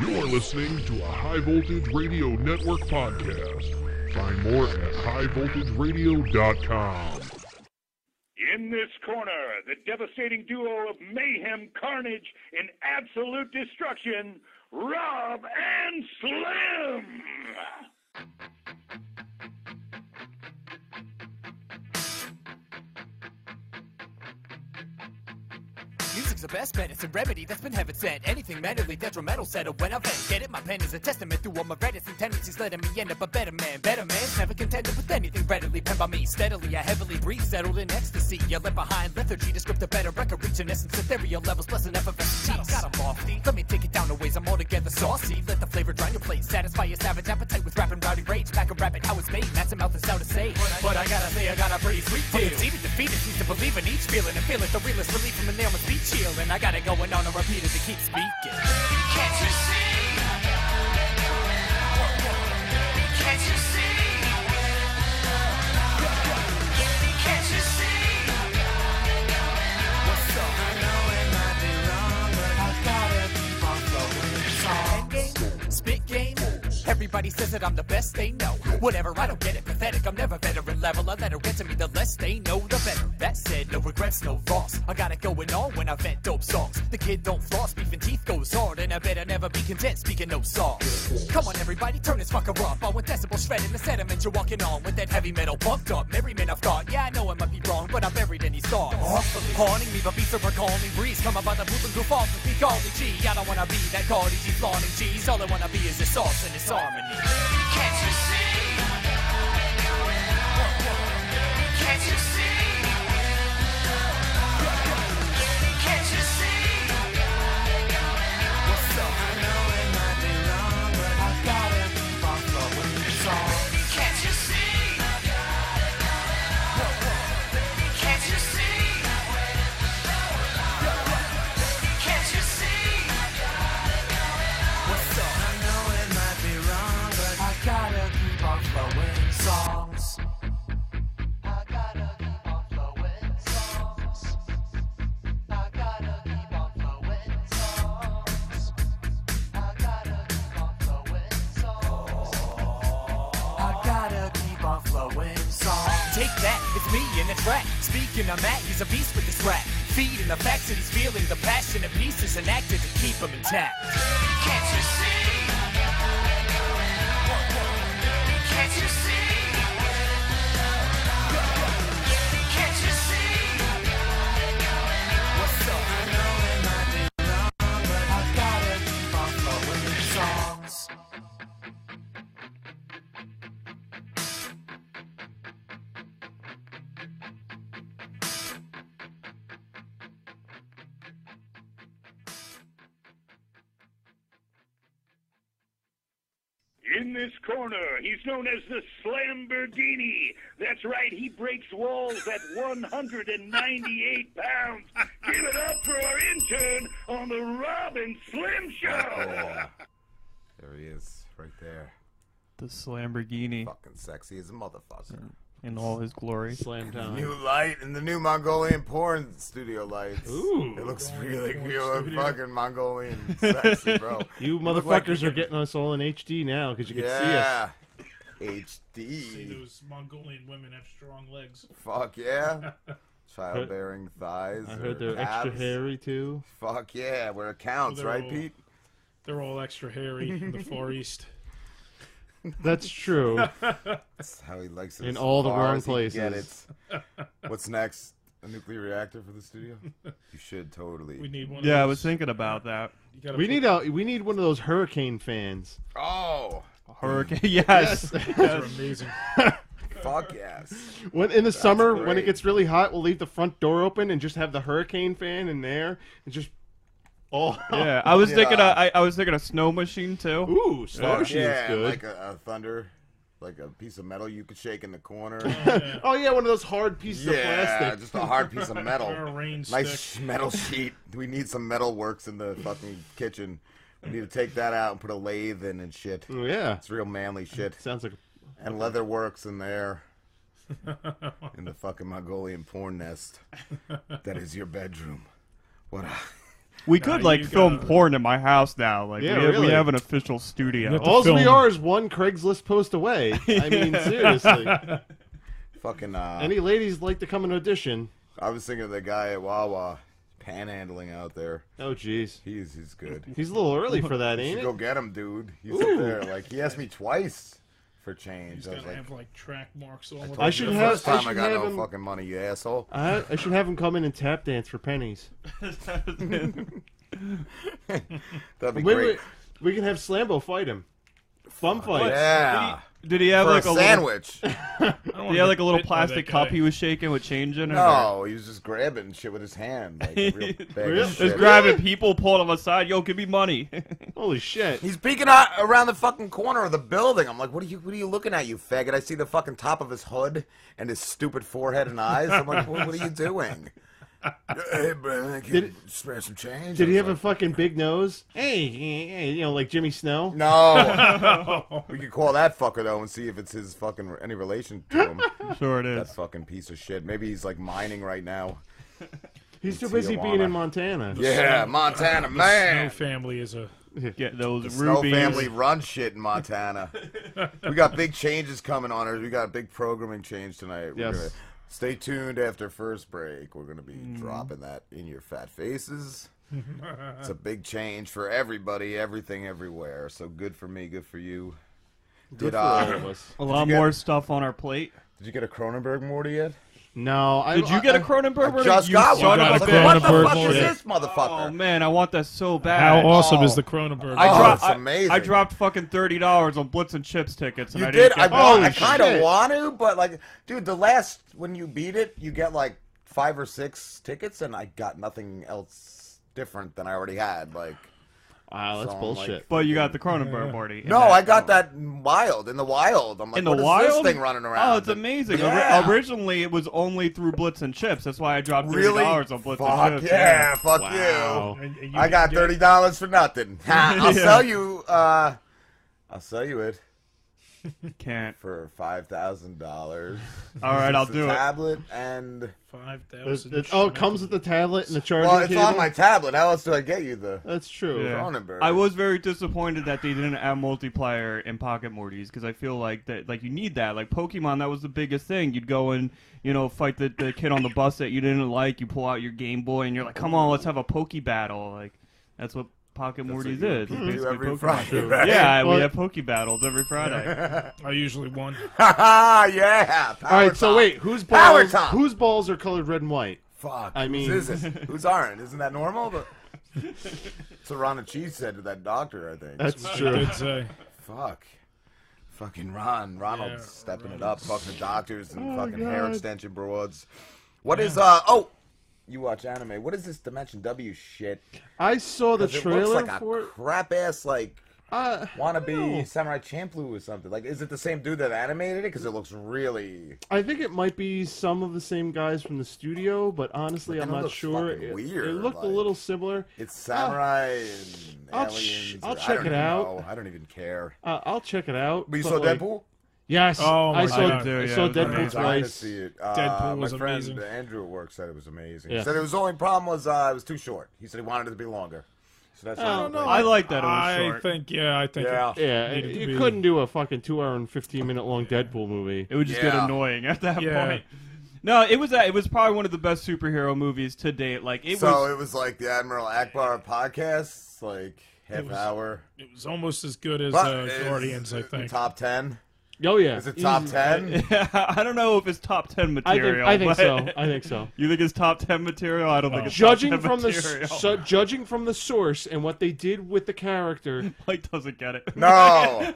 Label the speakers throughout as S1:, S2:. S1: You're listening to a High Voltage Radio Network podcast. Find more at highvoltageradio.com.
S2: In this corner, the devastating duo of mayhem, carnage, and absolute destruction, Rob and Slim.
S3: Music's the best medicine remedy that's been heaven sent. Anything mentally detrimental settled when I vent. Get it? My pen is a testament to all my reticent tendencies, letting me end up a better man. Better man's never contented with anything readily penned by me. Steadily, I heavily breathe, settled in ecstasy. You left behind lethargy, descriptive better record, reaching essence, ethereal levels, plus an effervescence. Got 'em lofty. Let me take it down a ways. I'm altogether saucy. Let the flavor drown your plate. Satisfy your savage appetite with rapping rowdy rage. Back and rapid how it's made. That's a mouth that's out to say. But I gotta say, I gotta breathe sweet deal. Even defeated, needs to believe in each feeling and feel it. The realest relief from an ailment be chill. And I got it going on a repeater to keep speaking.
S4: Can't you see? Can't you see? Can't you see?
S3: What's up? I know it might be wrong, but I gotta keep on flowing. Endgame, spit game. Everybody says that I'm the best they know. Whatever, I don't get it. Pathetic, I'm never veteran level. I let her get to me, the less they know, the better. That said, no regrets, no loss. I got it going on when I vent dope songs. The kid don't floss, beef and teeth goes hard, and I better never be content speaking no songs. Come on, everybody, turn this fucker up. I want decibel shredding the sediment you're walking on with that heavy metal bumped up. Every man I've got, yeah, I know it might be wrong, but I'm buried in these thoughts. Awfully haunting me, but beats are recalling breeze. Come about the poop and goof off and be Carly G. I don't wanna be that Carly G flaunting cheese. All I wanna be is this sauce and this harmony.
S4: Can't you see? Can't you see? Can't you see?
S3: What's up? I know it might be wrong, but I gotta keep on flowing. It's all.
S4: Can't you see? Can't you see? Can't you see?
S3: What's up? I know it might be wrong, but I gotta keep on flowing songs.
S5: I gotta keep on flowing songs. I gotta keep on flowing songs. I gotta keep on flowing songs.
S3: I gotta keep on flowing songs. Take that, it's me in the track. Speaking of Matt, he's a beast with this rap. Feeding the facts that he's feeling, the passion of pieces and acted to keep him intact.
S4: Can't you see? Can't you see? Can't you see?
S3: What's up? I know it might be wrong, but I gotta keep on flowing songs.
S2: In this corner, he's known as the Slamborghini. That's right, he breaks walls at 198 pounds. Give it up for our intern on the Robin Slim Show.
S6: Oh, There he is, right there.
S7: The Lamborghini
S6: Fucking sexy as a motherfucker.
S7: in all his glory.
S8: Slam down.
S6: New light in the new Mongolian porn studio lights.
S8: Ooh.
S6: It looks really cool. Fucking Mongolian sexy, bro.
S8: You
S6: look like
S8: motherfuckers are getting us all in HD now because you can see us.
S6: yeah.
S9: See
S6: HD.
S9: those Mongolian women have strong legs.
S6: Fuck yeah. Childbearing thighs.
S8: I heard
S6: or
S8: they're extra
S6: abs.
S8: hairy too.
S6: Fuck yeah, where it counts,
S9: They're
S6: right,
S9: all-
S6: Pete?
S9: They're all extra hairy in the Far East.
S8: That's true.
S6: That's how he likes it.
S8: In all the wrong
S6: Get
S8: places.
S6: it. What's next? A nuclear reactor for the studio? You should totally.
S9: We need one.
S7: Yeah, I
S9: of
S7: was
S9: those.
S7: thinking about that.
S9: You gotta
S8: we
S9: put-
S8: need a we need one of those hurricane fans.
S6: Oh,
S7: Hurricane. Yes.
S9: Those are amazing.
S6: fuck yes.
S8: When in the summer when it
S6: great.
S8: gets really hot, we'll leave the front door open and just have the hurricane fan in there and just oh
S7: yeah, I was thinking.
S6: Yeah.
S7: Of, I, I was thinking a snow machine too.
S8: ooh slow
S6: Oh,
S8: machine's
S6: yeah,
S8: good.
S6: like a, a thunder, like a piece of metal you could shake in the corner.
S8: oh yeah, one of those hard pieces of
S6: yeah,
S8: plastic.
S6: just a hard piece of
S9: Or a
S6: metal.
S9: rain
S6: nice
S9: stick.
S6: sh- metal sheet. We need some metal works in the fucking kitchen. We need to take that out and put a lathe in and shit.
S8: Ooh, Oh, yeah,
S6: It's real manly shit.
S8: sounds like
S6: And leather works in there. In the fucking Mongolian porn nest. That is your bedroom. What a
S7: We
S9: Nah,
S7: could like
S9: you
S7: film
S9: gotta-
S7: porn in my house now. Like
S8: Yeah,
S7: we, have, we
S8: really.
S7: have an official studio.
S9: That's-
S8: All
S9: film.
S8: we are is one Craigslist post away. I mean, seriously.
S6: Fucking. Uh,
S8: Any ladies like to come and audition?
S6: I was thinking of the guy at Wawa panhandling out there.
S8: Oh, jeez.
S6: He's he's good.
S8: He's a little early for that,
S6: You
S8: ain't
S6: should
S8: it?
S6: go get him, dude. He's up there. Like he asked me twice for change.
S9: He's
S6: I
S9: gotta
S6: was like,
S9: have like track marks all over.
S8: I should
S6: the
S8: have-
S6: First
S8: I
S6: time I,
S8: should
S6: got
S8: have
S6: no
S8: him-
S6: fucking money, you asshole.
S8: I, I should have him come in and tap dance for pennies.
S6: That'd be
S8: Wait,
S6: great.
S8: wait, we can have Slambo fight him. Bum fight.
S6: Yeah.
S7: Did he have
S6: For
S7: like
S6: a
S7: a little,
S6: sandwich.
S9: I don't
S7: did he
S9: wanna
S7: have like a little
S9: get bit by that
S7: plastic cup
S9: guy.
S7: he was shaking with change in it?
S6: no, he was just grabbing shit with his hand. Like a real bag of
S8: Really?
S7: Just
S6: shit.
S7: grabbing people, pulling them aside. Yo, give me money.
S8: Holy shit.
S6: He's peeking out around the fucking corner of the building. I'm like, what are you? What are you looking at, you faggot? I see the fucking top of his hood and his stupid forehead and eyes. I'm like, what, what are you doing? hey, Brandon, can you
S8: Did-
S6: spare some change?
S8: Did he
S6: I
S8: have a
S6: was
S8: fucking big nose? Hey, hey, hey, you know, like Jimmy Snow?
S6: like,
S8: Oh.
S6: No. we could call that fucker though and see if it's his fucking any relation to him.
S7: sure it
S6: that
S7: is.
S6: fucking piece of shit. Maybe he's like mining right now.
S8: He's too
S6: in
S8: busy being
S6: Tijuana.
S8: in Montana.
S6: Yeah, Montana
S9: No
S6: man.
S9: family is a.
S7: Get those
S6: Snow
S7: rubies.
S6: family run shit in Montana. we got big changes coming on. us. We got a big programming change tonight. We're
S8: Yes.
S6: gonna- stay tuned after first break. We're going to be
S7: Mm-hmm.
S6: dropping that in your fat faces. it's a big change for everybody, everything, everywhere. So good for me, good for you. Did,
S8: All of
S6: uh,
S8: us.
S7: A lot
S6: you get-
S7: more stuff on our plate.
S6: did you get a Cronenberg Morty yet?
S8: No, I
S7: Did you get a Cronenberg?
S6: I
S7: order,
S6: just
S7: you
S6: got
S7: son
S6: one.
S7: of
S6: I
S7: a
S6: was
S9: got
S6: like,
S9: a
S7: bitch?
S6: what the
S9: Cronenberg
S6: fuck is
S9: Morty.
S6: this
S7: Oh
S6: motherfucker?
S7: man, I want that so
S9: How
S7: bad.
S9: awesome is
S6: Oh.
S9: the Cronenberg?
S6: I
S7: I
S6: Oh,
S7: dro-
S6: it's
S7: I-
S6: amazing.
S7: I dropped fucking thirty dollars on Blitz and chips tickets, and
S6: You
S7: I
S6: did.
S7: didn't
S6: I,
S7: get
S6: want, I
S7: one.
S6: kind of
S8: shit.
S6: want to, but like, dude, the last when you beat it, you get like five or six tickets, and I got nothing else different than I already had. Like,
S8: Wow, that's
S6: So I'm
S8: bullshit.
S6: like-
S7: But you got the Cronenberg Morty.
S6: no, I got that wild in the wild. I'm like,
S7: in the
S6: what is
S7: wild
S6: this thing running around?
S7: Oh, it's amazing. Ori-
S6: Yeah.
S7: originally, it was only through Blitz and chips. That's why I dropped thirty
S6: Really?
S7: dollars on Blitz and
S6: Fuck
S7: chips.
S6: yeah! Fuck
S8: Wow.
S6: you!
S9: And- and you
S6: I got
S9: didn't
S6: thirty dollars for nothing. Ha, I'll
S7: Yeah.
S6: sell you. uh I'll sell you it
S7: can't.
S6: for five thousand dollars.
S7: All right, I'll
S6: It's a
S7: do it.
S6: tablet and
S9: get Five
S8: It's-
S9: thousand.
S8: it's- oh, it comes with the tablet and the charger
S6: well, it's
S8: cable?
S6: on my tablet. How else do I get you the?
S8: That's true.
S7: Yeah.
S6: Cronenberg.
S7: I was very disappointed that they didn't add multiplayer in Pocket Mortys because I feel like that like you need that like Pokemon that was the biggest thing you'd go and you know fight the, the kid on the bus that you didn't like you pull out your Game Boy and you're like come on let's have a Poke battle like that's what Pocket Mortys
S6: you
S7: is
S6: do
S7: It's basically
S6: every
S7: Pokemon.
S6: Friday, right?
S7: yeah
S8: Well-
S7: we have Poke battles every Friday
S9: I usually won.
S6: Haha, yeah. Power
S8: All right, so
S6: top.
S8: wait, whose
S6: Power
S8: balls?
S6: top.
S8: Whose balls are colored red and white?
S6: Fuck.
S8: I mean-
S6: whose is it? Who's aren't? Isn't that normal? But... That's what Ron and Cheese said to that doctor, I think.
S8: That's
S9: I
S8: true.
S9: did say.
S6: Fuck. Fucking Ron. Ronald's
S9: Yeah,
S6: stepping it up.
S9: Ronald's-
S6: Fucking doctors and fucking
S8: Oh, God.
S6: hair extension broads. What is, uh, oh, you watch anime. What is this Dimension W shit?
S8: I saw the
S6: 'Cause it looks
S8: trailer
S6: like
S8: for
S6: a
S8: it.
S6: crap ass, like,
S8: Uh,
S6: wannabe
S8: No.
S6: Samurai Champloo or something. Like, is it the same dude that animated it? Because it looks really.
S8: I think it might be some of the same guys from the studio, but honestly,
S6: But
S8: I'm
S6: that
S8: not
S6: looks
S8: sure.
S6: fucking
S8: It,
S6: weird,
S8: it looked a
S6: like-
S8: little similar.
S6: It's samurai and
S8: I'll
S6: aliens.
S8: ch-
S6: or-
S8: I'll
S6: I
S8: check
S6: don't
S8: it
S6: even
S8: out.
S6: know. I don't even care.
S8: Uh, I'll check it out.
S6: But you
S8: but,
S6: saw
S8: like-
S6: Deadpool?
S8: Yes,
S9: Oh my
S8: I saw,
S9: God.
S7: Yeah,
S8: I
S7: yeah,
S8: saw
S7: it was
S8: Deadpool
S7: amazing.
S6: Dying to
S8: twice.
S6: see it. Uh,
S9: Deadpool
S6: my
S9: was
S6: friend
S9: amazing.
S6: Andrew at work said it was amazing. He
S8: Yeah.
S6: said his only problem was uh, it was too short. He said he wanted it to be longer. So that's
S8: I don't know.
S7: I like that it was
S9: I
S7: short
S9: think. Yeah, I think.
S6: Yeah.
S8: Yeah,
S9: Needed to
S8: you
S9: be-
S8: couldn't do a fucking two hour and fifteen minute long Deadpool movie.
S7: it would just get
S6: Yeah.
S7: annoying at that
S9: Yeah.
S7: point no it was uh, it was probably one of the best superhero movies to date like it
S6: so
S7: was
S6: it was like the Admiral Akbar podcast, like half
S9: was-
S6: hour.
S9: It was almost as good as
S6: But
S9: uh,
S6: it's
S9: Guardians. I think.
S6: Top ten.
S8: Oh yeah,
S6: Is it top
S8: Easy.
S6: ten?
S7: I don't know if it's top ten
S8: I think,
S7: material
S8: I think
S7: but-
S8: so. I think so.
S7: You think it's top ten material? I don't
S9: Oh.
S7: think it's
S8: judging
S7: top 10
S8: from the
S7: material.
S8: s- so, judging from the source and what they did with the character.
S7: Mike doesn't get it.
S6: No.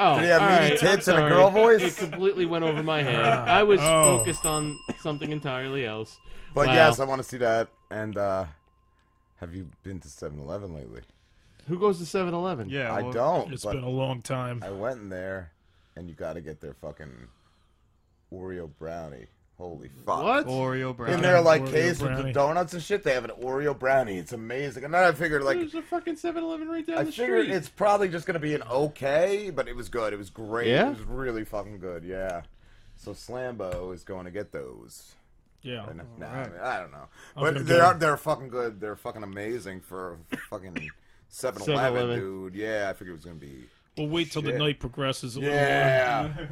S8: Oh,
S6: Did he have
S8: all
S6: meaty
S8: right,
S6: tits
S8: I'm
S6: and a
S8: sorry.
S6: girl voice?
S8: It completely went over my head. I was
S9: Oh.
S8: focused on something entirely else.
S6: But
S8: Wow.
S6: yes, I want to see that. And uh, have you been to 7-Eleven lately?
S8: Who goes to 7-Eleven?
S7: Yeah,
S6: I
S7: well,
S6: don't.
S9: It's
S6: but
S9: been a long time.
S6: I went in there, and you got to get their fucking Oreo brownie. Holy fuck!
S8: What?
S7: Oreo brownie.
S6: In their like
S9: Oreo
S6: case with the
S9: brownie.
S6: donuts and shit, they have an Oreo brownie. It's amazing. And then I figured like.
S8: There's a fucking 7-Eleven right down
S6: I
S8: the
S6: figured
S8: street.
S6: it's probably just gonna be an okay, but it was good. It was great.
S8: Yeah?
S6: It was really fucking good. Yeah. So Slambo is going to get those.
S9: Yeah.
S6: I know. Nah,
S9: All right.
S6: I, mean, I don't know.
S9: I'm gonna
S6: But they
S9: do
S6: are
S9: it.
S6: they're fucking good. They're fucking amazing for fucking
S8: 7-Eleven.
S6: 7-Eleven, dude. Yeah, I figured it was gonna be.
S9: We'll wait till the
S6: Shit.
S9: night progresses a little
S6: Yeah.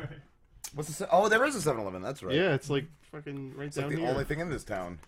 S6: What's the? se- Oh, there is a 7-Eleven. That's right.
S8: Yeah, it's like fucking right
S6: It's
S8: down
S6: like the
S8: here.
S6: only thing in this town.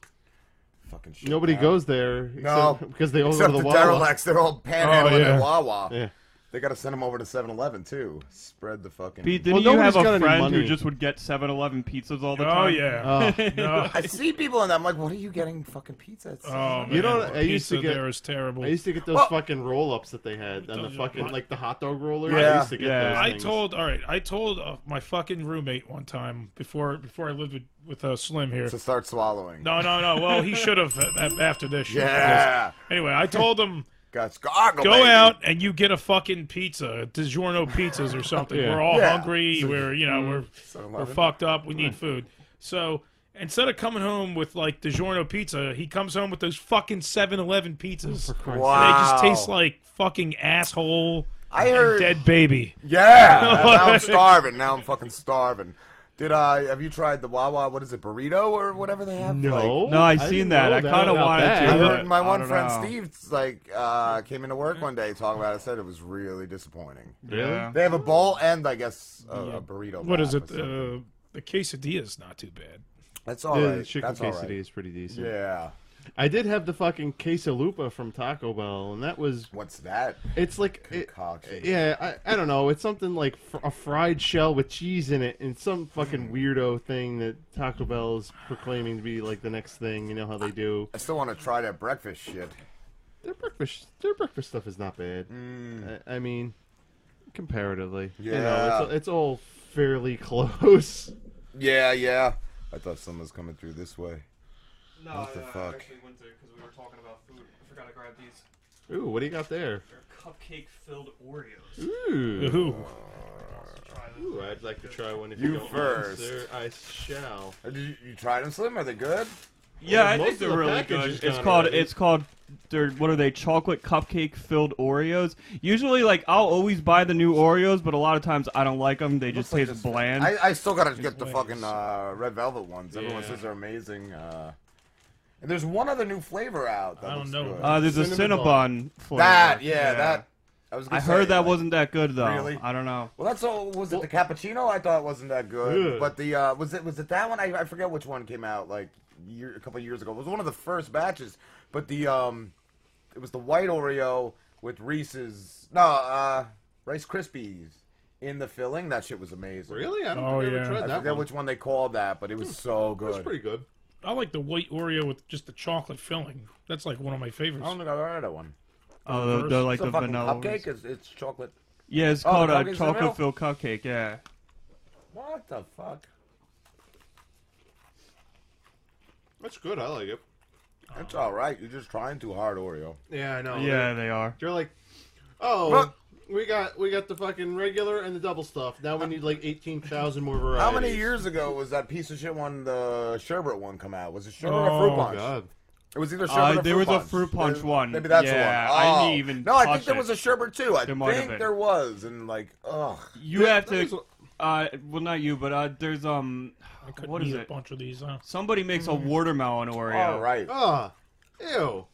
S6: Fucking shit.
S8: Nobody
S6: now.
S8: goes there.
S6: No.
S8: except- because they all
S6: Except
S8: go
S6: the,
S8: to the, Wawa.
S6: derelicts. They're all panhandling
S9: Oh, yeah.
S6: at Wawa.
S8: Yeah.
S6: They gotta send them over to 7-Eleven too. Spread the fucking.
S7: Pete,
S8: Well,
S7: didn't you
S8: nobody's
S7: have
S8: got
S7: a
S8: any
S7: friend who
S8: money.
S7: just would get 7-Eleven pizzas all the
S9: bit.
S7: time?
S9: Oh yeah.
S8: Oh.
S9: No.
S6: I see people and I'm like, what are you getting fucking pizza? At
S9: Oh,
S6: 7-Eleven?
S9: man.
S8: You know what?
S9: the
S8: I used to
S9: pizza
S8: get-
S9: there is terrible.
S8: I used to get those
S6: Well-
S8: fucking roll ups that they had on the
S9: Those are
S8: fucking
S9: fun.
S8: like the hot dog roller. I
S6: Yeah.
S8: used to get
S7: Yeah.
S8: those
S9: I
S8: things.
S9: told all right. I told uh, my fucking roommate one time before before I lived with with uh, Slim here.
S6: to start swallowing.
S9: No, no, no. Well, he should have uh, after this. shit.
S6: Yeah.
S9: Anyway, I told him
S6: Got gargle.
S9: go
S6: baby.
S9: out and you get a fucking pizza, DiGiorno pizzas or something.
S8: Yeah.
S9: We're all
S6: Yeah.
S9: hungry. We're you know we're we're
S6: 7-Eleven.
S9: fucked up. We need food. So instead of coming home with like DiGiorno pizza, he comes home with those fucking 7-Eleven pizzas.
S6: Wow.
S9: They just taste like fucking asshole.
S6: I
S9: and
S6: heard-
S9: dead baby.
S6: Yeah, now I'm starving. Now I'm fucking starving. Did I? Have you tried the Wawa? What is it, burrito or whatever they have?
S8: No.
S6: Like,
S7: No, I
S8: I
S7: seen
S8: didn't
S7: that.
S8: know
S7: I
S8: that
S7: kind of
S8: about
S7: wanted
S8: that.
S7: to.
S6: I
S8: Yeah,
S7: but
S6: heard my
S7: I
S6: one
S7: don't
S6: friend
S7: know.
S6: Steve's like uh, came into work one day talking about it. Said it was really disappointing.
S7: Yeah.
S6: They have a bowl and I guess a, a burrito.
S9: What is
S6: wrap
S9: it?
S6: or something.
S9: Uh, the quesadilla is not too bad.
S6: That's all
S8: Yeah,
S6: right.
S8: the chicken
S6: That's all
S8: quesadilla
S6: right.
S8: is pretty decent.
S6: Yeah.
S8: I did have the fucking quesalupa from Taco Bell, and that was
S6: What's that?
S8: It's like it,
S6: Concoction.
S8: yeah, I, I don't know. It's something like fr- a fried shell with cheese in it, and some
S6: Mm.
S8: fucking weirdo thing that Taco Bell's proclaiming to be like the next thing. You know how they do.
S6: I still want to try that breakfast shit.
S8: Their breakfast, their breakfast stuff is not bad. I, I mean, comparatively, you know, it's,
S6: Mm. Yeah.
S8: it's all fairly close.
S6: Yeah, yeah. I thought someone was coming through this way.
S7: No,
S6: What the
S7: I,
S6: fuck?
S7: I actually went there because we were talking about food. I forgot to grab these.
S8: Ooh, what do you got there?
S7: They're cupcake-filled Oreos.
S8: Ooh,
S9: Ooh.
S7: Try them.
S8: Ooh I'd like to try one. If
S6: You
S8: you, don't mind,
S6: first.
S8: sir. I shall.
S6: Uh, Did you, you try them, Slim? Are they good?
S7: Yeah, I
S8: most
S7: think
S8: of
S7: they're
S8: the
S7: really
S8: package
S7: good.
S8: is
S7: It's
S8: gone
S7: called
S8: already.
S7: it's called they're what are they? Chocolate cupcake filled Oreos. Usually, like I'll always buy the new Oreos, but a lot of times I don't like them. They just
S6: like this-
S7: taste bland.
S6: I, I still gotta get the
S9: ways.
S6: fucking uh, red velvet ones. Everyone
S8: Yeah.
S6: says they're amazing. Uh, and there's one other new flavor out. That
S9: I don't
S6: looks
S9: know.
S6: good.
S7: uh, there's a
S8: Cinnamon
S7: Cinnabon flavor.
S6: that, yeah, that. I was. Gonna
S7: I
S6: say,
S7: heard that
S6: like-
S7: wasn't that good though.
S6: Really?
S7: I don't know.
S6: Well, that's all. Was it the cappuccino? I thought wasn't that good.
S8: Ugh.
S6: But the uh, was it was it that one? I, I forget which one came out like year, a couple years ago. It was one of the first batches. But the um, it was the white Oreo with Reese's no uh, Rice Krispies in the filling. That shit was amazing.
S8: Really? I don't
S9: Oh,
S8: think I
S9: yeah.
S8: ever
S6: I
S8: tried that
S6: forget
S8: one. Hmm.
S6: which one they called that, but it was so
S8: That's
S6: good.
S8: pretty good.
S9: I like the white Oreo with just the chocolate filling. That's like one of my favorites.
S6: I don't think I've ever had that one.
S7: Oh, the, the, like
S6: it's a
S7: the
S6: fucking
S7: vanilla.
S6: cupcake.
S7: Oreos.
S6: It's, it's chocolate.
S7: Yeah, it's
S6: Oh, the
S7: called
S6: cupcake's in
S7: a
S6: the
S7: chocolate
S6: middle?
S7: filled cupcake. Yeah.
S6: What the fuck?
S8: That's good. I like it.
S6: That's all right. You're just trying too hard, Oreo.
S8: Yeah, I know.
S7: Yeah, they are.
S8: You're like, oh,
S6: Well-
S8: we got we got the fucking regular and the double stuff. Now we need like eighteen thousand more varieties.
S6: How many years ago was that piece of shit one, the sherbet one, come out? Was it sherbet or fruit
S9: Oh,
S6: punch?
S8: God.
S6: It was either sherbet
S7: Uh,
S6: or fruit
S7: there was a
S6: punch.
S7: fruit punch
S6: There-
S7: one.
S6: Maybe that's
S7: Yeah,
S6: the one.
S7: I
S6: Oh.
S7: didn't even
S6: No, I
S7: touch
S6: think there
S7: it.
S6: was a sherbet too. I
S7: There might have
S6: think
S7: been.
S6: there was, and like, ugh.
S7: You have
S8: that
S7: to. Uh, well, not you, but uh, there's um,
S9: I couldn't
S7: what is
S9: eat a
S7: it?
S9: bunch of these. Huh?
S7: Somebody makes a watermelon Oreo.
S6: Mm-hmm. All right,
S8: Ah, ew.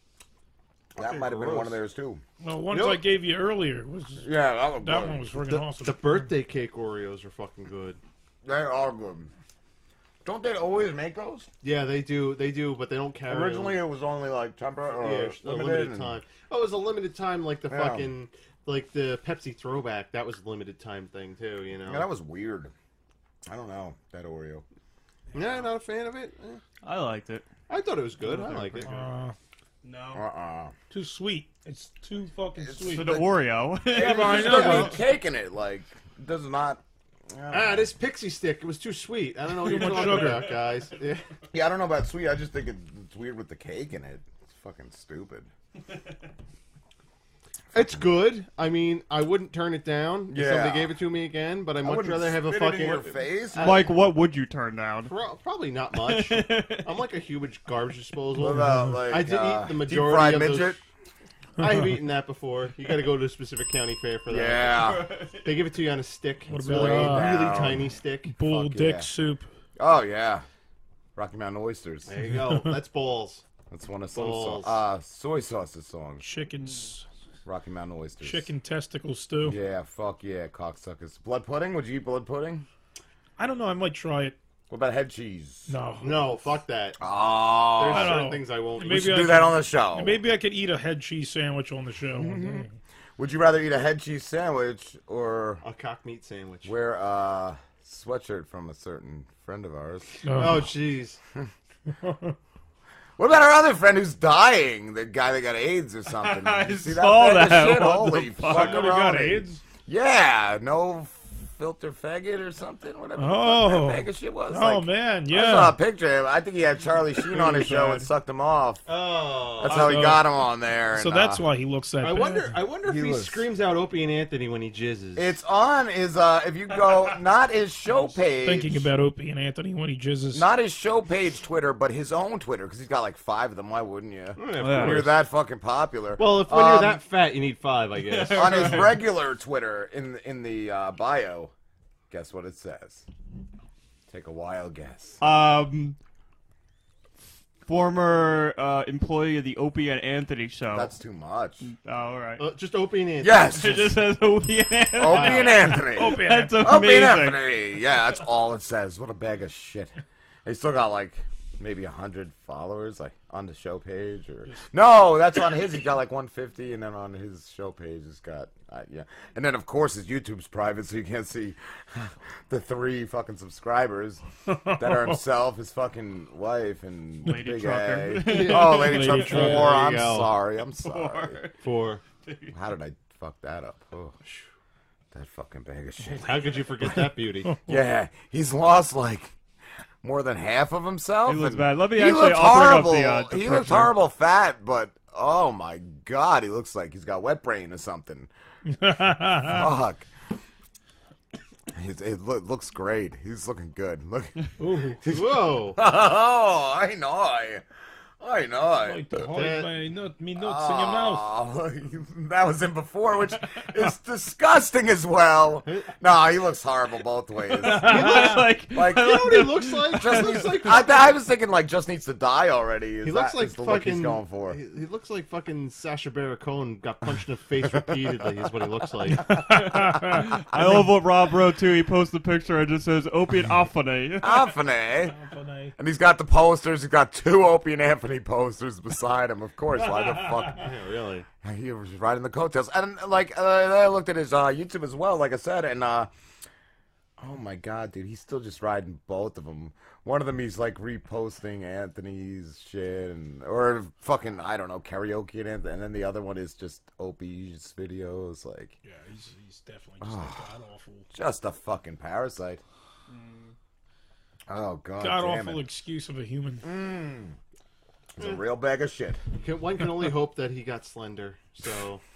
S6: that might have been
S8: gross.
S6: one of theirs too.
S9: Well, ones
S8: know-
S9: I gave you earlier was
S6: Yeah, that, was
S9: that
S6: good.
S9: one was freaking
S8: The,
S9: awesome.
S8: the birthday cake Oreos are fucking good.
S6: They're all good. Don't they always make those?
S8: Yeah, they do. They do, but they don't carry.
S6: Originally, it was only like temporary
S8: yeah,
S6: or
S8: a
S6: limited,
S8: limited
S6: and-
S8: time. Oh, it was a limited time, like the
S6: Yeah.
S8: fucking like the Pepsi throwback. That was a limited time thing too. You know.
S6: Yeah, that was weird. I don't know that Oreo.
S8: yeah, not a fan of it. Eh,
S7: I liked it.
S8: I thought it was good. I like it.
S9: uh,
S6: Uh
S7: No.
S6: uh
S9: too sweet. It's too fucking sweet.
S7: For the Oreo.
S6: Yeah,
S9: I
S6: but you
S9: know,
S6: don't need
S9: but-
S6: cake in it. Like, it does not. I don't
S8: Ah,
S6: know.
S8: this pixie stick. It was too sweet. I don't know what you're
S9: much
S8: talking
S9: sugar.
S8: about, guys. Yeah.
S6: Yeah, I don't know about sweet. I just think it's, it's weird with the cake in it. It's fucking stupid.
S8: It's good. I mean, I wouldn't turn it down if
S6: Yeah.
S8: somebody gave it to me again, but I
S6: I
S8: much
S6: wouldn't
S8: rather have a
S6: spit
S8: fucking
S6: it in your face.
S7: Mike, what would you turn down?
S8: Pro- probably not much. I'm like a huge garbage disposal.
S6: What about like
S8: I did
S6: uh,
S8: eat the
S6: deep fried
S8: majority of those.
S6: midget?
S8: I have eaten that before. You got to go to a specific county fair for that.
S6: Yeah.
S8: They give it to you on a stick.
S9: What
S8: It's
S9: about,
S8: really,
S9: uh,
S8: really
S6: Wow.
S8: tiny stick.
S9: Bull
S6: Fuck
S9: dick
S6: yeah.
S9: soup.
S6: Oh yeah. Rocky Mountain Oysters.
S8: There you go. That's balls.
S6: That's one of some so-
S8: Balls. Mm.
S6: uh, soy sauce's songs.
S9: Chicken's
S6: Rocky Mountain Oysters.
S9: chicken testicle stew.
S6: Yeah, fuck yeah, cocksuckers. Blood pudding? Would you eat blood pudding?
S9: I don't know. I might try it.
S6: What about head cheese?
S9: No.
S8: No, fuck that.
S6: Oh,
S8: There's
S9: I don't
S8: certain
S9: know.
S8: things I won't
S9: Maybe
S8: eat.
S6: we should
S9: I
S6: do
S9: can-
S6: that on the show. Mm-hmm.
S9: Maybe I could eat a head cheese sandwich on the show. one day.
S6: Would you rather eat a head cheese sandwich or
S8: A cock meat sandwich.
S6: wear a sweatshirt from a certain friend of ours?
S8: Oh,
S9: Oh,
S8: jeez.
S6: What about our other friend who's dying? The guy that got AIDS or something.
S7: I
S6: You
S7: saw
S6: fag of
S7: that.
S6: Shit?
S7: What the
S6: Holy
S7: fuck?
S9: I never got
S6: fuckaroni.
S9: AIDS.
S6: Yeah, no filter faggot or something. Whatever. the fuck
S9: Oh.
S6: that bag of shit was.
S9: Oh
S6: Like,
S9: man,
S6: I saw a
S9: yeah.
S6: picture. of him. I think he had Charlie Sheen on his show and
S9: bad.
S6: sucked him off.
S8: Oh.
S6: That's how he
S9: Oh.
S6: got him on there.
S9: So
S6: and,
S9: that's
S6: uh,
S9: why he looks that.
S8: I
S9: bad.
S8: wonder. I wonder if
S6: He
S8: he,
S6: was-
S8: screams out Opie and Anthony when he jizzes.
S6: It's on his uh if you go not his show page.
S9: Thinking about Opie and Anthony when he jizzes.
S6: not his show page Twitter, but his own Twitter because he's got like five of them. Why wouldn't you?
S8: Yeah, of
S7: Yeah.
S6: When
S8: course.
S6: you're that fucking popular.
S8: Well, if when
S6: Um,
S8: you're that fat, you need five, I guess.
S6: on his regular Twitter in in the uh, bio, guess what it says? Take a wild guess.
S7: Um, former uh, employee of the Opie and Anthony show.
S6: That's too much.
S7: oh, all right.
S8: Uh, just Opie and Anthony.
S6: Yes,
S7: it
S6: Opie
S7: just says Opie and Anthony.
S6: and Anthony.
S9: Opie and
S7: That's
S9: Anthony.
S6: Opie and
S7: amazing.
S6: Anthony. Yeah, that's all it says. What a bag of shit. They still got like maybe hundred followers, like on the show page or no, that's on his. He got like 150, and then on his show page, it's got uh, yeah. And then of course his YouTube's private, so you can't see the three fucking subscribers that are himself, his fucking wife, and
S7: Lady
S6: Big
S7: Trucker.
S6: A. Oh, Lady,
S9: Lady
S6: Trucker.
S9: Trucker,
S6: Four.
S8: there you
S6: I'm
S8: go.
S6: sorry. I'm sorry.
S8: Four.
S6: How did I fuck that up? Oh, that fucking bag of shit.
S8: How could you forget that beauty?
S6: Yeah, he's lost like more than half of himself.
S7: He looks
S6: and
S7: bad. Let me
S6: he
S7: actually-
S6: looks
S7: I'll bring
S6: horrible.
S7: up the, uh, the
S6: he looks
S7: picture.
S6: horrible fat, but oh my god, he looks like he's got wet brain or something. Fuck. It, it loo- looks great. He's looking good. Look.
S8: Whoa.
S6: Oh, I know. I know.
S9: Like to hide
S8: That-
S9: my nut, me nuts in your mouth.
S6: Oh, that was him before, which is disgusting as well. No, he looks horrible both ways.
S7: He looks like,
S6: Like,
S8: You know what he looks like? He
S6: Just
S8: looks like.
S6: I, th- I was thinking like just needs to die already. Is
S8: He looks
S6: that-
S8: like
S6: is the
S8: fucking.
S6: look he's going for.
S8: He, he looks like fucking Sasha Baron Cohen got punched in the face repeatedly. Is what he looks like.
S7: I love what Rob wrote too. He posted a picture and it just says Opie and Anthony.
S6: Anthony,
S9: Funny.
S6: and he's got the posters. He's got two Opie and Anthony posters beside him. Of course, why the fuck?
S8: Yeah, really.
S6: He was riding the coattails, and like uh, I looked at his uh, YouTube as well. Like I said, and uh, oh my god, dude, he's still just riding both of them. One of them, he's like reposting Anthony's shit, and or fucking I don't know karaoke and Anthony, and then the other one is just Opie's videos, like. Ah,
S9: Yeah, he's, he's definitely just god awful,
S6: Just a fucking parasite. Oh Mm. god,
S9: god
S6: damn
S9: awful
S6: it! Mm.
S9: excuse of a human.
S6: It's a real bag of shit.
S8: Can, one can only hope that he got slender. So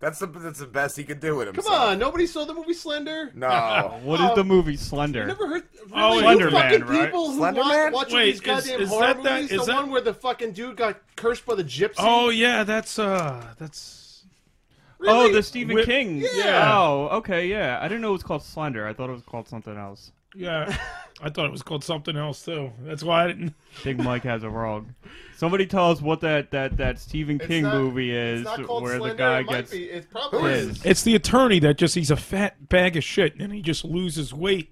S6: That's the that's the best he could do with
S8: come
S6: himself.
S8: on, nobody saw the movie Slender. Oh,
S6: no.
S7: What is the movie Slender?
S8: Never heard.
S9: Oh,
S8: Really?
S9: Slender
S8: you
S7: Man,
S8: fucking
S7: right?
S8: people who
S6: Slender
S8: watch-
S6: Man?
S8: watching
S9: Wait,
S8: these
S9: is-
S8: goddamn
S9: is
S8: horror
S9: that that-
S8: movies.
S9: is
S8: the
S9: that-
S8: one where the fucking dude got cursed by the gypsy.
S9: Oh yeah, that's uh, that's
S7: Oh,
S8: Really?
S7: the Stephen
S9: Whip-
S7: King.
S9: Yeah.
S7: Oh, okay, yeah. I didn't know it was called Slender. I thought it was called something else.
S9: yeah. I thought it was called something else too. That's why I didn't.
S7: Big Mike has it wrong. Somebody tell us what that that that Stephen
S8: It's
S7: King
S8: not-
S7: movie is
S8: It's not called
S7: where
S8: Slender.
S7: the guy
S8: it might
S7: gets
S8: Be. It probably
S6: is?
S8: is.
S9: It's the attorney that just he's a fat bag of shit and he just loses weight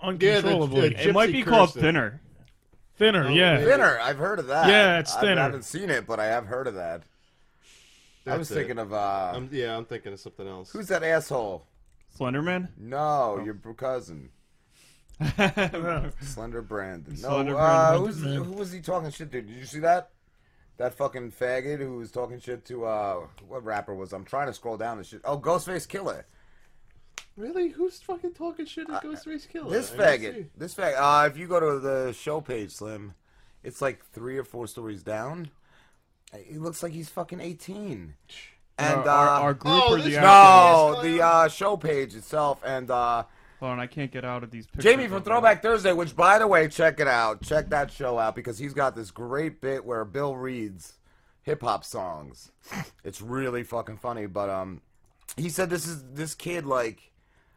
S8: the-
S9: uncontrollably.
S8: the-
S7: It might
S8: Gypsy
S7: be called
S8: Curse.
S7: Thinner.
S6: Oh,
S9: thinner,
S8: Oh,
S9: yeah.
S6: Thinner. I've heard of that.
S9: Yeah, it's
S6: I
S9: thinner.
S6: haven't seen it, but I have heard of that. I was
S8: That's it.
S6: thinking of uh,
S8: I'm, yeah, I'm thinking of something else.
S6: who's that asshole?
S7: Slenderman?
S6: No, your cousin, Slender Brandon. No,
S7: Slender
S6: uh,
S7: Brandon.
S6: who's, who was he talking shit to? Did you see that? That fucking faggot who was talking shit to uh, what rapper was? I'm trying to scroll down and shit. Oh, Ghostface Killer.
S8: really? Who's fucking talking shit at Ghostface Killer?
S6: This
S8: I don't
S6: faggot.
S8: see.
S6: This faggot. Uh, if you go to the show page, Slim, it's like three or four stories down. Uh, He looks like he's fucking 18. And,
S7: our,
S6: uh,
S7: our, our group
S8: Oh,
S7: or
S8: this-
S7: the actor?
S6: no, the uh, show page itself. And uh,
S7: Hold on, I can't get out of these pictures.
S6: Jamie from Throwback Thursday, which, by the way, check it out. Check that show out because he's got this great bit where Bill reads hip hop songs. It's really fucking funny, but um, he said this is this kid like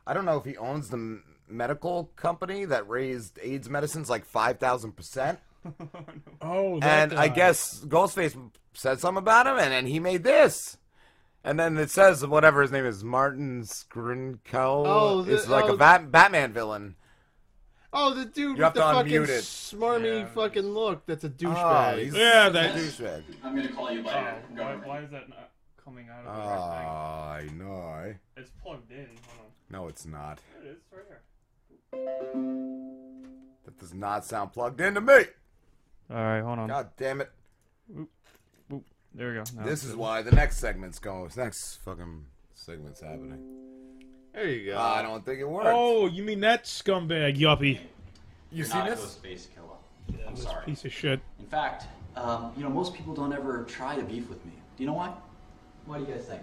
S6: I don't know if he owns the m- medical company that raised AIDS medicines like five thousand percent.
S9: Oh, that
S6: And I
S7: uh,
S9: guy.
S6: guess Ghostface said something about him, and then he made this. And then it says whatever his name is, Martin Skrinko.
S8: Oh, the-
S6: it's like
S8: oh.
S6: a Bat- Batman villain.
S8: Oh, the dude
S6: You
S8: with
S6: have
S8: the
S6: to
S8: fucking
S6: unmute it.
S8: smarmy fucking look. That's a
S6: Oh, he's
S8: douchebag.
S9: Yeah,
S6: such a
S9: that-
S6: douchebag.
S7: Oh, why, why is that not coming out
S6: Oh,
S7: of the right
S6: I know. I-
S7: thing? It's plugged in. Hold
S6: No, it's not.
S7: on. There it is, right here.
S6: That does not sound plugged into me.
S7: All right, hold on.
S6: God damn it.
S7: Oop, There we go. Now
S6: This
S7: it's
S6: is
S7: good.
S6: why the next segment's going. This next fucking segment's happening.
S8: There you go.
S6: I don't think it works.
S9: Oh, you mean that scumbag yuppie
S6: you see this?
S5: Ghostface Killer. I'm sorry.
S9: piece of shit?
S5: In fact, um, you know, most people don't ever try to beef with me. Do you know why? What do you guys think?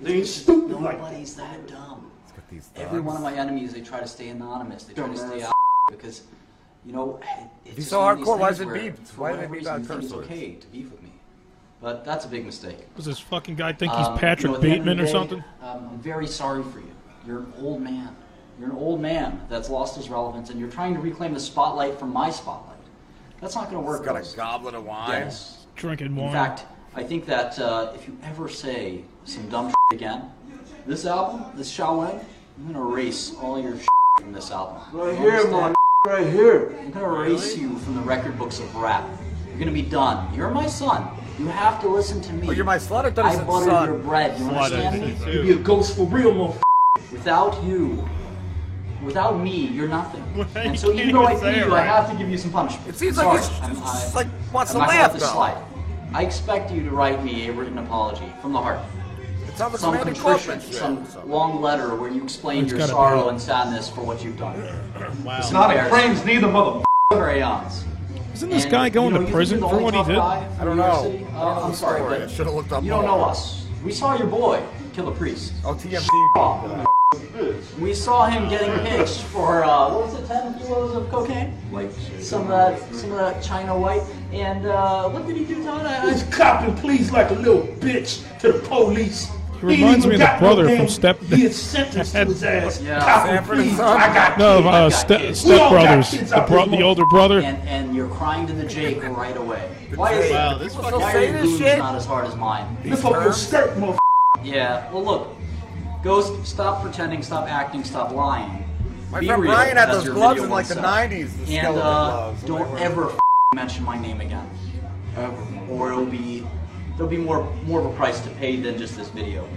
S5: They stupid. Nobody's that dumb.
S6: It's got these
S5: Every one of
S6: thugs.
S5: my enemies, they try to stay anonymous. They try to stay out because, you know, it-
S6: He's
S5: it's just
S6: so
S5: one of these
S6: hardcore, why
S5: things
S6: is it
S5: where,
S6: beeped?
S5: for
S6: Why did
S5: whatever
S6: they beep
S5: reason,
S6: out
S5: you think
S6: curse
S5: it's
S6: words?
S5: okay to beef with me, but that's a big mistake.
S9: Was this fucking guy think he's
S5: Um,
S9: Patrick
S5: you know, at the end of
S9: Bateman
S5: the
S9: or
S5: day,
S9: something?
S5: Um, I'm very sorry for you. You're an old man. You're an old man that's lost his relevance, and you're trying to reclaim the spotlight from my spotlight. That's not going to work.
S6: It's got
S5: Ghost.
S6: a goblet of wine.
S5: Yes.
S9: Drinking
S5: In
S9: wine.
S5: fact, I think that uh, if you ever say some dumb shit again, this album, this Shaolin, I'm going to erase all your shit from this album. Right here, man. Right here. I'm going to erase you from the record books of rap. You're going to be done. You're my son. You have to listen to me.
S6: Oh, you're my slut. I thought he
S5: I
S6: said
S5: buttered
S6: son.
S5: your bread. You
S7: Slut, I
S5: understand
S7: think
S5: me?
S7: so.
S5: You'd be a ghost for real, motherfucker. Without you, without me, you're nothing. and so
S7: you
S5: even
S7: can't
S5: though I
S7: even say
S5: pee
S7: it
S5: you, I
S7: right.
S5: have to give you some punishment.
S6: It seems
S5: Sorry,
S6: like it's,
S5: I'm-
S6: it's
S5: I-
S6: like wants
S5: I'm
S6: to
S5: not gonna
S6: laugh
S5: let
S6: though.
S5: this slide. I expect you to write me a written apology from the heart,
S6: It's not the
S5: some
S6: Command and
S5: contrition,
S6: Clubman shit.
S5: some
S6: So-
S5: long letter where you explain your
S9: gotta
S5: sorrow
S9: be.
S5: and sadness for what you've done.
S8: Wow.
S5: Not a frames, neither mother crayons.
S9: Isn't this guy going to prison for what he did?
S5: I
S6: don't know. I don't know
S5: I'm
S6: the
S5: sorry,
S6: story.
S5: but
S6: I should've looked up
S5: You don't
S6: more.
S5: know us. We saw your boy kill a priest.
S6: Oh, TMZ.
S5: Off. We saw him getting hitched for uh, what was it, ten kilos of cocaine? Like some of that, some of that China white. And uh, what did he do, Todd? I, I,
S10: copping please like a little bitch to the police.
S9: He reminds
S10: ain't even
S9: me of the
S10: got no
S9: brother from
S10: damn
S9: Step-
S10: Years sentence to his ass.
S5: Yeah.
S10: Copping,
S6: Sanford and
S10: please.
S6: Son.
S10: I got
S9: No,
S10: kids.
S9: uh,
S5: We all
S9: Ste-
S10: got
S9: Step Brothers,
S10: kids
S9: the,
S10: out
S9: bro-
S10: this
S9: the
S10: mor-
S9: older brother.
S5: and and you're crying to the Jake right away. Why is
S6: Wow,
S5: it?
S8: this
S5: Why
S6: fucking-
S5: is
S6: Say
S5: your
S6: this
S5: booze
S6: shit?
S5: not as hard as mine?
S10: Lift up your skirt, motherfucker.
S5: Yeah, well, look. Ghost, stop pretending, stop acting, stop lying.
S6: My
S5: Be
S6: friend
S5: real.
S6: Brian had
S5: That's
S6: those
S5: your
S6: gloves
S5: video
S6: in, like, the
S5: oneself.
S6: 90s, the
S5: And
S6: skeleton
S5: uh,
S6: gloves, and they
S5: don't
S6: were-
S5: ever f- mention my name again. Ever. Or it'll be, there'll be more, more of a price to pay than just this video.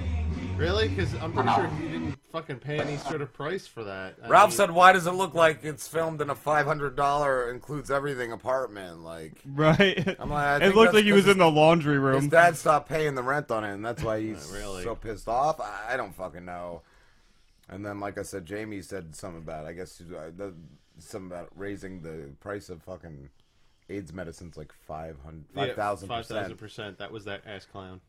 S8: Really? Because I'm pretty sure he didn't fucking pay any sort of price for that. I
S6: Ralph
S8: mean,
S6: said, "Why does it look like it's filmed in a five hundred dollar includes everything apartment? Like
S7: Right.
S6: I'm like, I
S7: it
S6: think
S7: looked
S6: that's
S7: like he was
S6: 'cause
S7: in the laundry room.
S6: his dad stopped paying the rent on it, and that's why he's
S8: really.
S6: so pissed off. I, I don't fucking know." And then, like I said, Jamie said something about I guess uh, the, something about raising the price of fucking AIDS medicines like 500
S8: yeah,
S6: 5,000 percent.
S8: 5,000%. That was that ass clown.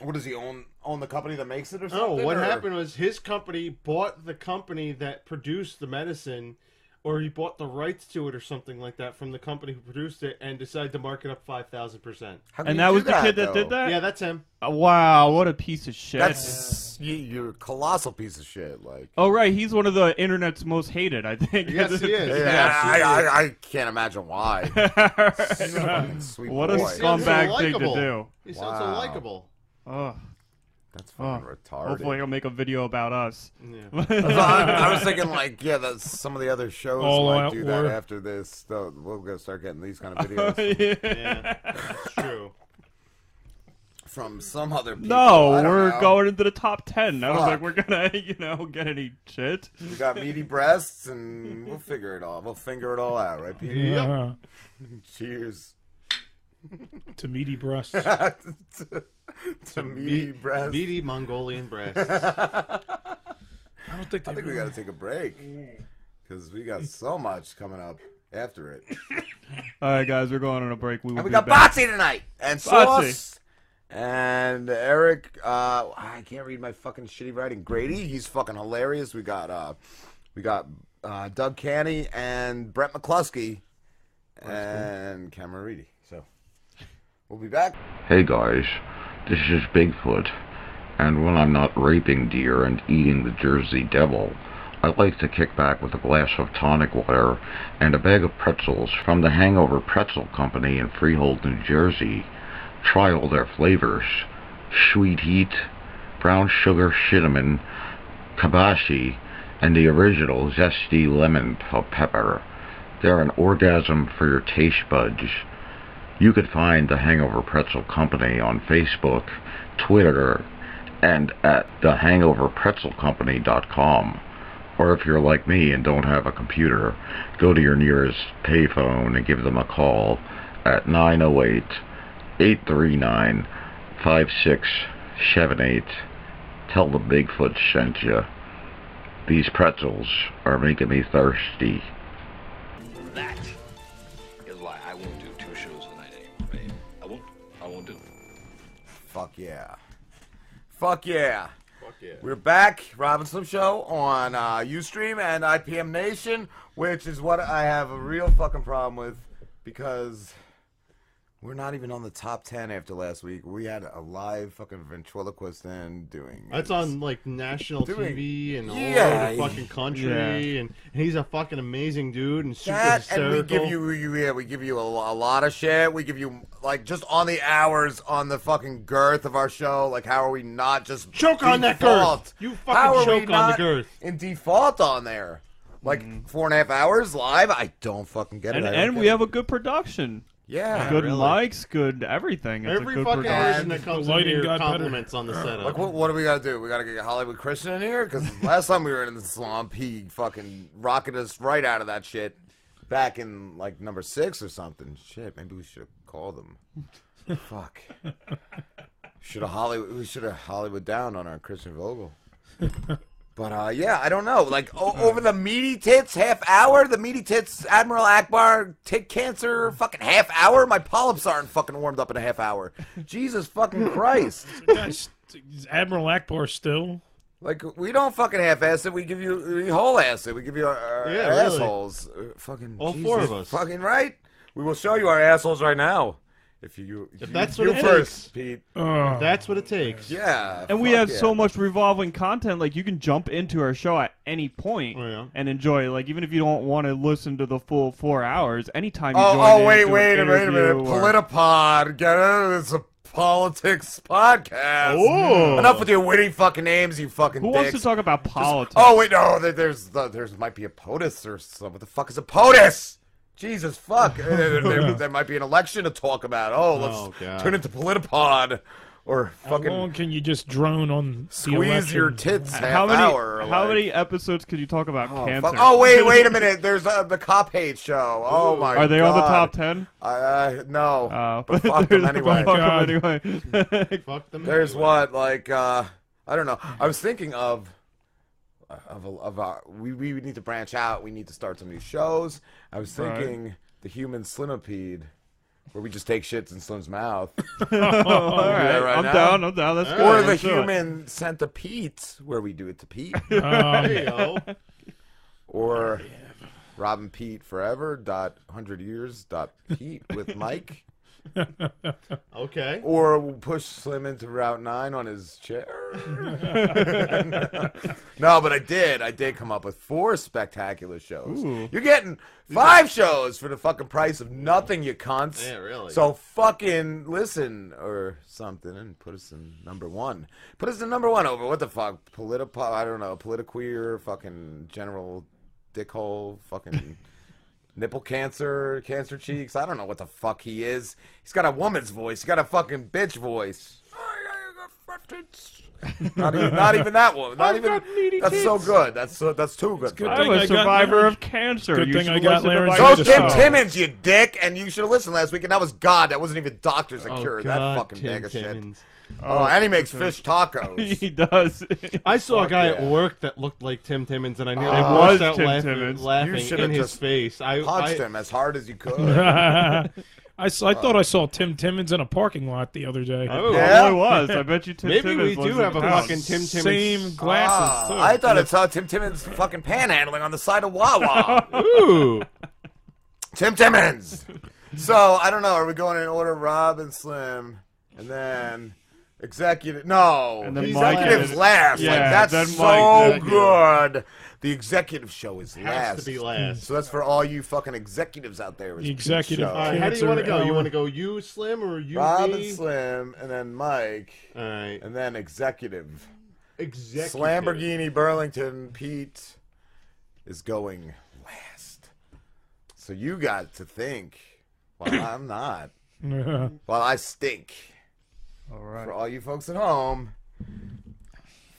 S6: What does he own? Own the company that makes it or
S8: No,
S6: something?
S8: Oh, what
S6: or-
S8: happened was his company bought the company that produced the medicine, or he bought the rights to it or something like that from the company who produced it and decided to mark it up 5,000%.
S6: How can
S7: and
S6: you
S7: that
S6: do
S7: was the kid that
S6: though?
S7: did that?
S8: Yeah, that's him.
S7: Uh, Wow, what a piece of shit.
S6: That's you, you're a colossal piece of shit. Like,
S7: Oh right, he's one of the internet's most hated, I think.
S8: Yes, he is.
S6: yeah, I, I, I can't imagine why. He's a fucking sweet
S7: what a
S6: boy.
S8: sounds so
S7: scumbag thing to
S8: likable.
S7: do.
S8: He sounds so
S6: Wow.
S8: likable.
S7: Ugh.
S6: That's fucking retarded.
S7: Hopefully he'll make a video about us.
S8: Yeah.
S6: So I, I was thinking like, yeah, that's some of the other shows
S9: All
S6: might
S9: Out
S6: do that
S9: War.
S6: after this. So we'll go start getting these kind of videos
S7: no,
S8: yeah. It's true.
S6: from some other. People. I don't
S7: we're
S6: know.
S7: going into the top ten. I don't
S6: Fuck.
S7: think we're gonna, you know, get any shit.
S6: We got meaty breasts, and we'll figure it all. We'll figure it all out, right, Pete?
S9: Yeah.
S6: Cheers
S9: To meaty breasts.
S6: to, to meaty breasts.
S8: Meaty Mongolian breasts.
S9: I don't think they
S6: I think we got to take a break because we got so much coming up after it.
S7: All right, guys, we're going on a break. We will
S6: And we
S7: be
S6: got
S7: back.
S6: Botsy tonight. And
S7: Botsy.
S6: Sauce. And Eric, uh, I can't read my fucking shitty writing. Grady, he's fucking hilarious. We got uh, we got uh, Doug Canny and Brett McCluskey and Cameron Reedy. So we'll be back.
S11: Hey guys, this is Bigfoot, and when I'm not raping deer and eating the Jersey Devil, I like to kick back with a glass of tonic water and a bag of pretzels from the Hangover Pretzel Company in Freehold, New Jersey. Try all their flavors. Sweet heat, brown sugar cinnamon, kibashi, and the original zesty lemon pe- pepper. They're an orgasm for your taste buds. You could find the Hangover Pretzel Company on Facebook, Twitter, and at thehangoverpretzelcompany.com. Or if you're like me and don't have a computer, go to your nearest payphone and give them a call at 908 839 5678. Tell them Bigfoot sent you. These pretzels are making me thirsty.
S10: That is why I won't do two shows tonight anymore, babe. I won't. I won't do.
S6: Fuck yeah. Fuck yeah.
S8: Fuck yeah.
S6: We're back, Robin Slim Show on uh, Ustream and IPM Nation, which is what I have a real fucking problem with because we're not even on the top 10 after last week. We had a live fucking ventriloquist in doing.
S8: That's on like national
S6: Doing-
S8: TV and all
S6: Yeah.
S8: over the fucking country,
S6: Yeah.
S8: and he's a fucking amazing dude and super
S6: That and
S8: hysterical.
S6: we give you, we- yeah, we give you a, lo- a lot of shit. We give you like just on the hours on the fucking girth of our show. Like, how are we not just
S8: Choke on that
S6: default?
S8: girth. You fucking
S6: How are
S8: choke
S6: we
S8: on the
S6: not
S8: girth. Mm-hmm.
S6: In default on there, like four and a half hours live. I don't fucking get
S7: And,
S6: it. I don't
S7: and
S6: get
S7: we
S6: it.
S7: have a good production.
S6: Yeah.
S7: good
S6: Really.
S7: likes, good everything. It's
S8: Every
S7: a good
S8: fucking
S7: production.
S8: person that comes in here compliments on the setup.
S6: Like, what, what do we got to do? We got to get Hollywood Christian in here? Because last time we were in the slump, he fucking rocketed us right out of that shit back in, like, number six or something. Shit, maybe we should have called him. Fuck. Should have Hollywood. We should have Hollywood down on our Christian Vogel. But uh, yeah, I don't know. Like o- over the meaty tits half hour, the meaty tits Admiral Akbar tit cancer fucking half hour. My polyps aren't fucking warmed up in a half hour. Jesus fucking Christ!
S9: Guys, is Admiral Akbar still?
S6: Like we don't fucking half ass it. We give you we whole ass it. We give you our, our
S9: Yeah,
S6: our
S9: really.
S6: assholes. Uh, fucking
S9: All
S6: Jesus
S9: four of us.
S6: Fucking right. We will show you our assholes right now. If you, you
S8: If that's
S6: you
S8: what it
S6: first,
S8: takes.
S6: Pete.
S8: If that's what it takes.
S6: Yeah.
S7: And we
S6: fuck
S7: have
S6: yeah.
S7: so much revolving content. Like you can jump into our show at any point
S9: Oh,
S7: and enjoy. it. Like even if you don't want to listen to the full four hours, anytime. you
S6: Oh,
S7: join
S6: oh
S7: in
S6: wait,
S7: to an
S6: wait, a minute, wait a minute.
S7: interview or-
S6: Politipod. Get out of this. a politics podcast.
S7: Ooh.
S6: Enough with your witty fucking names, you fucking
S7: Who wants to
S6: dicks.
S7: talk about politics?
S6: Oh wait, no, there- there's the, there's might be a POTUS or something. What the fuck is a POTUS? Jesus fuck! Uh, there, there- there might be an election to talk about. Oh, let's
S9: Oh, God.
S6: turn into Politipod or
S9: How
S6: fucking.
S9: long can you just drone on? the
S6: Squeeze
S9: election?
S6: your tits half
S7: how many
S6: hour,
S7: how
S6: like-
S7: many episodes could you talk about
S6: fuck-
S7: cancer?
S6: Oh wait, wait a minute. There's uh, the cop hate show. Oh my.
S7: Are they
S6: God.
S7: on the top ten?
S6: Uh, uh, no.
S7: Oh.
S6: But fuck them
S7: There's-
S6: anyway.
S7: fuck 'em anyway.
S8: Fuck them
S6: There's
S8: anyway.
S6: what like uh, I don't know. I was thinking of uh, of of our we we need to branch out. We need to start some new shows. I was
S9: Right.
S6: thinking the human slimmipede. Where we just take shits in Slim's mouth.
S7: All right, I'm down, I'm down, that's good,
S6: Or the
S7: let's do it.
S6: human centipede, where we do it to Pete.
S7: There you go.
S6: Or Robin Pete Forever dot hundred years dot Pete with Mike.
S8: Okay.
S6: Or we'll push Slim into Route 9 on his chair. no, but I did. I did come up with four spectacular shows.
S8: Ooh.
S6: You're getting five shows for the fucking price of nothing, you cunts.
S8: Yeah, really.
S6: So fucking listen or something and put us in number one. Put us in number one over what the fuck? Politipo, I don't know, politiqueer, fucking general dickhole, fucking. nipple cancer, cancer cheeks. I don't know what the fuck he is. He's got a woman's voice. He's got a fucking bitch voice. Not even, not even that woman. Not
S9: I've
S6: even.
S9: got meaty
S6: that's so
S9: tits.
S6: good. That's so, that's too good.
S9: good
S6: for
S9: thing
S6: me.
S9: I'm a I got survivor Larry- of
S7: cancer.
S9: good You thing should I got listen to Larry my
S6: So
S9: David
S6: Tim
S9: show.
S6: Timmons, you dick, and you should have listened last week. And that was God. That wasn't even doctors that
S8: Oh,
S6: cured
S8: God,
S6: that fucking
S8: Tim
S6: bag of shit.
S8: Timmons.
S6: Oh,
S8: Oh,
S6: and he makes
S8: Tim
S6: fish
S8: Timmons.
S6: tacos.
S7: he does.
S8: I saw a
S6: Fuck
S8: guy
S6: yeah.
S8: at work that looked like Tim Timmons, and I nearly
S6: Ah.
S8: watched
S6: Was
S8: out
S6: Tim
S8: laughing,
S6: Timmons. You
S8: laughing
S6: shoulda
S8: in his
S6: just
S8: face. I
S6: punched
S8: I,
S6: him as hard as you could.
S9: I, s- I thought I saw Tim Timmons in a parking lot the other day.
S8: Oh, Yeah? probably
S7: was. I bet you Tim Maybe Timmons we do lives in have a town. fucking Tim Timmons-
S9: Same glasses.
S6: Ah,
S9: too.
S6: I thought I saw Tim Timmons fucking panhandling on the side of Wawa.
S8: Ooh.
S6: Tim Timmons. So I don't know. Are we going in order, Rob and Slim, and then Executive, no.
S7: And then Mike
S6: executives
S7: did it.
S6: last.
S7: Yeah,
S6: like, that's
S7: then
S6: so
S7: Mike did it.
S6: good. The executive show is
S8: Has to
S6: last.
S8: be last.
S6: So that's for all you fucking executives out there. is Pete's
S9: Executive
S6: show.
S8: All right, how do you want to go? You want to go you, Slim, or you,
S6: Rob
S8: me?
S6: and Slim, and then Mike. All right. And then executive.
S8: Executive.
S6: Slamborghini Burlington Pete is going last. So you got to think. Well, I'm not. well, I stink. All right. For all you folks at home.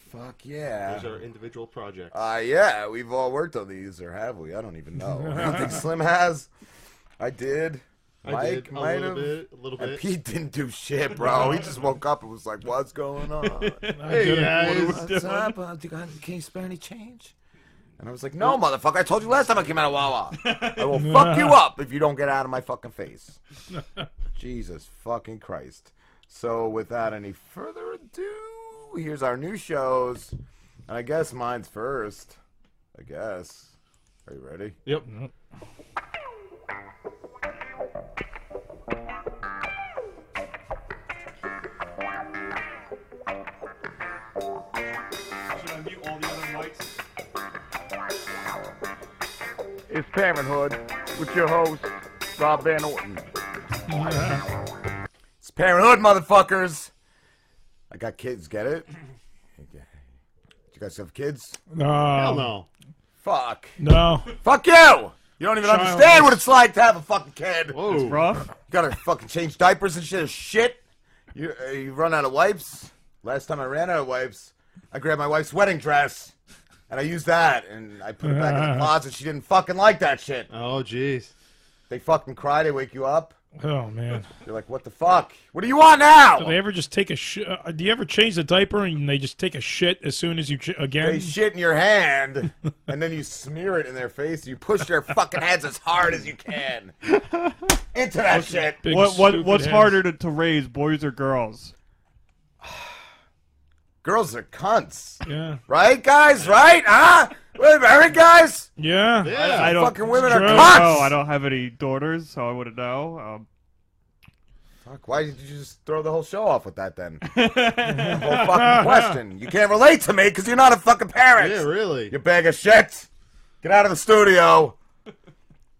S6: Fuck yeah.
S8: Those are individual projects.
S6: Uh, yeah, we've all worked on these, or have we? I don't even know. I don't think Slim has. I did.
S8: I
S6: Mike
S8: did, a
S6: might
S8: little
S6: have.
S8: bit, a little
S6: And
S8: bit.
S6: Pete didn't do shit, bro. He just woke up and was like, "What's going on?
S8: Hey, guys.
S6: what's up? Uh, do you guys- Can you spare any change?" And I was like, "No, motherfucker! I told you last time I came out of Wawa, I will fuck you up if you don't get out of my fucking face." Jesus fucking Christ! So, without any further ado, here's our new shows. And I guess mine's first. I guess. Are you ready?
S8: Yep.
S12: It's Parenthood with your host, Rob Van Orton.
S6: It's Parenthood, motherfuckers. I got kids. Get it? Do you guys have kids?
S9: No. Hell no.
S6: Fuck.
S9: No.
S6: Fuck you. You don't even
S9: Child-
S6: understand what it's like to have a fucking kid. Whoa.
S9: It's rough.
S6: You gotta fucking change diapers and shit. As shit. You uh, you run out of wipes. Last time I ran out of wipes, I grabbed my wife's wedding dress. And I used that, and I put it back in the closet. She didn't fucking like that shit. Oh, jeez. They fucking cry. They wake you up.
S9: Oh man.
S6: You're like, what the fuck? What do you want now?
S9: Do they ever just take a shit? Uh, do you ever change the diaper and they just take a shit as soon as you ch- again?
S6: They shit in your hand, and then you smear it in their face. You push their fucking heads as hard as you can into that shit.
S7: what what what's harder to, to raise, boys or girls?
S6: Girls are cunts.
S9: Yeah.
S6: Right, guys? Right? Huh? Wait, married guys?
S9: Yeah.
S6: Fucking women are
S7: True.
S6: cunts.
S7: No, Oh, I don't have any daughters, so I wouldn't know. Um,
S6: Fuck, why did you just throw the whole show off with that then? the whole fucking question. You can't relate to me because you're not a fucking parent. Yeah, really. You bag of shit. Get out of the studio.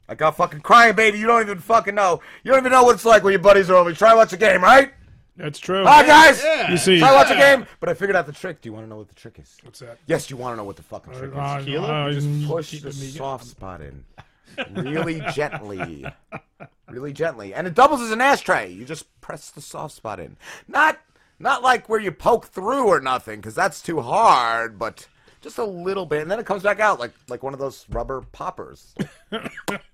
S6: I got fucking crying, baby. You don't even fucking know. You don't even know what it's like when your buddies are over. You try to watch a game, right?
S9: That's true.
S6: Hi, guys.
S9: Yeah. You see-
S6: Try to watch a
S9: Yeah.
S6: game. But I figured out the trick. Do you want to know what the trick is? What's
S9: that?
S6: Yes, you want to know what the fucking trick is.
S9: Uh, Tequila? uh,
S6: You
S9: mm,
S6: just push
S9: keep
S6: the
S9: it me-
S6: soft spot in really gently. Really gently. And it doubles as an ashtray. You just press the soft spot in. Not not like where you poke through or nothing, because that's too hard, but just a little bit. And then it comes back out like like one of those rubber poppers.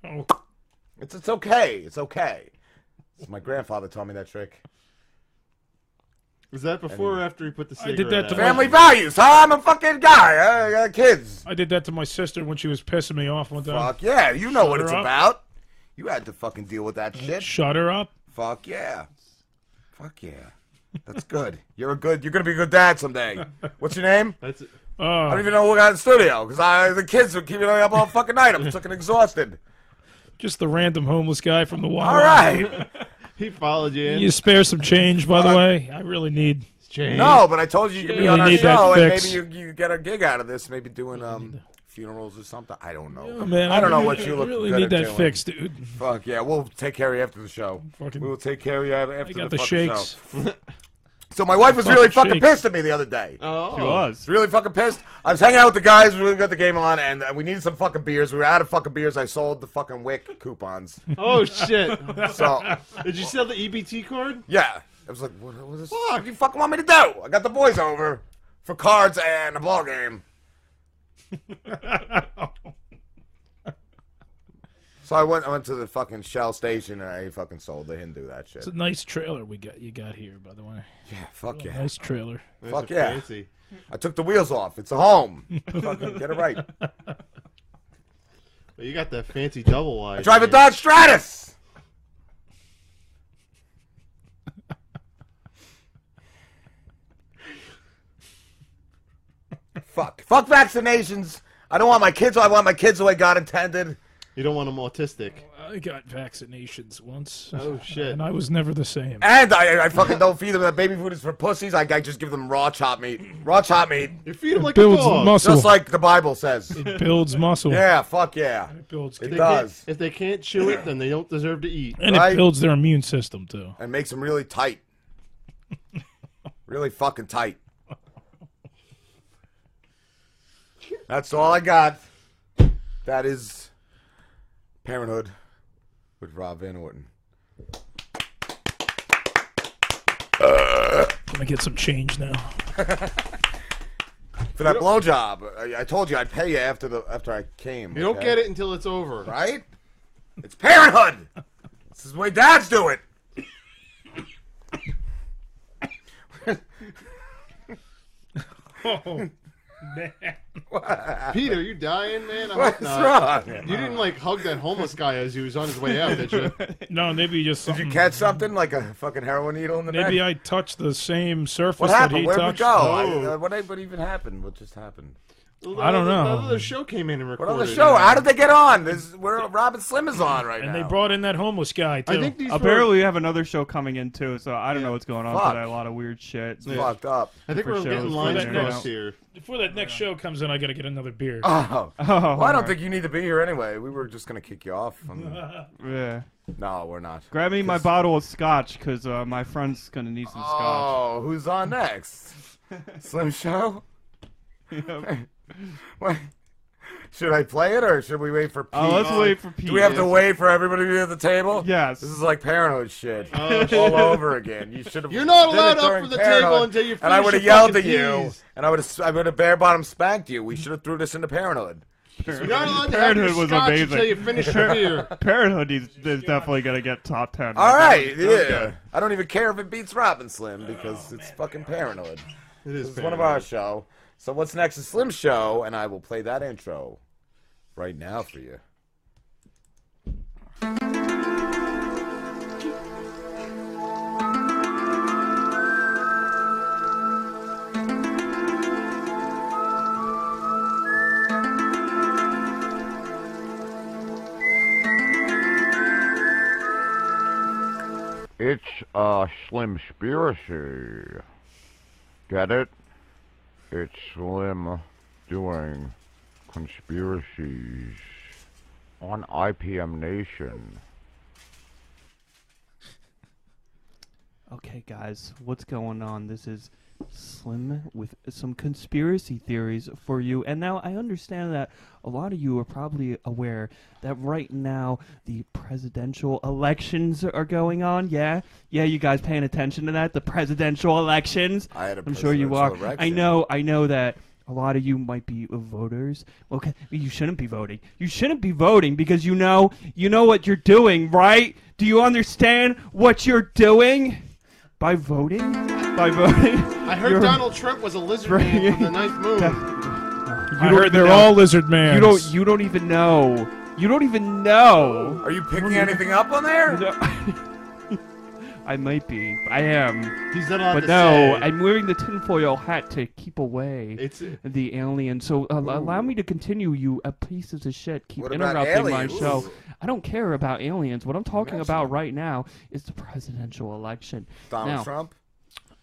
S6: it's it's okay. It's okay. My grandfather taught me that trick.
S8: Was that before or after he put the
S9: I did
S8: cigarette
S9: that to
S8: out?
S9: my-
S6: Family values, huh? I'm a fucking guy. I got kids.
S9: I did that to my sister when she was pissing me off one time.
S6: Fuck yeah, you know what
S9: Shut
S6: it's
S9: her up.
S6: about. You had to fucking deal with that shit.
S9: Shut her up.
S6: Fuck yeah. Fuck yeah. That's good. You're a good. You're gonna be a good dad someday. What's your name?
S8: That's it.
S9: Uh,
S6: I don't even know who got in the studio because I the kids were keeping me up all fucking night. I'm fucking exhausted.
S9: Just the random homeless guy from the wild.
S6: All right.
S8: he followed you.
S9: Can you spare some change, by the way? I really need change.
S6: No, but I told you you could be
S9: Really
S6: on our
S9: need that
S6: show and maybe
S9: fix.
S6: you you get a gig out of this. Maybe doing um funerals or something. I don't know.
S9: Yeah, man,
S6: I don't
S9: I
S6: know
S9: really-
S6: what you
S9: I
S6: look
S9: really
S6: good
S9: need
S6: at
S9: that
S6: doing.
S9: fixed, dude.
S6: Fuck yeah, we'll take care of you after the show. we will take care of you after
S9: I got
S6: the,
S9: the
S6: fucking
S9: shakes.
S6: show. So my wife was
S9: Fucking
S6: really fucking
S9: shakes.
S6: pissed at me the other day.
S8: Oh,
S9: She was.
S6: really fucking pissed. I was hanging out with the guys. We got the game on, and uh, we needed some fucking beers. We were out of fucking beers. I sold the fucking Wick coupons.
S8: Oh shit!
S6: So-
S8: did you sell the EBT card?
S6: Yeah, I was like, what was this? Fuck, you fucking want me to do? I got the boys over for cards and a ball game. so I went. I went to the fucking Shell station, and I fucking sold. They didn't do that shit.
S9: It's a nice trailer we got. You got here, by the way.
S6: Yeah, fuck yeah.
S9: Nice trailer.
S6: Fuck yeah. I took the wheels off. It's a home. Fucking get it right.
S8: Well, Oh, you got that fancy double wide.
S6: I drive a Dodge Stratus. Fuck. Fuck vaccinations. I don't want my kids. I want my kids the way God intended.
S8: You don't want them autistic.
S9: I got vaccinations once.
S6: Oh, shit.
S9: And I was never the same.
S6: And I, I fucking don't feed them that baby food is for pussies. I, I just give them raw chop meat. Raw chop meat. You
S8: feed
S9: them It like a builds dog. muscle.
S6: Just like the Bible says. It
S9: builds muscle.
S6: Yeah, fuck yeah. It
S9: builds.
S6: It
S8: They can't-
S6: does.
S8: If they can't chew it, then they don't deserve to eat.
S9: And it builds their immune system too.
S6: And makes them really tight. really fucking tight. That's all I got. That is Parenthood with Rob Van Orton.
S9: Let me get some change now.
S6: For that blowjob, I, I told you I'd pay you after the after I came.
S8: You don't
S6: okay?
S8: get it until it's over,
S6: right? It's Parenthood. this is the way dads do it.
S9: Oh man,
S6: Uh,
S8: Peter, you dying, man? I hope
S9: What's
S8: not.
S9: wrong?
S8: You didn't like hug that homeless guy as he was on his way out, did you?
S9: No, maybe just. Did
S6: you catch something like a fucking heroin needle in the
S9: Maybe
S6: back?
S9: I touched the same surface
S6: What
S9: that
S6: happened?
S9: he
S6: Where'd
S9: touched.
S6: we go? I-
S9: Oh.
S6: uh, what, what even happened? What just happened?
S9: I don't know.
S8: The other show came in and
S6: What
S8: recorded.
S6: other show? How did they get on? This where Robin Slim is on right
S9: and
S6: now.
S9: they brought in that homeless guy too.
S13: Apparently, we have another show coming in too, so I don't know what's going on
S9: Fuck.
S13: today. A lot of weird shit.
S9: It's fucked
S6: up.
S9: I think
S13: Different
S9: we're getting
S13: shows,
S9: lines
S13: different channels.
S9: crossed
S8: here.
S9: Before that next show comes in, I gotta get another beer.
S6: Oh, well, I don't think you need to be here anyway. We were just gonna kick you off. Um,
S13: Yeah.
S6: No, we're not.
S13: Grab me my bottle of scotch because uh, my friend's gonna need some scotch.
S6: Oh, who's on next? Slim Oh. Show. What- Should I play it or should we wait for Pete?
S13: Oh, let's wait for
S6: Do we have to
S13: Pete.
S6: wait for everybody to be at the table?
S13: Yes.
S6: This is like paranoid shit
S13: Oh, shit.
S6: all over again. You should have.
S8: You're not
S6: did
S8: allowed
S6: it
S8: up
S6: during
S8: for the
S6: paranoid,
S8: table until you
S6: And I
S8: finish
S6: would have
S8: your
S6: yelled at
S8: fucking
S6: you,
S8: peas.
S6: and I would have, I would have bare bottom spanked you. We should have threw this into paranoid.
S8: You're not allowed to have your
S13: was
S8: scotch
S13: amazing.
S8: until you finish your beer.
S13: Parenthood is, is definitely gonna get top ten.
S6: All right,
S13: That
S6: yeah.
S13: was- that was good.
S6: I don't even care if it beats Robin Slim because it's fucking paranoid.
S8: It is
S6: This Oh, is one of
S8: paranoid.
S6: our show. So what's next is Slim Show, and I will play that intro right now for you.
S11: It's uh Slim Spiracy. Get it? It's Slim doing conspiracies on IPM Nation.
S13: Okay, guys, what's going on? This is Slim with some conspiracy theories for you. And now I understand that a lot of you are probably aware that right now the presidential elections are going on. Yeah, yeah, you guys paying attention to that? The presidential elections.
S6: I had a
S13: I'm sure you are.
S6: presidential
S13: I
S6: election.
S13: know. I know that. A lot of you might be voters. Okay, you shouldn't be voting. You shouldn't be voting because you know you know what you're doing, right? Do you understand what you're doing? By voting? By voting?
S8: I heard Donald Trump was a lizard man from the ninth moon.
S9: I heard they're all lizard man.
S13: You don't. You don't even know. You don't even know.
S6: Are you picking anything up on there?
S13: I might be. I am.
S8: He's not allowed
S13: But
S8: to
S13: no,
S8: say.
S13: I'm wearing the tinfoil hat to keep away the alien. So uh, allow me to continue, you uh, pieces of shit. Keep
S6: What about
S13: interrupting my
S6: aliens?
S13: show.
S6: Ooh.
S13: I don't care about aliens. What I'm talking
S6: Imagine.
S13: about right now is the presidential election.
S6: Donald
S13: Now-
S6: Trump.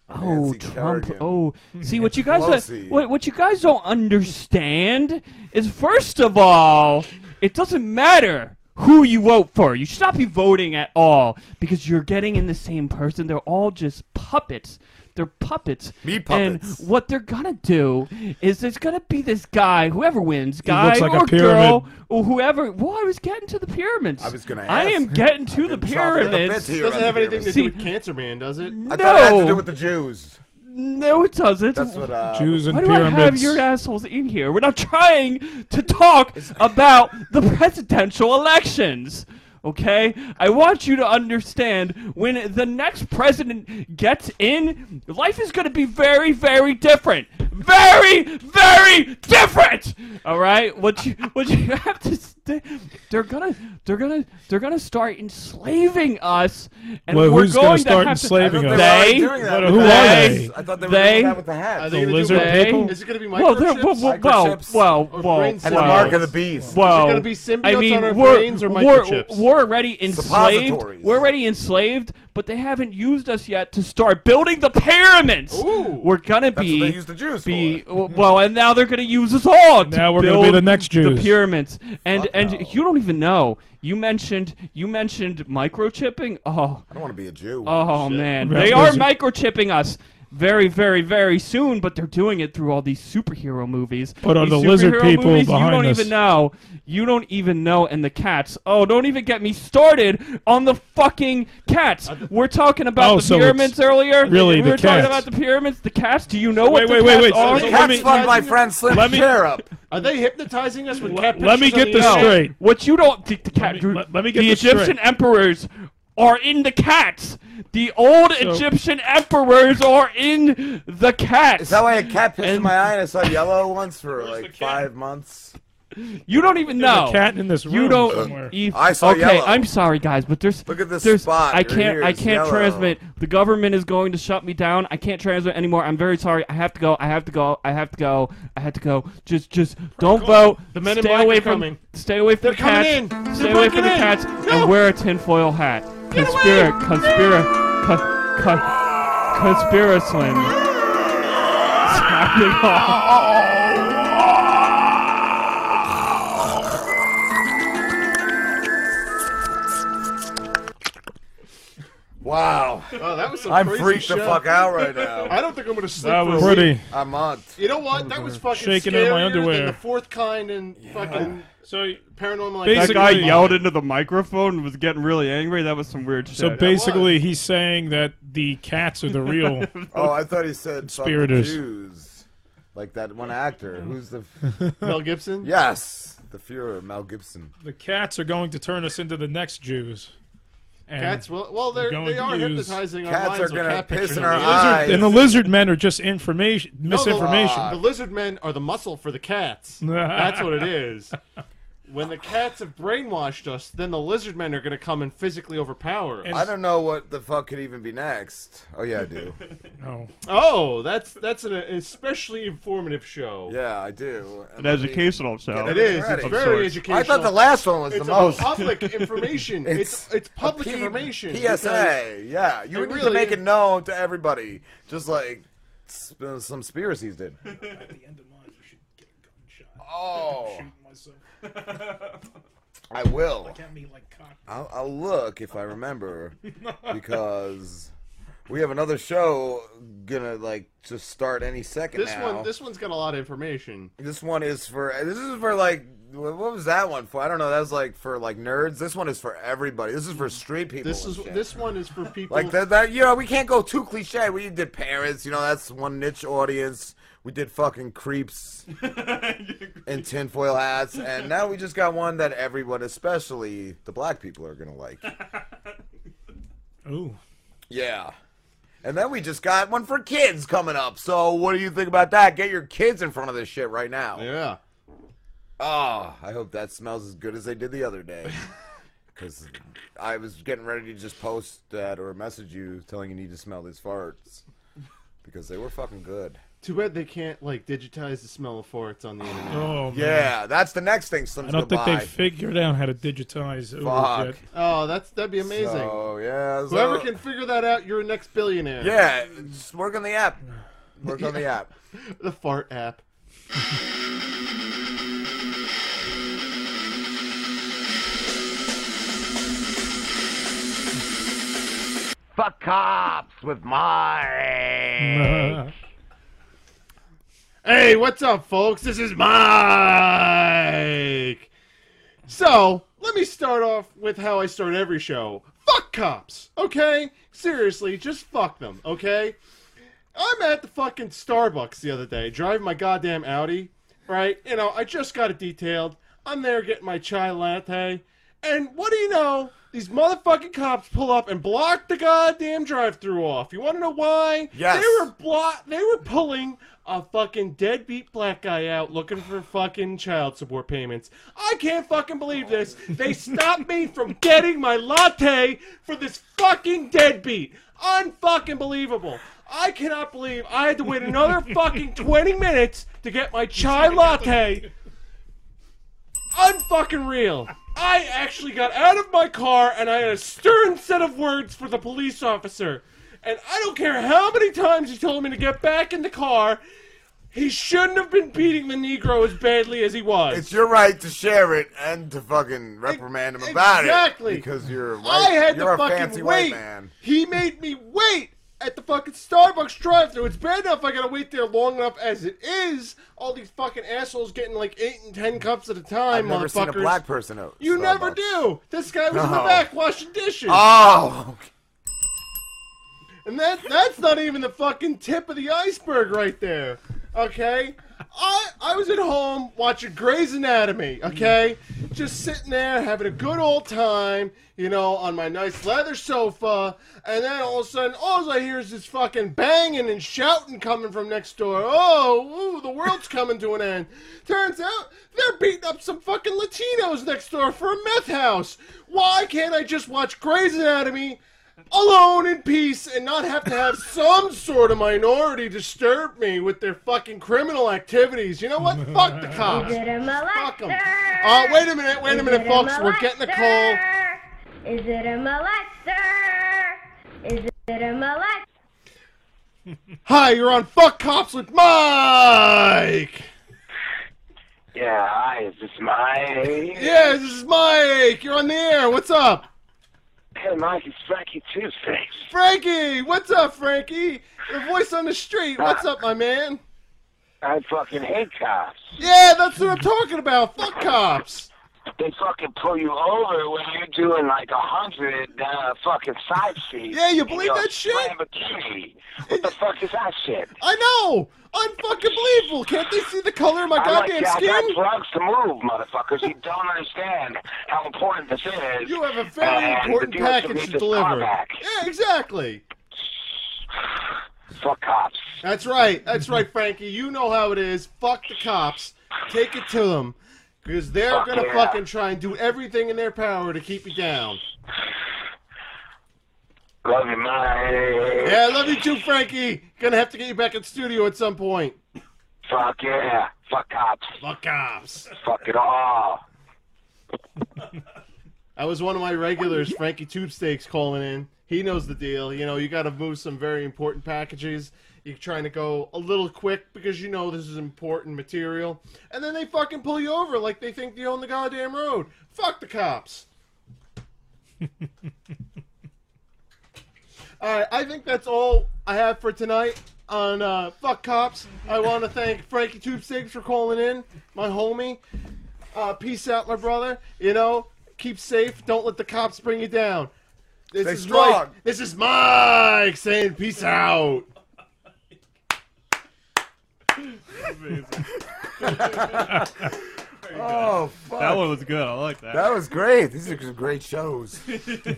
S13: Oh,
S6: Nancy
S13: Trump!
S6: Kerrigan.
S13: Oh, see what you guys
S6: Pelosi.
S13: what, what you guys don't understand is first of all, it doesn't matter who you vote for. You should not be voting at all because you're getting in the same person. They're all just puppets. They're puppets.
S6: Me
S13: puppets. And what they're gonna do is there's gonna be this guy, whoever wins, guy
S9: looks like a
S13: or
S9: pyramid.
S13: girl or whoever. Well, I was getting to the pyramids. I was
S6: gonna.
S13: I
S6: ask.
S13: am getting to the
S6: been chomping at the bit
S13: pyramids.
S6: here
S8: Doesn't
S6: on
S8: have
S6: the
S8: anything to
S6: pyramids.
S8: do with Cancer Man, does it?
S6: I thought it had to
S13: No.
S6: do with the Jews.
S13: No, it doesn't.
S6: That's what, uh,
S9: Jews and
S13: Why do I have
S9: pyramids.
S13: your assholes in here? We're not trying to talk about the presidential elections. Okay? I want you to understand when the next president gets in, life is going to be very, very different. Very, very different. All right? What you what you have to s- they, they're gonna they're gonna they're gonna start enslaving us, and
S9: Well,
S13: we're
S9: who's
S13: going
S9: gonna
S13: to
S9: start
S13: have to-
S9: enslaving us?
S13: They,
S9: Who are they? I thought they were doing that with the hats. Are they The gonna do lizard
S13: they?
S9: people? Is
S8: it gonna be
S13: Well, they're-
S8: microchips?
S13: Well, well,
S8: Microchips
S13: well,
S8: or
S13: well, well,
S8: brain cells? And
S13: well.
S8: the mark of the beast.
S13: Well,
S8: Is it gonna be symbiotes
S13: I mean,
S8: on our
S13: we're,
S8: brains or microchips?
S13: We're, we're already enslaved.
S8: Suppositories.
S13: We're already enslaved, but they haven't used us yet to start building the pyramids. We're gonna be
S6: they used the Jews
S13: be well, and now they're gonna use us all. to
S9: Now we're gonna be
S13: build
S9: the next Jews.
S13: The pyramids, and and you don't even know. You mentioned you mentioned microchipping. Oh,
S6: I don't want to be a Jew.
S13: Oh
S6: Shit.
S13: man,
S6: Right,
S13: they are
S6: lizard.
S13: microchipping us very, very, very soon. But they're doing it through all these superhero movies.
S9: But are
S13: These
S9: the lizard
S13: superhero
S9: people
S13: movies,
S9: behind
S13: You don't
S9: us?
S13: even know. You don't even know. And the cats. Oh, don't even get me started on the fucking cats. We're talking about
S9: Oh,
S13: the
S9: so it's
S13: pyramids earlier.
S9: really
S13: we
S9: the
S13: were
S9: cats.
S13: talking about the pyramids. The cats. Do you know what
S9: Wait,
S13: the
S9: wait,
S13: cats
S9: wait, wait.
S13: are?
S9: So The let me- cats fund
S6: my friend Slim
S13: Let me-
S6: Chair up.
S8: Are they hypnotizing us with cat
S13: Let me
S8: pictures
S13: get
S8: on the
S13: this
S8: internet?
S13: straight. What you don't the, the cat, let, me
S8: get
S13: the
S8: this
S13: Egyptian
S8: straight.
S13: emperors are in the cats. The old
S6: So-
S13: Egyptian emperors are in the cats.
S6: Is that why a cat pissed in my eye and I saw yellow once for like five months?
S13: You don't even
S6: There's a
S13: know.
S6: cat in this
S13: You
S6: room
S13: don't.
S6: somewhere.
S13: ev-
S6: I saw
S13: okay,
S6: yellow.
S13: I'm sorry, guys, but there's.
S6: Look at this
S13: there's,
S6: spot.
S13: I
S6: Your
S13: can't. I
S6: ear's
S13: can't
S6: yellow.
S13: transmit. The government is going to shut me down. I can't transmit anymore. I'm very sorry. I have to go. I have to go. I have to go. I have to go. Just, just don't vote.
S8: The men in
S13: stay
S8: black
S13: away
S8: are
S13: from.
S8: coming.
S13: Stay away from
S8: They're
S13: the
S8: coming
S13: cats.
S8: in. They're
S13: Stay away from the
S8: breaking in.
S13: cats and wear a tinfoil hat. Conspira. Conspira. Con, con, conspiraslim. It's happening all-
S6: Wow.
S8: Oh, that was some
S6: I'm
S8: crazy
S6: freaked the
S8: shit.
S6: fuck out right now.
S8: I don't think I'm gonna sleep.
S9: That
S8: for
S9: was
S8: a week.
S9: pretty.
S6: I'm on.
S8: You know what? That was fucking
S9: Shaking
S8: scarier
S9: in my underwear.
S8: Than the fourth kind and fucking
S9: so
S8: paranormal.
S7: That
S8: activity.
S7: guy yelled into the microphone and was getting really angry. That was some weird shit.
S9: So basically, he's saying that the cats are the real.
S6: Oh, I thought he said fucking
S9: Conspirators.
S6: Jews. Like that one actor. Who's the.
S8: Mel Gibson?
S6: Yes. The Fuhrer, Mel Gibson.
S9: the cats are going to turn us into the next Jews. And
S8: Cats will. Well, they're,
S9: going
S8: they
S9: to
S8: are
S9: use-
S8: hypnotizing
S6: Cats
S8: our minds
S6: are
S8: with
S6: gonna
S8: cat
S6: piss
S8: pictures
S6: in
S8: on
S6: our
S8: the
S9: Lizard-
S8: internet.
S9: and the lizard men are just information,
S8: No, the-
S9: misinformation.
S8: The, lizard men are the muscle for the cats. That's what it is. When the cats have brainwashed us, then the lizard men are going to come and physically overpower us.
S6: I don't know what the fuck could even be next. Oh, yeah, I do.
S9: no.
S8: Oh, that's that's an especially informative show.
S6: Yeah, I do.
S7: An educational show.
S8: It is. It's
S7: Of
S8: very
S7: sorts.
S8: educational.
S6: I thought the last one was the
S8: it's a
S6: most.
S8: public information. it's, it's public
S6: P-
S8: information.
S6: PSA,
S8: because
S6: yeah. You would need to
S8: really
S6: make
S8: is-
S6: it known to everybody, just like s- uh, some conspiracies did. Oh. I will.
S4: Look at me like cock.
S6: I'll, I'll look if I remember, because we have another show gonna like just start any second
S8: This
S6: now.
S8: one, this one's got a lot of information.
S6: This one is for this is for like wh- what was that one for? I don't know. That was like for like nerds. This one is for everybody. This is for street people.
S8: This
S6: and
S8: is
S6: shit.
S8: this one is for people.
S6: Like that, that, you know, we can't go too cliche. We did parents, you know, that's one niche audience. We did fucking creeps and tinfoil hats, and now we just got one that everyone, especially the black people, are gonna like.
S9: Ooh.
S6: Yeah. And then we just got one for kids coming up. So what do you think about that? Get your kids in front of this shit right now.
S8: Yeah.
S6: Oh, I hope that smells as good as they did the other day. Because I was getting ready to just post that or message you telling you need to smell these farts. Because they were fucking good.
S8: Too bad they can't like digitize the smell of farts on the internet.
S9: Oh, man.
S6: yeah, that's the next thing Slim's
S9: I don't
S6: gonna
S9: think
S6: buy.
S9: they figured out how to digitize. Uber
S6: Fuck.
S9: yet.
S8: Oh, that's that'd be amazing.
S6: So, yeah. so-
S8: Whoever can figure that out, you're a next billionaire.
S6: Yeah, just work on the app. Work on the app.
S8: the fart app.
S12: Fuck cops with Mike.
S8: Hey, what's up, folks? This is Mike. So, let me start off with how I start every show. Fuck cops, okay? Seriously, just fuck them, okay? I'm at the fucking Starbucks the other day, driving my goddamn Audi, right? You know, I just got it detailed. I'm there getting my chai latte, and what do you know? These motherfucking cops pull up and block the goddamn drive-through off. You want to know why?
S6: Yes.
S8: They were block. They were pulling a fucking deadbeat black guy out looking for fucking child support payments. I can't fucking believe this. They stopped me from getting my latte for this fucking deadbeat. Unfucking believable. I cannot believe I had to wait another fucking 20 minutes to get my chai latte unfucking real. I actually got out of my car and I had a stern set of words for the police officer. And I don't care how many times he told me to get back in the car, he shouldn't have been beating the Negro as badly as he was.
S6: It's your right to share it and to fucking reprimand him about it.
S8: exactly.
S6: Because you're a
S8: I
S6: white,
S8: had
S6: you're
S8: to
S6: a
S8: fucking
S6: fancy
S8: wait.
S6: white man.
S8: He made me wait at the fucking Starbucks drive-through. It's bad enough I gotta wait there long enough as it is. All these fucking assholes getting like eight and ten cups at a time.
S6: I've never
S8: motherfuckers.
S6: seen a black person out.
S8: You never do. This guy was in the
S6: No.
S8: back washing dishes.
S6: Oh,
S8: And that that's not even the fucking tip of the iceberg right there. Okay? I I was at home watching Grey's Anatomy, okay? Just sitting there having a good old time, you know, on my nice leather sofa, and then all of a sudden all I hear is this fucking banging and shouting coming from next door. Oh, ooh, the world's coming to an end. Turns out they're beating up some fucking Latinos next door for a meth house. Why can't I just watch Grey's Anatomy? alone in peace and not have to have some sort of minority disturb me with their fucking criminal activities. You know what? Fuck the cops. Fuck them. Uh, wait a minute, wait a minute, folks. We're getting a call.
S14: Is it a molester? Is it a molester?
S8: Hi, you're on Fuck Cops with Mike.
S15: Yeah, hi, is this Mike?
S8: Yeah, this is Mike. You're on the air. What's up?
S15: Hey, Mike, it's Frankie Tuesday.
S8: Frankie, what's up, Frankie? Your voice on the street. What's up, my man?
S15: I fucking hate cops.
S8: Yeah, that's what I'm talking about. Fuck cops.
S15: They fucking pull you over when you're doing like a hundred uh, fucking side streets.
S8: Yeah, you
S15: And
S8: believe
S15: you're
S8: that shit?
S15: Lamborghini. What the fuck is that shit?
S8: I know. Unfucking believable. Can't they see the color of my
S15: I like
S8: goddamn
S15: you.
S8: skin?
S15: I got drugs to move, motherfuckers. You don't understand how important this is.
S8: You have a very
S15: and
S8: important
S15: the dealership
S8: package
S15: needs
S8: to
S15: this car
S8: deliver.
S15: back.
S8: Yeah, exactly.
S15: Fuck cops.
S8: That's right. That's right, Frankie. You know how it is. Fuck the cops. Take it to them. Because they're
S15: Fuck
S8: going to
S15: yeah.
S8: fucking try and do everything in their power to keep you down.
S15: Love you, Mike.
S8: Yeah, I love you too, Frankie. Going to have to get you back in studio at some point.
S15: Fuck yeah. Fuck cops.
S8: Fuck cops.
S15: Fuck it all.
S8: That was one of my regulars, Frankie Tubesteaks, calling in. He knows the deal. You know, you got to move some very important packages. You're trying to go a little quick because you know this is important material. And then they fucking pull you over like they think you own the goddamn road. Fuck the cops. all right, I think that's all I have for tonight on uh, Fuck Cops. I want to thank Frankie Tubesteaks for calling in, my homie. Uh, peace out, my brother. You know, keep safe. Don't let the cops bring you down. This
S6: Stay
S8: is
S6: strong.
S8: Mike. This is Mike saying peace out.
S6: oh, fuck.
S7: That one was good. I like that.
S6: That was great. These are just great shows.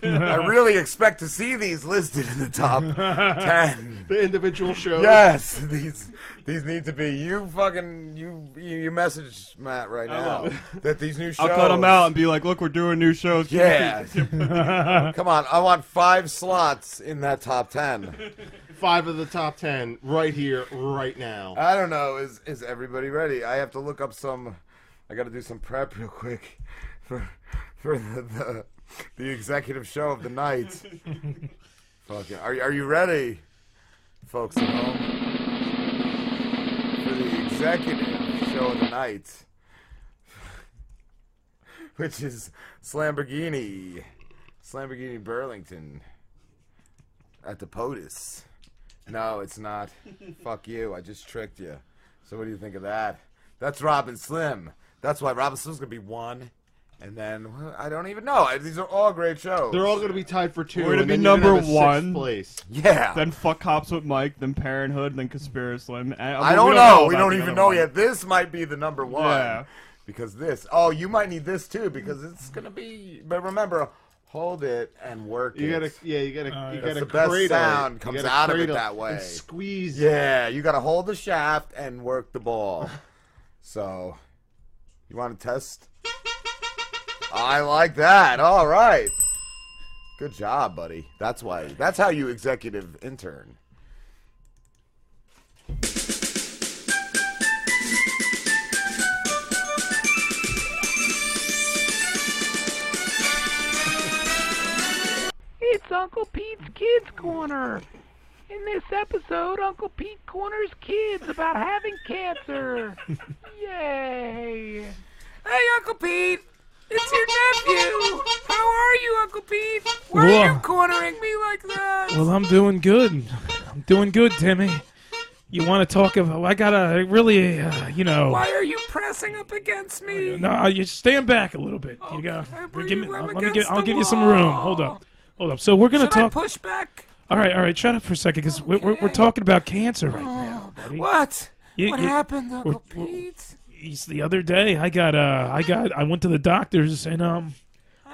S6: I really expect to see these listed in the top ten.
S8: The individual shows.
S6: Yes, these these need to be. You fucking you you, you message Matt right
S7: I
S6: now
S7: will.
S6: that these new shows.
S7: I'll cut them out and be like, look, we're doing new shows.
S6: Yeah. Come on, I want five slots in that top ten.
S8: Five of the top ten right here, right now.
S6: I don't know. Is is everybody ready? I have to look up some. I got to do some prep real quick for for the the, the executive show of the night. Fucking, are you- are you ready, folks at home, for the executive show of the night, which is Slamborghini, Slamborghini Burlington at the POTUS. No, it's not. Fuck you. I just tricked you. So what do you think of that? That's Robin Slim. That's why Robin Slim's gonna be one, and then well, I don't even know. I- These are all great shows.
S8: They're all going to be tied for 2
S7: We're gonna
S8: and
S7: be
S8: then you're
S7: number
S8: have a sixth
S7: one.
S8: place.
S6: Yeah.
S7: Then fuck cops with Mike. Then Parenthood. Then Conspiracy Slim. I,
S6: I don't know. We
S7: about
S6: don't
S7: the
S6: even
S7: other
S6: know
S7: one.
S6: yet. This might be the number one
S7: Yeah.
S6: because this. Oh, you might need this too because it's gonna be. But remember, Hold it and work
S8: You
S6: it.
S8: gotta- yeah, you gotta- you
S6: That's
S8: gotta
S6: the best
S8: cradle it.
S6: sound
S8: You
S6: comes
S8: gotta
S6: out of it
S8: cradle
S6: that
S8: and
S6: way.
S8: squeeze it.
S6: Yeah, you gotta hold the shaft and work the ball. so, you want to test? I like that. All right. Good job, buddy. That's why. That's how you executive intern.
S16: It's Uncle Pete's Kids Corner. In this episode, Uncle Pete corners kids about having cancer. Yay! Hey, Uncle Pete! It's your nephew! How are you, Uncle Pete?
S9: Why are you Whoa.
S16: cornering me like that?
S9: Well, I'm doing good. I'm doing good, Timmy. You want to talk about? I gotta really, uh, you know.
S16: Why are you pressing up against me?
S9: No, you stand back a little bit.
S16: Oh,
S9: You
S12: uh,
S9: go. Give me, let me get, I'll give you some room. Hold up. Hold up. So we're gonna
S16: Should I
S9: talk.
S16: push back?
S9: All right, all right. Shut up for a second, because we're, we're, we're talking about cancer right now. buddy.
S16: Oh, What?
S9: You-
S16: what
S9: you-
S16: happened,
S9: we're-
S16: Uncle Pete?
S9: He's the other day. I got uh, I got, I went to the doctors and um,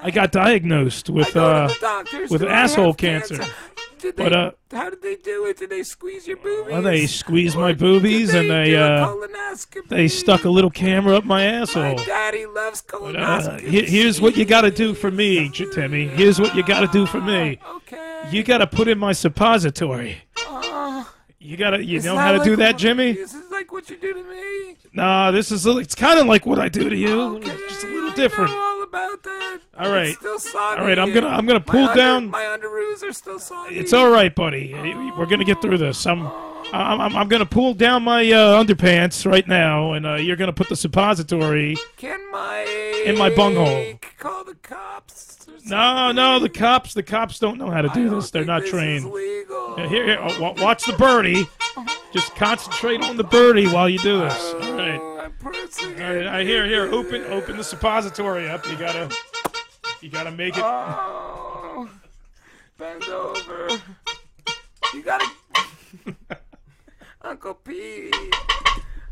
S9: I got diagnosed with uh,
S16: doctors,
S9: with
S16: do I
S9: asshole
S16: have
S9: cancer.
S16: Did they,
S9: But uh,
S16: how did they do it? Did they squeeze your boobies?
S9: well, they squeezed my boobies and they uh, they stuck a little camera up my asshole.
S16: Daddy loves
S9: But, uh, he- here's what you got to do for me, J- Timmy. Here's what you got to do for me.
S16: Okay.
S9: You got to put in my suppository. You gotta, you know how to do that, Jimmy?
S16: This is like what you do to me.
S9: Nah, this is it's kind of like what I do to you, just a little different.
S16: All about that.
S9: All right.
S16: It's still soggy.
S9: All right, I'm gonna- I'm gonna
S16: My
S9: pull
S16: under-
S9: down-
S16: My underoos are still soggy.
S9: It's all right, buddy. Uh, We're gonna get through this. I'm, I'm, I'm- I'm gonna pull down my uh, underpants right now, and uh, you're gonna put the suppository
S16: Can my
S9: in my bunghole.
S16: call the cops?
S9: No, no, the cops, the cops don't know how to do this. They're not trained. Yeah, Here, here, oh, wa- watch the birdie. Just concentrate on the birdie while you do this. All right.
S16: uh,
S9: All right, I hear, here, open, open the suppository up. You gotta, you gotta make it.
S16: Oh, bend over. You gotta. Uncle Pete,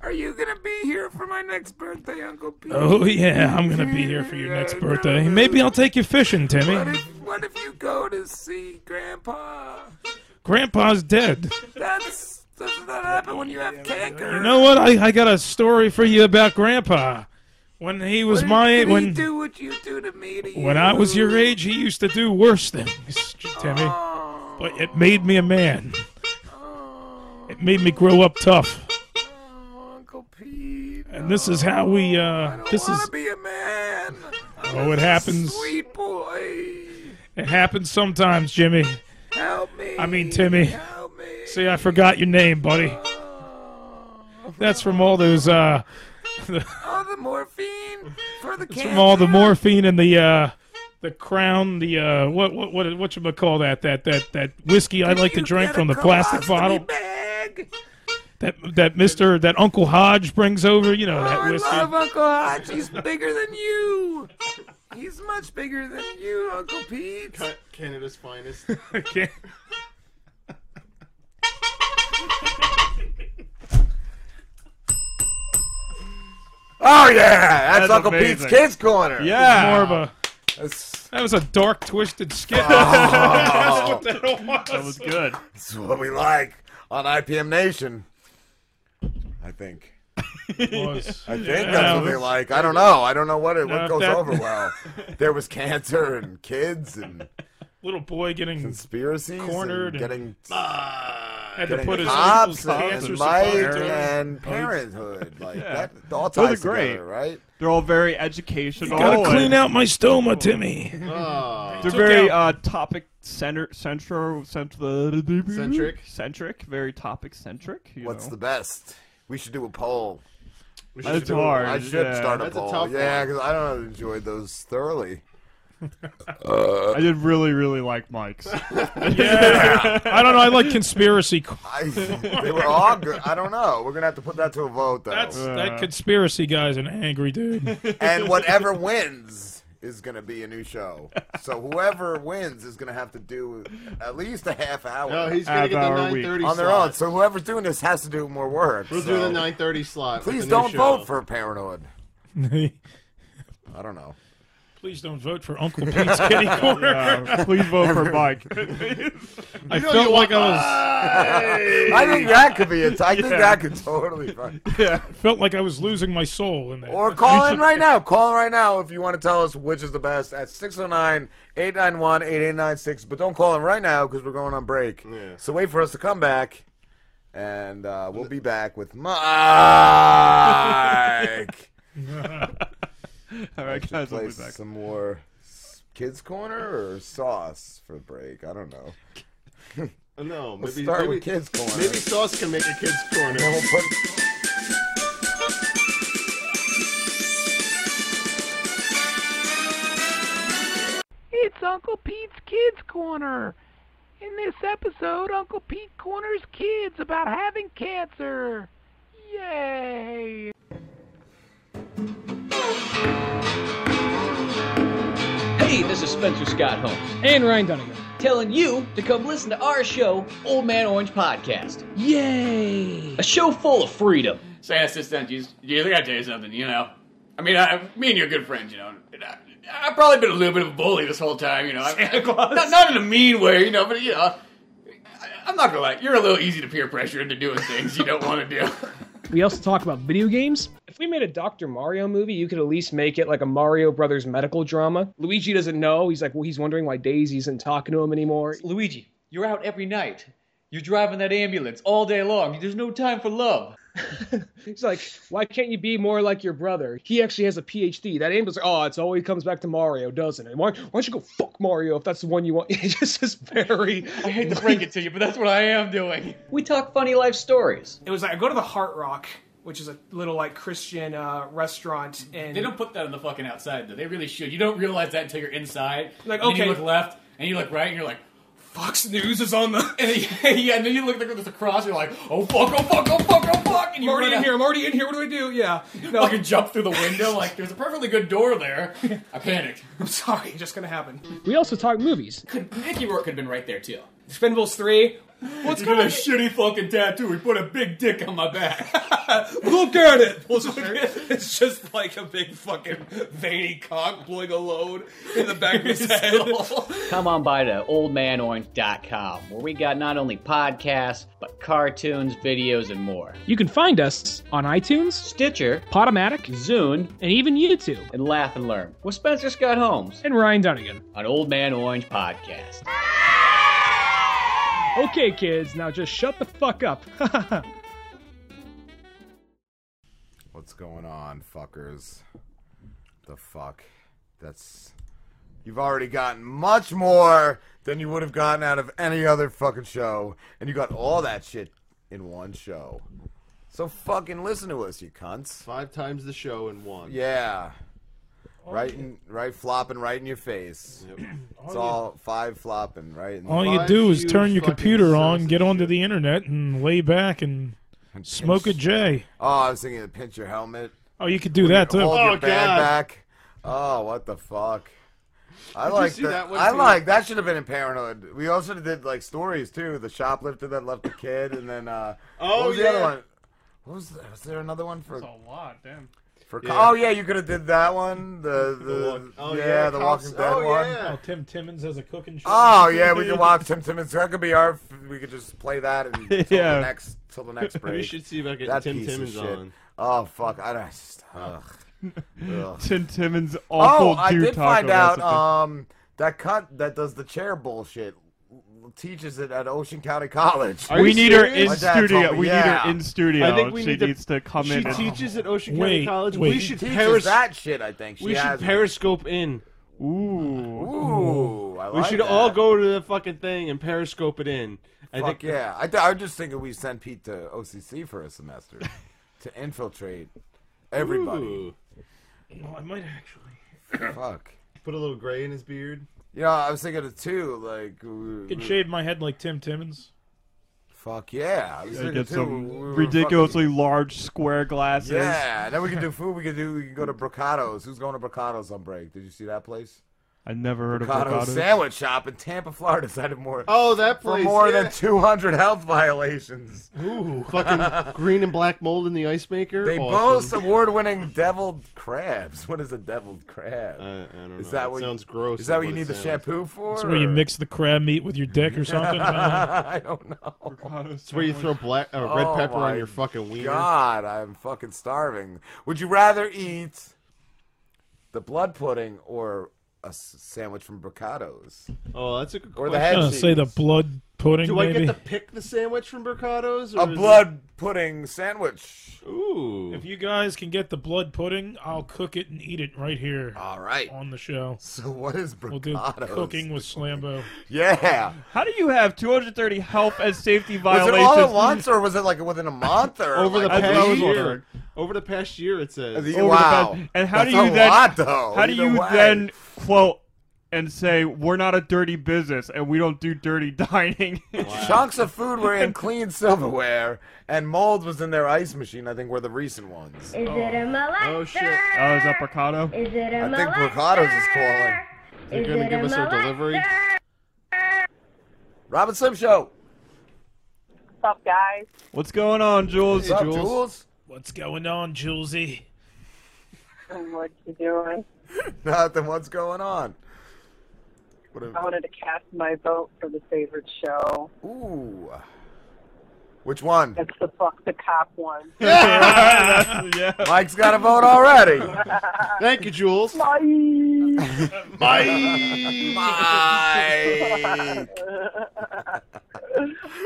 S16: are you gonna be here for my next birthday, Uncle Pete?
S9: Oh yeah, I'm gonna be here for your next birthday. Maybe I'll take you fishing,
S16: What
S9: Timmy.
S16: if, what if you go to see Grandpa?
S9: Grandpa's dead.
S16: That's doesn't that happen when you have canker?
S9: You know what? I, I got a story for you about Grandpa. When he was my
S16: Did he
S9: when
S16: do what you do to me to
S9: when I was your age, he used to do worse things, Timmy. But it made me a man. It made me grow up tough. And this is how we. uh This is.
S16: be a man?
S9: Oh, it happens.
S16: Sweet boy,
S9: It happens sometimes, Jimmy.
S16: help me.
S9: I mean, Timmy. See, I forgot your name, buddy. That's from all those. uh
S16: All Oh, the morphine for the
S9: It's
S16: cancer.
S9: from all the morphine and the uh, the crown, the uh, what what what what you call that that that that whiskey I
S16: Did
S9: like to
S16: you
S9: drink
S16: get
S9: from
S16: a
S9: the plastic
S16: colostomy
S9: bottle
S16: Bag?
S9: that that Mister that Uncle Hodge brings over. You know that
S16: Oh, I
S9: whiskey.
S16: love Uncle Hodge. He's bigger than you. He's much bigger than you, Uncle Pete.
S8: Canada's finest.
S9: okay.
S6: Oh yeah, that's, Uncle Pete's Kids Corner.
S9: Yeah, more of a. That was a dark, twisted skit. That's
S6: Oh.
S9: what that was.
S6: That was good. That's what we like on IPM Nation. I think.
S9: Was.
S6: I think
S9: Yeah,
S6: that's what
S9: was-
S6: they like. I don't know. I don't know what it
S9: No,
S6: what goes
S9: that-
S6: over well. There was cancer and kids and
S9: Little boy getting
S6: conspiracies,
S9: cornered,
S6: and getting Ah,
S9: had to
S6: getting
S9: put his
S6: cops
S9: little cancer
S6: and Mike
S9: suppository.
S6: and parenthood. Like
S9: Yeah.
S6: that all
S7: Those are
S6: ties
S7: great.
S6: together, right?
S7: They're all very educational.
S9: Gotta
S7: and-
S9: clean out my stoma, Timmy.
S7: They're
S9: Took
S7: very
S9: out-
S7: uh, topic center, centro, central,
S6: Centric.
S7: centric, very topic centric. you
S6: What's
S7: know.
S6: the best? We should do a poll.
S7: We should That's do a- hard,
S6: I should
S7: yeah.
S6: start a
S7: That's a
S6: poll.
S7: tough
S6: yeah,
S7: one.
S6: because I don't know, enjoyed those thoroughly.
S7: I did really, really like Mike's.
S9: yeah, I don't know. I like conspiracy. co-
S6: I, they were all good. I don't know. We're gonna have to put that to a vote though.
S9: That's that conspiracy guy's an angry dude.
S6: and whatever wins is gonna be a new show. So whoever wins is gonna have to do at least a half hour.
S8: No, he's gonna Half get the hour week. 9:30
S6: on their
S8: slot.
S6: own. So whoever's doing this has to do more work.
S8: We'll do
S6: so-
S8: the 9:30 slot. with
S6: Please
S8: the new
S6: don't
S8: show.
S6: vote for Parenthood. I don't know.
S9: Please don't vote for Uncle Pete's Kitty Corner.
S7: Yeah, please vote for Mike.
S9: I
S6: You know
S9: felt
S6: you
S9: like I
S6: want-
S9: was.
S6: I think that could be it. I think that could totally.
S9: Yeah. Felt like I was losing my soul in there.
S6: Or call in right now. Call in right now if you want to tell us which is the best at 609 891 8896. But don't call in right now because we're going on break. So wait for us to come back. And uh, we'll be back with Mike.
S7: All right,
S6: Should
S7: guys, we'll
S6: play
S7: be back.
S6: Some more s- Kids Corner or Sauce for break? I don't know.
S8: No,
S6: Let's
S8: maybe
S6: start
S8: maybe,
S6: with Kids Corner.
S8: Maybe Sauce can make a kids corner.
S6: then we'll put-
S16: It's Uncle Pete's Kids Corner. In this episode, Uncle Pete corners kids about having cancer. Yay!
S17: Hey, this is Spencer Scott Holmes
S18: And Ryan Dunningham.
S17: telling you to come listen to our show, Old Man Orange Podcast. Yay! A show full of freedom.
S19: Say, assistant, you, you, I gotta tell you something, you know. I mean, I, me and you're good friends, you know. and I, I've probably been a little bit of a bully this whole time, you know. Santa Claus. Not, not in a mean way, you know, but, you know, I, I'm not gonna lie, you're a little easy to peer pressure into doing things you don't want to do.
S18: We also talk about video games. If we made a Dr. Mario movie, you could at least make it like a Mario Brothers medical drama. Luigi doesn't know. He's like, well, he's wondering why Daisy isn't talking to him anymore.
S17: Luigi, you're out every night. You're driving that ambulance all day long. There's no time for love.
S18: He's like, why can't you be more like your brother? He actually has a PhD. That ambulance, oh, it's always comes back to Mario, doesn't it? Why, why don't you go fuck Mario if that's the one you want? It's just this very. I hate to break it to you, but that's what I am doing.
S17: We talk funny life stories.
S20: It was like I go to the Heart Rock, which is a little like Christian uh, restaurant, and
S19: They don't put that on the fucking outside, though. They really should. You don't realize that until you're inside.
S20: Like,
S19: and then
S20: okay.
S19: you look left, and you look right, and you're like, Fox News is on the. And then, yeah, and then you look there's a cross, you're like, oh fuck, oh fuck, oh fuck, oh fuck. And
S20: I'm
S19: you
S20: already
S19: run
S20: in
S19: out.
S20: here. I'm already in here. What do I do? Yeah,
S19: Fucking jump through the window. Like, there's a perfectly good door there. I panicked.
S20: I'm sorry, it's just gonna happen.
S18: We also talk movies.
S19: Could, Mickey Rourke could have been right there, too.
S20: Spinballs three.
S19: What's going on? a shitty fucking tattoo. He put a big dick on my back.
S20: Look at it. It's just like a big fucking veiny cock blowing a load in the back of his head.
S17: Come on by to oldmanorange.com, where we got not only podcasts, but cartoons, videos, and more.
S18: You can find us on iTunes,
S17: Stitcher,
S18: Podomatic,
S17: Zune,
S18: and even YouTube.
S17: And laugh and learn with Spencer Scott Holmes
S18: and Ryan Dunnigan
S17: on Old Man Orange Podcast.
S18: Okay, kids, now just shut the fuck up.
S6: What's going on, fuckers? The fuck? That's. You've already gotten much more than you would have gotten out of any other fucking show, and you got all that shit in one show. So fucking listen to us, you cunts.
S8: Five times the show in one.
S6: Yeah. Right in, right flopping right in your face. It's all five flopping right. In
S9: All you
S6: Five
S9: do is
S6: huge
S9: turn your
S6: fucking
S9: computer on,
S6: sons.
S9: get onto the internet, and lay back and smoke a J.
S6: Oh, I was thinking to pinch your helmet.
S9: Oh, you could do that too.
S6: Hold your
S9: Oh,
S6: band
S9: God.
S6: back. Oh, what the fuck. I
S9: Did you
S6: like
S9: see
S6: that.
S9: that one,
S6: I
S9: too?
S6: like that. Should have been in Parenthood. We also did like stories too. The shoplifter that left the kid, and then uh,
S8: Oh,
S6: what was
S8: yeah.
S6: the other one? What was, was there another one for?
S9: a lot, damn.
S6: For
S9: Yeah.
S6: co- oh yeah, you could have did that one. The the,
S9: Oh,
S6: yeah,
S9: yeah,
S6: the
S9: cops-
S6: Walking Dead
S9: oh,
S6: one.
S9: yeah. Oh, Tim Timmons has a cooking show.
S6: Oh yeah, we can watch Tim Timmons. That could be our. We could just play that and till
S8: Yeah.
S6: the next till the next
S8: We
S6: break.
S8: should see about getting
S6: That
S8: Tim
S6: piece of
S8: Timmons
S6: shit.
S8: on.
S6: Oh fuck! I don't. Ugh. Ugh.
S7: Tim Timmons' awful
S6: Oh, I
S7: dude
S6: did
S7: taco
S6: find out.
S7: recipe.
S6: Um, that cut that does the chair bullshit teaches it at Ocean County College.
S7: we need her in
S6: My dad told
S7: studio.
S6: me,
S7: We
S6: yeah.
S7: need her in studio. she needs to come
S8: she
S7: in. and-
S8: teaches at Ocean County
S7: Wait,
S8: College.
S7: wait.
S8: We
S7: She
S8: should
S7: teaches
S8: peris-
S6: that shit, I think. She
S8: we should
S6: has it.
S8: periscope in.
S7: Ooh.
S6: Ooh. I
S8: we
S6: like
S8: should
S6: that.
S8: all go to the fucking thing and periscope it in. I
S6: Fuck
S8: think
S6: yeah. I, th- I was just thinking we send Pete to OCC for a semester to infiltrate everybody.
S9: I might actually.
S6: Fuck.
S8: Put a little gray in his beard.
S6: You know, I was thinking of two, like. w-
S9: Can
S6: w-
S9: shave my head like Tim Timmons.
S6: Fuck yeah. I was
S7: I
S6: thinking
S7: get
S6: too,
S7: some
S6: we were
S7: ridiculously large square glasses.
S6: fucking- Yeah, then we can do food. We can do. We can go to Brocato's. Who's going to Brocato's on break? Did you see that place?
S7: I never heard of
S6: Cotto
S7: Ricardo's.
S6: Sandwich Shop in Tampa, Florida cited more.
S8: Oh, that
S6: for
S8: place,
S6: more
S8: yeah.
S6: than 200 health violations.
S8: Ooh, fucking green and black mold in the ice maker. Oh,
S6: They boast
S8: Awesome.
S6: award-winning deviled crabs. What is a deviled crab?
S8: I, I don't
S6: Is
S8: know.
S6: that
S8: It
S6: what
S8: sounds
S6: you, Is
S8: gross is
S6: that what
S8: what
S6: you
S8: it
S6: need the
S8: sounds.
S6: shampoo for?
S9: That's where you
S6: or-
S9: mix the crab meat with your dick or something. I
S6: I don't know.
S8: It's where you throw black, uh, red
S6: Oh
S8: pepper on
S6: my
S8: your fucking wiener.
S6: God, I'm fucking starving. Would you rather eat the blood pudding or a s- sandwich from Bricado's?
S8: Oh, that's a good
S6: Or
S8: question.
S6: the
S9: was gonna
S6: head
S9: say the blood pudding.
S8: Do I get
S9: maybe.
S8: to pick the sandwich from Mercado's?
S6: A blood pudding sandwich.
S8: Ooh.
S9: If you guys can get the blood pudding, I'll cook it and eat it right here.
S6: All right.
S9: On the show.
S6: So what is
S9: We'll do
S6: Bricado's?
S9: cooking with Slambo.
S6: Yeah.
S7: How do you have 230 health and safety
S6: Was
S7: violations?
S6: it all at once, Oh, or was it like within a month, or
S8: Over the
S6: like, a
S8: past
S6: week?
S8: year. Over the past year, it says.
S6: The- wow.
S7: But- and how
S6: That's
S7: do you
S6: a
S7: then?
S6: lot, though.
S7: How do
S6: Either
S7: you
S6: way.
S7: then quote and say we're not a dirty business and we don't do dirty dining?
S6: Chunks of food were in clean silverware, and mold was in their ice machine. I think were the recent ones.
S14: Is it a molester?
S6: Oh, shit.
S7: Oh, is that Bricado?
S14: Is it a
S6: I think
S14: molester?
S6: Bricado's is calling.
S14: They're Is gonna it give a us our molester? delivery?
S6: Robin Slim Show.
S1: What's up, guys?
S7: What's going on, Jules?
S6: What's up, Jules?
S9: What's going on, Julesy?
S1: What you doing?
S6: Nothing. What's going on? What
S1: I
S6: a-
S1: wanted to cast my vote for the favorite show.
S6: Ooh. which one?
S1: It's the fuck the cop one.
S6: Mike's got a vote already.
S8: Thank you, Jules.
S6: Bye. Bye.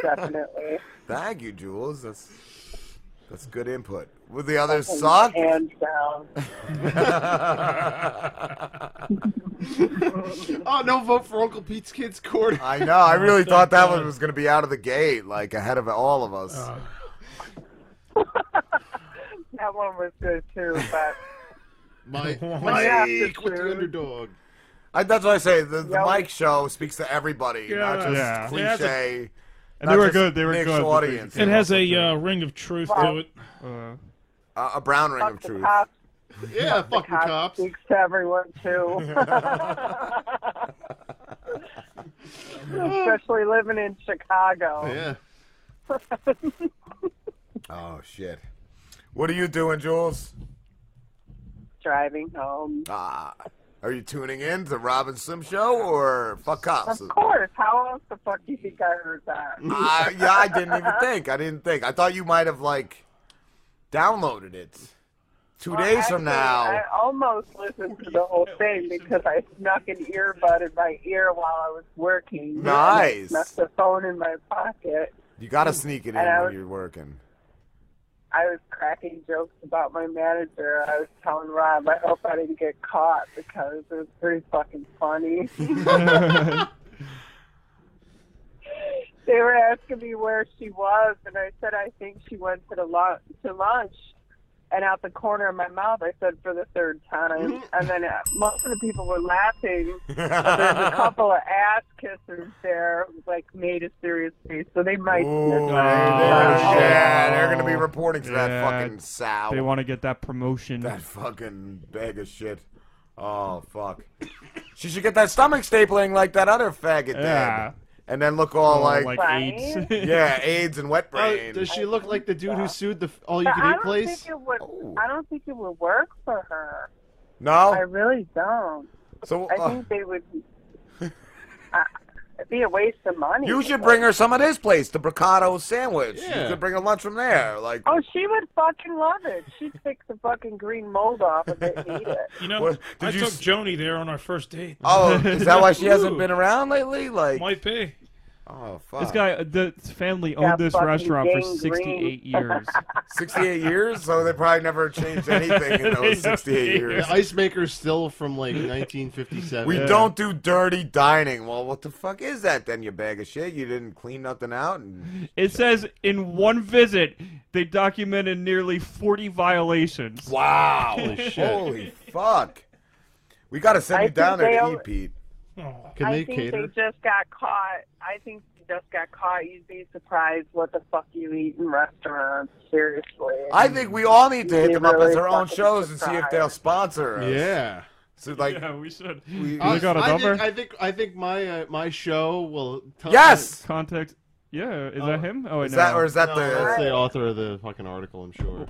S1: Definitely.
S6: Thank you, Jules. That's that's good input. With the other sock.
S1: Hands down.
S8: oh, no vote for Uncle Pete's Kids Court.
S6: I know. I
S9: Oh
S6: really thought that one was going to be out of the gate, like ahead of all of us.
S9: Uh,
S1: That one was good too, but
S8: Mike,
S6: Mike
S8: with the underdog.
S6: I, that's what I say. The, the
S1: Yeah, we-
S6: Mike show speaks to everybody, not just
S9: Yeah. Yeah, that's
S6: cliche.
S9: And
S6: not
S9: they were
S6: just
S9: good, they were
S6: niche
S9: good, the
S6: Audience.
S9: It has a uh, ring of truth to it.
S6: Uh, a brown ring of truth.
S1: cop.
S8: Yeah, fuck
S1: the cop speaks to everyone too. Especially living in Chicago.
S6: Yeah. Oh shit! What are you doing, Jules?
S1: Driving home.
S6: Ah, are you tuning in to Robin Slim Show or Fuck Cops?
S1: Of course. How else the fuck do you think I heard that?
S6: I, Ah, yeah, I didn't even think. I didn't think. I thought you might have like downloaded it two
S1: Well,
S6: days from
S1: actually,
S6: now.
S1: I almost listened to the whole thing because I snuck an earbud in my ear while I was working.
S6: Nice.
S1: Left the phone in my pocket.
S6: You gotta sneak it in
S1: And I
S6: when
S1: was-
S6: you're working.
S1: I was cracking jokes about my manager. I was telling Rob, I hope I didn't get caught because it was pretty fucking funny. they were asking me where she was, and I said, I think she went to the lunch. To lunch. And out the corner of my mouth, I said for the third time. And then uh, most of the people were laughing. But there's a couple of ass kissers there, like made a serious face. So they might.
S6: Ooh,
S7: Oh.
S6: yeah, they're gonna be reporting to that
S7: Yeah.
S6: fucking sow.
S7: They want to get that promotion.
S6: That fucking bag of shit. Oh fuck. she should get that stomach stapling like that other faggot
S7: Yeah.
S6: did. And then look all
S7: Oh,
S6: like,
S7: like AIDS. Right?
S6: yeah, AIDS and wet brain.
S8: Oh, does she look like the dude who sued the all Oh, you
S1: But I
S8: can eat
S1: don't
S8: place?
S1: Think it would,
S6: Oh.
S1: I don't think it would work for her.
S6: No.
S1: I really don't.
S6: So
S1: I
S6: uh,
S1: think they would. uh, it'd be a waste of money.
S6: you should bring her some of this place, the Bricado sandwich. You
S1: Yeah.
S6: could bring her lunch from there. Like
S1: Oh, she would fucking love it. She'd pick the fucking green mold off of it and eat it.
S9: You know,
S6: What-
S9: I
S6: did you
S9: took
S6: s-
S9: Joni there on our first date.
S6: Oh, is that why she hasn't been around lately? Like
S9: might be.
S6: Oh fuck.
S7: This guy, the family
S6: Yeah,
S7: owned this
S6: fucking
S7: restaurant for
S6: gang
S7: 68
S6: green.
S7: years.
S6: 68 years, so they probably never changed anything in those 68 years.
S8: The ice maker's still from like 1957.
S6: We don't do dirty dining. Well, what the fuck is that then, you bag of shit? You didn't clean nothing out? And...
S7: It says in one visit they documented nearly 40 violations.
S6: Wow! Holy fuck! We gotta send
S1: I
S6: you
S1: think
S6: down there
S1: they
S6: to
S1: all-
S6: eat, Pete.
S1: I think they just got caught. I think they just got caught. You'd be surprised what the fuck you eat in restaurants. Seriously.
S6: I think we all need to hit
S1: They
S6: them up as
S1: really
S6: their own
S1: fucking
S6: shows and see if they'll sponsor us.
S8: Yeah.
S6: So like,
S7: yeah, we should.
S6: we-
S8: I, Uh, I think, I think I think my uh, my show will. tell
S6: Yes!
S7: Contact. Yeah, is that him? Oh, wait,
S8: Is
S7: no.
S8: that- or is that
S7: No,
S8: the-
S7: that's-
S8: That's the author of the fucking article, I'm sure.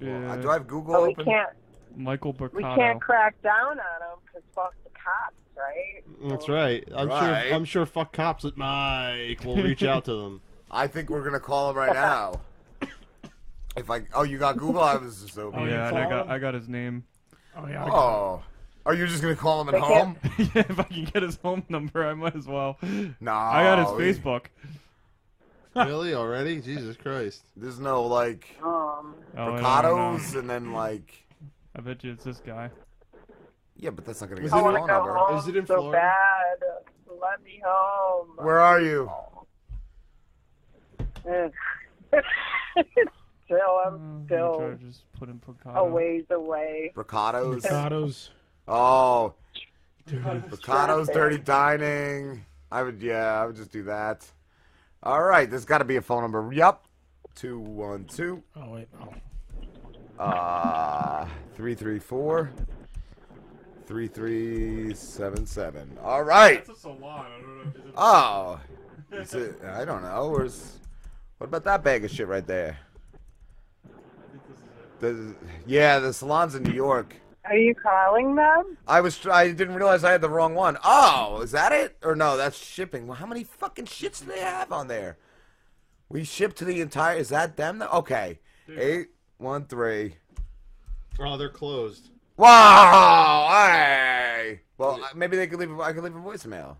S7: Yeah.
S6: Uh, do I have Google
S1: But we can't.
S7: Michael
S1: We
S7: Mercado.
S1: can't crack down on them because fuck the cops, right?
S8: That's right. I'm
S6: Right.
S8: sure. I'm sure. Fuck cops at Mike. We'll reach out to them.
S6: I think we're gonna call him right now. If I oh you got Google, I was just opening.
S7: Oh, yeah,
S6: it.
S7: and I got I got his name.
S9: Oh,
S7: yeah, I got-
S6: Oh, are you just gonna call him at
S7: They can't-
S6: home?
S7: yeah, if I can get his home number, I might as well.
S6: No,
S7: I got his Facebook.
S8: really already? Jesus Christ!
S6: There's no like
S1: Um,
S7: Oh, I don't
S6: Ricardo's
S7: know.
S6: and then like
S7: I bet you it's this guy.
S6: yeah, but that's not gonna
S7: Is
S6: get
S7: it
S6: his
S7: in-
S6: phone number.
S1: Home so bad. Let me home.
S6: Where are you?
S1: Ugh. still, I'm
S7: Try
S1: still
S7: to just put in Mercado.
S1: a ways away.
S6: Ricardo's.
S1: Ricardo's.
S6: Oh,
S1: Dude.
S6: Ricardo's
S1: Traffic.
S6: Dirty Dining. I would yeah, I would just do that. All right, there's got to be a phone number. Yup, two one two.
S9: Oh wait, no.
S6: Uh, 334 3377. All right.
S7: That's a salon. I don't know. Is it...
S6: Oh. Is it, I don't know. Where's, what about that bag of shit right there? The, yeah, the salon's in New York.
S1: Are you calling them?
S6: I was tr- I didn't realize I had the wrong one. Oh, is that it? Or no, that's shipping. Well, how many fucking shits do they have on there? We ship to the entire. Is that them? Okay, eight one three.
S8: Oh, they're closed.
S6: Wow! Hey. Well, I- maybe they could leave. A, I could leave a voicemail.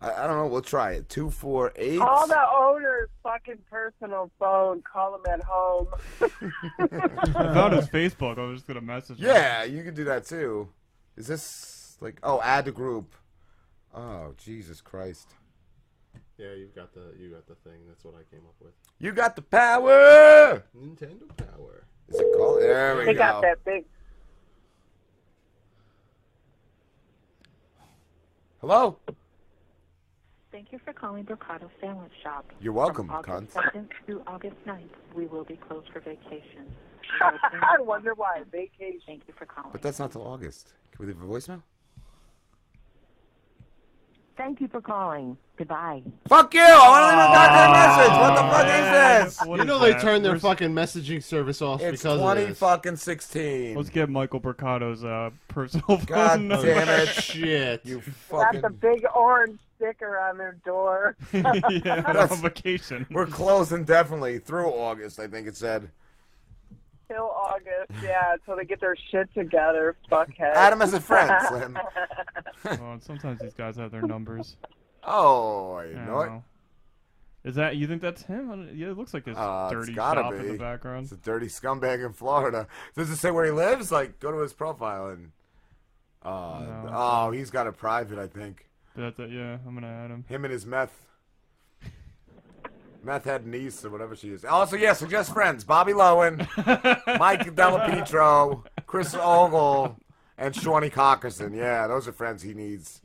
S6: I, I don't know. We'll try it. Two four eight.
S1: Call the owner's fucking personal phone. Call him at home.
S7: I found his Facebook. I was just gonna message. him.
S6: Yeah, you can do that too. Is this like? Oh, add to group. Oh, Jesus Christ!
S8: Yeah, you've got the you got the thing. That's what I came up with.
S6: You got the power.
S8: Nintendo Power.
S6: Is it called? There we
S1: they
S6: go.
S1: got that big.
S6: Hello.
S3: Thank you for calling Brocado Sandwich Shop.
S6: You're welcome,
S3: From August
S6: cunt.
S3: 2nd through August 9th, we will be closed for vacation.
S1: I wonder why. Vacation.
S3: Thank you for calling.
S6: But that's not till August. Can we leave a voicemail?
S3: Thank you for calling. Goodbye.
S6: Fuck you! I want to leave a goddamn
S7: Ah,
S6: message. What the fuck is this?
S8: you know they turned their fucking messaging service off
S6: It's
S8: because
S6: twenty
S8: of this.
S6: fucking sixteen.
S7: Let's get Michael Mercado's uh, personal
S6: God
S7: phone number.
S6: damn it! You
S1: Got
S6: fucking.
S1: the big orange sticker on their door.
S7: on vacation.
S6: We're closing definitely through August. I think it said.
S1: Till August, yeah, until they get their shit together, fuckhead.
S6: Add 'em as a friend, Slim.
S7: Oh, and sometimes these guys have their numbers.
S6: Oh, I
S7: I
S6: know
S7: don't
S6: it.
S7: know. Is that you think that's him? I don't- Yeah, it looks like this
S6: Uh,
S7: dirty
S6: it's gotta
S7: cop
S6: be.
S7: in the background.
S6: It's a dirty scumbag in Florida. Does it say where he lives? Like, go to his profile and. Uh,
S7: No.
S6: Oh, he's got a private, I think.
S7: That's it, yeah, I'm gonna add him.
S6: Him and his meth. Meth head niece or whatever she is. Also, yeah, suggest friends. Bobby Lowen, Mike Delapetro, Chris Ogle, and Shawnee Cockerson. Yeah, those are friends he needs.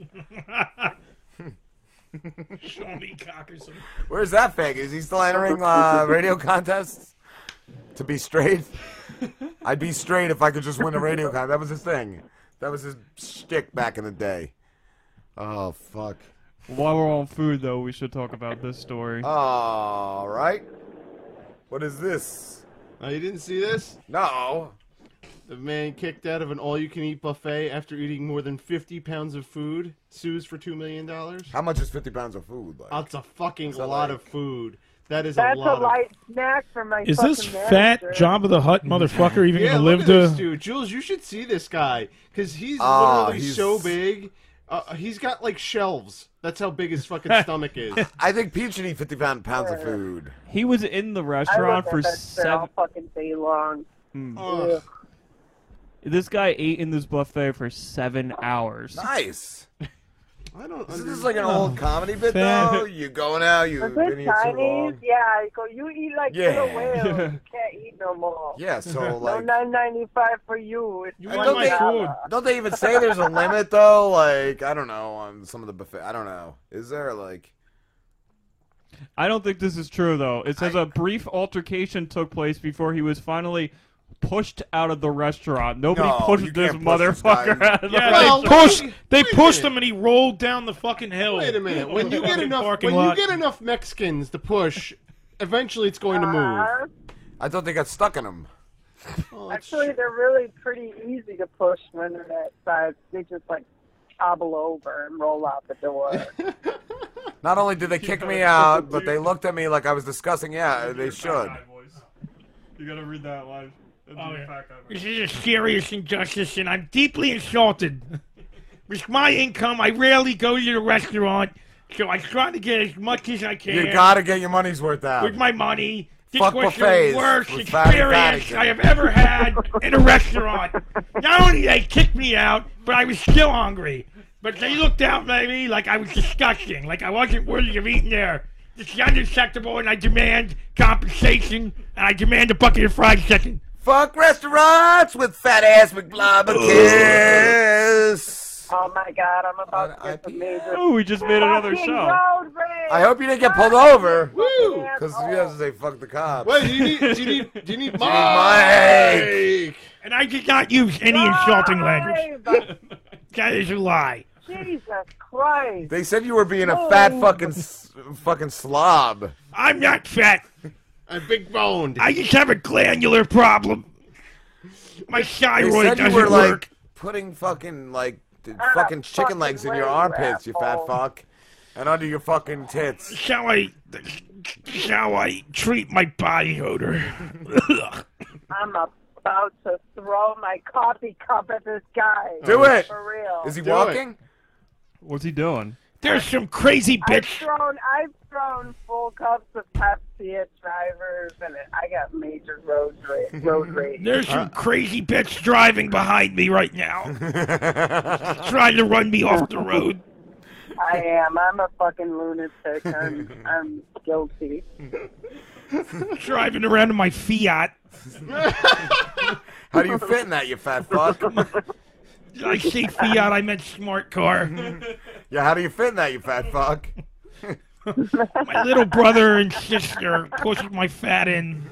S9: Shawnee Cockerson.
S6: Where's that fag? Is he still entering uh, radio contests? To be straight? I'd be straight if I could just win a radio contest. That was his thing. That was his shtick back in the day. Oh, fuck.
S7: While we're on food, though, we should talk about this story.
S6: Oh, All right. What is this?
S8: Oh, you didn't see this?
S6: No.
S8: The man kicked out of an all-you-can-eat buffet after eating more than 50 pounds of food sues for two million dollars.
S6: How much is 50 pounds of food? Like?
S8: That's a fucking
S6: Is that
S8: lot
S6: like-
S8: of food. That is
S1: That's a,
S8: a lot.
S1: light snack for my.
S9: Is this
S1: fucking
S9: fat
S1: manager.
S9: Job of the Hut motherfucker even
S8: yeah,
S9: gonna
S8: look
S9: live
S8: at
S9: to?
S8: this dude, Jules. You should see this guy because he's
S9: Ah,
S8: literally
S9: he's-
S8: so big. Uh, he's got like shelves. That's how big his fucking stomach is.
S6: I think Pete should eat 50 pound pounds of food.
S7: He was in the
S1: I
S7: restaurant
S1: look
S7: for
S1: at that shit all
S7: seven.
S1: fucking day long.
S7: Hmm.
S1: Ugh.
S7: This guy ate in this buffet for seven hours.
S6: Nice.
S8: I don't.
S6: Isn't this like an old comedy bit,
S7: Fat.
S6: though? You going out?
S1: Is
S6: You've been
S1: it
S6: here too
S1: Chinese?
S6: long?
S1: Yeah, I go. You eat like
S6: Yeah.
S1: little whales.
S6: Yeah.
S1: You can't eat no more.
S6: Yeah, so, like-
S1: no nine ninety five for you. It's
S6: And don't, they, don't they even say there's a limit though? Like I don't know on some of the buffet. I don't know. Is there like
S7: I don't think this is true, though. It says a brief altercation took place before he was finally pushed out of the restaurant. Nobody
S9: No, you
S7: pushed this
S9: can't push this guy.
S7: motherfucker out of the
S9: Yeah,
S7: restaurant.
S9: they pushed. They pushed him, and he rolled down the fucking hill.
S8: Wait a minute. When
S9: Over
S8: you
S9: the
S8: get
S9: fucking
S8: enough,
S9: parking
S8: when
S9: lot.
S8: you get enough Mexicans to push, eventually it's going to
S1: Uh-huh.
S8: move.
S6: I thought they got stuck in them.
S1: Actually, they're really pretty easy to push when they're that size. They just like hobble over and roll out the door.
S6: Not only did they kick me out, but they looked at me like I was disgusting. Yeah, they should.
S7: You gotta read that line.
S9: Oh, yeah. This is a serious injustice, and I'm deeply insulted. With my income, I rarely go to the restaurant, so I try to get as much as I can.
S6: You gotta get your money's worth out.
S9: With my money. This
S6: Fuck
S9: was
S6: buffets
S9: the worst
S6: with fatty
S9: experience
S6: fatty.
S9: I have ever had in a restaurant. Not only did they kick me out, but I was still hungry. But they looked out at me like I was disgusting, like I wasn't worthy of eating there. This is unacceptable, and I demand compensation, and I demand a bucket of fried chicken.
S6: Fuck restaurants with fat ass McBlob kiss.
S1: Oh my God, I'm about to get the major.
S7: Oh, we just made another
S1: Fucking
S7: show.
S1: road rage.
S6: I hope you didn't get pulled over.
S1: Woo!
S6: Because you have to say fuck the cops.
S8: Wait, do you need? Do you need? Do you need
S6: Mike?
S9: And I did not use any insulting language. that is a lie.
S1: Jesus Christ.
S6: They said you were being a fat
S1: Oh.
S6: fucking s- fucking slob.
S9: I'm not fat.
S8: I'm big boned.
S9: I just have a glandular problem. My
S6: They
S9: thyroid
S6: said you
S9: doesn't
S6: were like
S9: work.
S6: putting fucking like d- fucking chicken legs in your armpits, you fat fuck, and under your fucking tits.
S9: Shall I? Shall I treat my body odor?
S1: I'm about to throw my coffee cup at this guy.
S9: Do it.
S1: For real.
S6: Is he Do walking?
S7: Uh, What's he doing?
S9: There's some crazy
S1: I've
S9: bitch.
S1: thrown, I've thrown full cups of Pepsi at drivers, and I got major road rage. Road rage.
S9: There's
S6: Uh.
S9: some crazy bitch driving behind me right now, trying to run me off the road.
S1: I am. I'm a fucking lunatic. I'm, I'm guilty.
S9: Driving around in my Fiat.
S6: How do you fit in that, you fat fuck?
S9: Did I say Fiat? I meant smart car.
S6: yeah, how do you fit in that, you fat fuck?
S9: My little brother and sister pushed my fat in.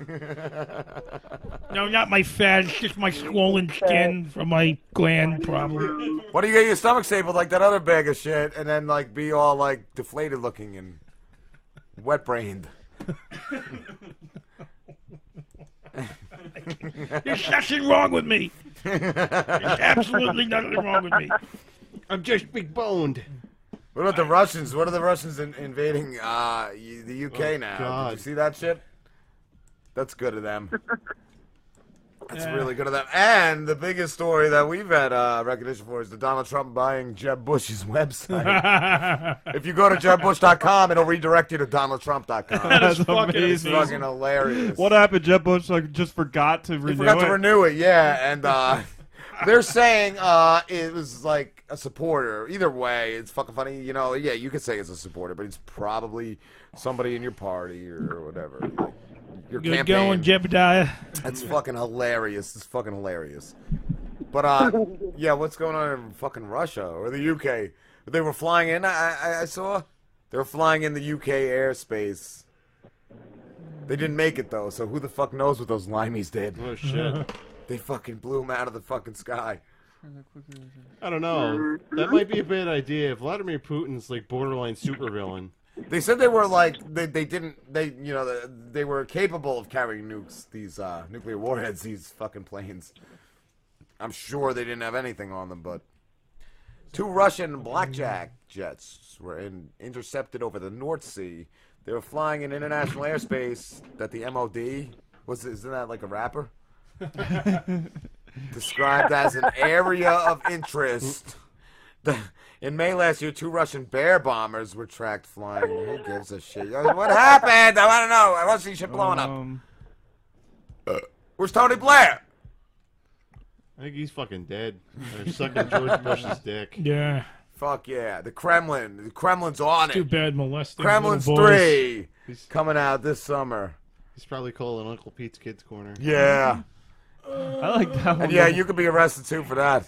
S9: No, not my fat. It's just my swollen skin from my gland problem.
S6: Why do you get your stomach stapled like that other bag of shit, and then like be all like deflated looking and wet brained?
S9: There's nothing wrong with me. There's absolutely nothing wrong with me.
S8: I'm just big boned.
S6: What about the Russians? What are the Russians in- invading uh, y- the UK
S8: Oh,
S6: now? Did
S8: God.
S6: you see that shit? That's good of them. That's
S8: Yeah.
S6: really good of them. And the biggest story that we've had uh, recognition for is the Donald Trump buying Jeb Bush's website. if you go to jebbush.com, it'll redirect you to donaldtrump.com.
S7: That's That's fucking amazing.
S6: It's fucking hilarious.
S7: What happened? Jeb Bush like just forgot to
S6: They
S7: renew
S6: forgot
S7: it.
S6: to renew it, yeah. And uh, they're saying uh, it was like a supporter. Either way, it's fucking funny. You know, yeah, you could say it's a supporter, but it's probably somebody in your party or whatever. Like, your
S9: Good
S6: campaign.
S9: going, Jebediah.
S6: That's fucking hilarious. It's fucking hilarious. But uh, yeah, what's going on in fucking Russia or the UK? They were flying in. I I, I saw they were flying in the UK airspace. They didn't make it though, so who the fuck knows what those limeys did?
S8: Oh shit.
S6: they fucking blew them out of the fucking sky.
S8: I don't know. That might be a bad idea. Vladimir Putin's like borderline supervillain.
S6: They said they were like they, they didn't they you know they, they were capable of carrying nukes these uh, nuclear warheads these fucking planes. I'm sure they didn't have anything on them, but two Russian blackjack jets were in, intercepted over the North Sea. They were flying in international airspace that the MOD was isn't that like a rapper? described as an area of interest. The- in May last year, two Russian bear bombers were tracked flying. Who gives a shit? Uh, What happened? I want to know. I want to see shit blowing
S9: Um,
S6: up. Uh, Where's Tony Blair?
S8: I think he's fucking dead. They're sucking George Bush's dick.
S9: Yeah.
S6: Fuck yeah. The Kremlin. The Kremlin's on it.
S9: Too bad molesting
S6: Kremlin's
S9: little boys.
S6: 3 coming out this summer.
S8: He's probably calling Uncle Pete's Kids Corner.
S6: Yeah.
S7: I like that one.
S6: And yeah, you could be arrested too for that.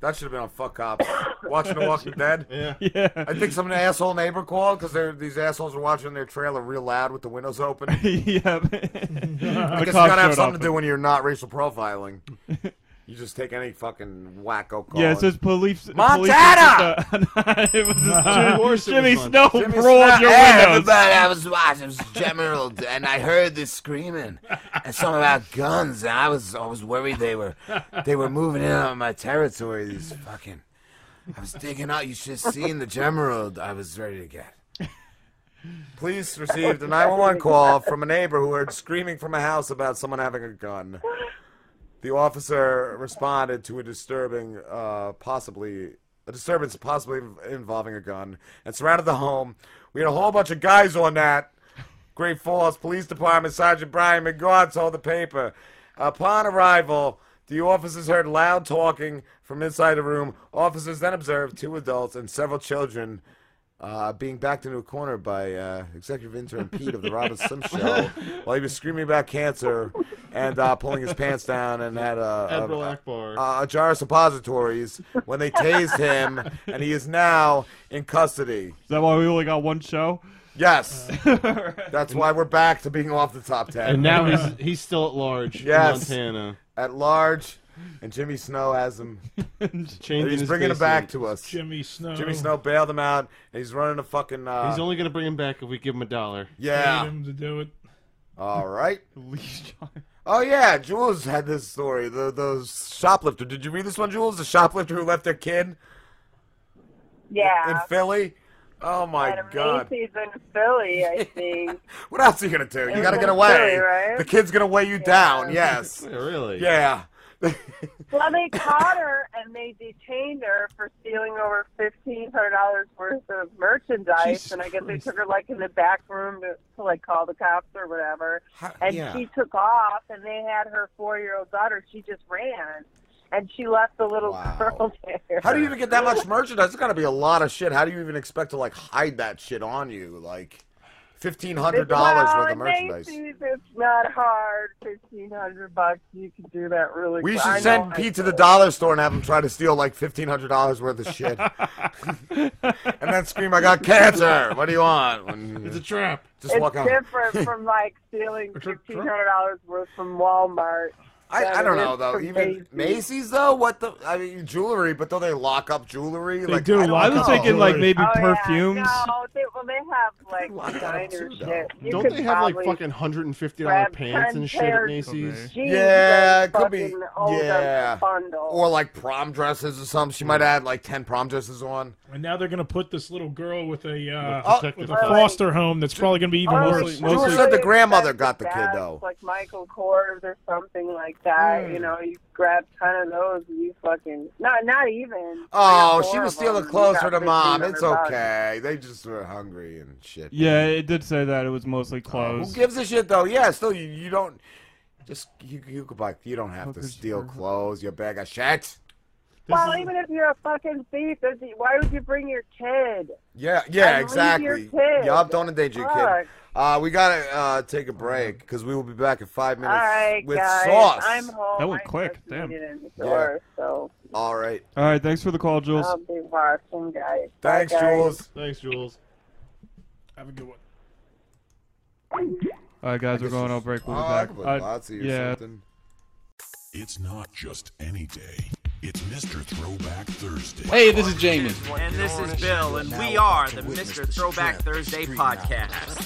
S6: That should have been on Fuck Cops. Watching The Walking Dead.
S8: Yeah.
S7: yeah.
S6: I think some asshole neighbor called because these assholes were watching their trailer real loud with the windows open.
S7: yeah.
S6: I guess you gotta have something to do when you're not racial profiling. You just take any fucking wacko call.
S7: Yeah, it
S6: and-
S7: says police.
S6: Montana!
S7: Police it was
S6: Jimmy
S7: just Jimmy,
S6: Morrison was one.
S7: Snow
S6: Jimmy
S7: rolled
S6: Snow-
S7: your
S6: Hey,
S7: windows.
S6: Everybody, I was watching it was General, and I heard this screaming and something about guns. And I was, I was worried they were, they were moving in on my territory. These fucking, I was digging out. You should have seen the General. I was ready to get. Police received a 911 call from a neighbor who heard screaming from a house about someone having a gun. The officer responded to a disturbing, uh, possibly a disturbance possibly involving a gun, and surrounded the home. We had a whole bunch of guys on that. Great Falls Police Department Sergeant Brian McGraw told the paper. Upon arrival, the officers heard loud talking from inside the room. Officers then observed two adults and several children uh, being backed into a corner by uh, executive intern Pete of the Robin Slim Show while he was screaming about cancer and uh, pulling his pants down and had a, a,
S8: Admiral Akbar.
S6: uh, a jar of suppositories when they tased him, and he is now in custody.
S7: Is that why we only got one show?
S6: Yes, that's why we're back to being off the top ten.
S8: And now he's he's still at large
S6: Yes.
S8: in Montana.
S6: at large, and Jimmy Snow has him.
S8: Chained in
S6: he's
S8: his
S6: bringing him back
S8: basement.
S6: to us.
S9: Jimmy Snow.
S6: Jimmy Snow bailed him out, and he's running a fucking. Uh,
S8: he's only gonna bring him back if we give him a dollar.
S6: yeah.
S9: him to do it.
S6: All right. Oh yeah, Jules had this story. The the shoplifter. Did you read this one, Jules? The shoplifter who left their kid
S1: Yeah.
S6: in Philly. Oh my god.
S1: Macy's in Philly, I think.
S6: What else are you gonna do?
S1: It
S6: You
S1: was
S6: gotta
S1: in
S6: get away.
S1: Philly, right?
S6: The kid's gonna weigh you down. Yes.
S8: really?
S6: Yeah.
S1: well, they caught her and they detained her for stealing over fifteen hundred dollars worth of merchandise,
S6: Jesus
S1: and I guess
S6: Christ.
S1: they took her like in the back room to, to like call the cops or whatever. and
S6: yeah.
S1: she took off, and they had her four-year-old daughter. She just ran, and she left the little girl there.
S6: How do you even get that much merchandise? It's gotta be a lot of shit. How do you even expect to like hide that shit on you? Like fifteen hundred dollars
S1: Well,
S6: worth of
S1: in
S6: merchandise.
S1: Macy's, it's not hard. Fifteen hundred bucks, you can do that really.
S6: We
S1: quick. I
S6: should
S1: know
S6: send
S1: I
S6: Pete to the dollar store and have him try to steal like fifteen hundred dollars worth of shit,
S9: Uh.
S6: and then scream, "I got cancer! What do you want?" When-
S8: It's a trap.
S6: Just
S1: it's
S6: walk out.
S1: different from like stealing fifteen hundred dollars worth from Walmart.
S6: I,
S1: than
S6: I don't
S1: it is
S6: know though.
S1: from
S6: Even Macy's though, what the? I mean, jewelry, but don't they lock up jewelry?
S7: They
S6: like,
S7: do
S6: I, don't
S7: lock
S6: know.
S7: up thinking, like, jewelry. maybe
S1: Oh,
S7: perfumes.
S1: Yeah. No, they, well, they have like designer shit. You
S8: Don't
S1: could
S8: they have like
S1: probably
S8: fucking hundred and fifty dollar
S1: grab
S8: pants
S1: 10
S8: and shit
S1: pairs
S8: at
S1: of
S8: Macy's?
S1: jeans
S6: Yeah,
S1: and
S6: it could be.
S1: fucking hold them
S6: Yeah,
S1: bundle.
S6: or like prom dresses or something. She might add like ten prom dresses on.
S9: And now they're gonna put this little girl with a
S6: Oh,
S9: uh, with a
S6: Alright.
S9: foster home Um, that's probably gonna be even
S6: Alright.
S9: worse.
S6: Mostly- Mostly- said the grandmother got the kid, though. Hmm.
S1: It's like Michael Kors or something like that. You know, you grab ten of those and you fucking no, not even. Three
S6: Oh,
S1: or
S6: she
S1: four
S6: was
S1: of
S6: stealing
S1: them, you
S6: clothes
S1: got
S6: for the mom. It's
S1: $1,500.
S6: okay. They just were hungry and Uh, shit.
S7: Yeah, it did say that it was mostly
S6: Who
S7: clothes.
S6: gives a shit though? Yeah, still you, you don't just you you could buy you don't have to steal clothes, your bag of shit.
S1: Well, even if you're a fucking thief, does he- why would you bring your kid?
S6: Yeah, yeah,
S1: And leave your
S6: exactly.
S1: kid.
S6: Yup, don't endanger your
S1: Fuck.
S6: kid. Uh, we gotta uh, take a break because we will be back in five
S1: All
S6: minutes
S1: right,
S6: with
S1: guys,
S6: sauce.
S1: I'm home.
S7: That went
S1: I
S7: quick,
S1: just
S7: damn.
S1: needed an
S6: Yeah.
S1: hour, So
S6: All right.
S7: All right, thanks for the call, Jules.
S6: Um,
S1: I'll be watching, guys. Bye,
S6: Thanks,
S1: guys.
S6: Jules.
S8: Thanks, Jules.
S9: Have a good one.
S7: All right, guys, we're going on break. We'll be back.
S6: talk with
S7: Uh,
S6: Nazi or
S7: yeah.
S6: something.
S2: It's not just any day. It's Mr. Throwback Thursday.
S5: Hey, this is Jamie.
S21: And this is Bill, and we are the Mr. Throwback Thursday podcast.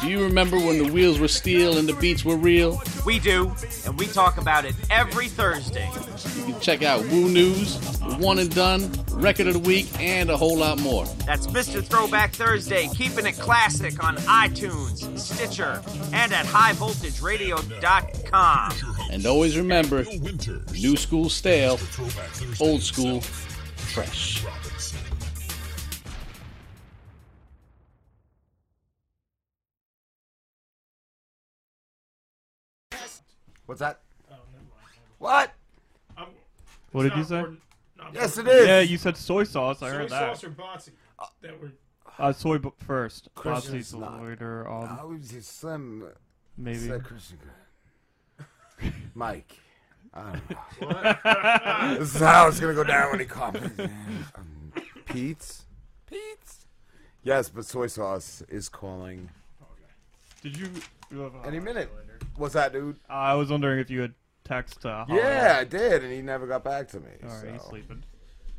S5: Do you remember when the wheels were steel and the beats were real?
S21: We do, and we talk about it every Thursday.
S5: You can check out Woo News, One and Done, Record of the Week, and a whole lot more.
S21: That's Mr. Throwback Thursday, keeping it classic on iTunes, Stitcher, and at highvoltageradio.com.
S5: And always remember, new school stale, old school fresh.
S6: What's that? What?
S7: What did you say?
S6: Yes, it is.
S7: Yeah, you said soy sauce. I heard
S9: Soy
S7: that.
S9: sauce or Bonsi? That were
S7: Uh, soy b- first.
S6: Christian's
S7: Botsy's
S6: not.
S7: later on.
S6: I was just uh, some
S7: Maybe.
S6: said Christian Grant. Mike. I don't know. this is how it's gonna go down when he comes. Um, Pete's. Pete's. Yes, but soy sauce is calling.
S7: Did you? you have a
S6: Any minute. What's that, dude?
S7: Uh, I was wondering if you had text. Uh, Holly.
S6: Yeah, I did, and he never got back to me.
S7: All right, he's
S6: so.
S7: sleeping.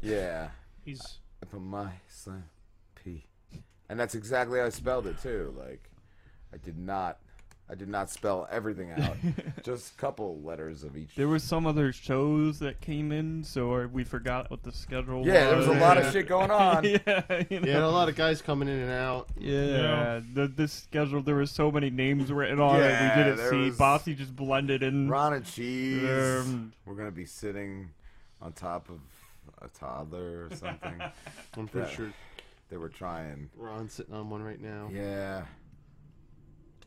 S6: Yeah.
S9: He's.
S6: I put my son P, and that's exactly how I spelled it too. Like, I did not, I did not spell everything out. Just a couple letters of each.
S7: There were some other shows that came in, so uh, we forgot what the schedule was.
S6: Yeah, there was a lot of shit going on.
S7: yeah, you know.
S8: Yeah, a lot of guys coming in and out.
S7: Yeah, the, this schedule there were so many names written on it we didn't
S6: there
S7: see.
S6: was-
S7: Bossy just blended in.
S6: Ron and Cheese.
S7: Um,
S6: We're gonna be sitting on top of a toddler or something.
S8: I'm pretty sure.
S6: they were trying.
S8: Ron's sitting on one right now.
S6: Yeah.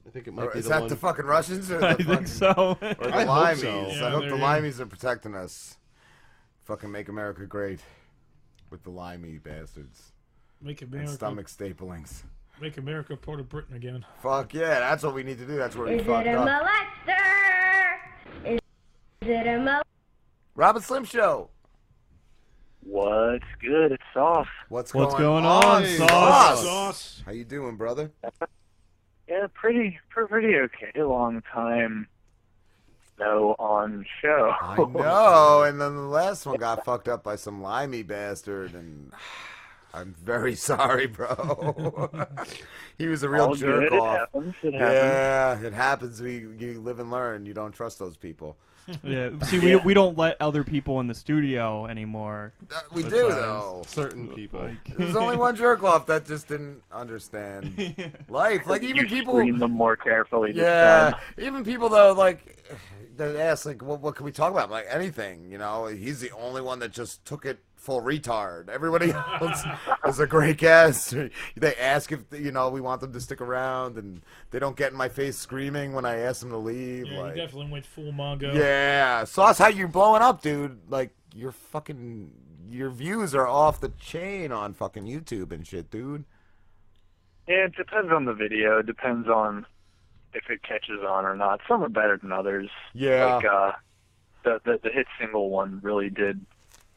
S8: I think it might
S6: Or,
S8: be
S6: is
S8: the
S6: that
S8: one-
S6: the fucking Russians? Or the
S8: I think
S6: fucking-
S8: so.
S6: Or the
S8: I hope
S6: Limeys.
S8: so. Yeah,
S6: I hope
S8: they're
S6: the
S8: in.
S6: Limeys are protecting us. Fucking make America great with the Limey bastards.
S9: Make
S6: And
S9: America-
S6: stomach staplings.
S9: Make America part of Britain again.
S6: Fuck yeah, that's what we need to do. That's where we
S14: Is it
S6: fucked
S14: a
S6: up.
S14: molester? Is it a molester?
S6: Robin Slim Show.
S22: What's good? It's Sauce.
S6: What's,
S22: What's
S6: going,
S22: going on,
S6: Hey,
S22: Sauce?
S9: Sauce?
S6: How you doing, brother?
S22: Yeah, pretty, pre- pretty okay. Long time, no on show. I
S7: Oh,
S6: No, and then the last one got fucked up by some limey bastard, and I'm very sorry, bro. he was a real
S22: All good. It
S6: jerk off.
S22: happens. It
S6: yeah, it happens. We you live and learn. You don't trust those people.
S7: Yeah. See, we, we don't let other people in the studio anymore.
S6: Uh, we
S7: That's
S6: do
S7: why
S6: though.
S8: Certain people.
S6: There's only one jerk off that just didn't understand life. Like even
S22: you
S6: people.
S22: screen them more carefully. this
S6: Yeah,
S22: time.
S6: even people though, like they ask, like, what, what can we talk about? I'm like anything, you know. He's the only one that just took it full retard. Everybody else is a great guest. They ask if you know we want them to stick around, and they don't get in my face screaming when I ask them to leave.
S9: Yeah,
S6: like,
S9: you definitely went full Mongo.
S6: yeah, sauce, how you blowing up, dude? Like your fucking your views are off the chain on fucking YouTube and shit, dude.
S22: Yeah, it depends on the video. It depends on if it catches on or not. Some are better than others.
S6: Yeah.
S22: Like uh, the, the the hit single one really did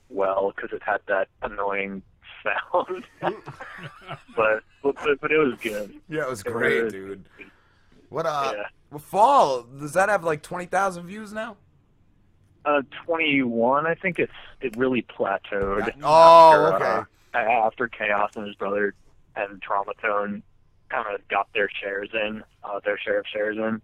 S22: well because it had that annoying sound. but, but but it was good.
S6: Yeah, it was
S22: It
S6: great,
S22: was-
S6: dude. What uh, well, fall? Does that have like twenty thousand views now?
S22: Uh, 21. I think it's it really plateaued.
S6: oh,
S22: after,
S6: okay.
S22: Uh, after Chaos and his brother and Traumatone kind of got their shares in, uh, their share of shares in.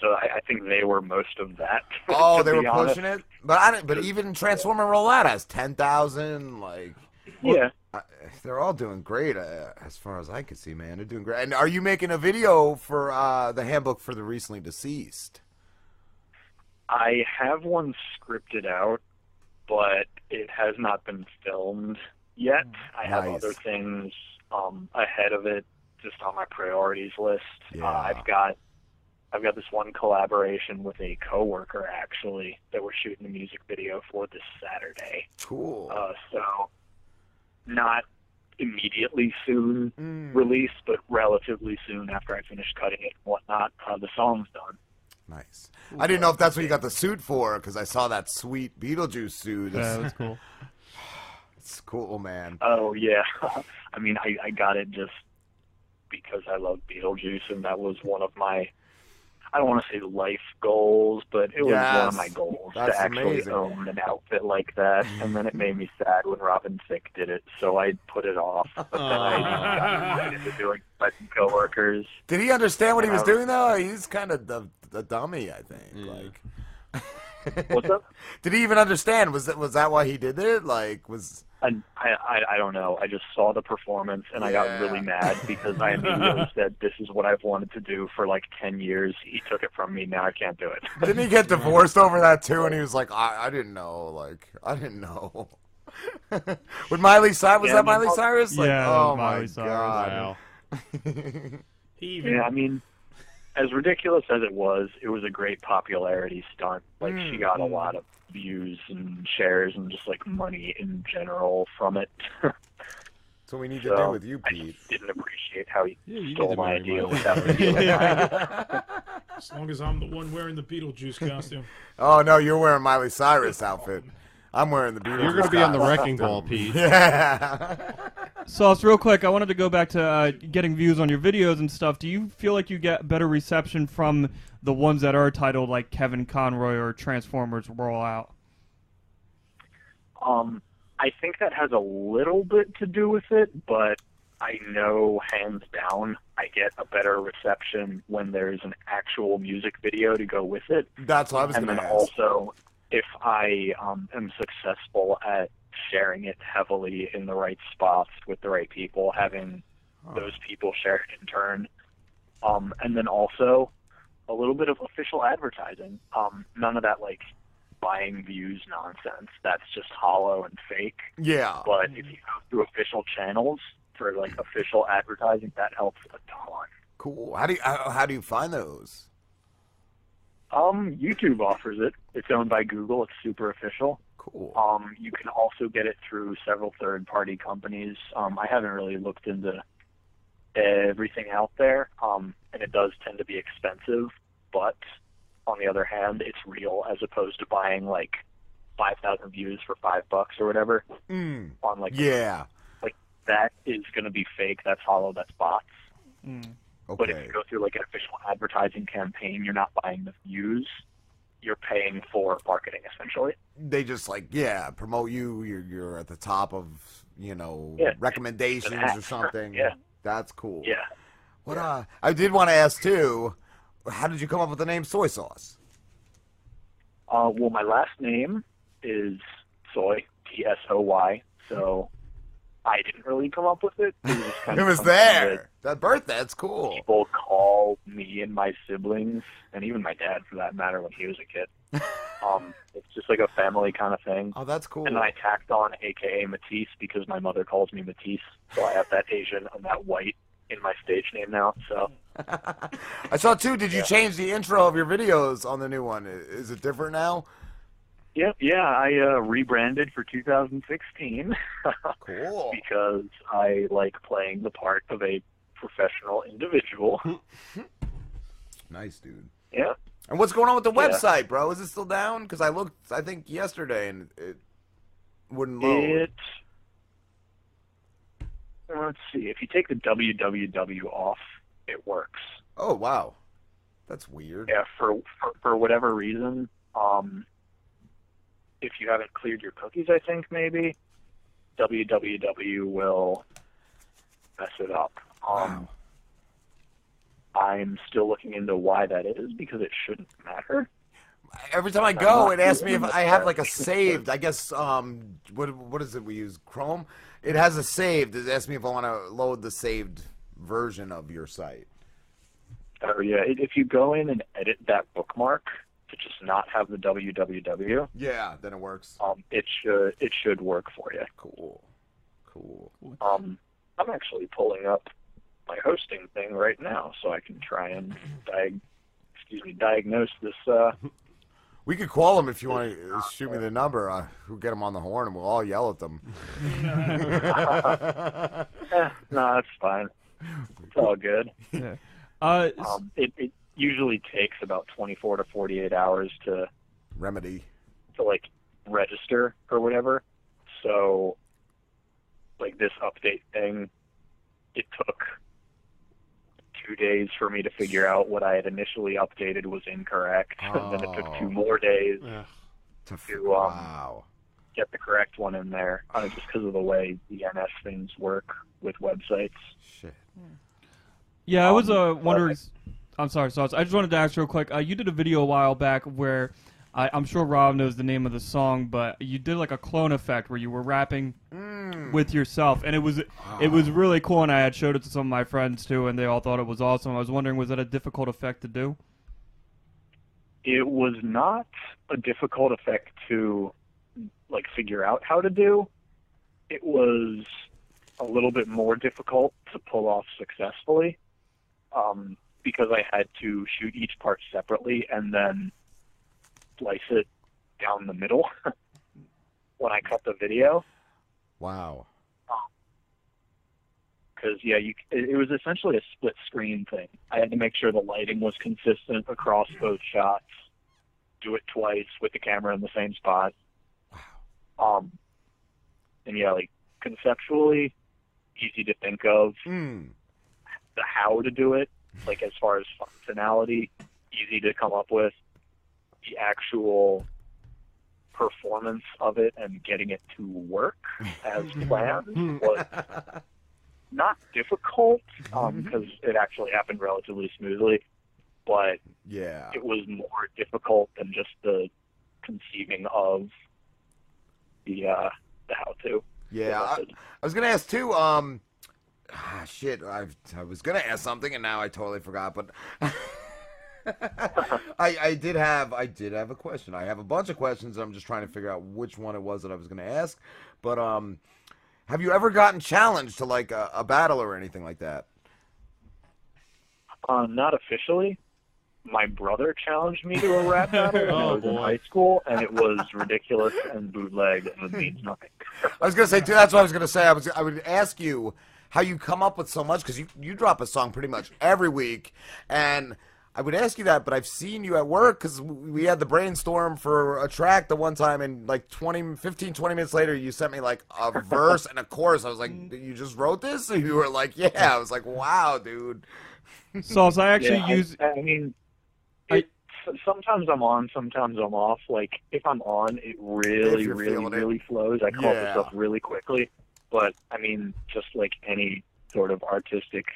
S22: So I, I think they were most of that.
S6: Oh,
S22: to
S6: they
S22: be
S6: were
S22: honest.
S6: pushing it, but I didn't, but even Transformer Roulette has ten thousand. Like,
S22: Yeah.
S6: I, they're all doing great uh, as far as I can see, man. They're doing great. And are you making a video for uh, the handbook for the recently deceased?
S22: I have one scripted out, but it has not been filmed yet. I have
S6: Oh, Nice.
S22: other things um, ahead of it, just on my priorities list. Uh, I've got I've got this one collaboration with a coworker actually that we're shooting a music video for this Saturday.
S6: Cool.
S22: Uh, so not immediately soon
S6: Mm.
S22: release, but relatively soon after I finish cutting it and whatnot. Uh, the song's done.
S6: Nice. I didn't know if that's what you got the suit for because I saw that sweet Beetlejuice suit.
S22: Yeah, that's cool.
S6: it's cool, man.
S22: Oh yeah, I mean, I, I got it just because I love Beetlejuice, and that was one of my I don't want to say life goals, but it was one
S6: Yes.
S22: of my goals
S6: That's
S22: to actually
S6: amazing.
S22: own an outfit like that. And then it made me sad when Robin Thicke did it, so I put it off. But
S6: Uh,
S22: then
S10: Oh,
S22: I got into doing my coworkers.
S6: Did he understand what he
S22: And
S6: was
S22: I was-
S6: doing though? He's kind of the, the dummy, I think. Like,
S22: What's up?
S6: Did he even understand? Was that was that why he did it? Like, was
S22: And I, I I don't know. I just saw the performance and I
S6: Yeah.
S22: got really mad because I immediately said, "This is what I've wanted to do for like ten years." He took it from me. Now I can't do it.
S6: didn't he get divorced over that too? And he was like, I, I didn't know. Like, I didn't know. With Miley Cyrus, was
S22: Yeah, I
S6: that
S22: mean,
S6: Miley
S22: I'll-
S6: Cyrus? Like,
S22: Yeah, that was
S6: oh my
S22: Miley Cyrus,
S6: god.
S22: Yeah, I mean, as ridiculous as it was, it was a great popularity stunt. Like she got a lot of views and shares and just like money in general from it.
S6: So we need
S22: to do with
S6: you,
S22: Pete. I just didn't appreciate how he
S6: you need
S22: stole
S6: to
S22: my
S6: marry
S22: idea
S6: Miley.
S22: without me being invited.
S9: As long as I'm the one wearing the Beetlejuice costume.
S6: Oh no, you're wearing Miley Cyrus outfit. I'm wearing the Beatles.
S8: You're
S6: going to
S8: gonna be on the wrecking ball, Pete.
S6: Yeah.
S7: Sauce, real quick, I wanted to go back to uh, getting views on your videos and stuff. Do you feel like you get better reception from the ones that are titled like Kevin Conroy or Transformers Rollout?
S22: Um, I think that has a little bit to do with it, but I know hands down I get a better reception when there's an actual music video to go with it.
S6: That's what I was
S22: and
S6: going
S22: then
S6: to ask.
S22: also, if I um, am successful at sharing it heavily in the right spots with the right people, having those people share it in turn, um, and then also a little bit of official advertising. Um, none of that like buying views nonsense. That's just hollow and fake.
S6: yeah.
S22: But if you go through official channels for like official advertising, that helps a ton.
S6: Cool. How do you how, how do you find those?
S22: Um, YouTube offers it. It's owned by Google. It's super official.
S6: Cool.
S22: Um, you can also get it through several third-party companies. Um, I haven't really looked into everything out there, um, and it does tend to be expensive. But on the other hand, it's real as opposed to buying like five thousand views for five bucks or whatever
S6: Mm.
S22: on like
S6: Yeah.
S22: like that is going to be fake. That's hollow. That's bots. But if
S6: Okay.
S22: you go through like an official advertising campaign, you're not buying the views. You're paying for marketing essentially.
S6: They just like yeah promote you. You're you're at the top of you know
S22: Yeah.
S6: recommendations
S22: It's an
S6: or
S22: app.
S6: something.
S22: Yeah.
S6: That's cool.
S22: Yeah.
S6: What uh, I did want to ask too. How did you come up with the name soy sauce?
S22: Uh, well, my last name is Soy T S O Y. So I didn't really come up with it. It was, kind
S6: It
S22: of
S6: was
S22: something
S6: there. That birth. That's cool.
S22: People call me and my siblings, and even my dad for that matter, when he was a kid. um, it's just like a family kind of thing.
S6: Oh, that's cool.
S22: And then I tacked on AKA Matisse because my mother calls me Matisse, so I have that Asian and that white in my stage name now. So
S6: I saw too. Did you change the intro of your videos on the new one? I- Is it different now?
S22: yeah, yeah, I uh, rebranded for 2016.
S6: cool.
S22: Because I like playing the part of a professional individual.
S6: Nice, dude.
S22: yeah.
S6: And what's going on with the
S22: Yeah.
S6: website, bro? Is it still down? Because I looked, I think yesterday, and it wouldn't load.
S22: It. Let's see. If you take the www off, it works.
S6: Oh wow, that's weird.
S22: Yeah, for for, for whatever reason, um, if you haven't cleared your cookies, I think maybe www will mess it up. Um, I'm still looking into why that is because it shouldn't matter.
S6: Every time I
S22: I'm
S6: go,
S22: not
S6: it asks me if
S22: doing
S6: I
S22: this
S6: have
S22: right.
S6: like a saved. I guess um, what what is it we use? Chrome. It has a saved. It asks me if I want to load the saved version of your site.
S22: Oh yeah, if if you go in and edit that bookmark to just not have the www,
S6: Yeah, then it works.
S22: um, it should it should work for you.
S6: Cool, cool.
S22: Um, I'm actually pulling up my hosting thing right now, so I can try and diag- excuse me diagnose this. Uh,
S6: We could call them if you want to shoot me the number. Uh, we'll get them on the horn, and we'll all yell at them.
S22: eh, no, it's fine. It's all good.
S7: Uh,
S22: Um, it, it usually takes about 24 to 48 hours to
S6: Remedy.
S22: to like register or whatever. So like this update thing, it took two days for me to figure out what I had initially updated was incorrect, and then it took
S6: Oh.
S22: two more days
S6: Ugh.
S22: to, um,
S6: wow.
S22: get the correct one in there, uh, just because of the way the DNS things work with websites.
S6: Shit.
S7: Yeah, I was uh, wondering. I'm sorry, Sauce. I just wanted to ask real quick. Uh, you did a video a while back where I, I'm sure Rob knows the name of the song, but you did like a clone effect where you were rapping with yourself, and it was it was really cool. And I had showed it to some of my friends too, and they all thought it was awesome. I was wondering, was that a difficult effect to do?
S22: It was not a difficult effect to like figure out how to do. It was a little bit more difficult to pull off successfully um, because I had to shoot each part separately and then slice it down the middle when I cut the video.
S6: Wow.
S22: because yeah, you, it it was essentially a split screen thing. I had to make sure the lighting was consistent across both shots. Do it twice with the camera in the same spot. Wow. Um, and yeah, like conceptually, easy to think of the how to do it. Like as far as functionality, easy to come up with. The actual performance of it and getting it to work as planned was not difficult because it actually happened relatively smoothly, but
S6: Yeah.
S22: it was more difficult than just the conceiving of the uh, the how to.
S6: Yeah, I, I was gonna ask too. Um, ah, shit, I I was gonna ask something and now I totally forgot. But I I did have I did have a question. I have a bunch of questions. I'm just trying to figure out which one it was that I was gonna ask. But um, have you ever gotten challenged to like a, a battle or anything like that?
S22: Uh, not officially. My brother challenged me to a rap battle when I was in high school, and it was ridiculous and bootleg and it means nothing.
S6: I was gonna say too. That's what I was gonna say. I was I would ask you how you come up with so much because you you drop a song pretty much every week, and I would ask you that. But I've seen you at work because we had the brainstorm for a track the one time, and like 20, 15, 20 minutes later, you sent me like a verse and a chorus. I was like, you just wrote this? And you were like, yeah. I was like, wow, dude.
S7: Sauce, I actually
S22: Yeah,
S7: use.
S22: I, I mean, it, sometimes I'm on, sometimes I'm off. Like if I'm on, it really,
S6: you're
S22: really,
S6: feeling it.
S22: really flows. I call
S6: Yeah.
S22: this up really quickly. But I mean, just like any sort of artistic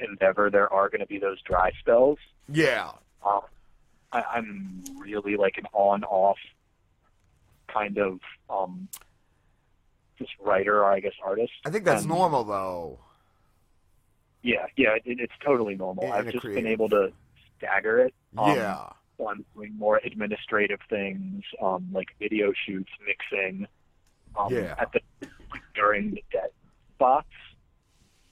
S22: endeavor, there are going to be those dry spells.
S6: Yeah.
S22: Um, I, I'm really like an on-off kind of um, just writer, or I guess artist.
S6: I think that's
S22: And-
S6: normal though.
S22: yeah, yeah, it, it's totally normal.
S6: And
S22: I've
S6: a
S22: just
S6: creative.
S22: been able to stagger it.
S6: Yeah.
S22: so I'm doing more administrative things, um, like video shoots, mixing. Um,
S6: Yeah.
S22: At the like, during the dead spots,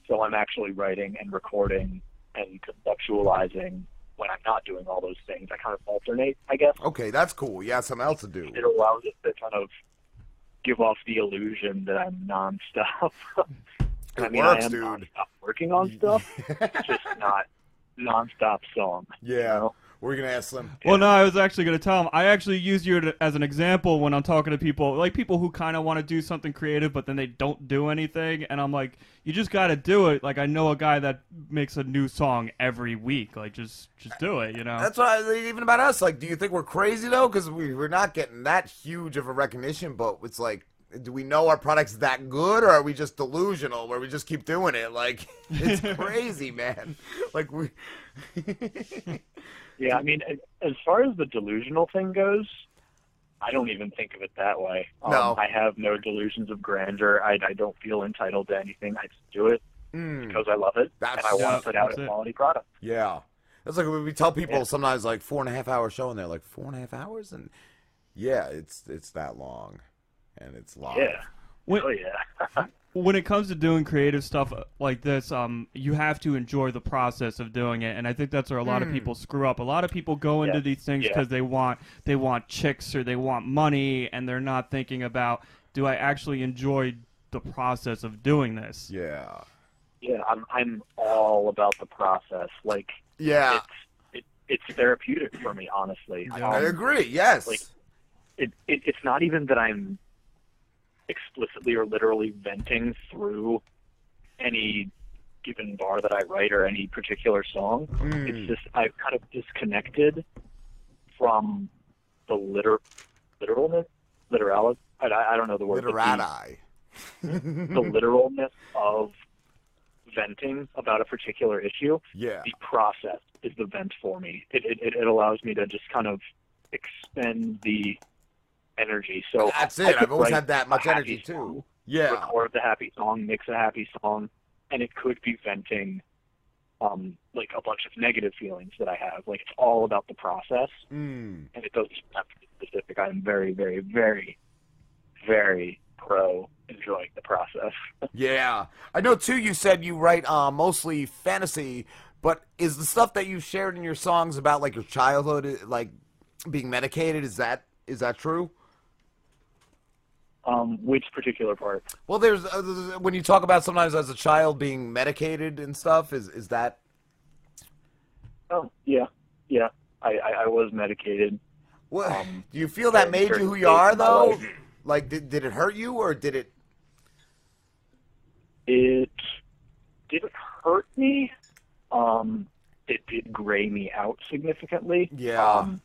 S22: so I'm actually writing and recording and conceptualizing when I'm not doing all those things. I kind of alternate, I guess.
S6: Okay, that's cool. You have something else to do.
S22: It allows it to kind of give off the illusion that I'm nonstop. I
S6: It
S22: mean,
S6: works,
S22: I am
S6: dude.
S22: nonstop working on stuff. it's just not nonstop song.
S6: Yeah. We're gonna ask them.
S7: Well, no, I was actually going to tell him. I actually use you to- as an example when I'm talking to people, like people who kind of want to do something creative, but then they don't do anything. And I'm like, you just got to do it. Like, I know a guy that makes a new song every week. Like, just just do it, you know?
S6: That's why even about us. Like, do you think we're crazy though? Because we we're not getting that huge of a recognition. But it's like, do we know our product's that good, or are we just delusional where we just keep doing it? Like, it's crazy, man. Like we.
S22: Yeah, I mean, a- as far as the delusional thing goes, I don't even think of it that way. Um,
S6: No.
S22: I have no delusions of grandeur. I, I don't feel entitled to anything. I just do it because I love it and I
S6: yeah,
S22: want to put out
S6: Hmm. that's
S22: a
S6: it.
S22: quality product.
S6: Yeah, that's like when we tell people
S22: Yeah.
S6: sometimes like four and a half hour show, and they're like four and a half hours, and yeah, it's it's that long, and it's live.
S22: Yeah.
S7: When-
S22: oh yeah.
S7: when it comes to doing creative stuff uh, like this, um, you have to enjoy the process of doing it, and I think that's where a lot of
S13: Hmm.
S7: people screw up. A lot of people go into
S13: Yeah.
S7: these things
S13: Yeah.
S7: because they want they want chicks or they want money, and they're not thinking about do I actually enjoy the process of doing this?
S6: Yeah.
S22: yeah, I'm I'm all about the process. Like,
S6: Yeah.
S22: it's, it, it's therapeutic for me, honestly.
S6: I agree, yes.
S22: Like, it, it it's not even that I'm explicitly or literally venting through any given bar that I write or any particular song.
S6: Mm.
S22: It's just I've kind of disconnected from the liter literalness, literality. I, I don't know the word. but the-
S6: Literati.
S22: the
S6: Mm-hmm.
S22: literalness of venting about a particular issue.
S6: Yeah.
S22: The process is the vent for me. It it, it- it allows me to just kind of expend the energy. So
S6: That's
S22: I
S6: it.
S22: could
S6: I've always
S22: write
S6: had that
S22: a
S6: much
S22: happy
S6: energy too.
S22: song,
S6: Yeah.
S22: Record the happy song, mix a happy song, and it could be venting um like a bunch of negative feelings that I have. Like it's all about the process
S6: Mm.
S22: and it doesn't have to be specific. I'm very, very, very, very pro enjoying the process.
S6: Yeah, I know too. You said you write uh, mostly fantasy, but is the stuff that you shared in your songs about like your childhood, like being medicated, is that is that true?
S22: Um, which particular part?
S6: Well, there's uh, there's- when you talk about sometimes as a child being medicated and stuff. Is is that?
S22: Oh yeah, yeah. I, I, I was medicated. Um,
S6: What? do you feel that made you who you are though? Like, did did it hurt you or did it?
S22: It didn't hurt me. Um, it did gray me out significantly.
S6: Yeah.
S22: Um,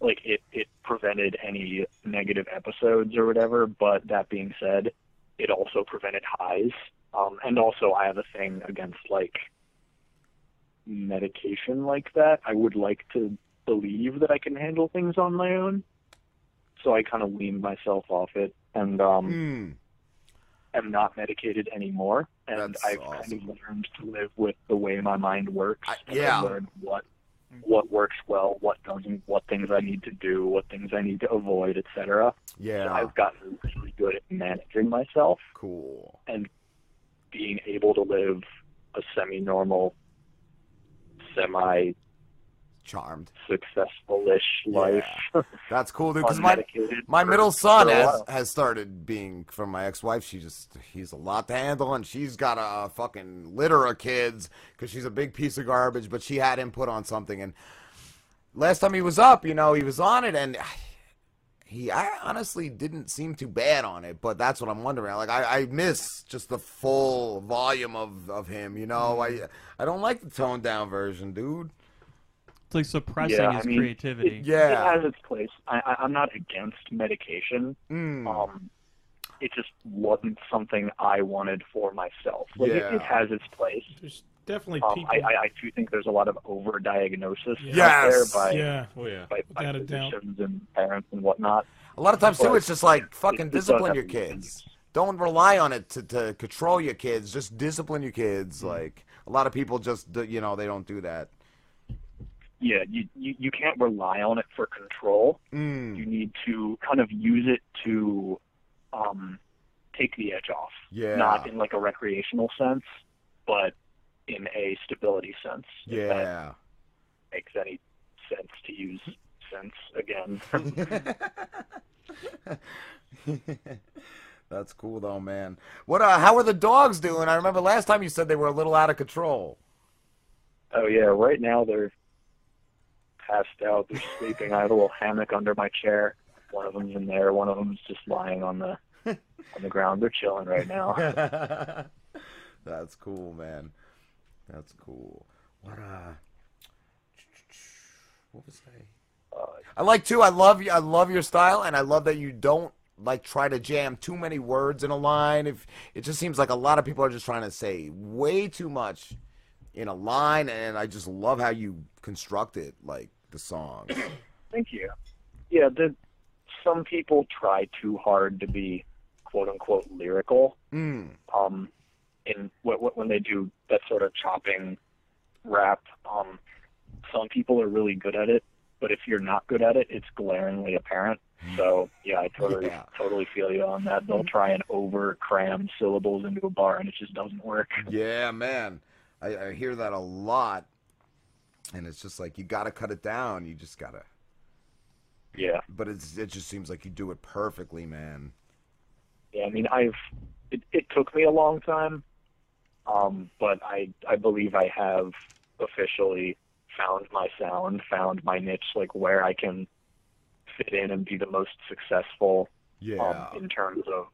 S22: like it, it prevented any negative episodes or whatever. But that being said, it also prevented highs. Um, and also, I have a thing against like medication like that. I would like to believe that I can handle things on my own. So I kind of weaned myself off it and um, am not medicated anymore. And I've kind of learned to live with the way my mind works. and I
S6: yeah.
S22: learned what what works well, what doesn't, what things I need to do, what things I need to avoid, etc.
S6: Yeah.
S22: So I've gotten really good at managing myself.
S6: Cool.
S22: And being able to live a semi-normal, semi
S6: charmed,
S22: successful-ish life.
S6: That's cool, dude. 'cause my my middle son has has started being from my ex wife. She just he's a lot to handle, and she's got a fucking litter of kids because she's a big piece of garbage. But she had input on something, and last time he was up, you know, he was on it, and he I honestly didn't seem too bad on it, but that's what I'm wondering. Like I, I miss just the full volume of of him, you know. I I don't like the toned down version, dude.
S7: It's like suppressing
S22: yeah,
S7: his
S22: I mean,
S7: creativity.
S22: It, it has its place. I, I, I'm not against medication.
S9: Hmm.
S22: Um, it just wasn't something I wanted for myself. Like it,
S9: Yeah.
S22: it has its place.
S9: There's definitely
S22: um,
S9: people.
S22: I, I, I do think there's a lot of overdiagnosis out there
S9: Yes!
S22: by
S9: Yeah.
S22: Oh, yeah. by, by
S9: Without a doubt.
S22: physicians and parents and whatnot.
S6: A lot of times too,
S22: But
S6: it's just like
S22: it-
S6: fucking
S22: it does have
S6: discipline your
S22: its
S6: kids. Don't rely on it to, to control your kids. Just discipline your
S22: Mm-hmm.
S6: kids. Like a lot of people just do- you know they don't do that.
S22: yeah, you, you, you can't rely on it for control.
S6: Hmm.
S22: You need to kind of use it to um, take the edge off.
S6: Yeah.
S22: Not in like a recreational sense, but in a stability sense.
S6: Yeah.
S22: Makes any sense to use sense again.
S6: That's cool though, man. What? Uh, how are the dogs doing? I remember last time you said they were a little out of control.
S22: oh yeah, right now they're passed out. They're sleeping. I have a little hammock under my chair. One of them's in there. One of them's just lying on the on the ground. They're chilling right now.
S6: That's cool, man. That's cool. What? Uh, what was I? I like too. I love you. I love your style, and I love that you don't like try to jam too many words in a line. If it just seems like a lot of people are just trying to say way too much in a line, and I just love how you construct it, like the song.
S22: Thank you. Yeah, the, some people try too hard to be quote unquote lyrical.
S6: Mm.
S22: Um, in wh- wh- when they do that sort of chopping rap, um, some people are really good at it, but if you're not good at it, it's glaringly apparent. So yeah, I totally
S6: Yeah.
S22: totally feel you on that. They'll try and over cram syllables into a bar, and it just doesn't work.
S6: Yeah, man. I, I hear that a lot, and it's just like you gotta cut it down. You just gotta.
S22: Yeah.
S6: But it's it just seems like you do it perfectly, man.
S22: Yeah, I mean, I've it, it took me a long time, um, but I I believe I have officially found my sound, found my niche, like where I can fit in and be the most successful.
S6: Yeah.
S22: Um, in terms of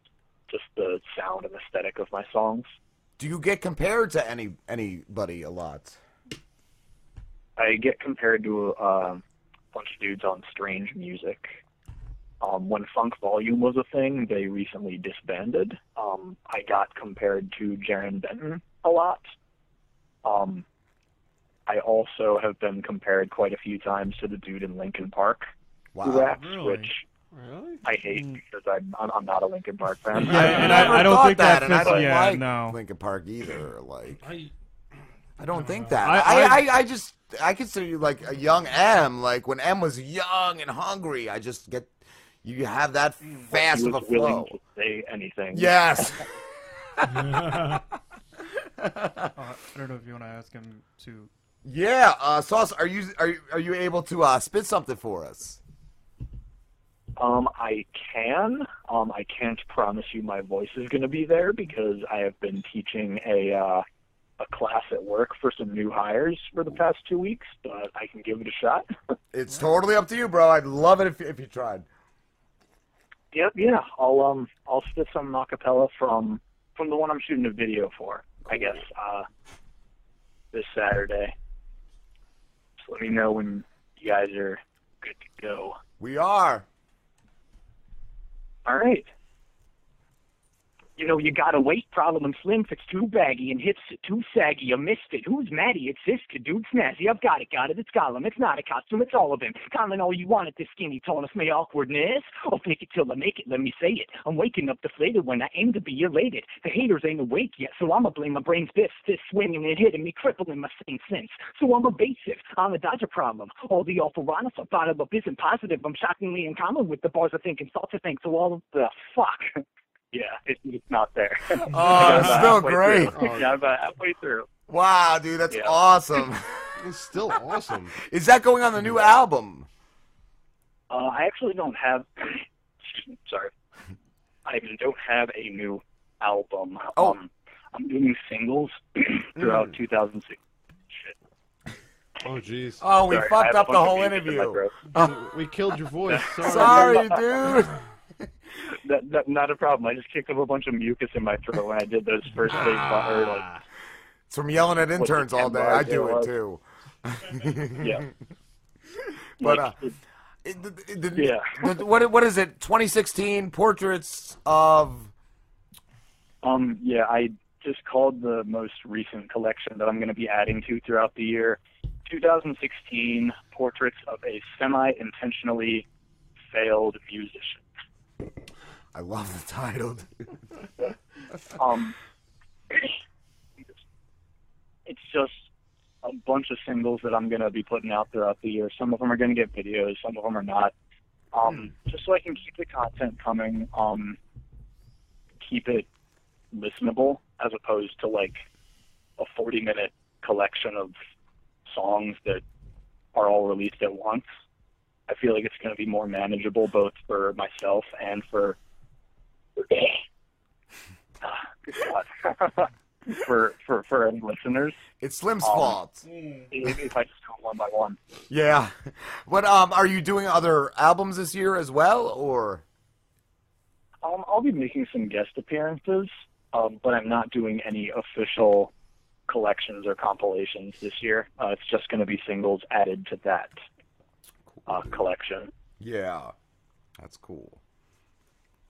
S22: just the sound and aesthetic of my songs,
S6: Do you get compared to any anybody a lot?
S22: I get compared to uh, a bunch of dudes on Strange Music. Um, when Funk Volume was a thing, they recently disbanded. Um, I got compared to Jaron Benton a lot. Um, I also have been compared quite a few times to the dude in Linkin Park who
S6: Wow.
S22: raps,
S6: Really? Hmm.
S22: which I hate because I'm, I'm I'm not a Linkin Park fan.
S6: I never thought and I don't
S7: yeah,
S6: like
S7: no.
S6: Linkin Park either. Like,
S22: I,
S6: don't think that.
S7: I-
S6: I, I,
S7: I-
S6: I, just I consider you like a young M. Like when M was young and hungry, I just get you have that fast
S22: he
S6: of a
S22: was willing
S6: flow.
S22: to say anything.
S6: Yes.
S7: Uh, I don't know if you want to ask him to.
S6: yeah, uh, sauce. Are you are you, are you able to uh, spit something for us?
S22: Um, I can. Um, I can't promise you my voice is going to be there because I have been teaching a uh, a class at work for some new hires for the past two weeks, but I can give it a shot.
S6: It's totally up to you, bro. I'd love it if, if you tried.
S22: Yep, yeah. I'll um I'll spit some acapella from from the one I'm shooting a video for. I guess uh, this Saturday. Just let me know when you guys are good to go.
S6: We are.
S22: All right.
S21: You know, you got a weight problem and slim fits too baggy and hips too saggy. A misfit. Who's Maddie? It's Siska, dude. Snazzy. I've got it, got it. It's Gollum. It's not a costume. It's all of him. Calling all you want at this skinny tallness may awkwardness. I'll fake it till I make it. Let me say it. I'm waking up deflated when I aim to be elated. The haters ain't awake yet, so I'ma blame my brain's fist. This swinging and hitting me, crippling my sane sense. So I'm evasive. I'm a Dodger problem. All the awful rhinos I thought of isn't positive. I'm shockingly in common with the bars I think and thoughts I think. So all of the fuck.
S22: Yeah, it's, it's not there. Oh,
S6: it's still great.
S22: Through. Yeah, I'm about halfway through.
S6: Wow, dude, that's
S22: Yeah.
S6: awesome.
S22: It's still awesome.
S6: Is that going on the new album?
S22: Uh, I actually don't have. excuse me, sorry, I don't have a new album. Oh. Um, I'm doing singles throughout
S6: Mm.
S22: 2006.
S8: Oh, jeez.
S6: Oh, we
S22: Sorry, I
S6: fucked
S22: have
S6: up
S22: a
S6: the
S22: bunch of
S6: whole
S22: beef in my
S6: interview. Oh.
S22: throat.
S8: we killed your voice. Sorry,
S6: Sorry, dude.
S22: That, that, not a problem. I just kicked up a bunch of mucus in my throat when I did those first things. or like,
S6: It's from yelling at
S22: What,
S6: Ah. interns
S22: the
S6: all day.
S22: ten
S6: I
S22: bars
S6: do
S22: there
S6: it
S22: was?
S6: too.
S22: Yeah.
S6: But uh,
S22: Like,
S6: it, it, it,
S22: Yeah.
S6: the- what what is it? 2016 portraits of
S22: Um, yeah, I just called the most recent collection that I'm going to be adding to throughout the year 2016 Portraits of a Semi Intentionally Failed Musician.
S6: I love the title. dude.
S22: Um, it's just a bunch of singles that I'm going to be putting out throughout the year. Some of them are going to get videos, some of them are not. Um,
S6: Hmm.
S22: Just so I can keep the content coming, um, keep it listenable as opposed to like a 40 minute collection of songs that are all released at once. I feel like it's going to be more manageable both for myself and for for for for any listeners.
S6: It's Slim's
S22: Um,
S6: fault.
S22: If, if I just go one by one,
S6: Yeah. But um, are you doing other albums this year as well, or?
S22: um, I'll be making some guest appearances, um, but I'm not doing any official collections or compilations this year. Uh, it's just going to be singles added to that uh, collection.
S6: Yeah, that's cool.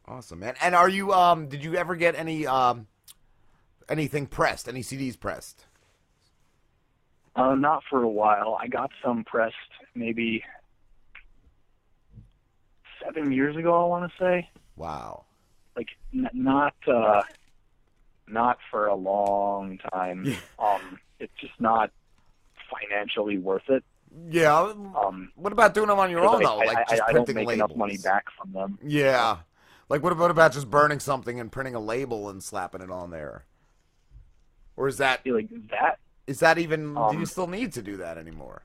S6: Awesome, man. And are you um? Did you ever get any um, anything pressed? Any CDs pressed?
S22: Uh, not for a while. I got some pressed maybe seven years ago. I want to say.
S6: Wow.
S22: Like n- not uh, not for a long time. um, it's just not financially worth it.
S6: Yeah.
S22: Um,
S6: What about doing them on your
S22: 'cause
S6: own
S22: I-
S6: though?
S22: I,
S6: Like
S22: I,
S6: just
S22: I,
S6: printing
S22: don't make
S6: labels.
S22: enough money back from them.
S6: Yeah. Like what about about just burning something and printing a label and slapping it on there? Or is that
S22: like that?
S6: Is that even? do you
S22: Um,
S6: still need to do that anymore?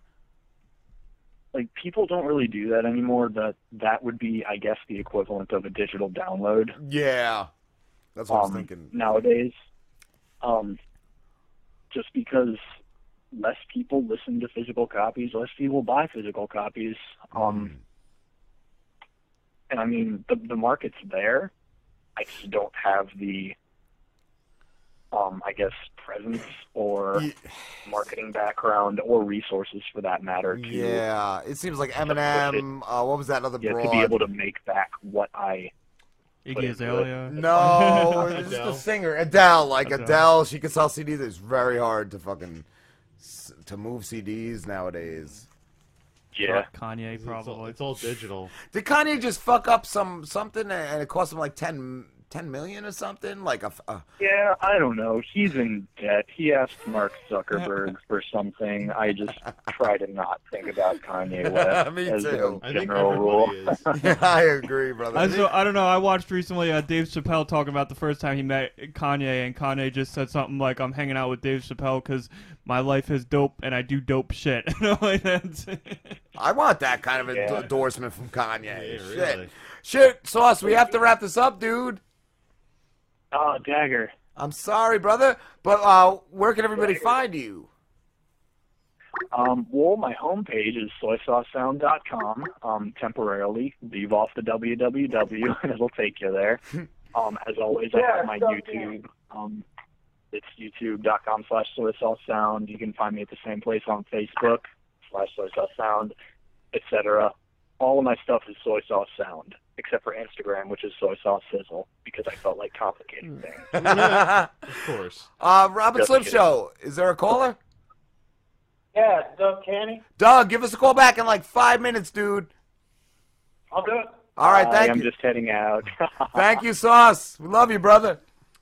S22: Like people don't really do that anymore. That that would be, I guess, the equivalent of a digital download.
S6: Yeah. That's what I was
S22: um,
S6: thinking.
S22: nowadays. Um, just because less people listen to physical copies, less people buy physical copies.
S6: Hmm.
S22: Um, and I mean, the the market's there. I just don't have the, um, I guess, presence or marketing background or resources for that matter. To,
S6: Yeah. It seems like Eminem. Uh, what was that other
S22: yeah,
S6: broad?
S22: to be able to make back what I. put into it.
S6: No, it's just the
S22: Adele.
S6: singer Adele. Like Adele.
S22: Adele.
S6: she could sell CDs. It's very hard to fucking s- to move CDs nowadays.
S22: Yeah.
S7: Kanye probably.
S8: It's all digital.
S6: Did Kanye just fuck up some something and it cost him like 10, 10 million or something? Like a, f- a-
S22: Yeah, I don't know. He's in debt. He asked Mark Zuckerberg for something. I just try to not think about Kanye West
S6: Me
S22: as
S6: too.
S22: a
S6: I think
S22: general rule.
S6: Yeah, I agree, brother.
S7: I, so, I don't know. I watched recently uh, Dave Chappelle talking about the first time he met Kanye, and Kanye just said something like, "I'm hanging out with Dave Chappelle because my life is dope and I do dope shit." You know, like that's-
S6: I want that kind of
S7: Yeah.
S6: endorsement from Kanye.
S7: Yeah,
S6: Shit.
S7: really.
S6: Shit, Sauce, we have to wrap this up, dude.
S22: Oh, Dagger.
S6: I'm sorry, brother, but uh, where can everybody find you?
S22: Um, well, my homepage is soysaucesound.com. Um, temporarily, leave off the www, and it'll take you there. Um, as always, I have my YouTube. Um, it's youtube.com slash soysaucesound. You can find me at the same place on Facebook slash soysaucesound, etc. All of my stuff is soy sauce sound, except for Instagram, which is soy sauce sizzle, because I felt like complicated things.
S6: uh,
S8: course.
S6: Robin Slim Show. Is there a caller?
S23: Yeah, Doug Canny.
S6: Doug, give us a call back in like five minutes, dude.
S23: I'll do it.
S6: All right,
S22: Hi,
S6: thank
S22: I'm
S6: you.
S22: just heading out.
S6: Thank you, Sauce. We love you, brother.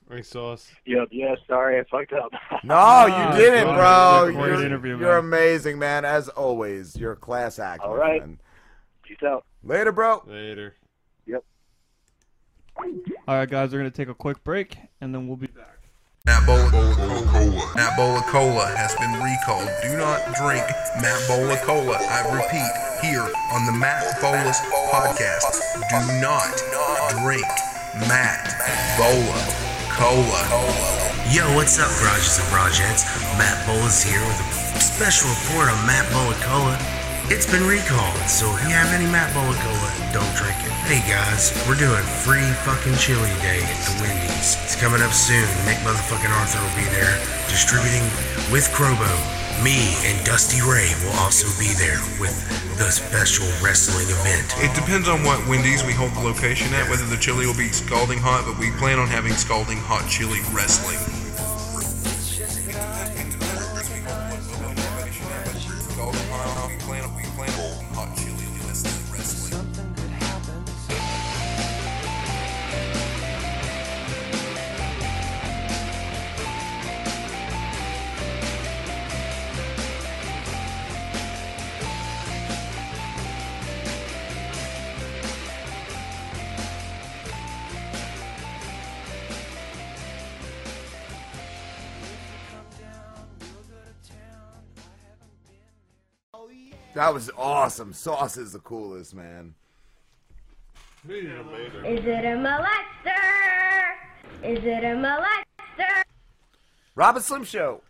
S8: Thanks, Sauce.
S22: Yep, yeah, sorry, I fucked up.
S6: No,
S7: Uh,
S6: you didn't,
S22: God.
S6: bro.
S22: Great
S6: You're,
S22: interview,
S6: you're
S22: man.
S6: amazing, man. As always, you're a class act.
S22: All
S6: my
S22: right.
S6: friend.
S22: Peace out.
S6: Later, bro.
S8: Later.
S7: All right, guys, we're gonna take a quick break and then we'll be back.
S11: Nat Bola Cola. Nat Bola Cola has been recalled. Do not drink Nat Bola Cola. I repeat, here on the Matt Bolas podcast, do not drink Matt Bola Cola.
S10: Yo, what's up, garages and garagettes? Matt Bolas here with a special report on Matt Bola Cola. It's been recalled, so if you have any Matt Bola Cola, don't drink it. Hey guys, we're doing free fucking chili day at the Wendy's. It's coming up soon. Nick motherfucking Arthur will be there distributing with Crobo. Me and Dusty Ray will also be there with the special wrestling event.
S11: It depends on what Wendy's we hold the location at, whether the chili will be scalding hot, but we plan on having scalding hot chili wrestling.
S6: That was awesome. Sauce is the coolest, man.
S14: Is it a molester? Is it a molester?
S6: Robin Slim Show.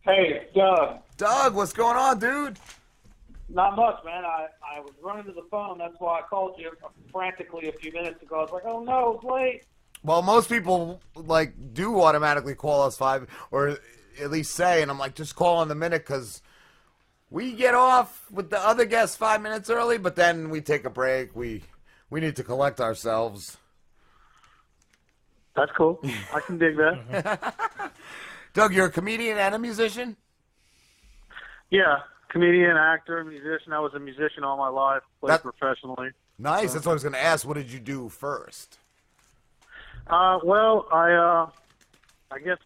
S23: Hey, Doug.
S6: Doug, what's going on, dude?
S23: Not much, man. I, I was running to the phone. That's why I called you frantically a few minutes ago. I was like, oh no, it's late.
S6: Well, most people like do automatically call us five, or at least say, and I'm like, just call on the minute because we get off with the other guests five minutes early, but then we take a break. We we need to collect ourselves.
S23: That's cool. I can dig that.
S6: Doug, you're a comedian and a musician.
S23: yeah, comedian, actor, musician. I was a musician all my life, played professionally.
S6: Nice. That's what I was going to ask. What did you do first?
S23: Uh, well, I uh, I guess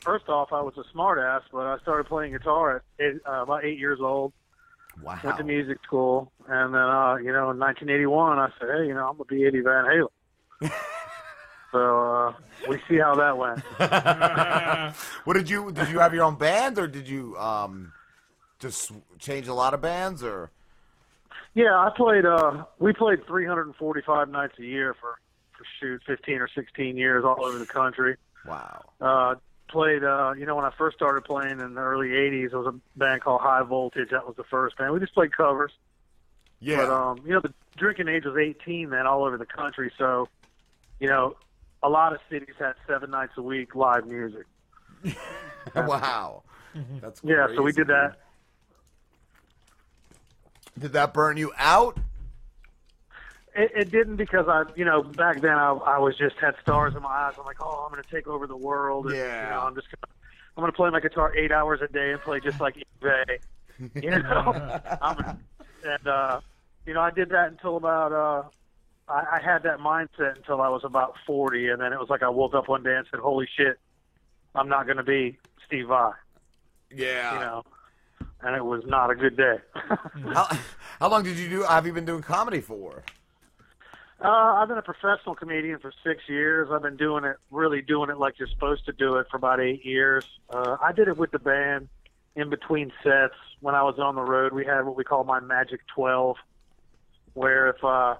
S23: first off, I was a smartass, but I started playing guitar at eight, uh, about eight years old.
S6: Wow.
S23: Went to music school, and then uh, you know, in 1981, I said, hey, you know, I'm gonna be Eddie Van Halen. so uh, we see how that went.
S6: What did you did you have your own band or did you um just change a lot of bands or
S23: Yeah, I played. Uh, we played 345 nights a year for, for shoot 15 or 16 years all over the country.
S6: Wow.
S23: Uh, played. Uh, you know, when I first started playing in the early 80s, there was a band called High Voltage. That was the first band. We just played covers.
S6: Yeah.
S23: But um, you know, the drinking age was 18 then, all over the country. So, you know, a lot of cities had seven nights a week live music.
S6: wow. That's
S23: Yeah, so we
S6: crazy,
S23: did that.
S6: dude. Did that burn you out?
S23: It, it didn't because I, you know, back then I, I was just had stars in my eyes. I'm like, oh, I'm going to take over the world. And,
S6: Yeah.
S23: You know, I'm just gonna, I'm going to play my guitar eight hours a day and play just like eBay. You know, I'm, a- and uh, you know, I did that until about uh, I, I had that mindset until I was about 40, and then it was like I woke up one day and said, holy shit, I'm not going to be Steve Vai.
S6: Yeah.
S23: You know, and it was not a good day.
S6: how, how long did you do have you been doing comedy for?
S23: Uh, I've been a professional comedian for six years. I've been doing it, really doing it like you're supposed to do it for about eight years. Uh, I did it with the band in between sets when I was on the road. We had what we call my magic 12, where if uh,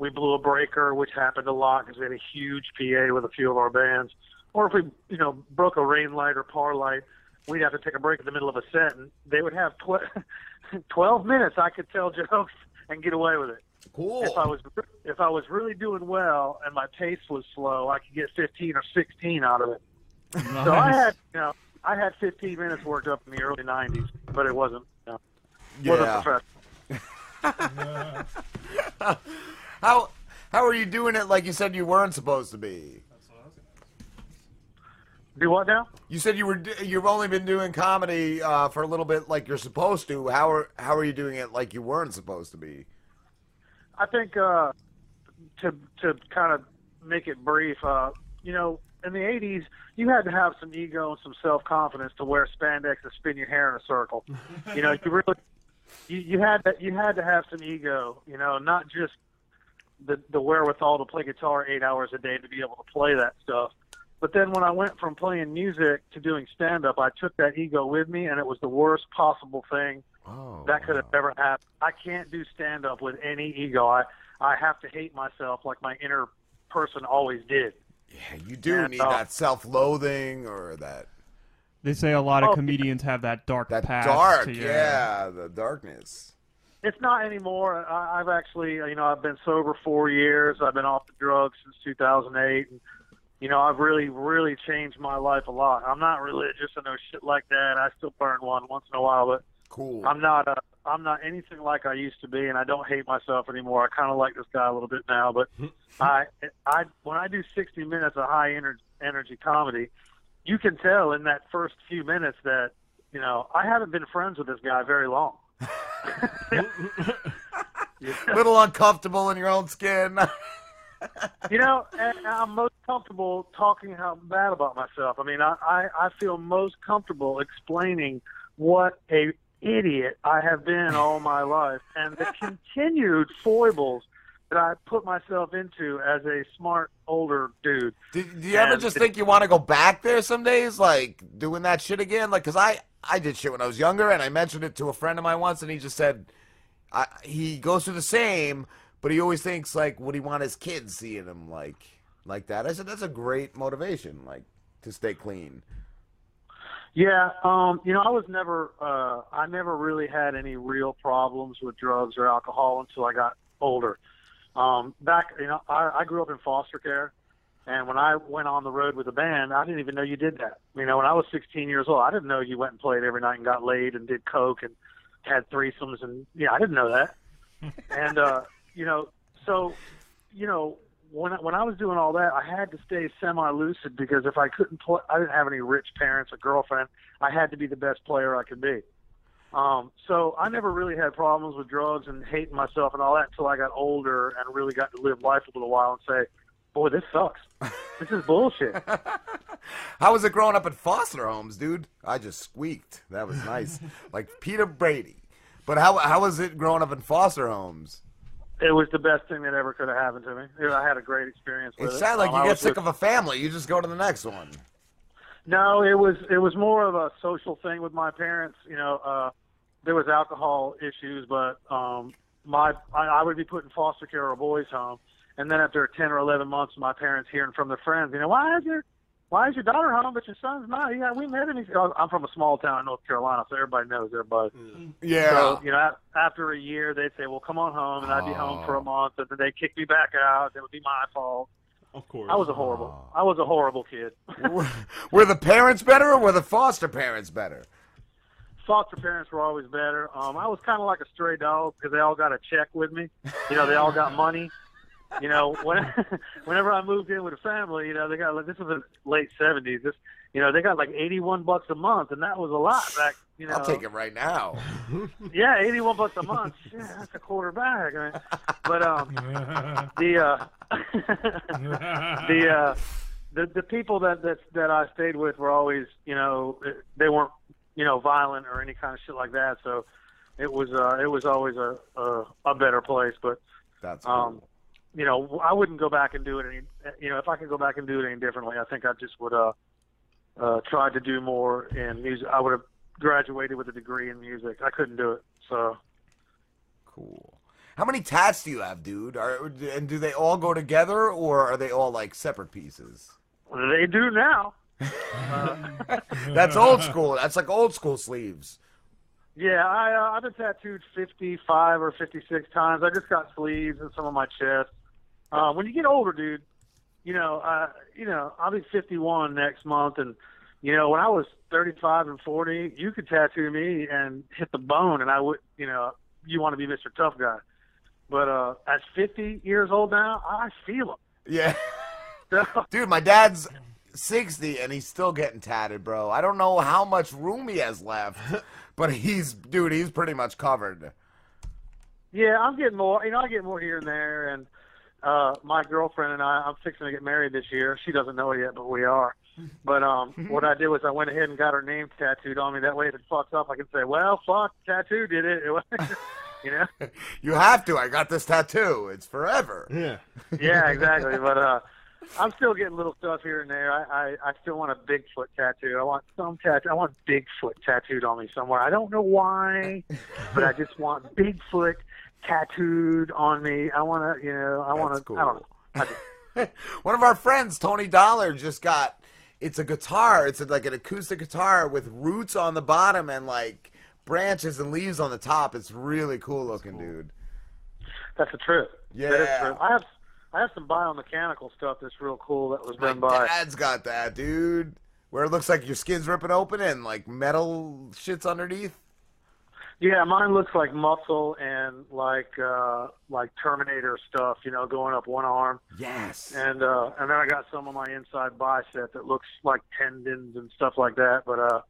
S23: we blew a breaker, which happened a lot because we had a huge PA with a few of our bands, or if we you know broke a rain light or par light, we'd have to take a break in the middle of a set, and they would have tw- twelve minutes. I could tell jokes and get away with it.
S20: Cool.
S23: If I was if I was really doing well and my pace was slow, I could get fifteen or sixteen out of it. So I had you know I had fifteen minutes worked up in the early nineties, but it wasn't. You know,
S6: Yeah.
S23: Wasn't professional.
S6: How how are you doing it like you said you weren't supposed to be?
S23: Do what now?
S6: You said you were do- you've only been doing comedy uh, for a little bit like you're supposed to. How are how are you doing it like you weren't supposed to be?
S23: I think uh, to to kind of make it brief, uh, you know, in the '80s, you had to have some ego and some self confidence to wear spandex and spin your hair in a circle. you know, you really you, you had to you had to have some ego. You know, not just the the wherewithal to play guitar eight hours a day to be able to play that stuff. But then when I went from playing music to doing stand up, I took that ego with me, and it was the worst possible thing that could have ever happened. I can't do stand up with any ego. I I have to hate myself like my inner person always did.
S6: Yeah, you do
S23: Yeah,
S6: need
S23: no.
S6: that self-loathing or that
S7: They say a lot of
S23: Oh,
S7: comedians have that dark past.
S6: dark,
S7: to-
S6: yeah, the darkness.
S23: It's not anymore. I, I've actually, you know, I've been sober four years. I've been off the drugs since 2008. And, you know, I've really, really changed my life a lot. I'm not religious and no shit like that. I still burn one once in a while, but
S6: cool.
S23: I'm not. Uh, I'm not anything like I used to be, and I don't hate myself anymore. I kind of like this guy a little bit now, but I, I, when I do 60 minutes of high energy, energy comedy, you can tell in that first few minutes that you know I haven't been friends with this guy very long.
S6: little uncomfortable in your own skin.
S23: you know, and I'm most comfortable talking how bad about myself. I mean, I, I, I feel most comfortable explaining what a idiot I have been all my life and the continued foibles that I put myself into as a smart older dude.
S6: Do you ever just think you want to go back there some days, like doing that shit again? Like, cause I I did shit when I was younger, and I mentioned it to a friend of mine once, and he just said, I, he goes through the same, but he always thinks like, would he want his kids seeing him like like that? I said that's a great motivation, like to stay clean.
S23: Yeah, um, you know, I was never, uh, I never really had any real problems with drugs or alcohol until I got older. Um, back, you know, I, I grew up in foster care, and when I went on the road with a band, I didn't even know you did that. You know, when I was 16 years old, I didn't know you went and played every night and got laid and did coke and had threesomes and yeah, I didn't know that. and uh, you know, so you know, when I, when I was doing all that, I had to stay semi lucid because if I couldn't play, I didn't have any rich parents or girlfriend. I had to be the best player I could be. Um, so I never really had problems with drugs and hating myself and all that until I got older and really got to live life a little while and say, "Boy, this sucks. This is bullshit."
S6: How was it growing up in foster homes, dude? I just squeaked. That was nice, like Peter Brady. But how how was it growing up in foster homes?
S23: It was the best thing that ever could have happened to me. I had a great experience
S6: It
S23: with it.
S6: sounded like
S23: Um,
S6: you
S23: I
S6: get
S23: was with-
S6: sick of a family. You just go to the next one.
S23: No, it was it was more of a social thing with my parents. You know, uh, there was alcohol issues, but um, my I, I would be put in foster care or a boys' home, and then after ten or eleven months, my parents hearing from their friends, you know, why is your why is your daughter home but your son's not? Yeah, we met him. He's, oh, I'm from a small town in North Carolina, so everybody knows everybody.
S6: Yeah.
S23: So you know, a- after a year, they'd say, "Well, come on home," and I'd be home for a month, and then they would kick me back out. It would be my fault.
S8: Of course.
S23: I was a horrible. I was a horrible kid.
S6: Were the parents better or were the foster parents better?
S23: foster parents were always better. Um, I was kind of like a stray dog because they all got a check with me. You know, they all got money. You know, when, whenever I moved in with a family, you know, they got like this was the late seventies. This, you know, they got like eighty-one bucks a month, and that was a lot back. You know,
S6: I'll take it right now.
S23: yeah, eighty-one bucks a month. Shit, that's a quarter bag. I mean, but um, the uh, the uh, the the people that that that I stayed with were always, you know, they weren't, you know, violent or any kind of shit like that. So it was uh, it was always a a, a better place. But
S6: that's
S23: um, you know, I wouldn't go back and do it any. You know, if I could go back and do it any differently, I think I just would uh, uh, tried to do more in music. I would have graduated with a degree in music. I couldn't do it. So
S6: How many tats do you have, dude? Are, and do they all go together, or are they all like separate pieces?
S23: They do now.
S6: That's old school. That's like old school sleeves.
S23: Yeah, I, uh, I've been tattooed 55 or 56 times. I just got sleeves and some on my chest. Uh, when you get older, dude, you know, uh, you know, I'll be 51 next month, and you know, when I was 35 and 40, you could tattoo me and hit the bone, and I would, you know, you want to be Mr. Tough Guy. But uh, at 50 years old now, I feel them.
S6: Yeah. Dude, my dad's 60 and he's still getting tatted, bro. I don't know how much room he has left, but he's, dude, he's pretty much covered.
S23: Yeah, I'm getting more. You know, I get more here and there, and uh, my girlfriend and I, I'm fixing to get married this year. She doesn't know it yet, but we are. But um, what I did was I went ahead and got her name tattooed on me. That way, if it fucks up, I can say, "Well, fuck, tattoo did it." you know.
S6: You have to. I got this tattoo. It's forever.
S8: Yeah.
S23: yeah, exactly. But uh, I'm still getting little stuff here and there. I, I I still want a Bigfoot tattoo. I want some tattoo. I want Bigfoot tattooed on me somewhere. I don't know why, but I just want Bigfoot tattooed on me. I want to, you know, I want to. I don't know. I just,
S6: One of our friends, Tony Dollar, just got. It's a guitar. It's like an acoustic guitar with roots on the bottom and like branches and leaves on the top. It's really cool looking, dude.
S23: that's a trip.
S6: Yeah.
S23: That is a trip. I have I have some biomechanical stuff that's real cool that was
S6: My
S23: done by.
S6: dad's got that, dude. Where it looks like your skin's ripping open and like metal shits underneath.
S23: Yeah, mine looks like muscle and like uh like Terminator stuff, you know, going up one arm.
S6: Yes.
S23: And uh and then I got some on my inside bicep that looks like tendons and stuff like that. But uh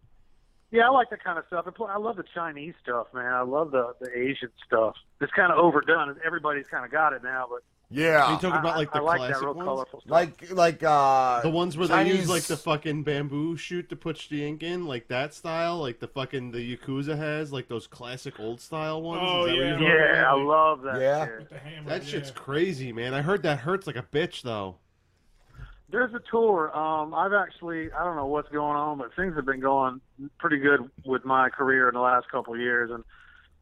S23: yeah, I like that kind of stuff. And pl- I love the Chinese stuff, man. I love the the Asian stuff. It's kind of overdone. Everybody's kind of got it now, but
S6: Yeah.
S8: Are you talking about,
S23: I-
S8: like,
S23: I
S8: the
S23: like that
S8: classic
S23: real
S8: ones?
S23: colorful stuff.
S6: Like like uh
S8: The ones where they use
S6: Chinese-
S8: like the fucking bamboo shoot to put the ink in, like that style, like the fucking the yakuza has, like those classic old style ones.
S9: Oh,
S8: Is that what
S9: yeah.
S8: you're talking
S9: Yeah,
S8: about?
S9: I love that
S8: Yeah,
S9: shit. With the hammer,
S8: that
S9: yeah.
S8: shit's crazy, man. I heard that hurts like a bitch though.
S23: There's a tour. Um, I've actually I don't know what's going on, but things have been going pretty good with my career in the last couple of years. And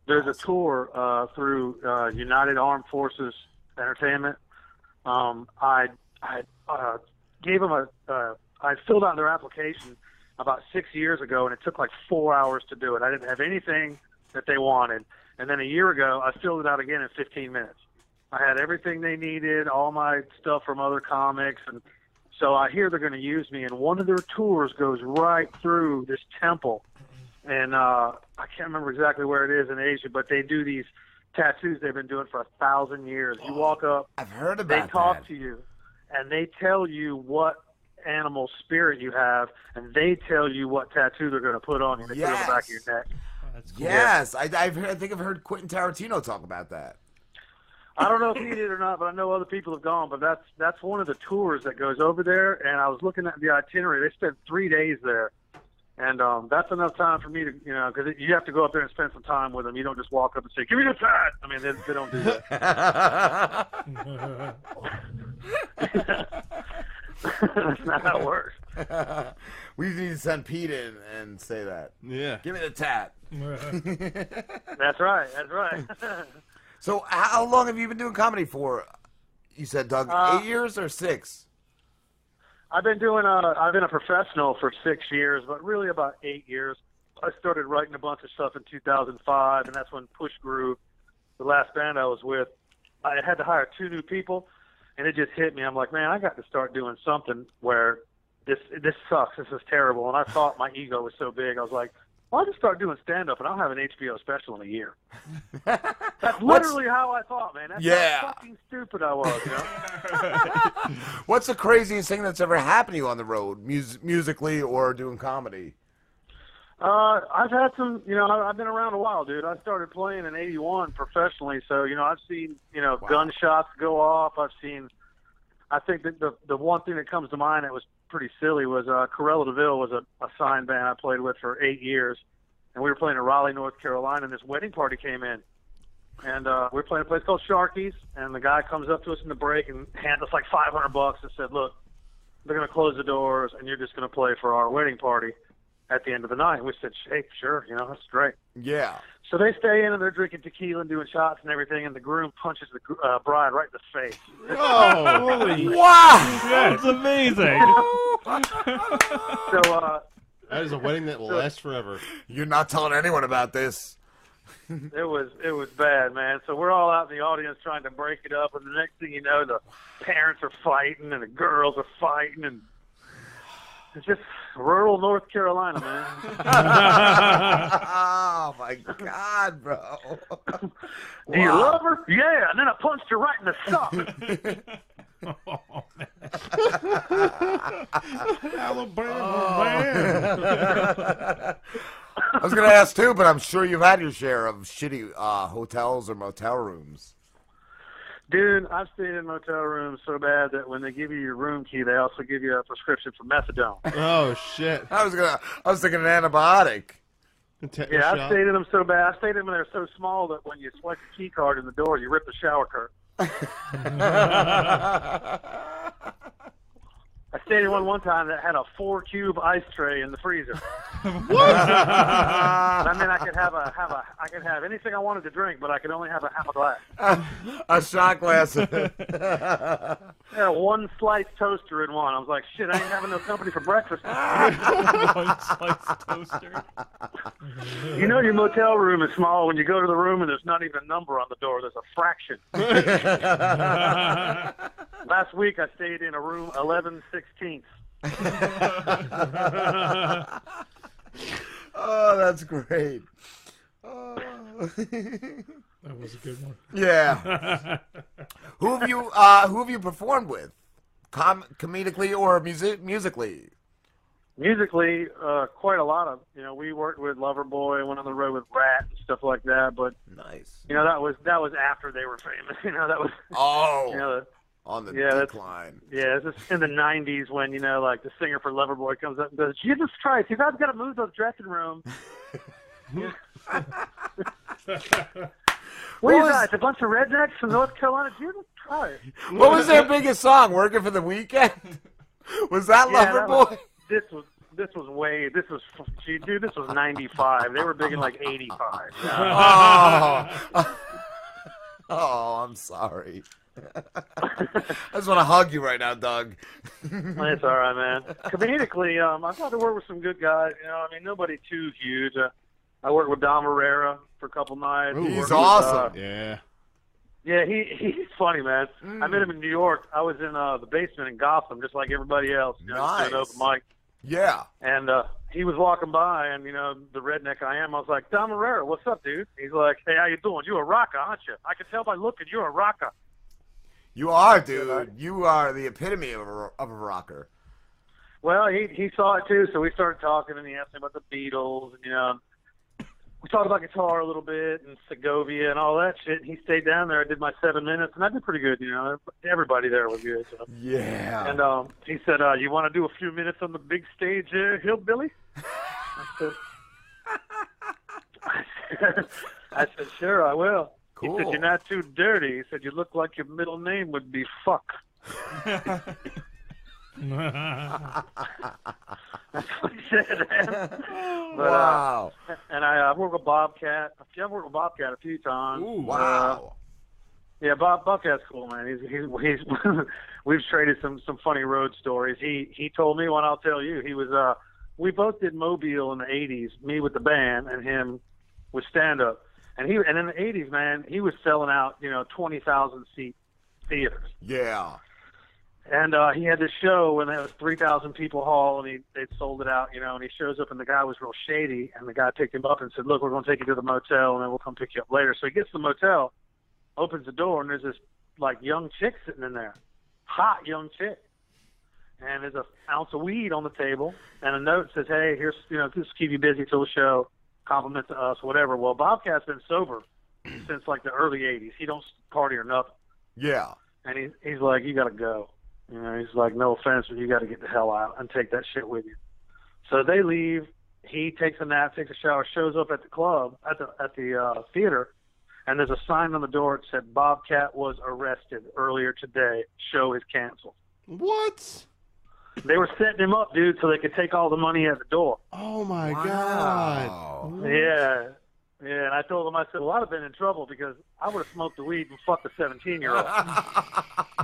S23: there's a tour uh, through uh, United Armed Forces Entertainment. Um, I I uh, gave them a uh, I filled out their application about six years ago, and it took like four hours to do it. I didn't have anything that they wanted, and then a year ago I filled it out again in 15 minutes. I had everything they needed, all my stuff from other comics and so I hear they're going to use me, and one of their tours goes right through this temple, and uh, I can't remember exactly where it is in Asia, but they do these tattoos they've been doing for a thousand years. You walk up,
S6: Oh, I've heard
S23: they
S6: about
S23: talk
S6: that.
S23: to you, and they tell you what animal spirit you have, and they tell you what tattoo they're going to put on you. They put it on the back of your neck.
S6: Yes, I, I've heard, I think I've heard Quentin Tarantino talk about that.
S23: I don't know if he did or not, but I know other people have gone. But that's that's one of the tours that goes over there. And I was looking at the itinerary. They spent three days there, and um, that's enough time for me to you know because you have to go up there and spend some time with them. You don't just walk up and say, "Give me the tat." I mean, they, they don't do that. that's not how it works.
S6: we need to send Pete in and say that.
S8: Yeah.
S6: Give me the tat.
S23: that's right. That's right.
S6: So how long have you been doing comedy for? You said Doug,
S23: Uh,
S6: eight years or six?
S23: I've been doing. Uh, I've been a professional for six years, but really about eight years. I started writing a bunch of stuff in 2005, and that's when Push Groove, the last band I was with, I had to hire two new people, and it just hit me. I'm like, man, I got to start doing something where this this sucks. This is terrible. And I thought my ego was so big. I was like, well, I'll just start doing stand up, and I'll have an HBO special in a year. That's
S6: What's-
S23: literally how I thought, man. That's
S6: Yeah.
S23: how fucking stupid I was. You know?
S6: What's the craziest thing that's ever happened to you on the road, mus- musically or doing comedy?
S23: Uh, I've had some, you know, I- I've been around a while, dude. I started playing in '81 professionally, so you know, I've seen, you know, gunshots go off. I've seen. I think that the the one thing that comes to mind that was pretty silly was uh, Corella Deville was a, a sign band I played with for eight years, and we were playing in Raleigh, North Carolina, and this wedding party came in, and uh, we were playing a place called Sharky's, and the guy comes up to us in the break and hands us like 500 bucks and said, "Look, they're going to close the doors, and you're just going to play for our wedding party." at the end of the night. We said, "Hey, sure, you know that's great."
S6: Yeah.
S23: So they stay in and they're drinking tequila and doing shots and everything, and the groom punches the gr- uh, bride right in the face.
S8: Oh, holy
S7: Wow.
S8: shit.
S7: That's amazing.
S23: so, uh,
S8: That is a wedding that will last forever.
S6: You're not telling anyone about this.
S23: it was it was bad, man. So we're all out in the audience trying to break it up, and the next thing you know, the parents are fighting and the girls are fighting, and it's just rural North Carolina, man.
S6: oh my god, bro!
S23: Do you
S6: Wow.
S23: love her? Yeah, and then I punched her right in the sock.
S9: Alabama
S10: Oh.
S6: I was gonna ask too, but I'm sure you've had your share of shitty uh, hotels or motel rooms.
S23: Dude, I've stayed in motel rooms so bad that when they give you your room key, they also give you a prescription for methadone.
S8: Oh shit!
S6: I was gonna. I was thinking an antibiotic.
S23: Yeah, I stayed in them so bad. I stayed in them when they were so small that when you swipe the key card in the door, you rip the shower curtain. I stayed in one one time that had a four cube ice tray in the freezer.
S8: what?
S23: I mean, I could have a have a I could have anything I wanted to drink, but I could only have a half a glass.
S6: a shot glass.
S23: Yeah, one sliced toaster in one. I was like, shit, I ain't having no company for breakfast.
S6: One
S23: sliced toaster. You know your motel room is small when you go to the room and there's not even a number on the door. There's a fraction. Last week I stayed in a room eleven sixteenth.
S6: oh, that's great. Oh.
S9: That was a good one.
S6: Yeah. who have you uh, Who have you performed with, Com- comedically or music musically?
S23: Musically, uh, quite a lot of you know. We worked with Loverboy, went on the road with Rat and stuff like that. But
S6: nice.
S23: You know that was that was after they were famous. You know that was.
S6: Oh.
S23: You know,
S6: on the
S23: yeah, that's-
S6: decline.
S23: Yeah, this is in the '90s when you know, like the singer for Loverboy comes up and goes, "Jesus Christ, you guys got to move those dressing rooms." What are you
S6: was-
S23: guys? A bunch of rednecks from North Carolina? Jesus Christ!
S6: What was their biggest song? Working for the weekend. was that
S23: Yeah, that
S6: Loverboy?
S23: was- This was this was way this was gee, dude this was '95. They were big in like '85.
S6: oh. oh, I'm sorry. I just want to hug you right now, Doug.
S23: That's all right, man. Comedically, um, I've got to work with some good guys. You know, I mean, nobody too huge. Uh, I worked with Don Herrera for a couple nights.
S6: Ooh,
S23: Worked
S6: he's
S23: with,
S6: awesome.
S23: uh,
S8: yeah.
S23: yeah, he he's funny, man. I
S6: Mm.
S23: met him in New York. I was in uh, the basement in Gotham, just like everybody else. You know, just doing
S6: Nice.
S23: open mic.
S6: Yeah.
S23: And uh, he was walking by, and you know, the redneck I am, I was like, Don Herrera, what's up, dude? He's like, Hey, how you doing? You a rocker, aren't you? I can tell by looking, you're a rocker.
S6: You are, dude. You are the epitome of a, of a rocker.
S23: Well, he he saw it too, so we started talking, and he asked me about the Beatles, and you know, we talked about guitar a little bit and Segovia and all that shit. And he stayed down there. I did my seven minutes, and I did pretty good. You know, everybody there was good. So.
S6: Yeah.
S23: And um, he said, uh, "You want to do a few minutes on the big stage, uh, hillbilly?" I said, I said, "Sure, I will." He said,
S6: Cool.
S23: "You're not too dirty." He said, "You look like your middle name would be fuck." but,
S6: Wow.
S23: Uh, and I uh, worked with Bobcat. I've worked with Bobcat a few times.
S6: Ooh,
S23: Uh,
S6: wow.
S23: yeah, Bob Bobcat's cool, man. He's he's, he's we've traded some some funny road stories. He he told me one. I'll tell you. He was uh we both did Mobile in the '80s. Me with the band and him with stand up. And he and in the '80s, man, he was selling out you know twenty thousand seat theaters.
S6: Yeah.
S23: And uh, he had this show when there was 3,000 people hall, and he they'd sold it out, you know. And he shows up, and the guy was real shady, and the guy picked him up and said, "Look, we're going to take you to the motel, and then we'll come pick you up later." So he gets to the motel, opens the door, and there's this like young chick sitting in there, hot young chick, and there's a ounce of weed on the table, and a note says, "Hey, here's you know, just keep you busy till the show, compliment to us, whatever." Well, Bobcat's been sober since like the early 80s. He don't party or nothing.
S6: Yeah.
S23: And he, he's like, you got to go. You know, he's like, no offense, but you got to get the hell out and take that shit with you. So they leave. He takes a nap, takes a shower, shows up at the club, at the at the uh, theater, and there's a sign on the door that said Bobcat was arrested earlier today. Show is canceled.
S8: What?
S23: They were setting him up, dude, so they could take all the money at the door.
S8: Oh my
S23: Wow.
S8: Oh god.
S23: Yeah. Yeah, and I told him, I said, well, I'd have been in trouble because I would have smoked the weed and fucked a 17 year old.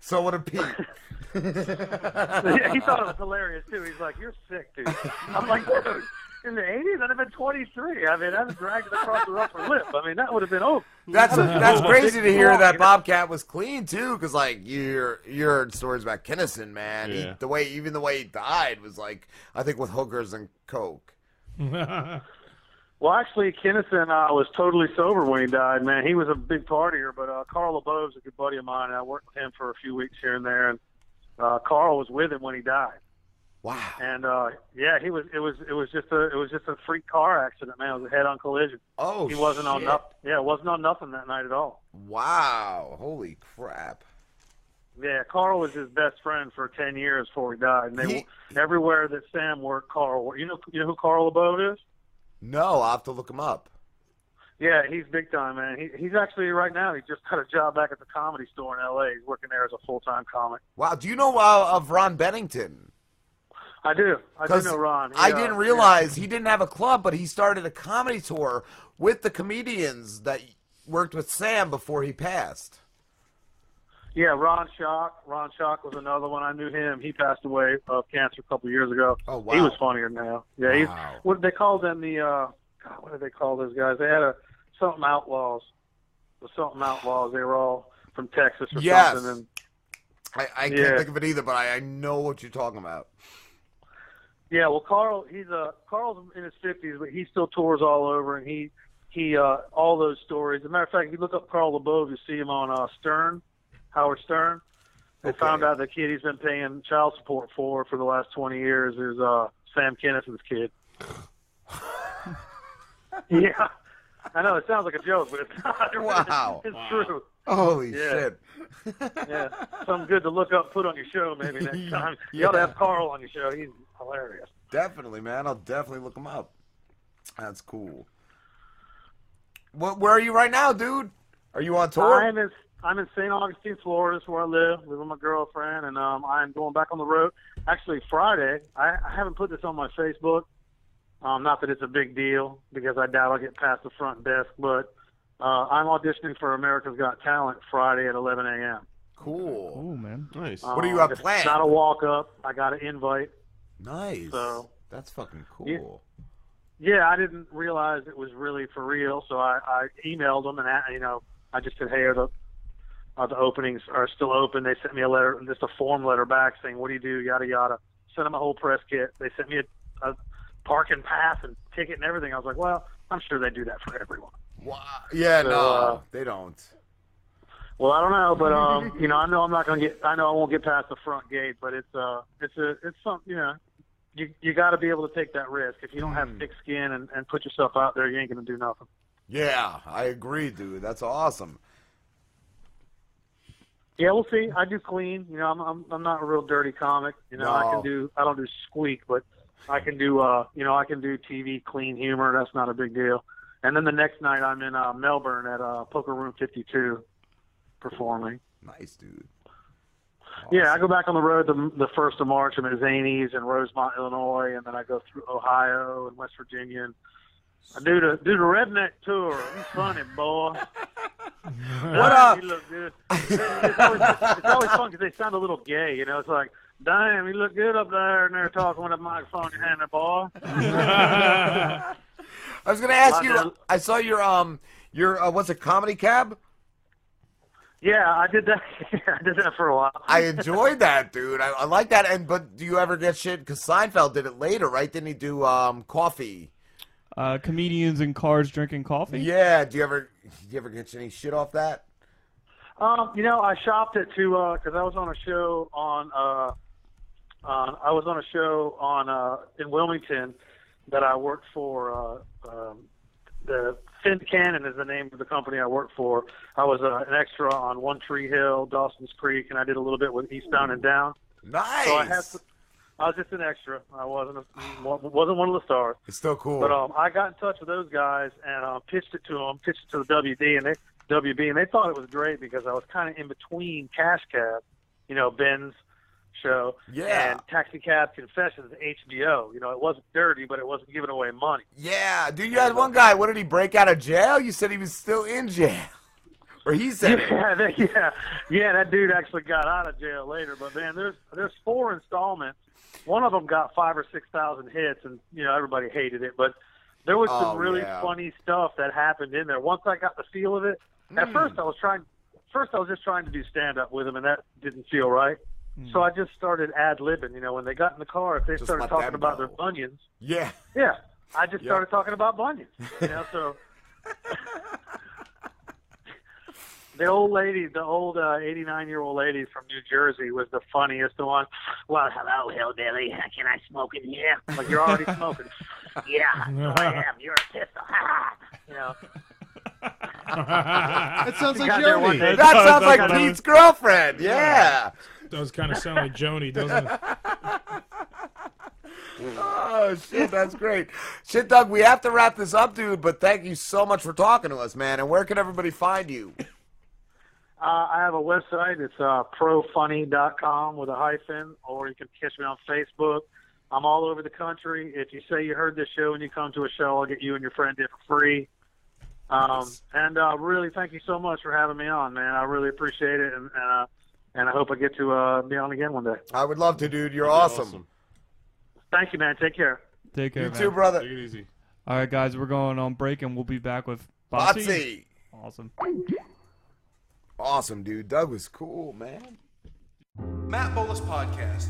S6: so what a Pete.
S23: yeah, he thought it was hilarious, too. He's like, you're sick, dude. I'm like, dude, in the 80s, I'd have been 23. I mean, I'd have dragged it across the upper lip. I mean, that would have been over.
S6: That's
S23: I'd have
S6: that's
S23: been
S6: crazy to
S23: big
S6: hear
S23: long,
S6: that
S23: you know?
S6: Bobcat was clean too, because like you you heard stories about Kennison, man. He-
S23: Yeah.
S6: the way even the way he died was like I think with hookers and coke.
S23: Well, actually, Kennison uh, was totally sober when he died, man. He was a big partier, but uh, Carl LeBeau's a good buddy of mine, and I worked with him for a few weeks here and there. And uh, Carl was with him when he died.
S6: Wow.
S23: And uh, yeah, he was. It was. It was just a. It was just a freak car accident, man. It was a head-on collision.
S6: Oh,
S23: he wasn't on
S6: shit.
S23: nothing. Yeah, wasn't on nothing that night at all.
S6: Wow, holy crap!
S23: Yeah, Carl was his best friend for ten years before he died, and they everywhere that Sam worked, Carl. worked. You know, you know who Carl LeBeau is?
S6: No, I will have to look him up.
S23: Yeah, he's big time, man. He, he's actually right now. He just got a job back at the comedy store in L.A. He's working there as a full-time comic.
S6: Wow, do you know uh, of Ron Bennington?
S23: I do. I do
S6: 'Cause
S23: know Ron. He,
S6: I
S23: uh,
S6: didn't
S23: yeah.
S6: realize he didn't have a club, but he started a comedy tour with the comedians that worked with Sam before he passed.
S23: Yeah, Ron Shock. Ron Shock was another one. I knew him. He passed away of cancer a couple years ago.
S6: Oh
S23: He
S6: wow.
S23: was funnier now. Yeah, he's
S6: Wow.
S23: what did they call them? The uh, God, what did they call those guys? They had a something outlaws. The something outlaws. They were all from Texas or
S6: Yes.
S23: something. And
S6: I, I
S23: Yeah.
S6: can't think of it either, but I, I know what you're talking about.
S23: Yeah, well, Carl, he's uh, Carl's in his fifties, but he still tours all over, and he he uh, all those stories. As a matter of fact, if you look up Carl LeBove, you see him on uh, Stern, Howard Stern. They found out the kid he's been paying child support for for the last twenty years is uh, Sam Kennison's kid. yeah, I know it sounds like a joke, but it's not.
S6: Wow.
S23: it's true.
S6: Holy
S23: Yeah.
S6: shit.
S23: yeah, something good to look up, put on your show maybe next time. You ought to
S6: Yeah.
S23: have Carl on your show. He's hilarious.
S6: Definitely, man. I'll definitely look him up. That's cool. What, where are you right now, dude? Are you on tour?
S23: I'm in I'm in St. Augustine, Florida. That's where I live. Live with my girlfriend, and um, I'm going back on the road. Actually, Friday. I, I haven't put this on my Facebook. Um, not that it's a big deal because I doubt I'll get past the front desk, but uh, I'm auditioning for America's Got Talent Friday at 11 a.m.
S6: Cool.
S7: Oh man, nice.
S23: Um, it's Not a walk up. I got an invite.
S6: Nice.
S23: So
S6: That's fucking cool.
S23: Yeah. Yeah, I didn't realize it was really for real, so I, I emailed them and I, you know I just said, hey, are the are the openings are still open? They sent me a letter, just a form letter back saying, what do you do? Yada yada. Sent them a whole press kit. They sent me a, a park and pass and ticket and everything. I was like, well, I'm sure they do that for everyone.
S6: Yeah,
S23: So,
S6: no,
S23: uh,
S6: they don't.
S23: Well, I don't know, but um, you know, I know I'm not gonna get. I know I won't get past the front gate, but it's uh, it's a, it's something. You know, you you got to be able to take that risk. If you don't have thick skin and, and put yourself out there, you ain't gonna do nothing.
S6: Yeah, I agree, dude. That's awesome.
S23: Yeah, we'll see. I do clean. You know, I'm I'm, I'm not a real dirty comic. You know, I
S6: No.
S23: can do. I don't do squeak, but I can do. Uh, you know, I can do TV clean humor. That's not a big deal. And then the next night, I'm in uh, Melbourne at uh, Poker Room 52, performing.
S6: Nice, dude.
S23: Yeah, I go back on the road the, the first of March. I'm in Zanies in Rosemont, Illinois, and then I go through Ohio and West Virginia. And I do the do the redneck tour. It's funny, boy.
S6: What up?
S23: You look good. It's always, it's always fun because they sound a little gay. You know, it's like, damn, you look good up there, and they're talking with a microphone in your hand, boy.
S6: I was gonna ask
S23: My dad-
S6: you. I saw your um, your uh, what's it, comedy cab?
S23: Yeah, I did that. I did that for a while.
S6: I enjoyed that, dude. I, I like that. And but do you ever get shit? Because Seinfeld did it later, right? Didn't he do um coffee?
S7: Uh, comedians in cars drinking coffee.
S6: Yeah. Do you ever do you ever get any shit off that?
S23: Um, you know, I shopped it to because I was on a show on uh, on I was on a show on uh, in Wilmington that I worked for. Uh, um, the Finn Cannon is the name of the company I worked for. I was uh, an extra on One Tree Hill, Dawson's Creek, and I did a little bit with Eastbound and Down.
S6: Nice.
S23: So I had to, I was just an extra. I wasn't a, wasn't one of the stars.
S6: It's still cool.
S23: But um, I got in touch with those guys and uh, pitched it to them, pitched it to the WD and they WB, and they thought it was great because I was kind of in between Cash Cab, you know, Ben's show.
S6: Yeah.
S23: And Taxi Cab Confessions, HBO. You know, it wasn't dirty, but it wasn't giving away money.
S6: Yeah, dude, you had one guy. What did he break out of jail? You said he was still in jail, or he said it.
S23: yeah, that, yeah, yeah. That dude actually got out of jail later. But man, there's there's four installments. One of them got five or six thousand hits, and you know everybody hated it. But there was some
S6: Oh,
S23: really
S6: yeah.
S23: funny stuff that happened in there. Once I got the feel of it, at
S6: Mm.
S23: first I was trying. First I was just trying to do stand up with him, and that didn't feel right. So I just started ad libbing. You know, when they got in the car, if they
S6: Hmm. Just
S23: started
S6: let
S23: talking
S6: them
S23: about their bunions,
S6: Yeah.
S23: yeah, I just
S6: Yeah.
S23: started talking about bunions. You know, so the old lady, the old eighty-nine year old lady from New Jersey, was the funniest one. Well, hello, hillbilly. Can I smoke in here? Like you're already smoking. yeah, I am. You're a pistol. you know.
S8: that sounds like
S23: Got there one
S8: Joni.
S23: day.
S6: That sounds like Pete's girlfriend. Yeah.
S9: Does kind of sound like Joni, doesn't it?
S6: Oh shit, that's great. Shit, Doug, we have to wrap this up, dude. But thank you so much for talking to us, man. And where can everybody find you?
S23: Uh, I have a website. It's uh, profunny.com with a hyphen, or you can catch me on Facebook. I'm all over the country. If you say you heard this show and you come to a show, I'll get you and your friend in for free. Um, And uh, really, thank you so much for having me on, man. I really appreciate it, and and, uh, and I hope I get to uh, be on again one day.
S6: I would love to, dude. You're awesome.
S23: Thank you, man. Take care.
S7: Take care. man.
S8: Take it easy.
S7: All right, guys, we're going on break and we'll be back with Botsy.
S6: Botsy.
S7: Awesome.
S6: Awesome, dude. Doug was cool, man.
S11: Matt Bolus Podcast.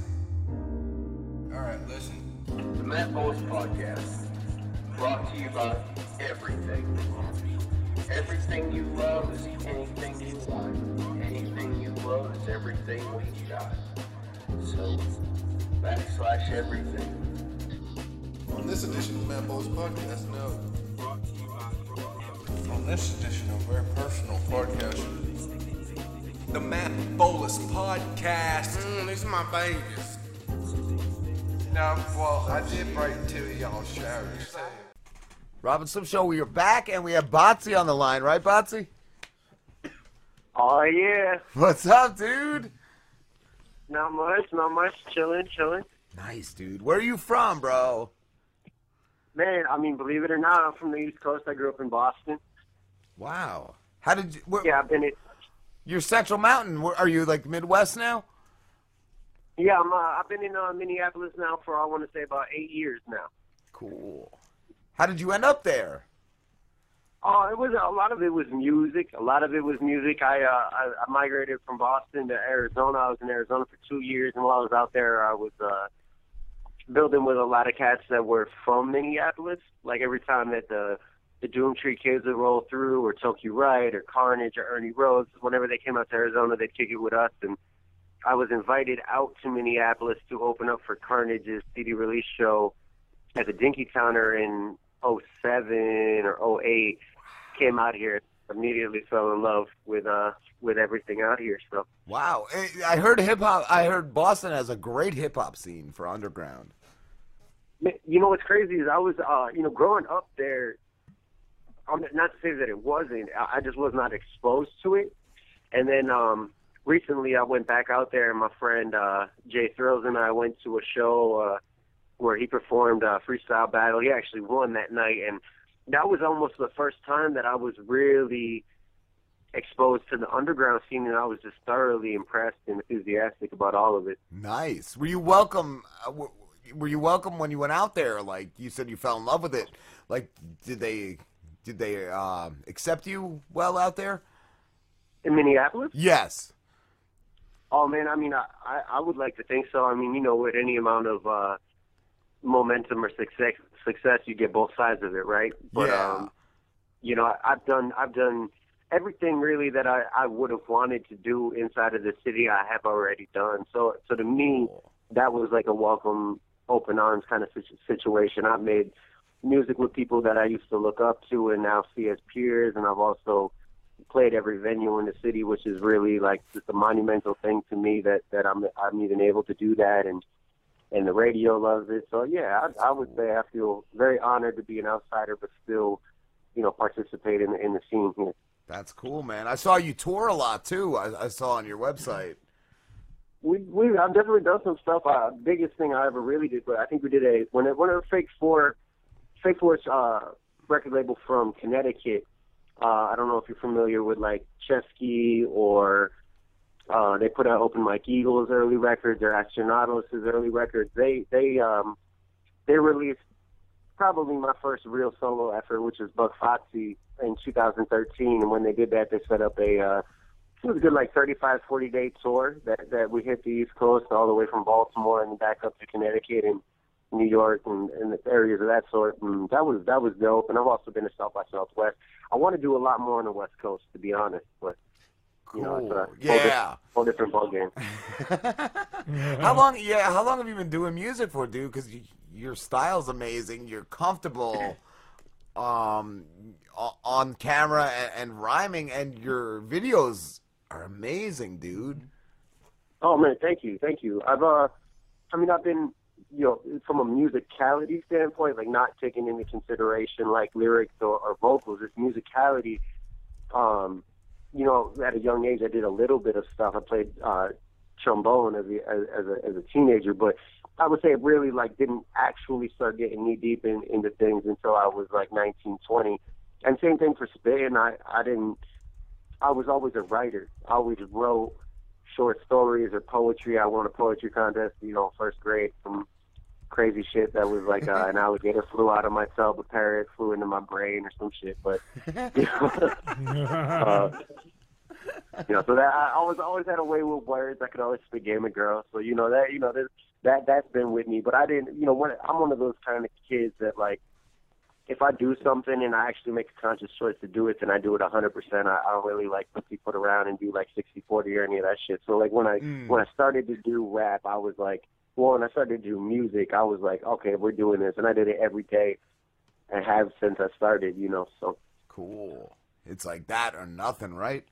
S11: All right, listen. The Matt Bolus Podcast, brought to you by everything. Everything you love is anything you want. Anything you love is everything we got. So, backslash everything. On this edition of Matt Bolus Podcast, no. On this edition of Very Personal Podcast, the Matt Bolus Podcast. Mm, these are my babies. No, well, I did break two of y'all showers.
S6: Robin Slim Show, we are back and we have Botsy on the line, right, Botsy?
S4: Oh yeah.
S6: What's up, dude?
S4: Not much, not much. Chilling, chilling.
S6: Nice, dude. Where are you from, bro?
S4: Man, I mean, believe it or not, I'm from the East Coast. I grew up in Boston.
S6: Wow. How did you? Where,
S4: yeah, I've been it.
S6: You're Central Mountain. Where, are you like Midwest now?
S4: Yeah, I'm, uh, I've been in uh, Minneapolis now for I want to say about eight years now.
S6: Cool. How did you end up there?
S4: Oh, it was a lot of it was music. A lot of it was music. I uh, I, I migrated from Boston to Arizona. I was in Arizona for two years, and while I was out there, I was uh, building with a lot of cats that were from Minneapolis. Like every time that the the Doomtree kids would roll through, or Tokyo Wright, or Carnage, or Ernie Rhodes, whenever they came out to Arizona, they'd kick it with us. And I was invited out to Minneapolis to open up for Carnage's CD release show at the Dinky Counter in '07 or '08 came out here immediately fell in love with uh with everything out here so
S6: Wow. Eh, I heard hip hop. I heard Boston has a great hip hop scene for underground.
S4: Ma- you know what's crazy is i was uh you know growing up there i'm not to say that it wasn't i I just was not exposed to it and then um recently i went back out there and my friend uh jay thrills and i went to a show uh where he performed uh, freestyle battle he actually won that night and that was almost the first time that i was really exposed to the underground scene and i was just thoroughly impressed and enthusiastic about all of it
S6: Nice. Were you welcome? Uh, were, were you welcome when you went out there? Like you said, you fell in love with it. Like, did they? Did they uh, accept you well out there?
S4: in minneapolis
S6: Yes.
S4: Oh man, I mean, I, I I would like to think so. I mean, you know, with any amount of uh, momentum or success, success, you get both sides of it, right? But
S6: Yeah.
S4: um, you know, I, I've done I've done everything really that I I would have wanted to do inside of the city. I have already done. So so to me, that was like a welcome, open arms kind of situ- situation. I've made music with people that I used to look up to and now see as peers, and I've also played every venue in the city, which is really like just a monumental thing to me that that I'm I'm even able to do that, and and the radio loves it. So yeah, I, I would say I feel very honored to be an outsider, but still, you know, participate in in the scene here.
S6: That's cool, man. I saw you tour a lot too. I, I saw on your website.
S4: we we I've definitely done some stuff. Uh, biggest thing I ever really did, but I think we did a when it, when it Fake Four, Fake Four's uh, record label from Connecticut. Uh, I don't know if you're familiar with like Chesky or uh, they put out Open Mike Eagle's early records or Astronautos' early records. They they um they released probably my first real solo effort, which was Buck Foxy in 2013. And when they did that, they set up a uh, it was a good like 35, 40 day tour that that we hit the East Coast all the way from Baltimore and back up to Connecticut and New York and, and the areas of that sort. And that was that was dope. And I've also been to South by Southwest. I want to do a lot more on the West Coast, to be honest, but. You know, it's a whole
S6: Yeah.
S4: different- whole different ball game.
S6: How long? Yeah, how long have you been doing music for, dude? Because you, your style's amazing. You're comfortable, um, o- on camera and, and rhyming, and your videos are amazing, dude.
S4: Oh man, thank you, thank you. I've uh, I mean, I've been, you know, from a musicality standpoint, like not taking into consideration like lyrics or, or vocals, it's musicality. Um, you know, at a young age, I did a little bit of stuff. I played uh, trombone as a, as, as a as a teenager, but I would say it really like didn't actually start getting knee deep in, into things until I was like 19, 20. And same thing for spitting. I I didn't. I was always a writer. I always wrote short stories or poetry. I won a poetry contest, you know, first grade. Some crazy shit that was like uh, an alligator flew out of my tub, a parrot flew into my brain, or some shit. But you know, uh, you know, so that I always always had a way with words. I could always speak game a girl. So you know that you know that that that's been with me. But I didn't, you know, when, I'm one of those kind of kids that like. If I do something and I actually make a conscious choice to do it, then I do it 100%. I, I don't really like pussy put around and do like 60 40 or any of that shit. So like when I
S12: Mm.
S4: when I started to do rap, I was like, well, when I started to do music, I was like, okay, we're doing this, and I did it every day, and have since I started, you know. So
S6: Cool. It's like that or nothing, right?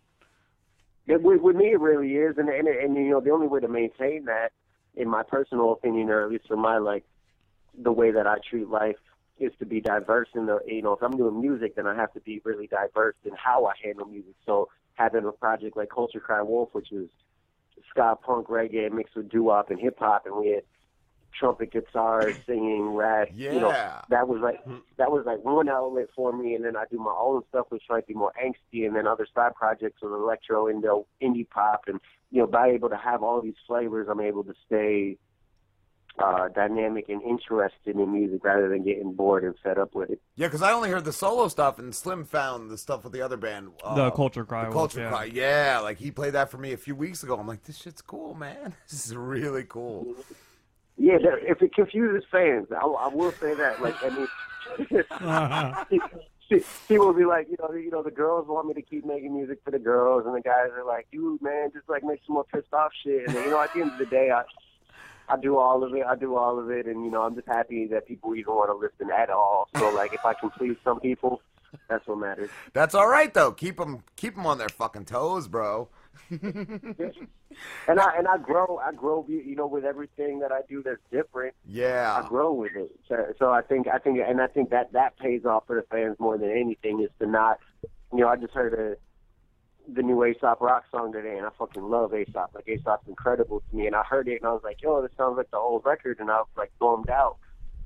S4: Yeah, with, with me, it really is, and and and you know, the only way to maintain that, in my personal opinion, or at least in my like, the way that I treat life is to be diverse in the you know, if I'm doing music, then I have to be really diverse in how I handle music. So having a project like Culture Cry Wolf, which is ska punk reggae mixed with doo wop and hip hop, and we had trumpet guitar, singing, rap. You know,
S6: Yeah.
S4: that was like that was like one outlet for me, and then I do my own stuff, which might be more angsty, and then other side projects with electro, indo, indie pop, and you know, by able to have all these flavors, I'm able to stay uh, dynamic and interested in music rather than getting bored and fed up with it.
S6: Yeah, because I only heard the solo stuff, and Slim found the stuff with the other band. Uh,
S7: The Culture Cry
S6: The
S7: was,
S6: culture
S7: yeah.
S6: cry. Yeah, like he played that for me a few weeks ago. I'm like, this shit's cool, man. This is really cool.
S4: Yeah, that, if it confuses fans, I, I will say that. Like, I mean, she, she will be like, you know, you know, the girls want me to keep making music for the girls, and the guys are like, dude, man, just like make some more pissed off shit. And then, you know, at the end of the day, I, I do all of it. I do all of it, and you know, I'm just happy that people even want to listen at all. So, like, if I can please some people, that's what matters.
S6: That's all right though. Keep them, on their fucking toes, bro.
S4: And I and I grow. I grow. You know, with everything that I do, that's different.
S6: Yeah.
S4: I grow with it. So, so I think I think and I think that that pays off for the fans more than anything is to not, you know, I just heard a the new Aesop Rock song today, and I fucking love Aesop. Like Aesop's incredible to me, and I heard it and I was like, yo, this sounds like the old record, and I was like bummed out.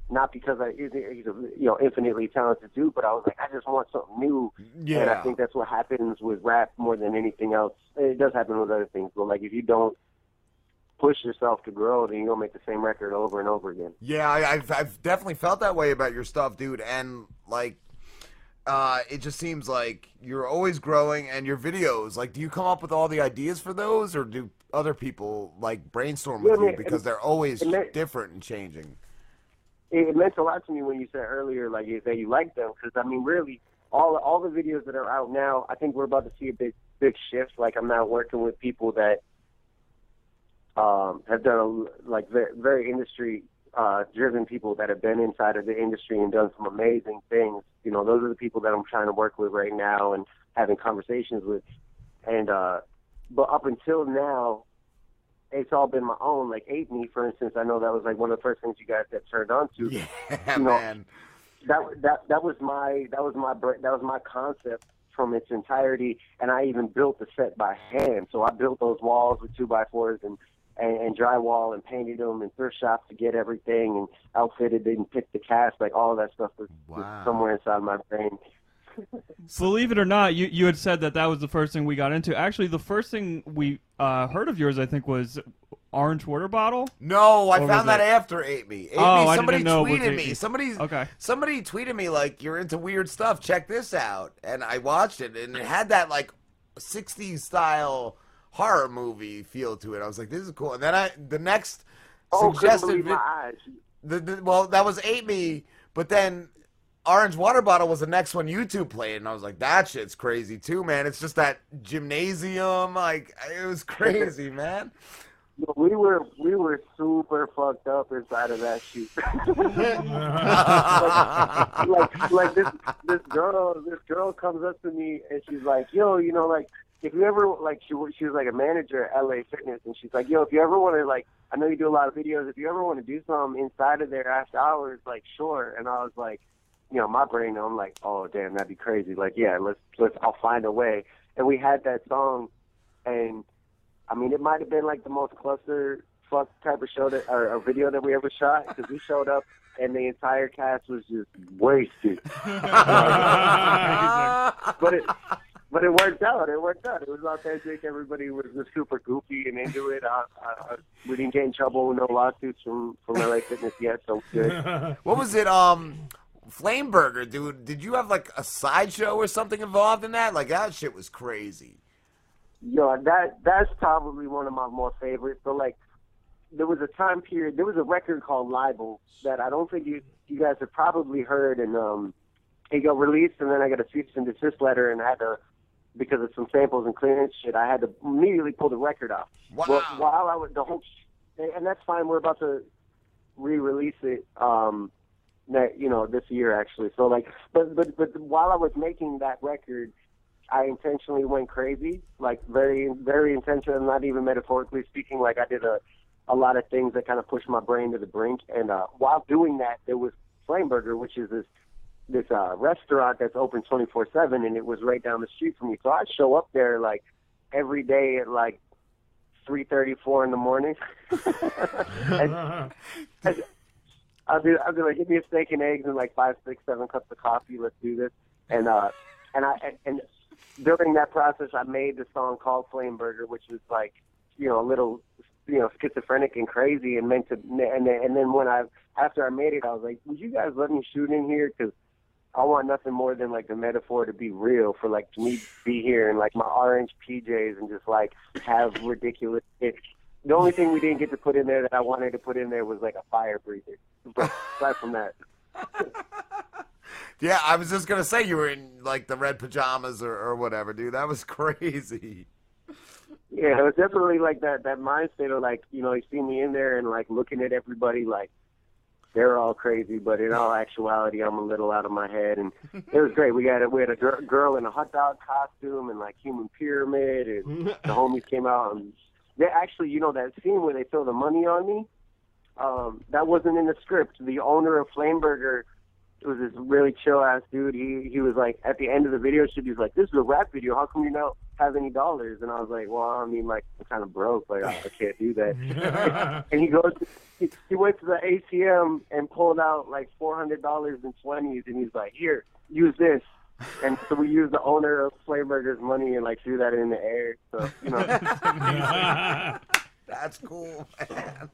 S4: Not because I he's a he's a, you know infinitely talented dude, but I was like I just want something new, and I
S6: Yeah.
S4: think that's what happens with rap more than anything else. It does happen with other things, but like if you don't push yourself to grow, then you're gonna make the same record over and over again.
S6: Yeah, I, I've I've definitely felt that way about your stuff, dude. And like, uh, it just seems like you're always growing. And your videos, like, do you come up with all the ideas for those, or do other people like brainstorm with
S4: Yeah,
S6: you
S4: man,
S6: because
S4: it-
S6: they're always
S4: it may-
S6: different and changing?
S4: it, it meant a lot to me when you said earlier, like you- that you like them, because I mean, really, all all the videos that are out now, I think we're about to see a big big shift. Like I'm now working with people that um, have done a l like very, very industry uh, driven people that have been inside of the industry and done some amazing things. You know, those are the people that I'm trying to work with right now and having conversations with. And uh, but up until now, it's all been my own. Like Ape Me, for instance, I know that was like one of the first things you guys got turned on to. Yeah, you know,
S6: man.
S4: That that that was my that was my bra- that was my concept from its entirety, and I even built the set by hand. So I built those walls with two by fours and and, and drywall and painted them and thrift shops to get everything and outfitted and picked the cast, like all of that stuff was, was somewhere inside my brain.
S7: Believe it or not, you, you had said that that was the first thing we got into. Actually, the first thing we uh, heard of yours, I think, was orange water bottle.
S6: No, I
S7: Or was
S6: found that
S7: it-
S6: after ate me. Ate
S7: Oh, I
S6: me.
S7: didn't
S6: Somebody
S7: know it was
S6: tweeted
S7: Ate
S6: me.
S7: Me.
S6: Somebody.
S7: Okay.
S6: Somebody tweeted me like you're into weird stuff. Check this out. And I watched it, and it had that like '60s style horror movie feel to it. I was like, this is cool. And then I the next
S4: Oh, couldn't
S6: suggested
S4: believe
S6: vi-
S4: my eyes.
S6: the, the, well, that was ate me, but then Orange Water Bottle was the next one you two played, and I was like, that shit's crazy too, man. It's just that gymnasium, like it was crazy, man.
S4: We were we were super fucked up inside of that shoot. like, like this this girl this girl comes up to me and she's like, yo, you know, like if you ever like she was- she was like a manager at LA Fitness and she's like, yo, if you ever want to like, I know you do a lot of videos. If you ever want to do something inside of there after hours, like sure. And I was like, you know, my brain, I'm like, oh damn, that'd be crazy. Like yeah, let's let's I'll find a way. And we had that song, and I mean, it might have been like the most cluster fuck type of show that or, or video that we ever shot because we showed up and the entire cast was just wasted. but it but it worked out. It worked out. It was authentic. Everybody was just super goofy and into it. Uh, uh, we didn't get in trouble. No lawsuits from from LA Fitness yet, so we're good.
S6: What was it? Um, Flameburger, dude. Did you have like a sideshow or something involved in that? Like that shit was crazy.
S4: Yo, that that's probably one of my more favorites. But like, there was a time period. There was a record called Libel that I don't think you you guys have probably heard, and um, it got released, and then I got a cease and desist letter, and I had to because of some samples and clearance shit, I had to immediately pull the record off.
S6: Wow.
S4: Well, while I was the whole, and and that's fine. We're about to re-release it. Um, that you know this year actually. So like, but but but while I was making that record, I intentionally went crazy, like very very intentional, not even metaphorically speaking. Like I did a a lot of things that kind of pushed my brain to the brink, and uh, while doing that, there was Flameburger, which is this this uh, restaurant that's open 24 seven, and it was right down the street from me. So I'd show up there like every day at like three thirty four in the morning. and, and I'll be I'll be like, give me a steak and eggs and like five, six, seven cups of coffee. Let's do this. And uh, and I and, and during that process, I made the song called Flame Burger, which was like, you know, a little, you know, schizophrenic and crazy, and meant to. And then, and then when I after I made it, I was like, would you guys let me shoot in here? Because I want nothing more than like the metaphor to be real for like me to be here in like my orange PJs and just like have ridiculous. It, the only thing we didn't get to put in there that I wanted to put in there was like a fire breather. But aside from that,
S6: Yeah, I was just gonna say you were in like the red pajamas or, or whatever, dude. That was crazy.
S4: Yeah, it was definitely like that that mind state of like, you know, you see me in there and like looking at everybody like they're all crazy, but in all actuality, I'm a little out of my head, and it was great. We got a, we had a gir- girl in a hot dog costume and like human pyramid, and the homies came out and they actually, you know, that scene where they throw the money on me, um, that wasn't in the script. The owner of Flameburger was this really chill ass dude. He he was like at the end of the video shoot, he was like, "This is a rap video. How come you don't have any dollars?" And I was like, "Well, I mean, like I'm kind of broke. Like I can't do that." and he goes, he, he went to the ATM and pulled out like four hundred dollars in twenties, and he's like, "Here, use this." And so we used the owner of Flameburger's money and like threw that in the air. So you know.
S6: That's cool, man.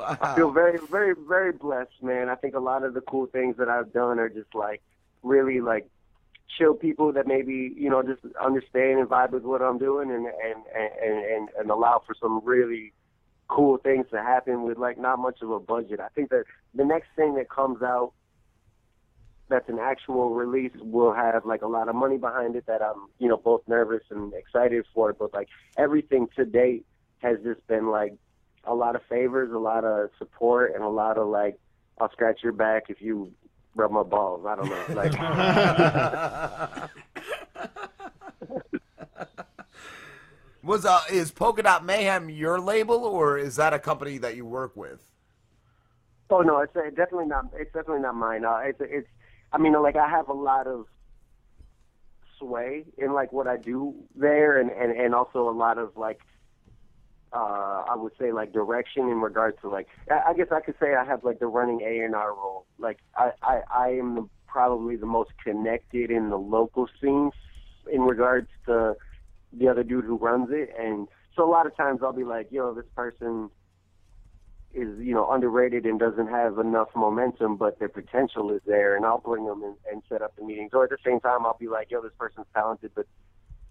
S4: I feel very, very, very blessed, man. I think a lot of the cool things that I've done are just like really like chill people that maybe you know just understand and vibe with what I'm doing and and and and, and allow for some really cool things to happen with like not much of a budget. I think that the next thing that comes out that's an actual release will have like a lot of money behind it that I'm you know both nervous and excited for. But like everything to date has just been like a lot of favors, a lot of support, and a lot of like, I'll scratch your back if you rub my balls. I don't know. Like,
S6: Was uh is Polka Dot Mayhem your label or is that a company that you work with?
S4: oh no, it's uh, definitely not. It's definitely not mine. Uh, it's it's. I mean, like I have a lot of sway in like what I do there, and and and also a lot of like uh, I would say like direction in regards to like I, I guess I could say I have like the running A and R role. Like I I, I am the, probably the most connected in the local scene in regards to the other dude who runs it, and so a lot of times I'll be like, yo, this person is you know underrated and doesn't have enough momentum, but their potential is there, and I'll bring them and, and set up the meetings. Or at the same time, I'll be like, yo, this person's talented, but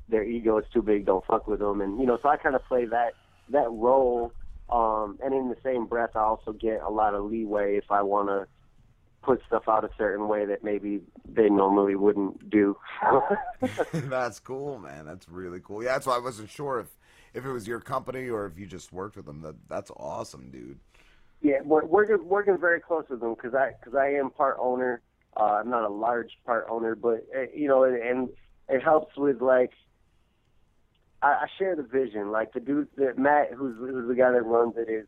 S4: their ego is too big. Don't fuck with them. And you know, so I kind of play that that role. Um, and in the same breath, I also get a lot of leeway if I want to put stuff out a certain way that maybe they normally wouldn't do.
S6: that's cool, man. That's really cool. Yeah, that's why I wasn't sure if if it was your company or if you just worked with them. That that's awesome, dude.
S4: Yeah, we're working working very close with them because I because I am part owner. Uh, I'm not a large part owner, but uh, you know, and, and it helps with like I, I share the vision. Like the dude that Matt, who's, who's the guy that runs it, is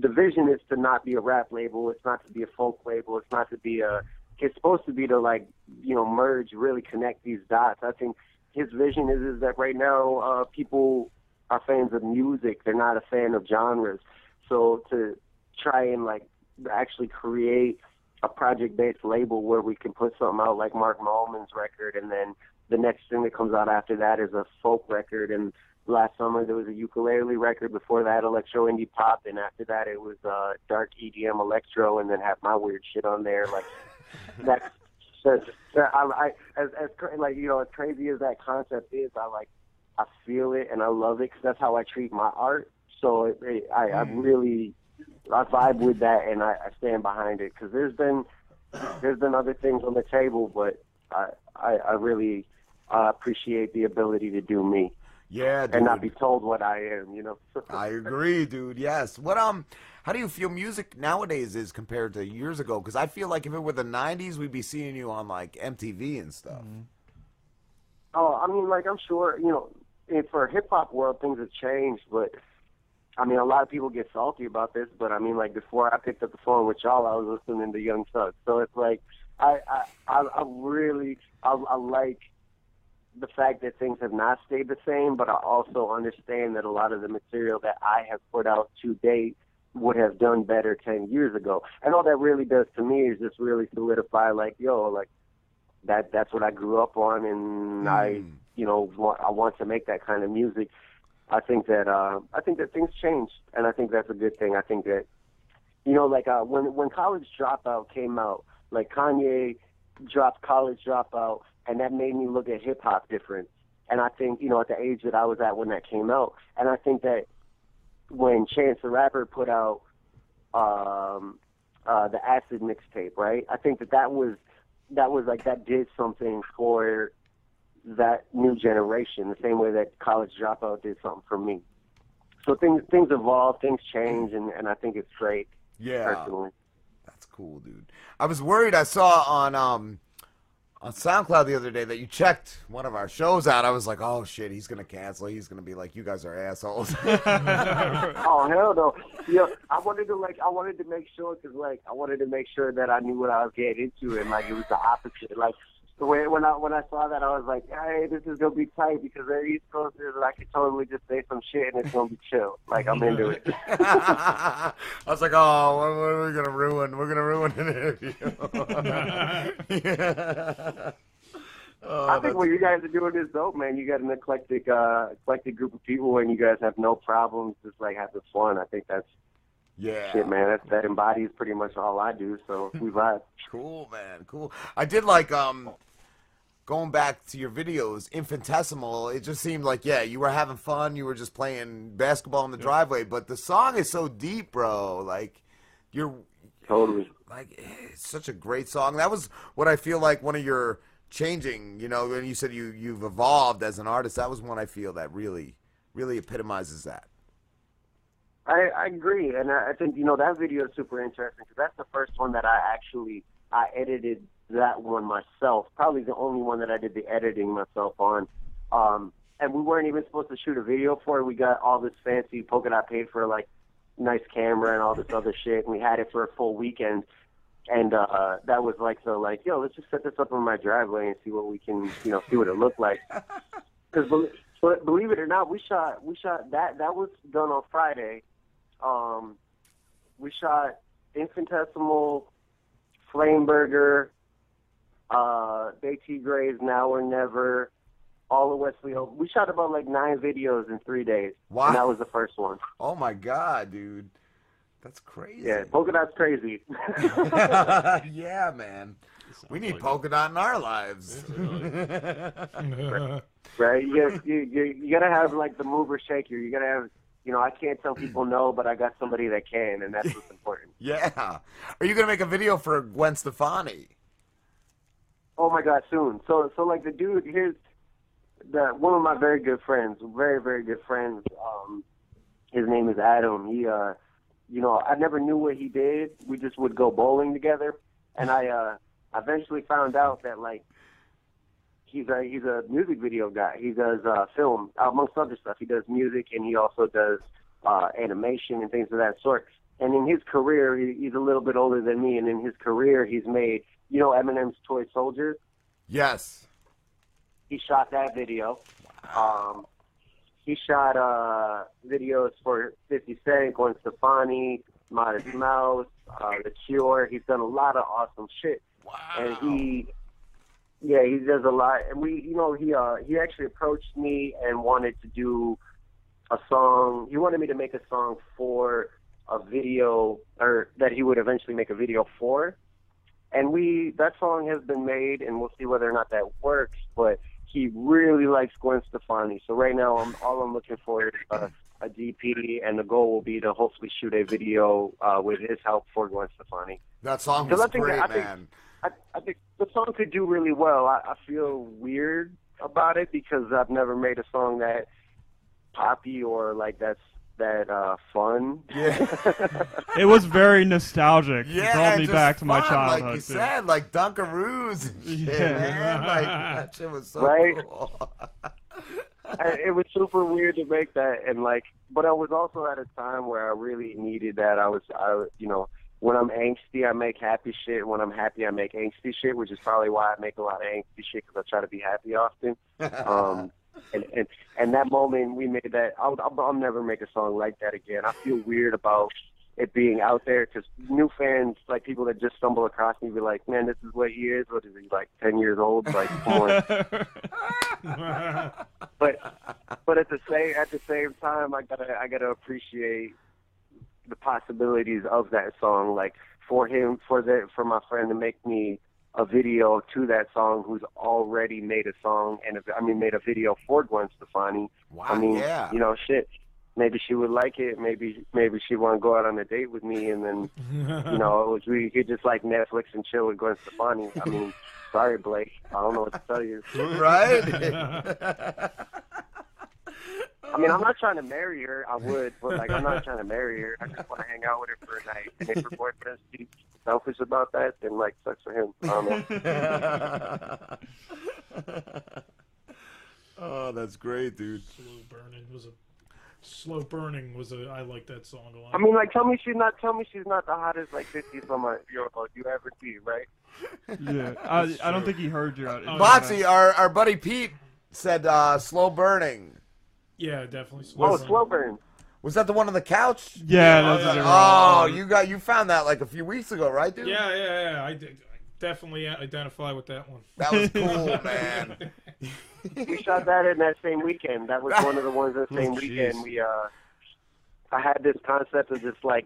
S4: the vision is to not be a rap label. It's not to be a folk label. It's not to be a. It's supposed to be to like you know merge, really connect these dots. I think his vision is is that right now uh, people are fans of music. They're not a fan of genres. So to try and like actually create a project based label where we can put something out like Mark Malman's record and then the next thing that comes out after that is a folk record and last summer there was a ukulele record before that electro indie pop and after that it was uh dark edm electro and then have my weird shit on there like that's that's that I, I as as cra- like you know as crazy as that concept is i like i feel it and i love it because that's how i treat my art so it, it, i i
S6: Mm.
S4: really i vibe with that and i, I stand behind it because there's been there's been other things on the table but i i, I really uh, appreciate the ability to do me
S6: Yeah, dude.
S4: and not be told what I am, you know.
S6: I agree, dude. Yes. What um, how do you feel music nowadays is compared to years ago? Because I feel like if it were the '90s, we'd be seeing you on like MTV and stuff.
S4: Oh, I mean, like I'm sure you know, if for hip hop world things have changed, but I mean, a lot of people get salty about this, but I mean, like before I picked up the phone with y'all, I was listening to Young Thug, so it's like I I I, I really I, I like the fact that things have not stayed the same, but I also understand that a lot of the material that I have put out to date would have done better 10 years ago. And all that really does to me is just really solidify like, yo, like that that's what I grew up on and I, you know, want, I want to make that kind of music. I think that uh I think that things change and I think that's a good thing. I think that you know like uh when when college dropout came out, like Kanye dropped college dropout and that made me look at hip hop different. And I think, you know, at the age that I was at when that came out, and I think that when Chance the Rapper put out um, uh, the Acid mixtape, right? I think that that was that was like that did something for that new generation, the same way that College Dropout did something for me. So things things evolve, things change, and, and I think it's great.
S6: Yeah.
S4: personally.
S6: That's cool, dude. I was worried. I saw on um on SoundCloud the other day that you checked one of our shows out. I was like, oh shit, he's gonna cancel. He's gonna be like, you guys are assholes.
S4: oh hell no! Yeah, I wanted to like I wanted to make sure because like I wanted to make sure that I knew what I was getting into and like it was the opposite. Like the way when I when I saw that I was like, hey, this is gonna be tight because they're East Coasters and I could totally just say some shit and it's gonna be chill. Like I'm into it.
S6: I was like, oh, what, what are we gonna ruin? We're gonna ruin an interview. Yeah. Oh,
S4: I
S6: that's-
S4: think what you guys are doing is dope, man. You got an eclectic, uh, eclectic group of people, and you guys have no problems, just like having fun. I think that's
S6: yeah.
S4: shit, man. That that embodies pretty much all I do. So we vibe.
S6: Cool, man. Cool. I did like um going back to your videos, infinitesimal. It just seemed like yeah, you were having fun. You were just playing basketball in the driveway. But the song is so deep, bro. Like you're
S4: totally
S6: like eh, it's such a great song. That was what I feel like one of your changing. You know, when you said you you've evolved as an artist, that was one I feel that really really epitomizes that.
S4: I, I agree, and I, I think you know that video is super interesting because that's the first one that I actually I edited that one myself. Probably the only one that I did the editing myself on. Um, and we weren't even supposed to shoot a video for it. We got all this fancy polka dot paid for like nice camera and all this other shit, and we had it for a full weekend. And uh, that was like so like yo, let's just set this up in my driveway and see what we can you know see what it looked like. Because But believe it or not, we shot we shot that that was done on Friday. Um, we shot infinitesimal, flame burger, uh, JT Gray's Now or Never, all of Wesley Hope. We shot about like nine videos in three days.
S6: Wow.
S4: And that was the first one.
S6: Oh my god, dude, that's crazy.
S4: Yeah, polka dot's crazy.
S6: yeah, man. We need
S4: like
S6: polka dot in our lives.
S4: right? You gotta, you, you, you gotta have like the mover shaker. You gotta have, you know, I can't tell people no, but I got somebody that can, and that's what's important.
S6: yeah. Are you gonna make a video for Gwen Stefani?
S4: Oh my god, soon. So so like the dude here's the one of my very good friends, very very good friends. Um, his name is Adam. He uh, you know, I never knew what he did. We just would go bowling together, and I uh, eventually found out that like he's a he's a music video guy. He does uh, film amongst other stuff. He does music and he also does uh, animation and things of that sort. And in his career, he, he's a little bit older than me. And in his career, he's made you know Eminem's Toy Soldier.
S6: Yes.
S4: He shot that video. Um, he shot uh, videos for 50 Cent, Gwen Stefani, Modest Mouse, uh, The Cure. He's done a lot of awesome shit. Wow. And he, yeah, he does a lot. And we, you know, he uh, he actually approached me and wanted to do a song. He wanted me to make a song for a video, or that he would eventually make a video for. And we, that song has been made, and we'll see whether or not that works. But he really likes Gwen Stefani. So right now, I'm all I'm looking for is uh, a DP, and the goal will be to hopefully shoot a video uh, with his help for Gwen Stefani.
S6: That song
S4: Because
S6: was
S4: I think-
S6: great,
S4: I think-
S6: man.
S4: I, I think the song could do really well. I, I feel weird about it because I've never made a song that poppy or like that's that uh, fun.
S6: Yeah.
S7: It was very nostalgic.
S6: Yeah,
S7: it brought me
S6: just
S7: back to my
S6: fun,
S7: childhood.
S6: Like you
S7: too.
S6: said, like Dunkaroos and shit,
S7: Yeah.
S6: man. Like that shit was so
S4: Right?
S6: cool.
S4: I, it was super weird to make that, and like, but I was also at a time where I really needed that. I was, I, you know, when I'm angsty, I make happy shit. When I'm happy, I make angsty shit, which is probably why I make a lot of angsty shit because I try to be happy often.
S18: uh,
S4: Um, and, and and that moment we made that, I'll, I'll, I'll never make a song like that again. I feel weird about it being out there because new fans, like people that just stumble across me, be like, "Man, this is what he is. What is he like? Ten years old? Like, come on." but but at the same at the same time, I gotta I gotta appreciate the possibilities of that song. Like for him, for the for my friend to make me a video to that song, who's already made a song and a, I mean made a video for Gwen Stefani.
S6: Wow,
S4: I mean,
S6: yeah.
S4: you know, shit. Maybe she would like it. Maybe maybe she want to go out on a date with me, and then you know, it was, we could just like Netflix and chill with Gwen Stefani. I mean, sorry, Blake, I don't know what to tell you.
S6: right?
S4: I mean, I'm not trying to marry her. I would, but like, I'm not trying to marry her. I just want to hang out with her for a night. And if her boyfriend's too selfish about that, then like, sucks for him. I don't know.
S6: oh, that's great, dude.
S9: Slow burning was a slow burning was a. I like that song a lot.
S4: I mean, like, tell me she's not. Tell me she's not the hottest like 50 some year old you ever see, right?
S7: Yeah, I, I don't think he heard you. out.
S6: Botsy, our, our buddy Pete said uh, slow burning.
S9: yeah, definitely. Slow
S6: Oh,
S9: burn.
S6: slow burn. Was that the one on the couch?
S7: Yeah, that's
S6: oh,
S7: the
S6: oh,
S9: one.
S6: you got you found that like a few weeks ago, right, dude?
S9: Yeah, yeah, yeah. I, did, I definitely identify with that one.
S6: That was cool, man.
S4: we shot that in that same weekend. That was one of the ones that same
S6: Oh, jeez.
S4: weekend. We uh, I had this concept of just like,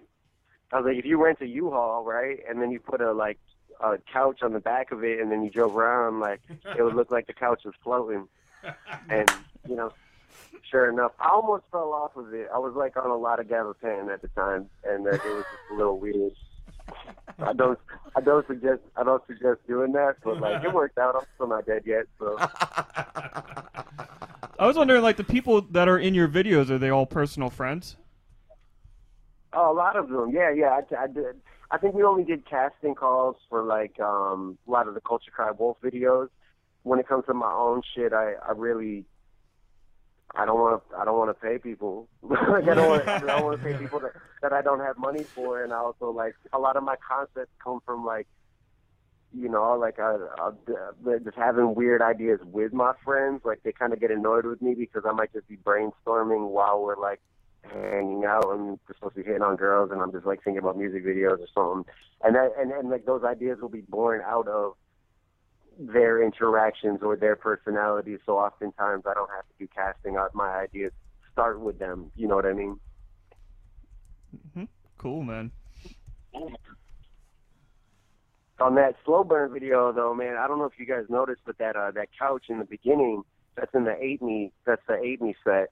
S4: I was like, if you rent a U-Haul, right, and then you put a like a couch on the back of it, and then you drove around, like it would look like the couch was floating, and you know. Sure enough, I almost fell off of it. I was like on a lot of gabapentin at the time, and uh, it was just a little weird. I don't, I don't suggest, I don't suggest doing that. But like, it worked out. I'm still not dead yet, so.
S7: I was wondering, like, the people that are in your videos, are they all personal friends?
S4: Oh, a lot of them. Yeah, yeah. I, I did. I think we only did casting calls for like um, a lot of the Culture Cry Wolf videos. When it comes to my own shit, I, I really, I don't want to. I don't want to pay people. like I don't want. I don't want to pay people that, that I don't have money for. And I also like a lot of my concepts come from like you know, like I, I, just having weird ideas with my friends, like they kind of get annoyed with me because I might just be brainstorming while we're like hanging out and we're supposed to be hitting on girls, and I'm just like thinking about music videos or something, and that and and like those ideas will be born out of their interactions or their personalities. So oftentimes I don't have to do casting. I, my ideas start with them. You know what I mean?
S7: Mhm. Cool, man.
S4: on that slow burn video though, man, I don't know if you guys noticed, but that uh, that couch in the beginning, that's in the eight me, that's the eight me set.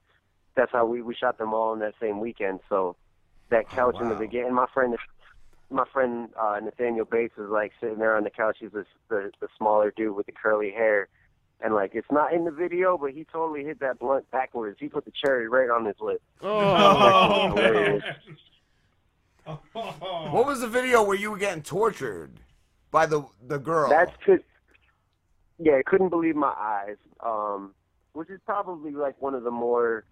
S4: That's how we we shot them all in that same weekend. So that couch in the beginning, my friend, my friend uh, Nathaniel Bates was like sitting there on the couch. He's this, the the smaller dude with the curly hair, and like it's not in the video, but he totally hit that blunt backwards. He put the cherry right on his lip.
S6: Oh,
S4: Like, hilarious.
S6: What was the video where you were getting tortured by the the girl?
S4: That's could. Yeah, I couldn't believe my eyes. Um, which is probably like one of the more,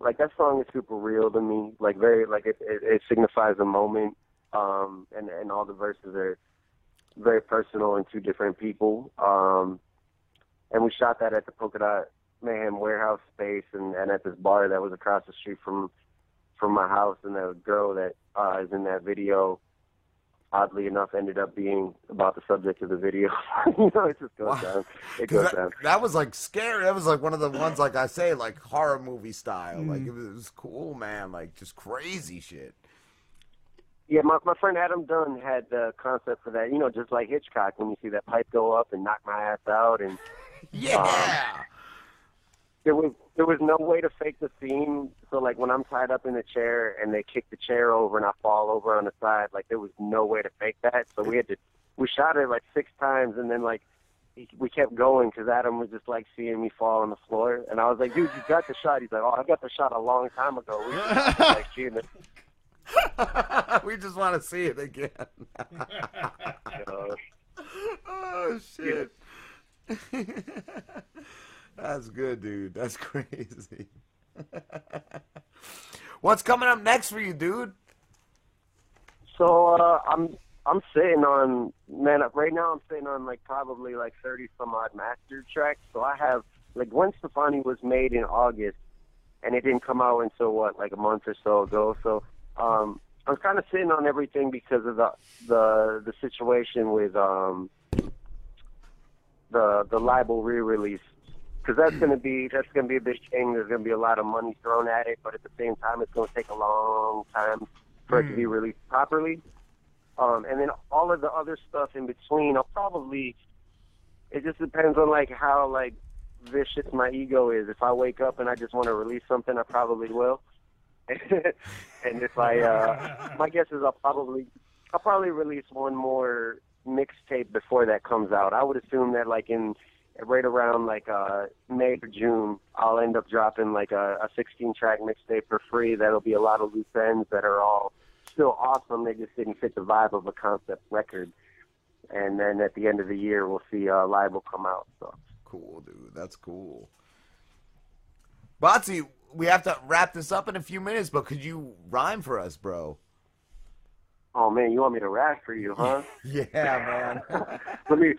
S4: like that song is super real to me. Like very, like it, it, it signifies a moment. Um, and and all the verses are very personal and two different people. Um, and we shot that at the Polka Dot Mayhem warehouse space, and and at this bar that was across the street from from my house. And the girl that uh, is in that video, oddly enough, ended up being about the subject of the video. you know, it just goes down. It
S6: 'Cause
S4: goes down.
S6: That was like scary. That was like one of the ones, like I say, like horror movie style.
S4: Mm.
S6: Like it was, it was cool, man. Like just crazy shit.
S4: Yeah, my, my friend Adam Dunn had the concept for that. You know, just like Hitchcock, when you see that pipe go up and knock my ass out, and Um,
S6: yeah,
S4: there was there was no way to fake the scene. So like when I'm tied up in the chair and they kick the chair over and I fall over on the side, like there was no way to fake that. So we had to we shot it like six times, and then like we kept going because Adam was just like seeing me fall on the floor, and I was like, "Dude, you got the shot." He's like, "Oh, I got the shot a long time ago." We were just, like seeing it.
S6: we just want to see it again. oh shit. That's good, dude. That's crazy. What's coming up next for you, dude?
S4: So uh, I'm I'm sitting on man right now I'm sitting on like probably like thirty some odd master tracks. So I have like Gwen Stefani was made in August, and it didn't come out until what like a month or so ago. So um, I was kind of sitting on everything because of the the the situation with um, the the libel re-release. Because that's gonna be that's gonna be a big thing. There's gonna be a lot of money thrown at it, but at the same time, it's gonna take a long time for it to
S6: Hmm.
S4: be released properly. Um, and then all of the other stuff in between, I'll probably. It just depends on like how like vicious my ego is. If I wake up and I just want to release something, I probably will. and if I, uh, my guess is I'll probably, I'll probably release one more mixtape before that comes out. I would assume that like in right around like uh May or June, I'll end up dropping like a, a 16 track mixtape for free. That'll be a lot of loose ends that are all still awesome. They just didn't fit the vibe of a concept record. And then at the end of the year, we'll see uh, Libel come out. So
S6: cool, dude. That's cool. Botsy, we have to wrap this up in a few minutes, but could you rhyme for us, bro?
S4: Oh man, you want me to rap for you, huh?
S6: Yeah, man.
S4: Let me.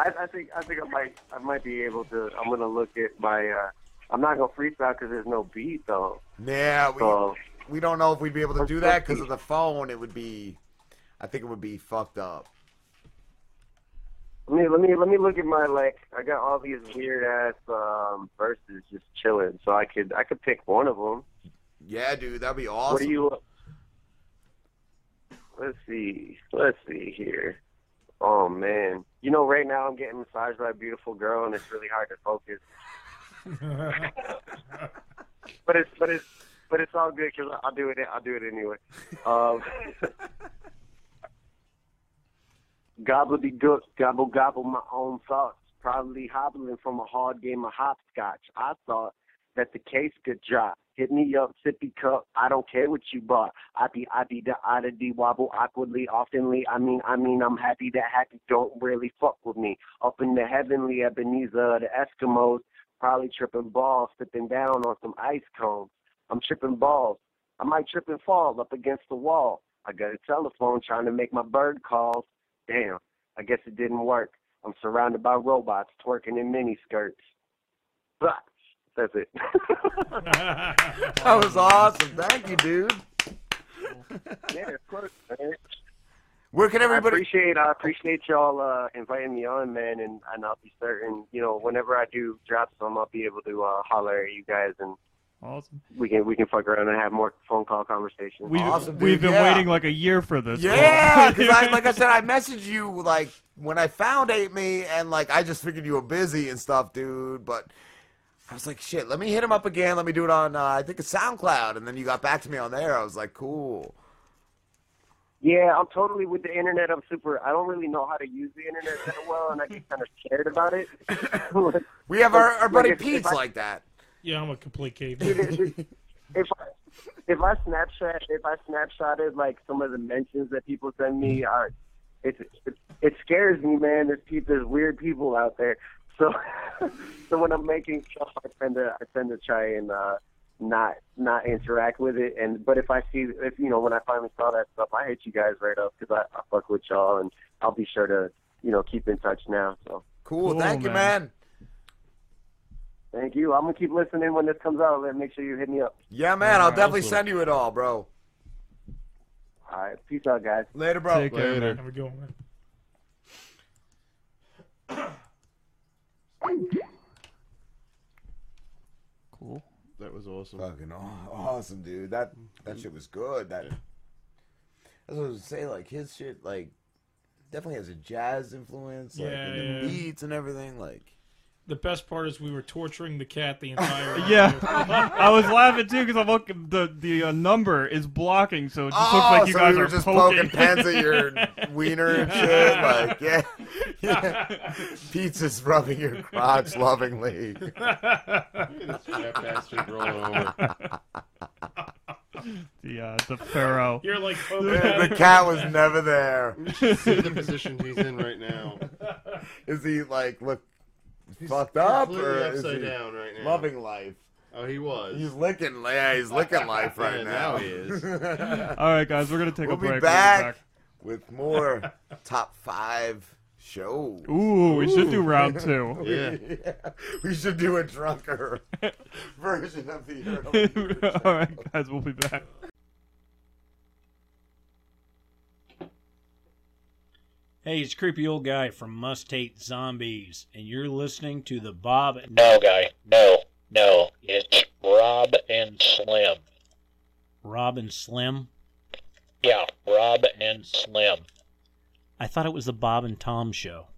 S4: I, I think I think I might I might be able to. I'm gonna look at my. Uh, I'm not gonna freestyle because there's no beat though.
S6: Yeah, we
S4: So-
S6: we don't know if we'd be able to do that because of the phone. It would be, I think it would be fucked up.
S4: Let me let me let me look at my like. I got all these weird ass um, verses just chilling, so I could I could pick one of them.
S6: Yeah, dude, that'd be awesome.
S4: What do you? Let's see. Let's see here. Oh man, you know right now I'm getting massaged by a beautiful girl, and it's really hard to focus. But it's but it's but it's all good because I'll do it. I'll do it anyway. Um, gobbledygook, gobble gobble my own thoughts. Probably hobbling from a hard game of hopscotch. I thought that the case could drop. Hit me up, sippy cup. I don't care what you bought. I be I be the oddity wobble awkwardly, oftenly. I mean I mean I'm happy that happy don't really fuck with me. Up in the heavenly Ebenezer, the Eskimos probably tripping balls, sipping down on some ice cones. I'm tripping balls. I might trip and fall up against the wall. I got a telephone trying to make my bird calls. Damn, I guess it didn't work. I'm surrounded by robots twerking in mini skirts. But that's it.
S6: That was awesome. Thank you, dude.
S4: yeah, of course, man.
S6: Where can everybody?
S4: I appreciate I appreciate y'all uh, inviting me on, man, and, and I'll be certain, you know, whenever I do drop some, I'll be able to uh, holler at you guys, and
S7: Awesome.
S4: we can we can fuck around and have more phone call conversations.
S7: We've, we've been waiting like a year for
S4: uh,
S7: this.
S6: Yeah, because I, like I said, I messaged you like when I found Ate Me, and like I just figured you were busy and stuff, dude. But I was like, shit, let me hit him up again. Let me do it on uh, I think it's SoundCloud, and then you got back to me on there. I was like, cool.
S4: Yeah, I'm totally with the internet. I'm super. I don't really know how to use the internet that well, and I get kind of scared about it.
S6: We have our, our
S4: Like,
S6: buddy
S4: if- if
S6: Pete's
S4: I-
S6: like that.
S9: Yeah, I'm a complete caveman.
S4: if I, if I Snapchat if I snapshotted like some of the mentions that people send me, are it, it it scares me, man. There's pe- there's weird people out there. So so when I'm making stuff, I tend to I tend to try and uh, not not interact with it. And but if I see if you know when I finally saw that stuff, I hit you guys right up because I, I fuck with y'all, and I'll be sure to you know keep in touch now. So
S6: Cool. thank you, man.
S4: Thank you. I'm gonna keep listening when this comes out. Let make sure you hit me up.
S6: Yeah, man. I'll definitely send you it all, bro.
S4: All right. Peace out, guys.
S6: Later, bro.
S4: Take care, man.
S9: Have a good one, man.
S7: Cool.
S8: That was awesome.
S6: Fucking aw- awesome, dude. That that shit was good. That that's what I was saying. Like his shit, like definitely has a jazz influence, like
S9: Yeah,
S6: in the
S9: yeah.
S6: beats and everything. Like
S9: The best part is we were torturing the cat the entire.
S7: Yeah,
S9: interview.
S7: I was laughing too because I'm looking. The the uh, number is blocking, so it just
S6: Oh,
S7: looks like you
S6: so
S7: guys
S6: we were
S7: are
S6: just
S7: poking.
S6: poking pens at your wiener and shit, like, yeah. Yeah. Pizza's rubbing your crotch lovingly.
S7: This fat bastard rolling over. the uh, the pharaoh.
S9: You're like poking
S6: the cat was never there.
S8: You should see the position he's in right now.
S6: Is he like look fucked up
S8: completely
S6: or is
S8: upside
S6: he
S8: down right now.
S6: loving life?
S8: Oh, he was.
S6: He's licking. Yeah, he's licking life
S8: Yeah,
S6: right now.
S8: now he is.
S7: All right, guys, we're gonna take
S6: we'll
S7: a break.
S6: Be
S7: We'll be
S6: back
S7: back.
S6: with more top five shows.
S7: Ooh, we should do round two.
S6: yeah. we should do a drunker version of the uh, early.
S7: All right, guys, we'll be back.
S12: Hey, it's creepy old guy from Must Hate Zombies, and you're listening to the Bob.
S15: No, guy. No. No. It's Rob and Slim.
S12: Rob and Slim.
S15: Yeah, Rob and Slim.
S12: I thought it was the Bob and Tom show.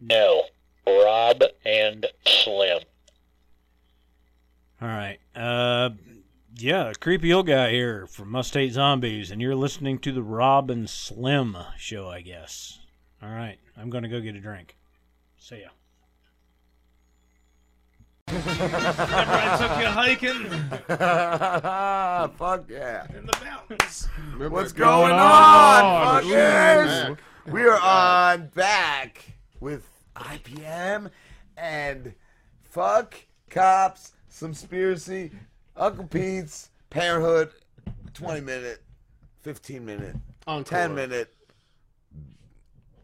S15: No. Rob and Slim.
S12: All right. Uh, yeah, creepy old guy here from Must Hate Zombies, and you're listening to the Rob and Slim show, I guess. All right, I'm gonna go get a drink. See ya.
S9: Remember I took you hiking?
S6: Fuck yeah.
S9: In the
S6: What's
S9: mountains. Remember-
S6: going
S9: Going
S6: on,
S9: on?
S6: fuckers?
S9: Ooh.
S6: We are on back with IPM and fuck cops, conspiracy, Uncle Pete's Parenthood, twenty minute, fifteen minute, ten minute.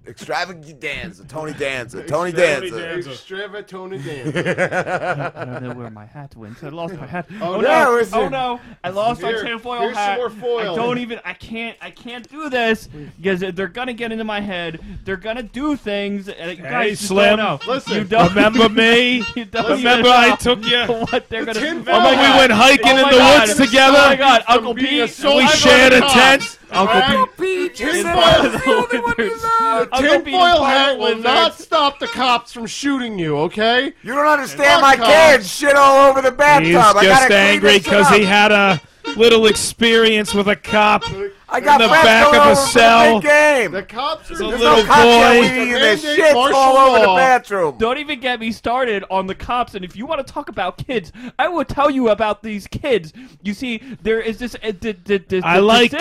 S6: Extravaganza, Tony Danza, Tony Danza.
S8: Extrava Tony
S7: I don't know where
S8: Danza.
S7: my hat went. I lost my hat.
S8: Oh,
S7: Oh,
S8: yeah,
S7: no!
S8: where's
S7: oh
S8: your-
S7: no! I lost
S8: Here-
S7: my tinfoil
S8: here's some
S7: hat.
S8: more foil.
S7: I don't even. I can't. I can't do this because they're gonna get into my head. They're gonna do things. And you guys just
S9: Slim,
S7: don't know.
S9: listen.
S7: You don't,
S9: Remember me?
S7: you don't
S9: Remember I
S7: know
S9: took you-
S7: What they're gonna?
S9: tin foil Remember we
S7: God.
S9: went hiking
S7: Oh
S9: in
S7: my
S9: the
S7: God.
S9: woods together?
S7: Oh my God!
S9: From
S7: Uncle
S9: being
S7: Pete.
S9: assaulted We by shared a cops. tent.
S7: Uncle
S9: Uncle
S6: Pete.
S7: Tin
S8: you said
S7: foil
S8: I was the only
S7: lizards. Uncle Pete is
S8: Tinfoil hat
S7: part
S8: will
S7: lizards.
S8: not stop the cops from shooting you, okay?
S6: You don't understand.
S8: Fuck
S6: My
S8: cops.
S6: kids shit all over the bathtub.
S9: He's
S6: I gotta
S9: just
S6: clean
S9: angry
S6: this shit
S9: because he
S6: up.
S9: had a little experience with a cop
S6: I got
S9: in the
S6: friends
S9: back
S6: all
S9: of
S6: over
S9: a
S6: for the
S9: cell.
S6: big game. The
S8: cops
S9: are There's little no cops that boy. we
S6: need. There's shits all over the bathroom.
S7: Don't even get me started on the cops. And if you want to talk about kids, I will tell you about these kids. You see, there is this. Uh, d- d- d-
S9: I
S7: d-
S9: like
S7: thing.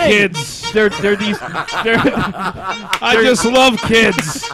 S9: kids.
S7: They're they're these. They're,
S9: I just love kids.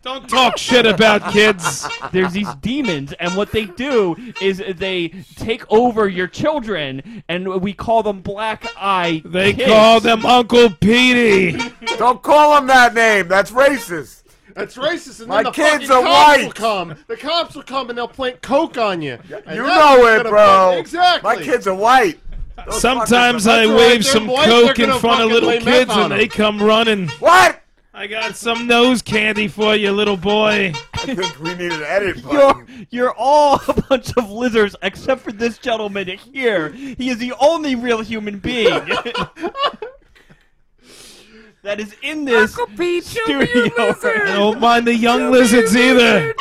S9: Don't talk shit about kids.
S13: There's these demons, and what they do is they take over your children, and we call them black eye.
S9: They call them Uncle Petey.
S6: Don't call him that name. That's racist.
S8: That's racist. And
S6: My
S8: then the
S6: kids
S8: fucking
S6: are
S8: cops will
S6: white.
S8: come. The cops will come and they'll plant coke on you. And
S6: You
S8: that's
S6: know
S8: what's
S6: it,
S8: gonna
S6: bro.
S8: fuck- Exactly.
S6: My kids are white. Those
S9: Sometimes
S6: fuckers are-
S9: I
S6: That's
S9: wave
S6: right,
S9: some
S6: they're white,
S9: coke
S6: they're
S9: in
S6: gonna
S9: front of
S6: fucking
S9: little
S6: lay meth
S9: kids,
S6: on
S9: and
S6: 'em.
S9: they come running.
S6: What?
S9: I got some nose candy for you, little boy.
S6: I think we need an edit
S13: You're, you're all a bunch of lizards except for this gentleman here. He is the only real human being that is in this studio. Oh
S9: I don't mind the young lizards either.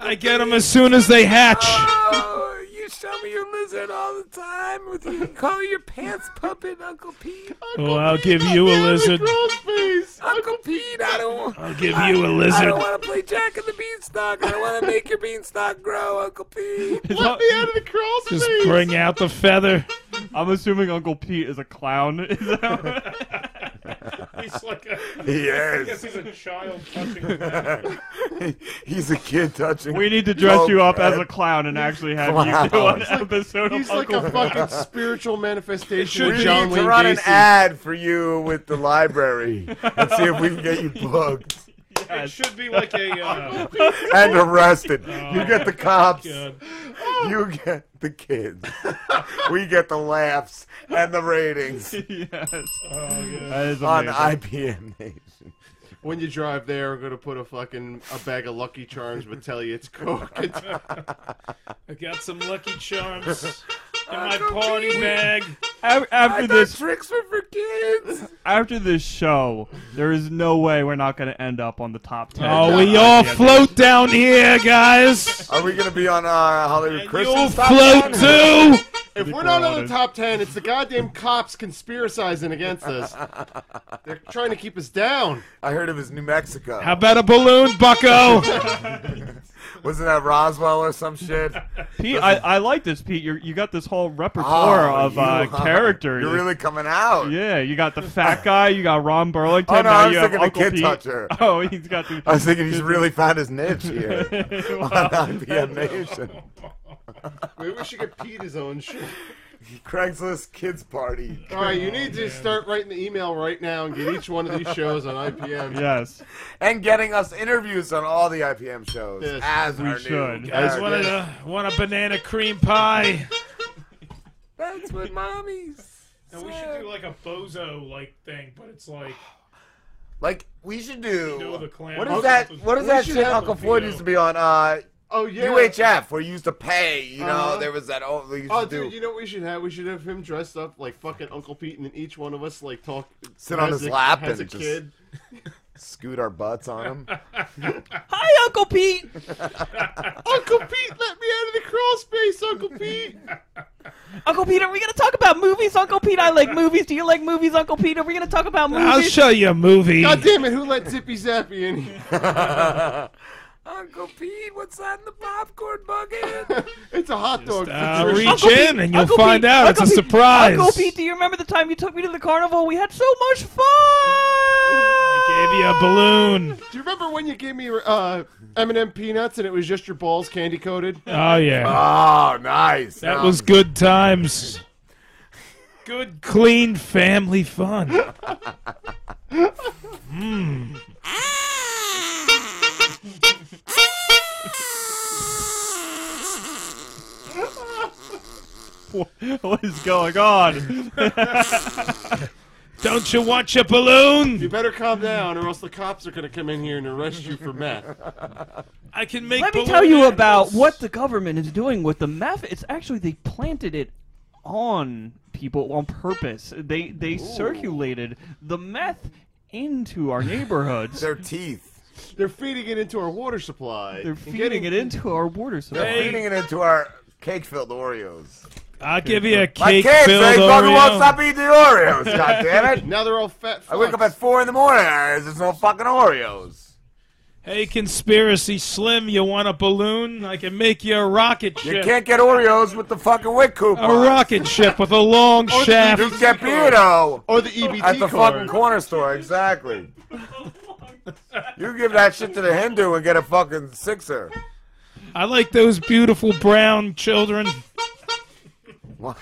S9: I get them as soon as they hatch.
S16: Oh, you show me your lizard all the time. With you call your pants puppet Uncle Pete.
S9: Oh, I'll give you a lizard.
S16: Uncle Pete, I don't.
S9: I'll give you a
S16: I
S9: lizard.
S16: don't want to play Jack and the Beanstalk. I want to make your beanstalk grow, Uncle Pete.
S9: Let
S16: me out of the crawl
S9: Just bring out the feather.
S13: I'm assuming Uncle Pete is a clown. Is that
S8: He's like a,
S6: He
S8: I
S6: is.
S8: guess he's a child touching a man.
S6: He's a kid touching.
S13: We need to dress you up as a
S6: Coke,
S13: clown and actually have you do
S6: Clown.
S13: an
S6: He's
S8: like-
S13: episode
S8: He's
S13: of
S8: like
S13: Uncle
S8: a fucking spiritual manifestation
S6: man.
S8: of
S6: We
S8: John
S6: need to
S8: Wayne
S6: run an
S8: Gacy.
S6: ad for you with the library and see if we can get you booked
S8: It should be like a. Uh, Oh,
S6: and arrested. you get the cops.
S8: God.
S6: You get the kids. we get the laughs and the ratings
S13: yes.
S8: Oh,
S6: on IPN Nation.
S8: When you drive there, I'm gonna put a fucking a bag of Lucky Charms, but tell you it's coke.
S9: I got some Lucky Charms in my party bag.
S13: Af- After this,
S16: tricks were for kids.
S13: after this show, there is no way we're not going to end up on the top ten.
S9: Oh, we all float down here, guys.
S6: Are we gonna be on uh, Hollywood Christmas?
S9: You'll
S6: Stop
S9: float
S6: that.
S9: too.
S8: If we're not on the top ten, it's the goddamn cops conspiracizing against us. They're trying to keep us down.
S6: I heard it was New Mexico.
S9: How about a balloon, Bucko?
S6: Wasn't that Roswell or some shit?
S13: Pete, I, I like this, Pete. You're, you got this whole repertoire
S6: Oh,
S13: of uh,
S6: you-
S13: characters.
S6: You're really coming out.
S13: Yeah, you got the fat guy, you got Ron Burlington.
S6: Oh, no,
S13: now
S6: I was
S13: you have
S6: thinking the
S13: Uncle
S6: kid
S13: Pete.
S6: toucher.
S13: Oh, he's got the.
S6: I was thinking he's really found his niche here on
S13: Wow.
S6: IPN Nation.
S8: Maybe we should get Pete his own shit.
S6: Craigslist kids party.
S8: All right, you need to start writing the email right now and get each one of these shows on IPM.
S13: Yes.
S6: And getting us interviews on all the IPM shows
S8: Yes,
S6: as
S8: we
S6: our
S8: should.
S6: New
S9: Guys, want
S6: characters.
S9: a uh, want a banana cream pie?
S16: That's what mommies.
S9: And we should do like a bozo like thing, but it's like
S6: like we should do.
S9: the clan.
S6: What is that? What is
S9: We
S6: that
S9: should
S6: shit
S9: have a
S6: Uncle Floyd
S9: video.
S6: used to be on? Uh,
S8: oh yeah.
S6: UHF, where you used to pay. You know,
S8: Uh-huh.
S6: there was that. Oh, they used
S8: Oh,
S6: to do.
S8: dude, you know what we should have? We should have him dressed up like fucking Uncle Pete, and then each one of us like talk.
S6: Sit on
S8: has
S6: his
S8: a-
S6: lap
S8: has
S6: and
S8: a
S6: just-
S8: kid.
S6: scoot our butts on him.
S13: Hi, Uncle Pete.
S8: Uncle Pete, let me out of the crawl space, Uncle Pete.
S13: Uncle Pete, are we going to talk about movies? Uncle Pete, I like movies. Do you like movies, Uncle Pete? Are we going to talk about movies?
S9: I'll show you a movie.
S8: God damn it! Who let Zippy Zappy in here?
S16: Uncle Pete, what's that in the popcorn bucket?
S8: it's a hot dog.
S9: uh,
S8: situation.
S9: reach in and you'll find out. It's a surprise.
S13: Uncle Pete, do you remember the time you took me to the carnival? We had so much fun.
S9: Gave you a balloon.
S8: Do you remember when you gave me uh, M&M peanuts and it was just your balls candy coated?
S9: Oh yeah.
S6: Oh, nice.
S9: That was good times. Good clean family fun. Mmm.
S13: what is going on?
S9: Don't you want your balloon?
S8: You better calm down, or else the cops are gonna come in here and arrest you for meth.
S9: I can make.
S13: Let me
S9: balloon
S13: tell you
S9: animals.
S13: about what the government is doing with the meth. It's actually they planted it on people on purpose. They they circulated the meth into our neighborhoods.
S6: Their teeth.
S8: They're feeding it into our water supply.
S13: They're
S8: And
S13: feeding
S8: getting-
S13: it into our water supply.
S6: They're feeding it into our cake-filled Oreos.
S9: I'll give you a
S6: My
S9: cake
S6: kids,
S9: filled
S6: they fucking won't
S9: Oreo.
S6: stop eating the Oreos. God damn it!
S8: Now they're all fat.
S6: I wake up at four in the morning. and There's no fucking Oreos.
S9: Hey, conspiracy slim, you want a balloon? I can make you a rocket
S6: You
S9: ship.
S6: can't get Oreos with the fucking WIC coupon.
S9: a rocket ship with a long shaft.
S6: You get Beardo
S8: Or the EBT
S6: at the
S8: card.
S6: fucking corner store. Exactly. You give that shit to the Hindu and get a fucking sixer.
S9: I like those beautiful brown children.
S6: What?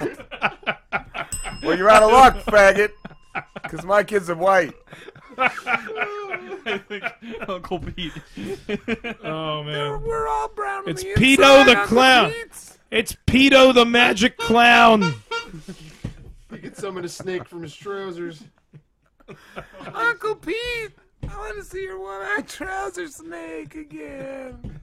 S6: Well, you're out of luck, faggot. Because my kids are white.
S7: I think Uncle Pete.
S9: oh man,
S16: we're all brown.
S9: It's
S16: on the
S9: Pedo
S16: inside,
S9: the
S16: on
S9: clown. It's Pedo the magic clown.
S8: You could summon a snake from his trousers.
S16: Uncle Pete, I want to see your one-eyed trouser snake again.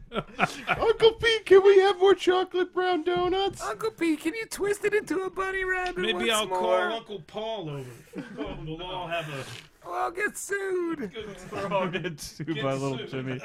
S8: Uncle Pete, can we have more chocolate brown donuts?
S16: Uncle Pete, can you twist it into a bunny rabbit
S9: Maybe
S16: once
S9: I'll
S16: more?
S9: call Uncle Paul over. We'll all have a.
S16: Or I'll get sued.
S7: We're all getting sued by little Jimmy.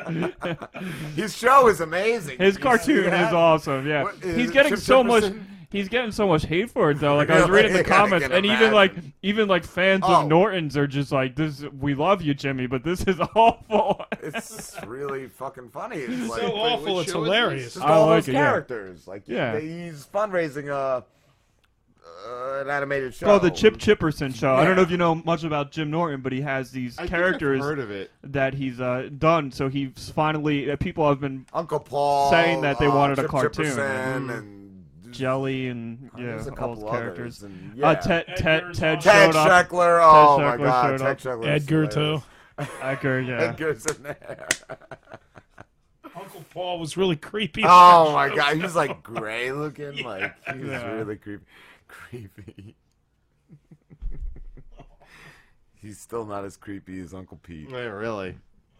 S6: His show is amazing.
S7: His
S6: You
S7: cartoon
S6: see that?
S7: is awesome. Yeah,
S6: What is
S7: he's
S6: it,
S7: getting
S6: Chip
S7: so much.
S6: Jefferson?
S7: He's getting so much hate for it though. Like I was
S6: Really?
S7: reading the
S6: I can
S7: comments, and even
S6: imagine.
S7: like even like fans
S6: Oh.
S7: of Norton's are just like, "This we love you, Jimmy, but this is awful."
S6: It's really fucking funny. It's
S7: It's
S6: like,
S7: so
S6: like,
S7: awful,
S6: what
S7: it's
S6: show is
S7: hilarious.
S6: this? Just
S7: I
S6: all
S7: like
S6: those
S7: it, yeah.
S6: characters. Like,
S7: Yeah.
S6: they- he's fundraising a uh, an animated show.
S7: Oh, the Chip Chipperson show. I
S6: Yeah.
S7: don't know if you know much about Jim Norton, but he has these
S6: I think I've
S7: characters
S6: heard of it.
S7: that he's uh, done. So he's finally uh, people have been
S6: Uncle Paul
S7: saying that they
S6: uh,
S7: wanted a
S6: Chip
S7: cartoon
S6: Chipperson
S7: Jelly and
S6: Oh,
S7: yeah,
S6: there's a
S7: all
S6: couple
S7: those
S6: others,
S7: characters.
S6: and
S7: uh,
S6: yeah.
S7: Ted Ted
S6: Edgar's
S7: Ted,
S6: awesome. Ted
S7: showed
S6: Sheckler,
S7: up. Ted
S6: oh my
S7: Sheckler
S6: God,
S7: showed
S6: Ted
S7: up.
S6: Sheckler is
S9: Edgar too.
S7: Edgar, yeah.
S6: Edgar's in there.
S9: Uncle Paul was really creepy.
S6: Oh my god, he's like gray looking. Like he's
S9: Yeah.
S6: really creepy. Creepy. he's still not as creepy as Uncle Pete.
S8: Yeah, really.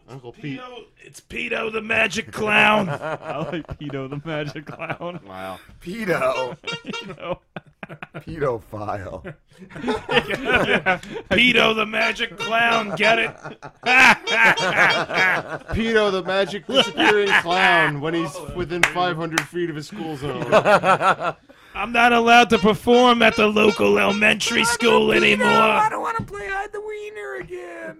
S8: Uncle Pete.
S9: Pedo- it's Pedo the magic clown.
S7: I like Pedo the magic clown.
S8: Wow.
S6: Pedo.
S7: Pedo.
S6: Pedophile.
S9: Pedo the magic clown. Get it?
S8: Pedo, the magic disappearing clown, when he's within 500 feet of his school zone.
S9: I'm not allowed to perform at the local elementary school anymore.
S16: I don't want to play hide the wiener again.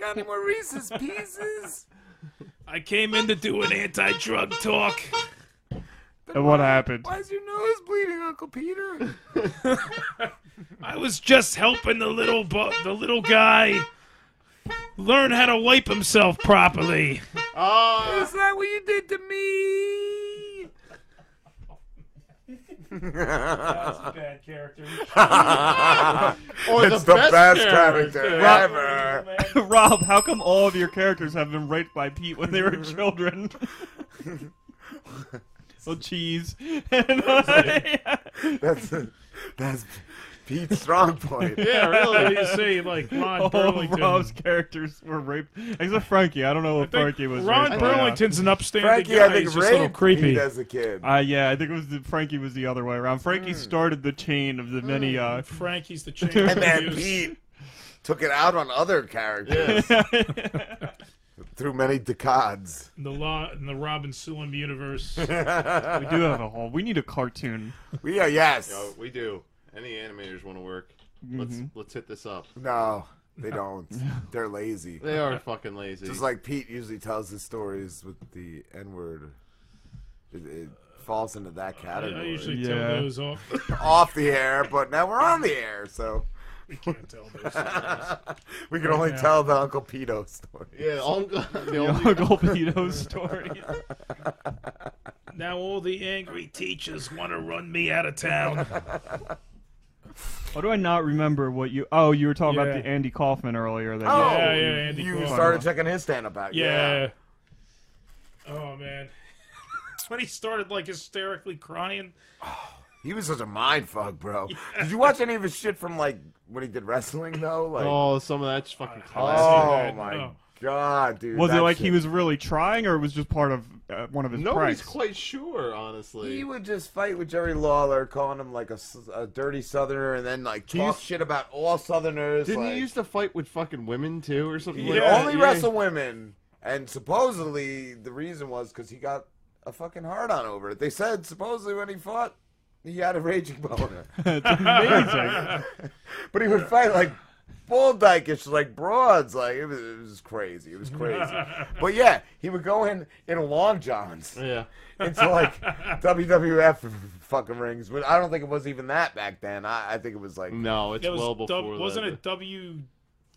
S16: Got any more Reese's pieces?
S9: I came in to do an anti-drug talk.
S7: And what happened?
S16: Why's your nose bleeding, Uncle Peter?
S9: I was just helping the little bu- the little guy learn how to wipe himself properly.
S8: Ah.
S16: Oh, is that what you did to me?
S9: That's a bad character.
S6: Or It's the the best best character character ever.
S7: Rob, how come all of your characters have been raped by Pete when they were children? well, cheese. And, uh,
S6: That's that's Pete's strong point.
S9: You see, like Ron
S7: all
S9: Burlington.
S7: Rob's characters were raped, except Frankie. I don't know if Frankie was.
S9: Ron
S7: raped
S9: Burlington's
S7: by,
S9: an
S7: uh,
S9: upstanding Frankie, guy. I think, He's just a little raped creepy. Pete
S6: as a kid.
S7: Uh, yeah, I think it was the, Frankie was the other way around. Frankie started the chain of the many. Uh,
S9: Frankie's the chain.
S6: and then Pete took it out on other characters through many decades.
S9: the law in the Robin Sulim universe.
S7: we do have a whole. We need a cartoon.
S6: We are yes.
S8: Yo, we do. Any animators want to work? Let's let's hit this up.
S6: No, they don't. They're lazy.
S8: They are fucking lazy.
S6: Just like Pete usually tells his stories with the N word. It, it falls into that category.
S9: usually tell Yeah. those off-
S6: off the air, but now we're on the air, so we
S9: can't tell those.
S6: we can only
S9: Right now.
S6: tell the Uncle Pedo story.
S8: Yeah, Uncle- the
S7: The Uncle Pedo story.
S9: Now all the angry teachers want to run me out of town.
S7: Why do I not remember what you? Oh, you were talking
S9: Yeah.
S7: about the Andy Kaufman earlier. That
S6: Oh,
S7: you,
S9: Yeah, yeah, Andy
S6: you
S9: Kaufman.
S6: started checking his stand-up out.
S9: Yeah. Oh man. That's when he started like hysterically crying.
S6: He was such a mind fuck, bro. Did you watch any of his shit from like when he did wrestling though? Like,
S8: oh, some of that's fucking
S6: oh
S8: classic.
S6: my god, dude.
S7: was it
S6: that
S7: like he
S6: shit-
S7: was really trying, or it was just part of uh, one of his
S8: Nobody's
S7: pranks?
S8: quite sure, honestly.
S6: He would just fight with Jerry Lawler, calling him like a, s- a dirty Southerner, and then like
S8: He
S6: talk
S8: used-
S6: shit about all Southerners.
S8: Didn't
S6: like,
S8: he used to fight with fucking women too, or something?
S6: he
S8: like
S6: would
S8: that?
S6: only
S8: Yeah.
S6: wrestle women, and supposedly the reason was because he got a fucking hard on over it. They said supposedly when he fought, he had a raging boner.
S7: It's amazing.
S6: but he would fight like bull dykish like broads. Like it was, it was crazy. It was crazy. but yeah, he would go in in long johns.
S8: Yeah,
S6: into like WWF fucking rings. But I don't think it was even that back then. I, I think it was like
S8: No, it's
S9: That was
S8: well
S9: dub-
S8: before. that.
S9: Wasn't it W?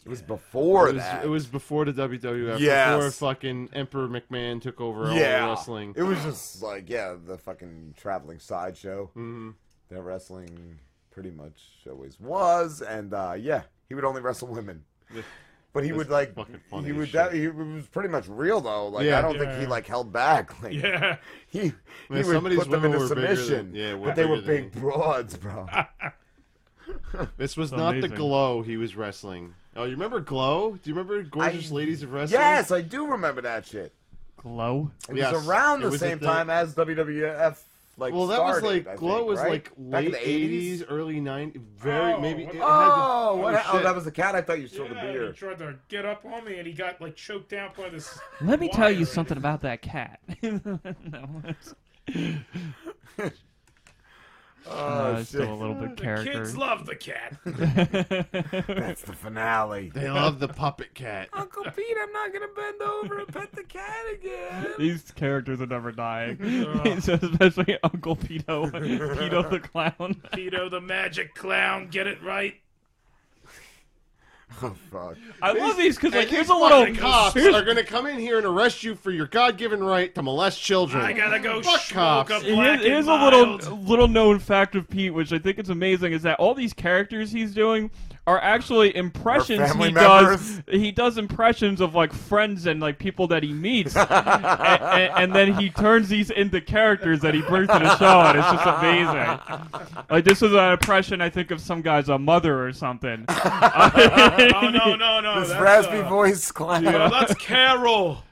S6: It was before
S8: it was,
S6: that.
S8: It was before the WWF.
S6: Yes.
S8: Before fucking Emperor McMahon took over all
S6: yeah,
S8: wrestling.
S6: It was just like yeah, the fucking traveling sideshow. Mm-hmm. That wrestling pretty much always was, and uh, yeah, he would only wrestle women. But he
S8: That's
S6: would like
S8: fucking funny
S6: he
S8: as
S6: would
S8: shit.
S6: that, he was pretty much real though. Like
S8: Yeah.
S6: I don't think he
S8: Yeah.
S6: like held back. Like
S8: Yeah.
S6: he he
S8: Man, some
S6: would
S8: of these
S6: put them
S8: women
S6: into
S8: were bigger than-
S6: submission.
S8: yeah, were
S6: but they were
S8: bigger than
S6: big broads, bro.
S8: This was
S6: It's
S8: not the
S6: amazing.
S8: glow he was wrestling. Oh, you remember glow? Do you remember gorgeous ladies of wrestling?
S6: yes, I do remember that shit.
S7: Glow.
S6: It
S8: Yes.
S6: was around
S8: It
S6: the
S8: was a
S6: same
S8: thing.
S6: time as WWF. Like
S8: well, that
S6: started,
S8: was like
S6: I
S8: glow
S6: think,
S8: was
S6: right?
S8: like
S6: Back in
S8: late
S6: the 80s.
S8: eighties, early nineties. Very maybe. It had the-
S6: Oh, what? hap- Oh,
S8: shit.
S6: that was the cat. I thought you spilled the
S9: Yeah,
S6: beer.
S9: he tried to get up on me, and he got like choked out by this.
S7: Let me
S9: wire.
S7: tell you something about that cat.
S9: Uh,
S7: no, it's-
S8: Oh,
S7: Uh, it's still a little bit character.
S9: The kids love the cat.
S6: That's the finale.
S8: They love the puppet cat.
S10: Uncle Pete, I'm not gonna bend over and pet the cat again.
S7: These characters are never dying. So Especially Uncle Pito, Pito the clown.
S9: Tito the magic clown, get it right.
S6: Oh fuck!
S7: I love these because like
S8: And
S7: here's
S8: these
S7: a little
S8: fucking cops are gonna come in here and arrest you for your god-given right to molest children.
S9: I gotta go
S8: Fuck
S9: smoke
S8: cops.
S9: a
S7: Here's- here's a little little known fact of Pete, which I think is amazing, is that all these characters he's doing are actually impressions
S6: family
S7: he
S6: members.
S7: does. He does impressions of like friends and like people that he meets, and, and, and then he turns these into characters that he brings to the show, and it's just amazing. Like this is an impression I think of some guy's a mother or something.
S9: Oh no no no!
S6: This
S9: that's,
S6: raspy
S9: uh,
S6: voice clown.
S9: no, that's Carol.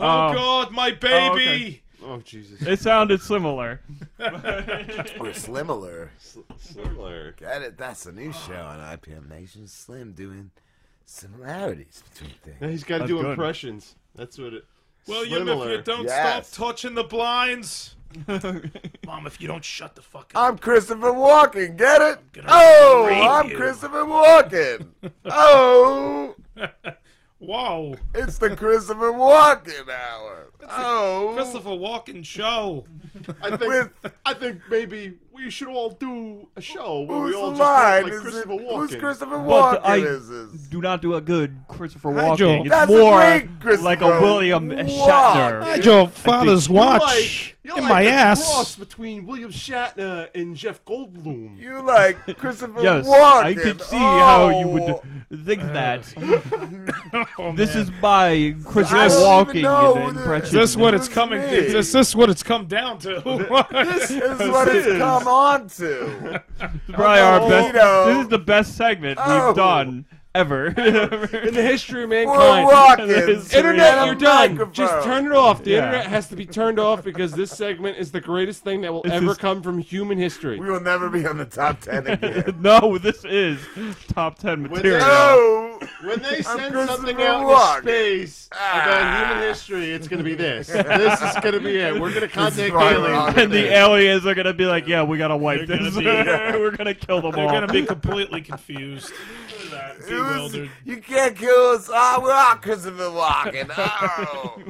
S9: Oh
S7: Oh.
S9: God, my
S7: Oh,
S9: baby.
S8: Oh Jesus!
S7: It sounded similar.
S6: Or Slimmler.
S8: Slimmler.
S6: Get it? That's a new show on IPM Nation. Slim doing similarities between things.
S8: Now he's got to do impressions. That's what it.
S9: William, if you
S8: Slimmler.
S9: don't
S6: Yes.
S9: stop touching the blinds, Mom, if you don't shut the fuck
S6: I'm Christopher Walken. Get it?
S9: gonna
S6: Oh,
S9: rape
S6: I'm
S9: you.
S6: Christopher Walken. oh,
S9: up. Whoa!
S6: it's the Christopher Walken hour.
S9: Oh, Christopher Walken show.
S8: I think I think maybe we should all do a show where we
S6: Who's
S8: all just
S6: lying?
S8: look like
S6: Is it-
S8: Christopher Walken.
S6: who's Christopher
S7: But
S6: Walken?
S7: I
S6: is this?
S7: do not do a good Christopher
S6: Hi, Joel.
S7: Walken. It's
S6: That's the
S7: more
S6: thing,
S7: like
S6: Christopher
S7: a William Shatner.
S9: Hide your
S7: father's
S9: father's watch
S8: You're
S9: in
S8: like
S9: my
S8: the
S9: ass.
S8: cross between William Shatner and Jeff Goldblum.
S6: You like Christopher
S7: Yes,
S6: Walken?
S7: I could see
S6: oh.
S7: how you would think that. Oh, this is my Christopher
S9: Oh, I don't
S7: Walken
S9: even know who this-
S7: impression.
S9: Is this what it's coming? Is this, this what it's come down to?
S6: This is what it's come on to.
S7: This is probably our
S6: Oh.
S7: best.
S6: Tito.
S7: This is the best segment
S6: Oh.
S7: we've done ever.
S24: In the history of
S6: We're
S24: mankind.
S6: walking.
S24: Internet,
S6: And a
S8: Internet, you're done.
S6: microphone.
S8: Just turn it off. The
S7: Yeah.
S8: internet has to be turned off because this segment is the greatest thing that will
S7: This
S8: ever
S7: is-
S8: come from human history.
S6: We will never be on the top ten again.
S7: no, Oh, this is top ten
S8: When they,
S7: material.
S8: when they
S6: I'm
S8: send
S6: Christopher
S8: something out
S6: Walken.
S8: into space about human history, it's going to be this. this is going to be it. We're going to contact aliens.
S7: and the aliens are gonna be like, "Yeah, we gotta wipe
S9: They're gonna
S7: this.
S9: be-
S7: We're gonna kill them
S9: They're
S7: all."
S9: gonna be completely confused.
S6: Who's-
S9: Bewildered.
S6: you can't kill us. Ah, we're all Christopher Walken. Oh.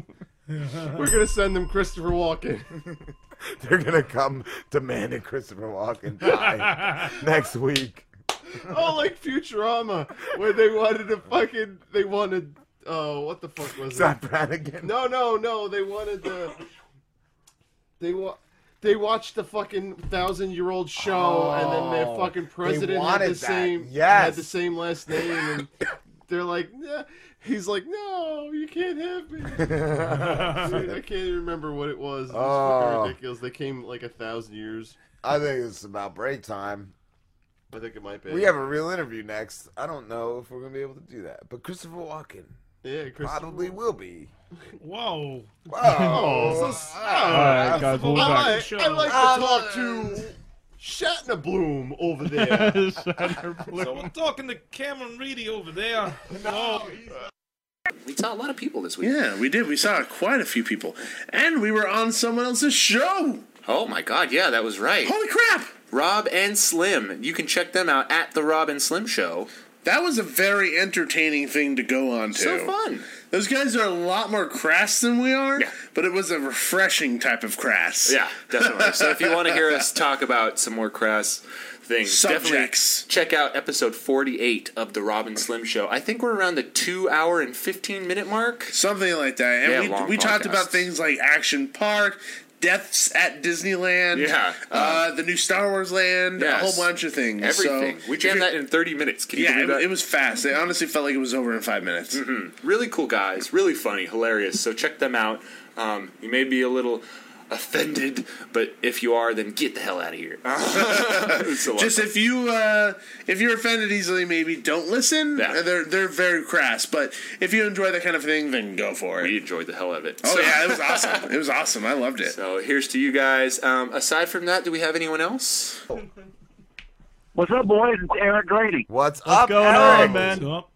S8: We're going to send them Christopher Walken.
S6: They're gonna come demanding Christopher Walken die next week.
S8: oh, like Futurama, where they wanted to fucking they wanted oh what the fuck was
S6: Sam
S8: it?
S6: Brannigan.
S8: No, no, no. They wanted the they wa- they watched the fucking thousand year old show, and then their
S6: Oh,
S8: fucking
S6: they
S8: president had the
S6: wanted that.
S8: same had
S6: Yes.
S8: the same last name, and they're like, nah. he's like, no, you can't have me. Dude, I can't even remember what it was. It was
S6: Oh.
S8: fucking ridiculous. They came like a thousand years.
S6: I think it's about break time.
S8: I think it might be.
S6: We have a real interview next. I don't know if we're gonna be able to do that, but Christopher Walken
S8: yeah, Christopher
S6: probably will be.
S9: Whoa!
S6: Whoa!
S8: Oh,
S6: Oh,
S8: so- Alright,
S7: guys, we'll be
S8: I
S7: back.
S8: like, I like to talk to Shatner Bloom over there.
S9: So we're talking to Cameron Reedy over there. Oh,
S25: We saw a lot of people this week. Yeah, we did. We saw quite a few people. And we were on someone else's show.
S17: Oh my god, yeah, that was right.
S25: Holy crap!
S17: Rob and Slim. You can check them out at the Rob and Slim Show. That was a very entertaining thing to go on to.
S4: So fun.
S17: Those guys are a lot more crass than we are, but it was a refreshing type of crass.
S3: Yeah, definitely. so if you want to hear us talk about some more crass things,
S17: Subjects.
S3: definitely check out episode 48 of the Robin Slim Show. I think we're around the two hour and 15 minute mark.
S17: Something like that. And
S3: Yeah,
S17: we,
S3: long
S17: we talked
S3: podcast.
S17: about things like Action Park, Deaths at Disneyland,
S3: Yeah,
S17: uh, the new Star Wars land, a
S3: Yes.
S17: whole bunch of things.
S3: Everything.
S17: So
S3: we
S17: if you're-
S3: jammed that in 30 minutes. Can you
S17: yeah,
S3: believe
S17: it,
S3: that?
S17: it was fast. It honestly felt like it was over in five minutes.
S3: Mm-hmm. Really cool guys, really funny, hilarious. So check them out. Um, you may be a little offended, but if you are, then get the hell out of here. It's a lot
S17: Just
S3: of
S17: if you uh, if you're offended easily, maybe don't listen. They're they're very crass, but if you enjoy that kind of thing, then go for it.
S3: We enjoyed the hell of it.
S17: Oh
S3: So-
S17: yeah, it was awesome. It was awesome. I loved it.
S3: So here's to you guys. Um, aside from that, do we have anyone else?
S18: What's up, boys? It's Eric Grady.
S6: What's,
S18: up,
S3: going
S18: Eric?
S3: on, man? What's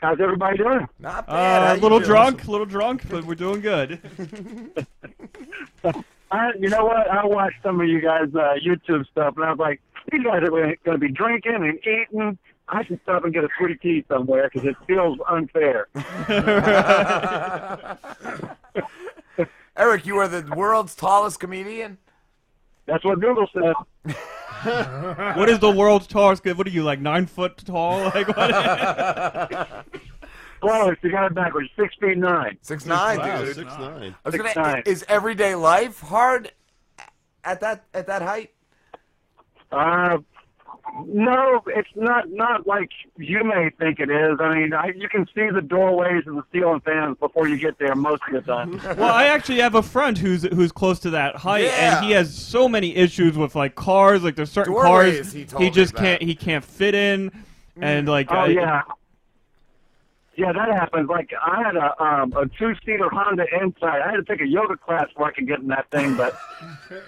S18: How's everybody doing?
S6: Not
S18: How
S7: Uh, a
S18: you
S7: little
S18: doing?
S7: drunk, a little drunk, but we're doing good.
S18: I, Uh, you know what? I watched some of you guys' uh, YouTube stuff, and I was like, you guys are going to be drinking and eating. I should stop and get a sweet tea somewhere because it feels unfair.
S6: Eric, you are the world's tallest comedian.
S18: That's what Google said.
S7: what is the world's tallest? What are you like nine foot tall? Like what?
S18: Close. You got it backwards. Six feet nine.
S6: Six nine, dude.
S18: nine.
S6: I was gonna, Is everyday life hard at that at that height?
S18: Uh, no, it's not. Not like you may think it is. I mean, I, you can see the doorways and the ceiling fans before you get there most of the time.
S7: well, I actually have a friend who's who's close to that height, and he has so many issues with like cars. Like there's certain
S18: Doorways,
S7: cars
S18: he told me
S7: just
S18: about.
S7: can't he can't fit in, and like
S18: oh
S7: I-
S18: yeah, yeah, that happens. Like I had a um, a two seater Honda Insight. I had to take a yoga class before I could get in that thing, but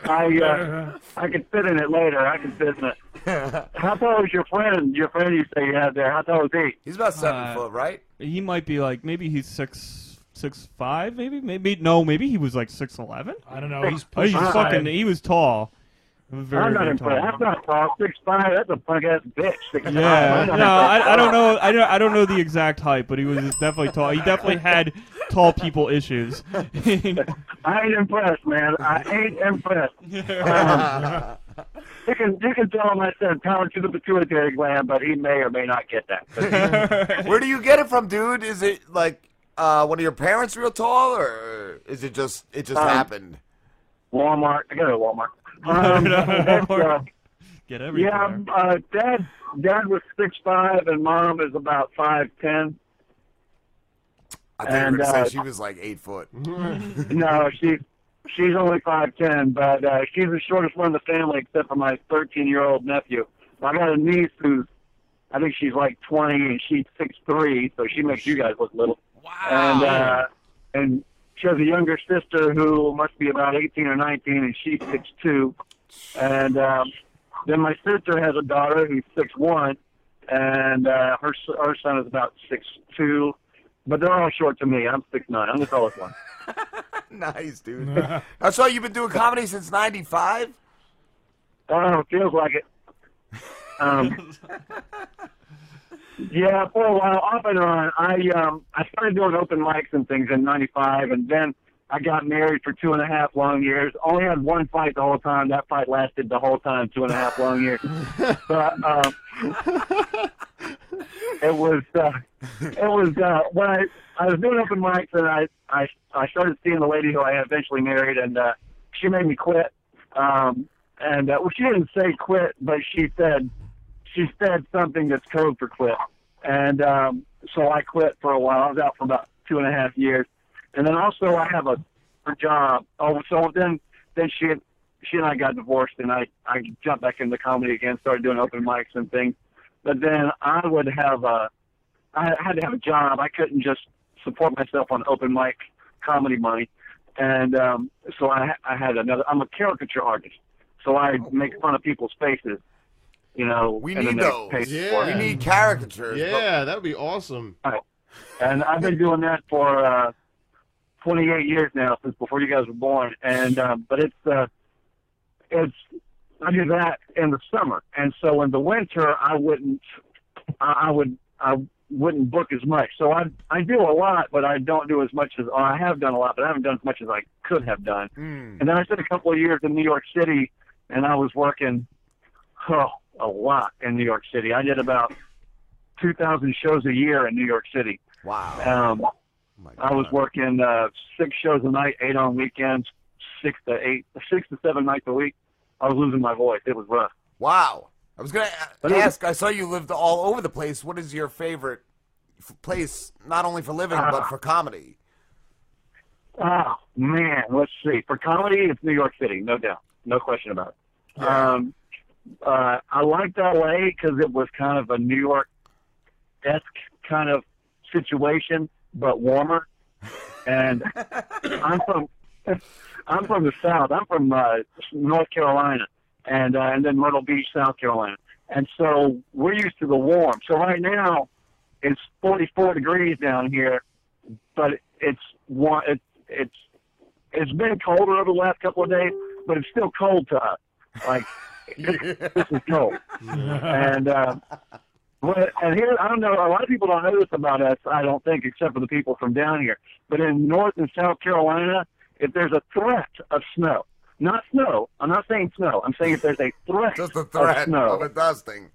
S18: I uh, I could fit in it later. I could fit in it. How tall was your friend? Your friend you say you had there? How tall was he?
S6: He's about
S7: Uh,
S6: right?
S7: He might be like maybe he's six six five, maybe maybe no, maybe he was like six eleven. Oh,
S18: I don't know. He's
S7: he's
S18: pushing
S7: fucking
S18: five.
S7: he was tall. Very,
S18: I'm not
S7: very tall.
S18: impressed. That's not tall. Six five. That's a punk ass bitch. Six
S7: Yeah,
S18: five.
S7: no, I, I don't know. I don't. I don't know the exact height, but he was definitely tall. He definitely had tall people issues.
S18: I ain't impressed, man. I ain't impressed. Um, you can you can tell him I said power to the pituitary gland, but he may or may not get that.
S6: Where do you get it from, dude? Is it like uh, one of your parents real tall, or is it just it just
S18: Um,
S6: happened?
S18: Walmart. I go to Walmart. Um, that's, uh,
S7: Get
S18: yeah, uh, dad dad was six five, and mom is about five ten.
S6: I think you were
S18: and,
S6: gonna
S18: uh,
S6: say she was like eight foot.
S18: no, she she's only five ten, but uh, she's the shortest one in the family, except for my thirteen year old nephew. I got a niece who's, I think she's like twenty, and she's six three, so she makes you guys look little. Wow. And uh, and she has a younger sister who must be about eighteen or nineteen, and she's six two. And um, then my sister has a daughter who's six one, and uh, her s- her son is about six two. But they're all short to me. I'm six nine. I'm the tallest one.
S6: nice, dude. I saw you've been doing comedy since '95.
S18: Oh, it feels like it. Um, yeah, for a while, off and on. I um, I started doing open mics and things in '95, and then I got married for two and a half long years. Only had one fight the whole time. That fight lasted the whole time, two and a half long years. but um, it was uh, it was uh, when I I was doing open mics, and I I I started seeing the lady who I eventually married, and uh, she made me quit. Um, and uh, well, she didn't say quit, but she said she said something that's code for quit. And um, so I quit for a while. I was out for about two and a half years, and then also I have a a job. Oh, so then then she she and I got divorced, and I I jumped back into comedy again, started doing open mics and things. But then I would have a I had to have a job. I couldn't just support myself on open mic comedy money, and um, so I I had another. I'm a caricature artist, so I make fun of people's faces. You know,
S6: Oh. We
S18: and then
S6: need
S18: they
S6: those.
S18: pay for it.
S6: We need caricatures.
S18: Yeah,
S6: that would be awesome.
S18: And I've been doing that for uh, 28 years now, since before you guys were born. And uh, but it's uh, it's I do that in the summer, and so in the winter I wouldn't I, I would I wouldn't book as much. So I I do a lot, but I don't do as much as or I have done a lot, but I haven't done as much as I could have done.
S6: Mm.
S23: uh,
S18: And then I spent a couple of years in New York City, and I was working oh, a lot in New York City. I did about two thousand shows a year in New York City.
S6: Wow. Oh
S18: Um, I was working uh, six shows a night, eight on weekends, six to eight, six to seven nights a week. I was losing my voice. It was rough.
S6: Wow. I was gonna
S18: But it was-
S6: ask. I saw you lived all over the place. What is your favorite f- place, not only for living
S18: Ah.
S6: but for comedy?
S18: Oh man, let's see. For comedy, it's New York City, no doubt, no question about it. Um, uh, I liked LA because it was kind of a New York esque kind of situation, but warmer. And I'm from I'm from the South. I'm from uh, North Carolina, and uh, and then Myrtle Beach, South Carolina. And so we're used to the warm. So right now, it's 44 degrees down here, but it's one. It, it's it's been colder over the last couple of days, but it's still cold to us. Like this is cold. and uh, well, and here I don't know. A lot of people don't know this about us. I don't think, except for the people from down here. But in North and South Carolina, if there's a threat of snow, not snow. I'm not saying snow. I'm saying if there's a threat, Just a of
S6: Threat
S18: Oh, snow,
S6: of a dusting.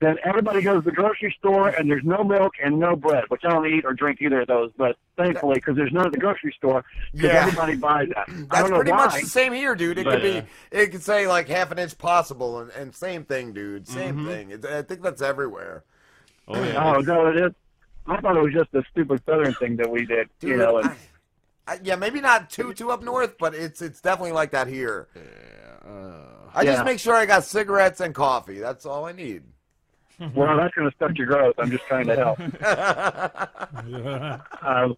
S18: then everybody goes to the grocery store and there's no milk and no bread, which I don't eat or drink either of those, but thankfully, because there's none at the grocery store, because
S6: Yeah.
S18: everybody buys that. I
S6: That's
S18: don't know
S6: pretty
S18: why.
S6: much the same here, dude. It
S18: but, uh,
S6: could be, it could say like half an inch possible, and, and same thing, dude. Same thing. It, I think that's everywhere.
S18: Oh, is that what it is? I thought it was just a stupid southern thing that we did, you
S6: Dude,
S18: know. And,
S6: I, yeah, maybe not too too up north, but it's it's definitely like that here. Yeah. I
S18: Yeah.
S6: just make sure I got cigarettes and coffee. That's all I need.
S18: Mm-hmm. well, that's going to stunt your growth. I'm just trying to help. Um,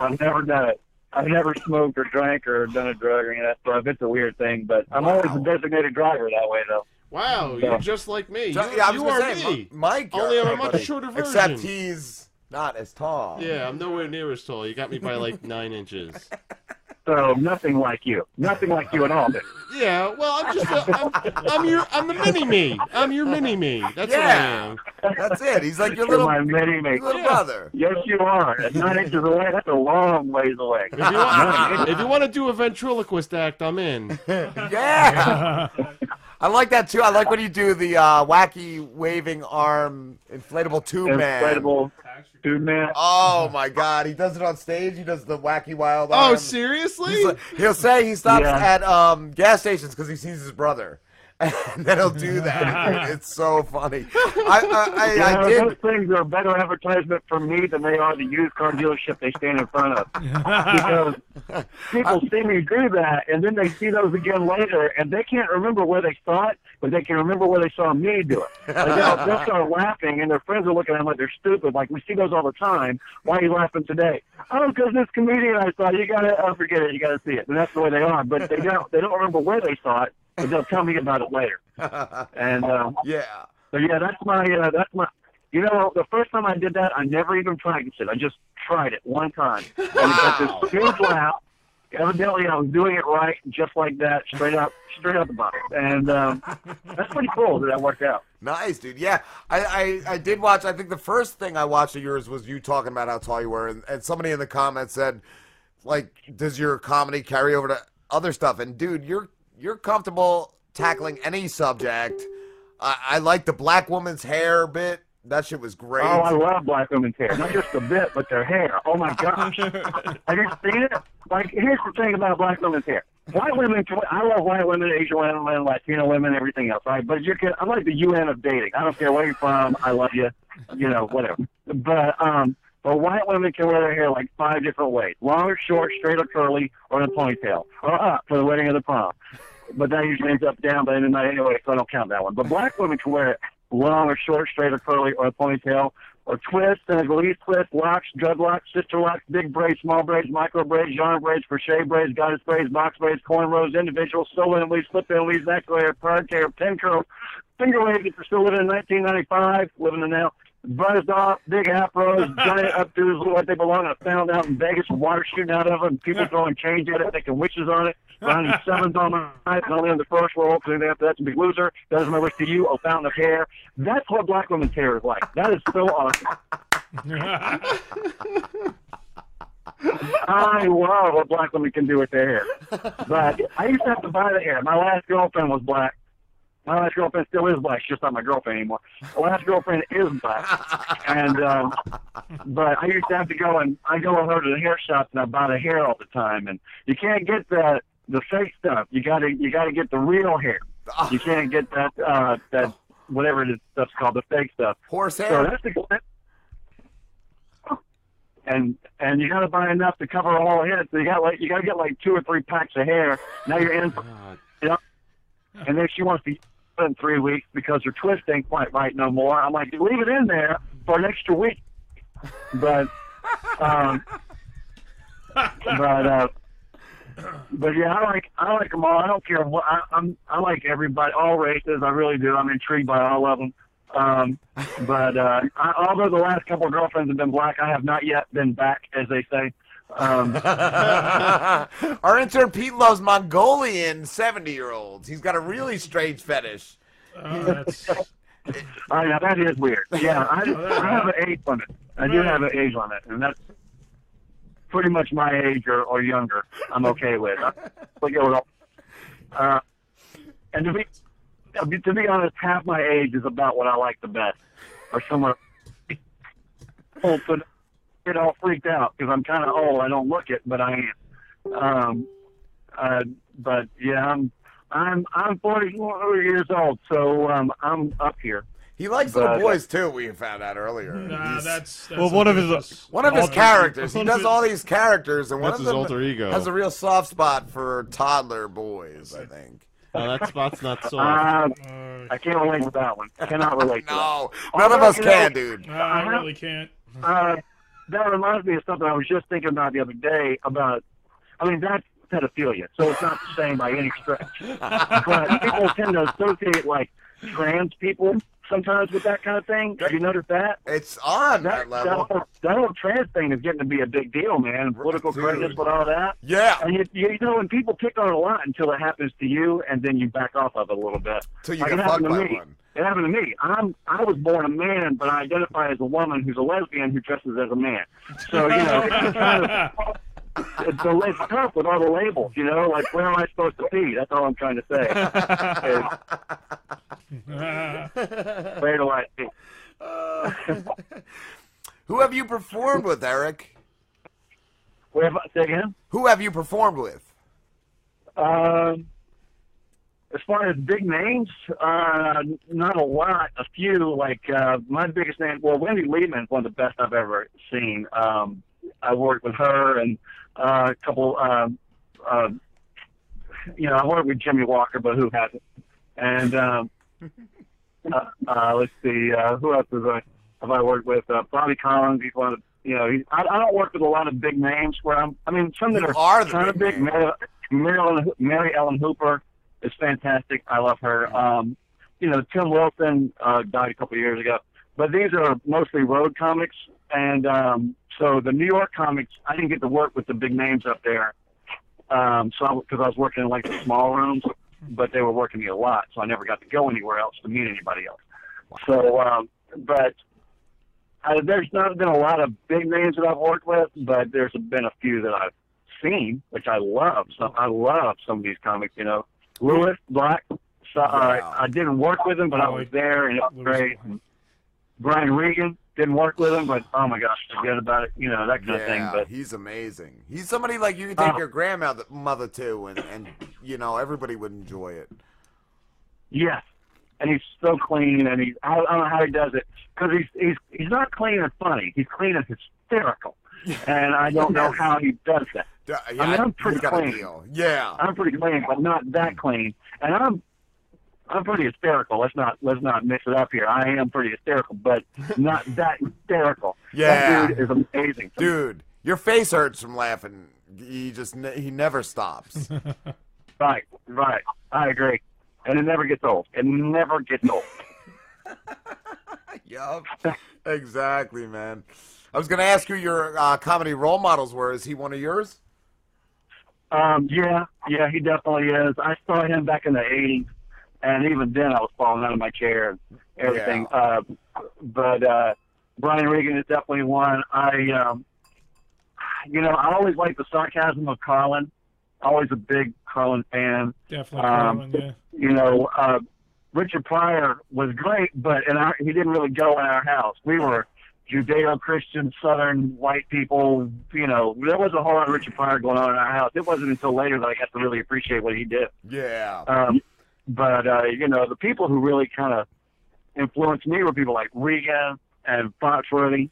S18: I've never done it. I've never smoked or drank or done a drug or any of that stuff. It's a weird thing, but I'm always a designated driver that way, though.
S8: Wow,
S18: Yeah.
S8: you're just like me. You,
S18: So- yeah, I was
S8: you
S18: gonna
S8: are
S18: say,
S8: me.
S6: M- Mike,
S8: Only
S6: you're
S8: I'm a much
S6: everybody,
S8: shorter version.
S6: except he's not as tall.
S8: Yeah, I'm nowhere near as tall. You got me by like nine inches.
S18: So nothing like you. Nothing like you at all. dude.
S8: Yeah, well, I'm just a, I'm, I'm your I'm the mini me. I'm your mini me. That's
S18: Yeah.
S8: what I am.
S6: That's it. He's
S18: You're my mini me.
S8: Yeah.
S18: Yes, you are. At nine inches away, that's a long ways away.
S8: If you, want, if you want to do a ventriloquist act, I'm in.
S6: yeah. I like that too. I like when you do the uh, wacky waving arm inflatable tube man.
S18: Inflatable tube man.
S6: Oh my god, he does it on stage. He does the wacky wild
S8: Oh,
S6: arm.
S8: seriously?
S6: He's like- he'll say he stops
S18: Yeah.
S6: at um, gas stations because he sees his brother, and then he'll do that. it's so funny. I I, I, I
S18: Yeah,
S6: did.
S18: Those things are a better advertisement for me than they are the used car dealership they stand in front of. because people see me do that, and then they see those again later, and they can't remember where they saw it, but they can remember where they saw me do it. Like, they'll, they'll start laughing, and their friends are looking at them like they're stupid. Like, we see those all the time. Why are you laughing today? Oh, because this comedian I saw, you got to oh, forget it. You got to see it. And that's the way they are. But they don't, they don't remember where they saw it, but they'll tell me about it later.
S6: uh,
S18: And um,
S6: yeah.
S18: So yeah, that's my uh, that's my. You know, the first time I did that, I never even practiced it. I just tried it one time, and it got this huge laugh. Evidently, I was doing it right, just like that, straight up, straight out the box, and um, that's pretty cool that that worked out.
S6: uh, Nice, dude. Yeah, I, I, I did watch. I think the first thing I watched of yours was you talking about how tall you were, and, and somebody in the comments said, like, does your comedy carry over to other stuff? And dude, you're you're comfortable tackling any subject. I, I like the black woman's hair bit. That shit was great.
S18: Oh, I love black women's hair. Not just the bit, but their hair. Oh my gosh. Have you seen it? Like, here's the thing about black women's hair. White women, I love white women, Asian women, Latino women, everything else, right? But you can, I'm like the UN of dating. I don't care where you're from. I love you. You know, whatever. But, um, but white women can wear their hair like five different ways: long or short, straight or curly, or in a ponytail, or up for the wedding or the prom. But that usually ends up down by the end of the night anyway, so I don't count that one. But black women can wear it long or short, straight or curly, or a ponytail, or twist, and a release twist, locks, dreadlocks, sister locks, big braids, small braids, micro braids, yarn braids, crochet braids, goddess braids, box braids, cornrows, individual, solo in leaves, slip in leaves, neck layer, prior hair, pin curls, finger waves if you're still living in 1995, living in now, buzzed off, big afros, giant updos, look like they belong on a found out in Vegas, with water shooting out of them, people throwing change at it, thinking wishes on it, finding sevens on my night, only on the first roll, cleaning after that's a big loser, that is my wish to you, a fountain of hair. That's what black women's hair is like. That is so awesome. I love what black women can do with their hair. But I used to have to buy the hair. My last girlfriend was black. My last girlfriend still is black. She's just not my girlfriend anymore. My last girlfriend is black, and um, but I used to have to go and I go with her to the hair shop and I buy the hair all the time. And you can't get the the fake stuff. You gotta you gotta get the real hair.
S6: Ah.
S18: You can't get that uh, that whatever it is stuff's called the fake stuff.
S6: Horse
S18: So
S6: hair.
S18: that's the and and you gotta buy enough to cover all heads. So you got like you gotta get like two or three packs of hair. Now you're in.
S9: Oh,
S18: You know, and then she wants to use it in three weeks because her twist ain't quite right no more. I'm like, leave it in there for an extra week. But, um, but uh, but yeah, I like I like them all. I don't care what I, I'm. I like everybody, all races. I really do. I'm intrigued by all of them. Um, but uh, I, although the last couple of girlfriends have been black, I have not yet been back, as they say. Um,
S6: Our intern Pete loves Mongolian seventy-year-olds. He's got a really strange fetish.
S9: Oh,
S18: I know Oh, that is weird. Yeah, I, I have an age limit. I do have an age limit, and that's pretty much my age or, or younger. I'm okay with. I, but you know, uh, and to be to be- to be honest, half my age is about what I like the best, or somewhere. Oh, but get all freaked out because I'm kind of old. I don't look it, but I am. Um, uh, but yeah, I'm I'm I'm 44 years old, so um, I'm up here.
S6: He likes
S18: uh,
S6: little boys too. We found out earlier.
S9: Nah,
S6: He's-
S9: that's, that's
S7: Well, one of his
S6: one of his
S7: alter-
S6: characters. He
S7: one
S6: does
S7: of
S6: all these characters, and one
S8: That's
S6: of
S8: his
S6: them
S8: alter ego.
S6: has a real soft spot for toddler boys. I think.
S8: No, that spot's not sold.
S18: Uh, I can't relate to that one. I cannot relate to
S6: No,
S18: that.
S6: none of
S18: Although,
S6: us
S18: you know,
S6: can, dude.
S9: Nah, I really can't.
S18: Uh-huh. Uh, that reminds me of something I was just thinking about the other day about. I mean, that's pedophilia, so it's not the same by any stretch. but people tend to associate like trans people sometimes with that kind of thing. Have you noticed that?
S6: It's on that level.
S18: whole, that whole trans thing is getting to be a big deal, man. Political
S6: Dude.
S18: correctness with all that.
S6: Yeah.
S18: And you, you know, and people pick on it a lot until it happens to you, and then you back off of it a little bit.
S6: Till you
S18: Like,
S6: get
S18: it happened
S6: fucked
S18: to
S6: by
S18: me.
S6: one.
S18: It happened to me. I'm I was born a man, but I identify as a woman who's a lesbian who dresses as a man. So you know, it's kind of it's, a, it's tough with all the labels. You know, like where am I supposed to be? That's all I'm trying to say. Is where do I? be?
S6: Who have you performed with, Eric?
S18: Where have I, say again?
S6: Who have you performed with?
S18: Um, as far as big names, uh, not a lot. A few, like uh, my biggest name. Well, Wendy Lehman is one of the best I've ever seen. Um, I worked with her and uh, a couple. Uh, uh, you know, I worked with Jimmy Walker, but who hasn't? And um, uh, uh, let's see, uh, who else have I, have I worked with? Uh, Bobby Collins. He's one of the, you know. He, I, I don't work with a lot of big names. Where I'm, I mean, some that
S6: You
S18: are,
S6: are the
S18: kind of big. Mary, Mary, Mary Ellen Hooper is fantastic. I love her. Um, you know, Tim Wilson uh, died a couple of years ago, but these are mostly road comics, and um, so the New York comics. I didn't get to work with the big names up there, um, so because I, was working in like the small rooms, but they were working me a lot, so I never got to go anywhere else to meet anybody else. So, um, but uh, there's not been a lot of big names that I've worked with, but there's been a few that I've seen, which I love. Some I love some of these comics, you know. Lewis Black. So, uh, I didn't work with him, but I was there, and it was great. Brian Regan didn't work with him, but oh my gosh, forget about it. You know that kind of thing.
S6: Yeah,
S18: But
S6: he's amazing. He's somebody like you could take
S18: Oh.
S6: your grandmother mother to, and, and you know everybody would enjoy it.
S18: Yes, and he's so clean, and he's I, I don't know how he does it because he's he's he's not clean and funny. He's clean and hysterical, and I don't know how he does that.
S6: Yeah,
S18: I mean, I'm
S6: he's
S18: pretty
S6: got a
S18: clean.
S6: deal. Yeah, Mm.
S18: I'm pretty clean, but not that clean. And I'm I'm pretty hysterical. Let's not let's not mix it up here. I am pretty hysterical, but not that hysterical.
S6: Yeah.
S18: that dude is amazing.
S6: dude, your face hurts from laughing. He just ne- he never stops.
S18: Right, right. I agree. And it never gets old. It never gets old.
S6: Yup. Exactly, man. I was going to ask who your uh, comedy role models were. Is he one of yours?
S18: Um, yeah, yeah, he definitely is. I saw him back in the '80s, and even then, I was falling out of my chair and everything. Uh, but uh, Brian Regan is definitely one. I, um, you know, I always like the sarcasm of Carlin. Always a big Carlin fan.
S9: Definitely
S18: Um,
S9: Carlin, yeah.
S18: You know, uh, Richard Pryor was great, but in our, he didn't really go in our house. We were Judeo-Christian, Southern white people. You know, there wasn't a whole lot of Richard Pryor going on in our house. It wasn't until later that I got to really appreciate what he did.
S6: Yeah.
S18: Um, but uh, you know, the people who really kind of influenced me were people like Regan and Foxworthy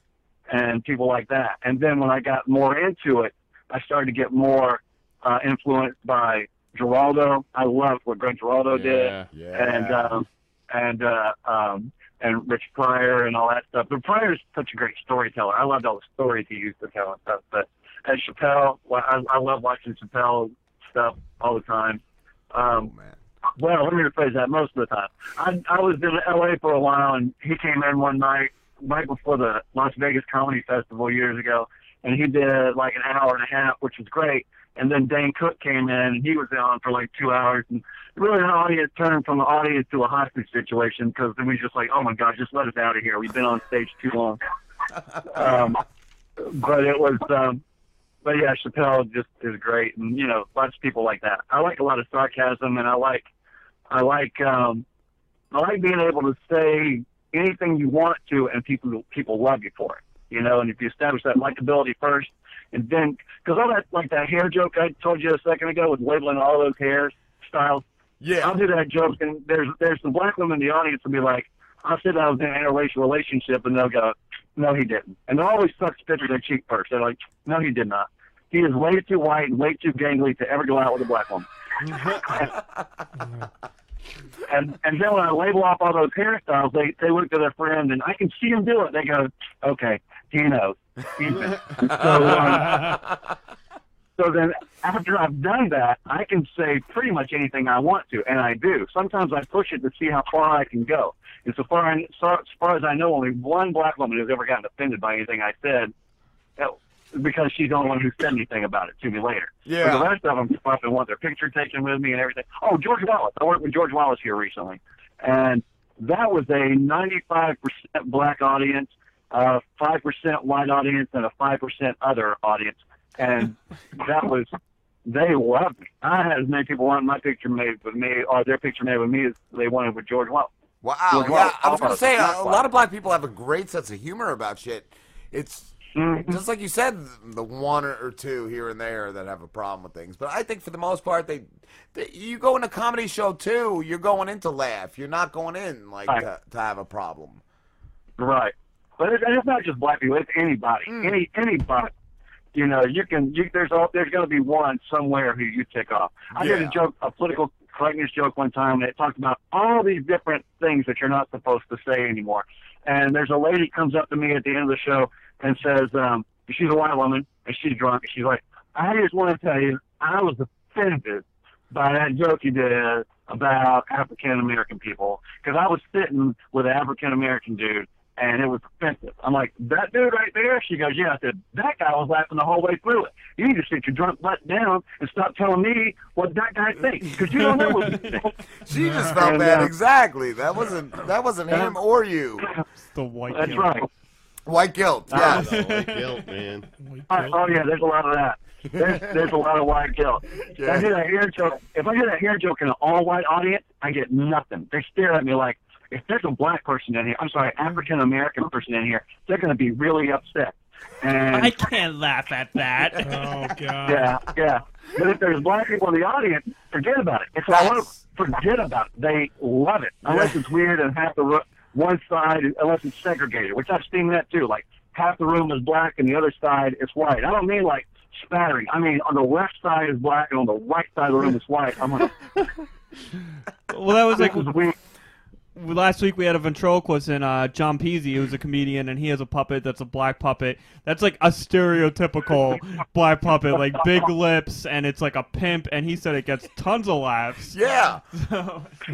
S18: and people like that. And then when I got more into it, I started to get more uh, influenced by Geraldo. I loved what Greg Geraldo
S6: Yeah,
S18: did,
S6: yeah.
S18: and um, and uh, um, and Rich Pryor and all that stuff. But Pryor's such a great storyteller. I loved all the stories he used to tell and stuff. But and Chappelle, well, I, I love watching Chappelle stuff all the time. Um, Well, let me rephrase that. Most of the time, I, I was in L.A. for a while, and he came in one night right before the Las Vegas Comedy Festival years ago, and he did like an hour and a half, which was great. And then Dane Cook came in, and he was on for like two hours, and really the audience turned from the audience to a hostage situation because then we just like, oh my god, just let us out of here. We've been on stage too long. um, but it was, um, but yeah, Chappelle just is great, and you know, lots of people like that. I like a lot of sarcasm, and I like, I like, um, I like being able to say anything you want to, and people people love you for it. You know, and if you establish that likability first, and then because all that like that hair joke I told you a second ago with labeling all those hair styles.
S6: Yeah,
S18: I'll do that joke, and there's there's some black women in the audience will be like, I said I was in an interracial relationship, and they'll go, No, he didn't. And they always suck spit to their cheek first. They're like, No, he did not. He is way too white and way too gangly to ever go out with a black woman. And and then when I label off all those hairstyles, they they look to their friend and I can see him do it. They go, okay, he knows. He's been-" so, um, so then after I've done that, I can say pretty much anything I want to, and I do. Sometimes I push it to see how far I can go. And so far, I, so, as far as I know, only one black woman has ever gotten offended by anything I said, uh, because she's the only one who said anything about it to me later.
S6: Yeah.
S18: But the rest of them fucking want their picture taken with me and everything. Oh, George Wallace. I worked with George Wallace here recently, and that was a 95% black audience, a 5% white audience, and a 5% other audience. And that was, they loved me. I had as many people wanting my picture made with me, or their picture made with me, as they wanted with George Wallace.
S6: Wow.
S18: George
S6: Oh, yeah,
S18: Wallace
S6: I was going to
S18: also
S6: say, uh,
S18: not
S6: a, a
S18: black.
S6: lot of black people have a great sense of humor about shit. It's
S18: Mm-hmm.
S6: just like you said, the one or two here and there that have a problem with things. But I think for the most part, they, they you go in a comedy show too, you're going in to laugh. You're not going in like
S18: Right.
S6: to, to have a problem.
S18: Right. But it, and it's not just black people. It's anybody.
S6: Mm.
S18: Any anybody. You know, you can. You, there's all, there's going to be one somewhere who you tick off. I did
S6: Yeah.
S18: a joke, a political correctness joke one time, and it talked about all these different things that you're not supposed to say anymore. And there's a lady comes up to me at the end of the show and says, um, she's a white woman and she's drunk. And she's like, I just want to tell you, I was offended by that joke you did about African American people because I was sitting with an African American dude and it was offensive. I'm like, that dude right there? She goes, yeah. I said, that guy was laughing the whole way through it. You need to sit your drunk butt down and stop telling me what that guy thinks because you don't know what he thinks.
S6: She just felt
S18: And,
S6: bad.
S18: uh,
S6: Exactly. That wasn't that wasn't him or you.
S7: the white.
S18: That's guilt. right.
S6: White guilt.
S18: Uh,
S6: Yes.
S18: White
S6: guilt, man.
S18: Oh, oh, yeah, there's a lot of that. There's, there's a lot of white guilt. If I hear that hair joke, if I hear that hair joke in an all white audience, I get nothing. They stare at me like, if there's a black person in here, I'm sorry, African American person in here, they're going to be really upset. And
S9: I can't laugh at that. oh God.
S18: yeah, yeah. But if there's black people in the audience, forget about it. It's all over. Forget about it. They love it. Unless it's weird and half the room, one side, unless it's segregated, which I've seen that too. Like half the room is black and the other side is white. I don't mean like spattering. I mean on the left side is black and on the right side of the room is white. I'm like,
S7: Well, that was like
S18: this is weird.
S7: last week we had a ventriloquist in uh, John Peasy, who's a comedian, and he has a puppet that's a black puppet. That's like a stereotypical black puppet, like big lips, and it's like a pimp. And he said it gets tons of laughs.
S6: Yeah.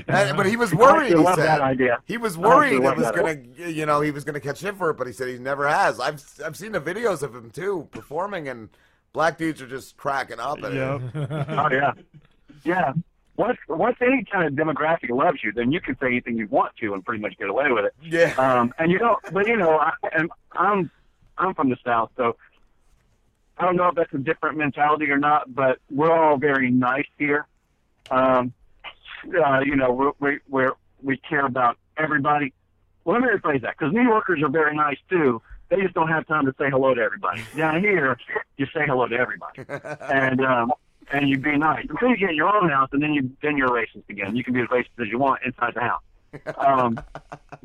S6: And- but he was worried.
S18: I
S6: He
S18: love
S6: said
S18: that idea.
S6: he was
S18: I actually
S6: worried
S18: love
S6: it was
S18: that
S6: gonna, you know, he was gonna catch hit for it, but he said he never has. I've I've seen the videos of him too performing, and black dudes are just cracking up at it.
S18: oh yeah, yeah. Once once any kind of uh, demographic loves you, then you can say anything you want to and pretty much get away with it.
S6: Yeah.
S18: Um, and you know, but you know, I, and I'm I'm from the south, so I don't know if that's a different mentality or not. But we're all very nice here. Um, uh, you know, we're, we we're, we care about everybody. Well, let me rephrase that because New Yorkers are very nice too. They just don't have time to say hello to everybody. Down here, you say hello to everybody,
S23: uh,
S18: and um, and you be nice until you get in your own house, and then you then you're racist again. You can be as racist as you want inside the house.
S23: uh,
S18: Um,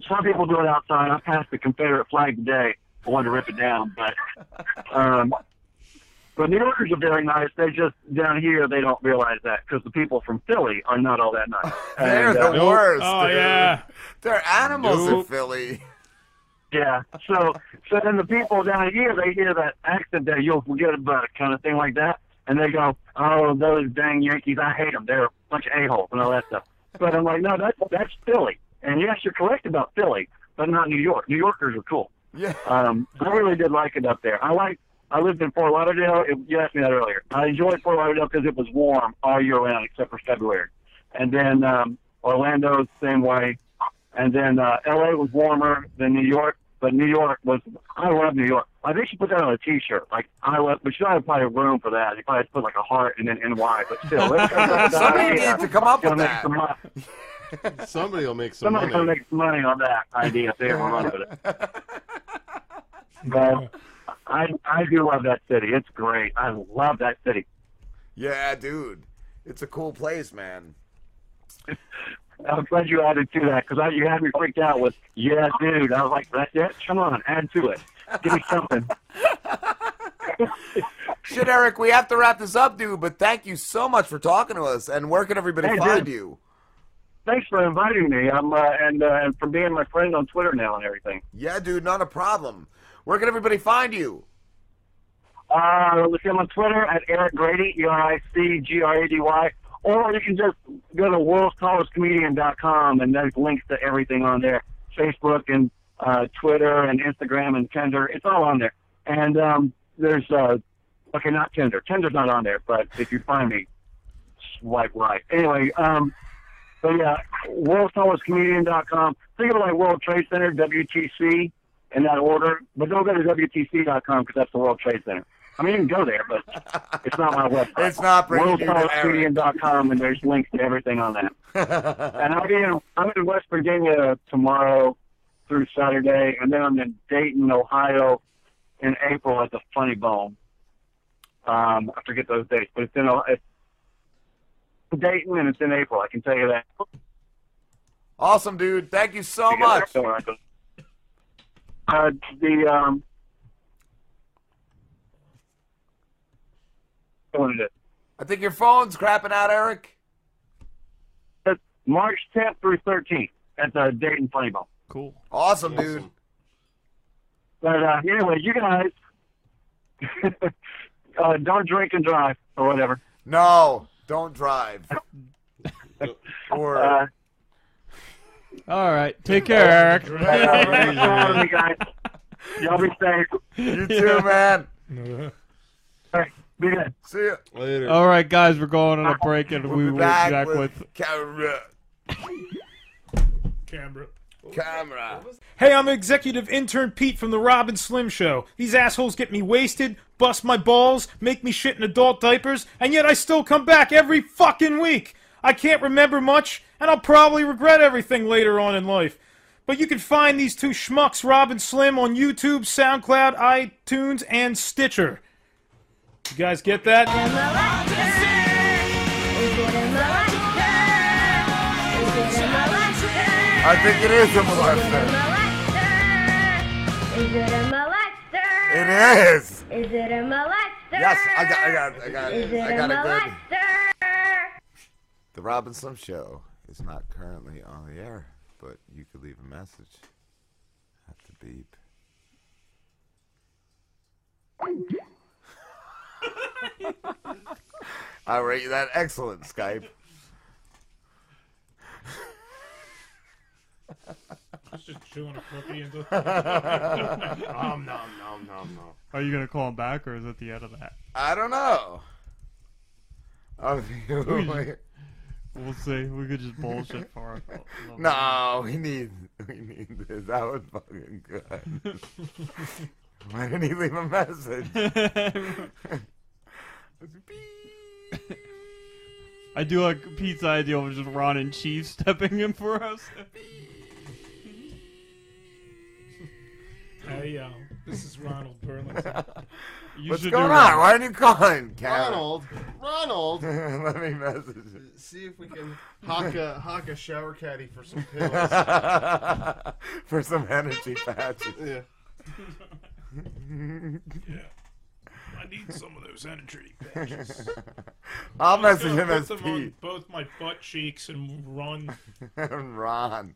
S18: some people do it outside. I passed the Confederate flag today. I wanted to rip it down, but
S23: uh,
S18: um, but New Yorkers are very nice. They just down here they don't realize that because the people from Philly are not all that nice.
S6: They're
S18: And,
S6: the
S18: uh,
S6: worst.
S7: Oh,
S6: dude. They're animals in
S18: Nope.
S6: Philly.
S18: Yeah. So so then the people down here they hear that accent that you'll forget about it kind of thing like that, and they go, "Oh, those dang Yankees! I hate them. They're a bunch of a holes and all that stuff." But I'm like, no, that's that's Philly. And yes, you're correct about Philly, but not New York. New Yorkers are cool.
S6: Yeah.
S18: Um, I really did like it up there. I like. I lived in Fort Lauderdale. It, you asked me that earlier. I enjoyed Fort Lauderdale because it was warm all year round except for February. And then um, Orlando, same way. And then uh, L.A. was warmer than New York, but New York was. I love New York. I think she put that on a T-shirt. Like I love, but you have probably room for that. You probably have to put like a heart and then NY, but still. let's-
S6: Somebody
S18: Yeah.
S6: needs to come up
S18: Gonna
S6: with
S18: make
S6: that.
S18: some money.
S10: Somebody will make some money.
S18: Somebody's gonna make some money on that idea if they ever run with it. But I I do love that city. It's great. I love that city.
S6: Yeah, dude, it's a cool place, man.
S18: I'm glad you added to that because you had me freaked out with yeah, dude. I was like, that's it. Come on, add to it. Give me something.
S6: Shit, Eric, we have to wrap this up, dude. But thank you so much for talking to us. And where can everybody
S18: Hey,
S6: find
S18: dude.
S6: you?
S18: Thanks for inviting me. I'm uh, and uh, and for being my friend on Twitter now and everything.
S6: Yeah, dude, not a problem. Where can everybody find you?
S18: Uh, look I'm on Twitter at Eric Grady, E R I C G R A D Y, or you can just go to worldstallerscomedian.com and there's links to everything on there Facebook and uh, Twitter and Instagram and Tinder. It's all on there. And um, there's, uh, okay, not Tinder. Tinder's not on there, but if you find me, swipe right. Anyway, um, but yeah, worldstallerscomedian.com. Think of it like World Trade Center, WTC, in that order. But don't go to WTC.com because that's the World Trade Center. I mean, you can go there, but it's not my website.
S6: It's not bringing you to
S18: WorldTallersComedian.com, and there's links to everything on that. and I'll be in, I'm in West Virginia tomorrow through Saturday, and then I'm in Dayton, Ohio, in April at the Funny Bone. Um, I forget those dates, but it's in Ohio. Dayton and it's in April. I can tell you that.
S6: Awesome, dude. Thank you so much.
S18: Because- Uh, the um, what is it?
S6: I think your phone's crapping out, Eric.
S18: It's March 10th through 13th at the Dayton Funny Bone.
S6: Cool. Awesome, dude.
S18: But uh, anyway, you guys uh, don't drink and drive or whatever.
S6: No, don't drive. or
S18: Uh,
S7: All right, take care, Eric.
S18: uh, you guys. Y'all be safe.
S6: You too, man.
S18: All right, be good.
S6: See ya.
S10: Later.
S7: All right, guys, we're going on a break, and
S6: We'll
S7: we
S6: be
S7: will be
S6: back
S7: back
S6: with-
S7: with
S6: camera.
S9: Camera.
S6: Camera.
S9: Hey, I'm executive intern Pete from the Robin Slim Show. These assholes get me wasted, bust my balls, make me shit in adult diapers, and yet I still come back every fucking week. I can't remember much, and I'll probably regret everything later on in life. But you can find these two schmucks, Robin Slim, on YouTube, SoundCloud, iTunes, and Stitcher. You guys get that?
S6: I think it is a molester.
S14: Is it a molester?
S6: It is.
S14: Is it a molester?
S6: Yes, I got, I got, I got,
S14: Is it
S6: I got
S14: a
S6: a good.
S14: molester?
S6: The Robin Slim Show is not currently on the air. but you could leave a message at the beep. I rate that excellent, Skype.
S9: It's just chewing a cookie and just.
S6: Nom, nom, nom, nom, nom.
S7: Are you gonna call him back, or is it the end of that?
S6: I don't know. Oh, the-
S7: We'll see. We could just bullshit for him.
S6: no, we need we need this. That was fucking good. Why didn't he leave a message?
S7: I do like Pete's idea of just Ron and Chief stepping in for us.
S9: Hey
S10: um,
S9: yo, this is Ronald Burlington. You
S6: What's
S9: should
S6: going
S9: do
S6: on?
S9: it.
S6: Why are you calling, Karen?
S8: Ronald, Ronald.
S6: Let me message him.
S8: See if we can hock a, hock a shower caddy for some pills.
S6: For some energy patches.
S8: yeah.
S9: yeah. I need some of those energy patches.
S6: I'll
S9: I'm just
S6: message
S9: gonna
S6: him
S9: put
S6: as
S9: them On
S6: Pete.
S9: both my butt cheeks and run.
S6: and Ron.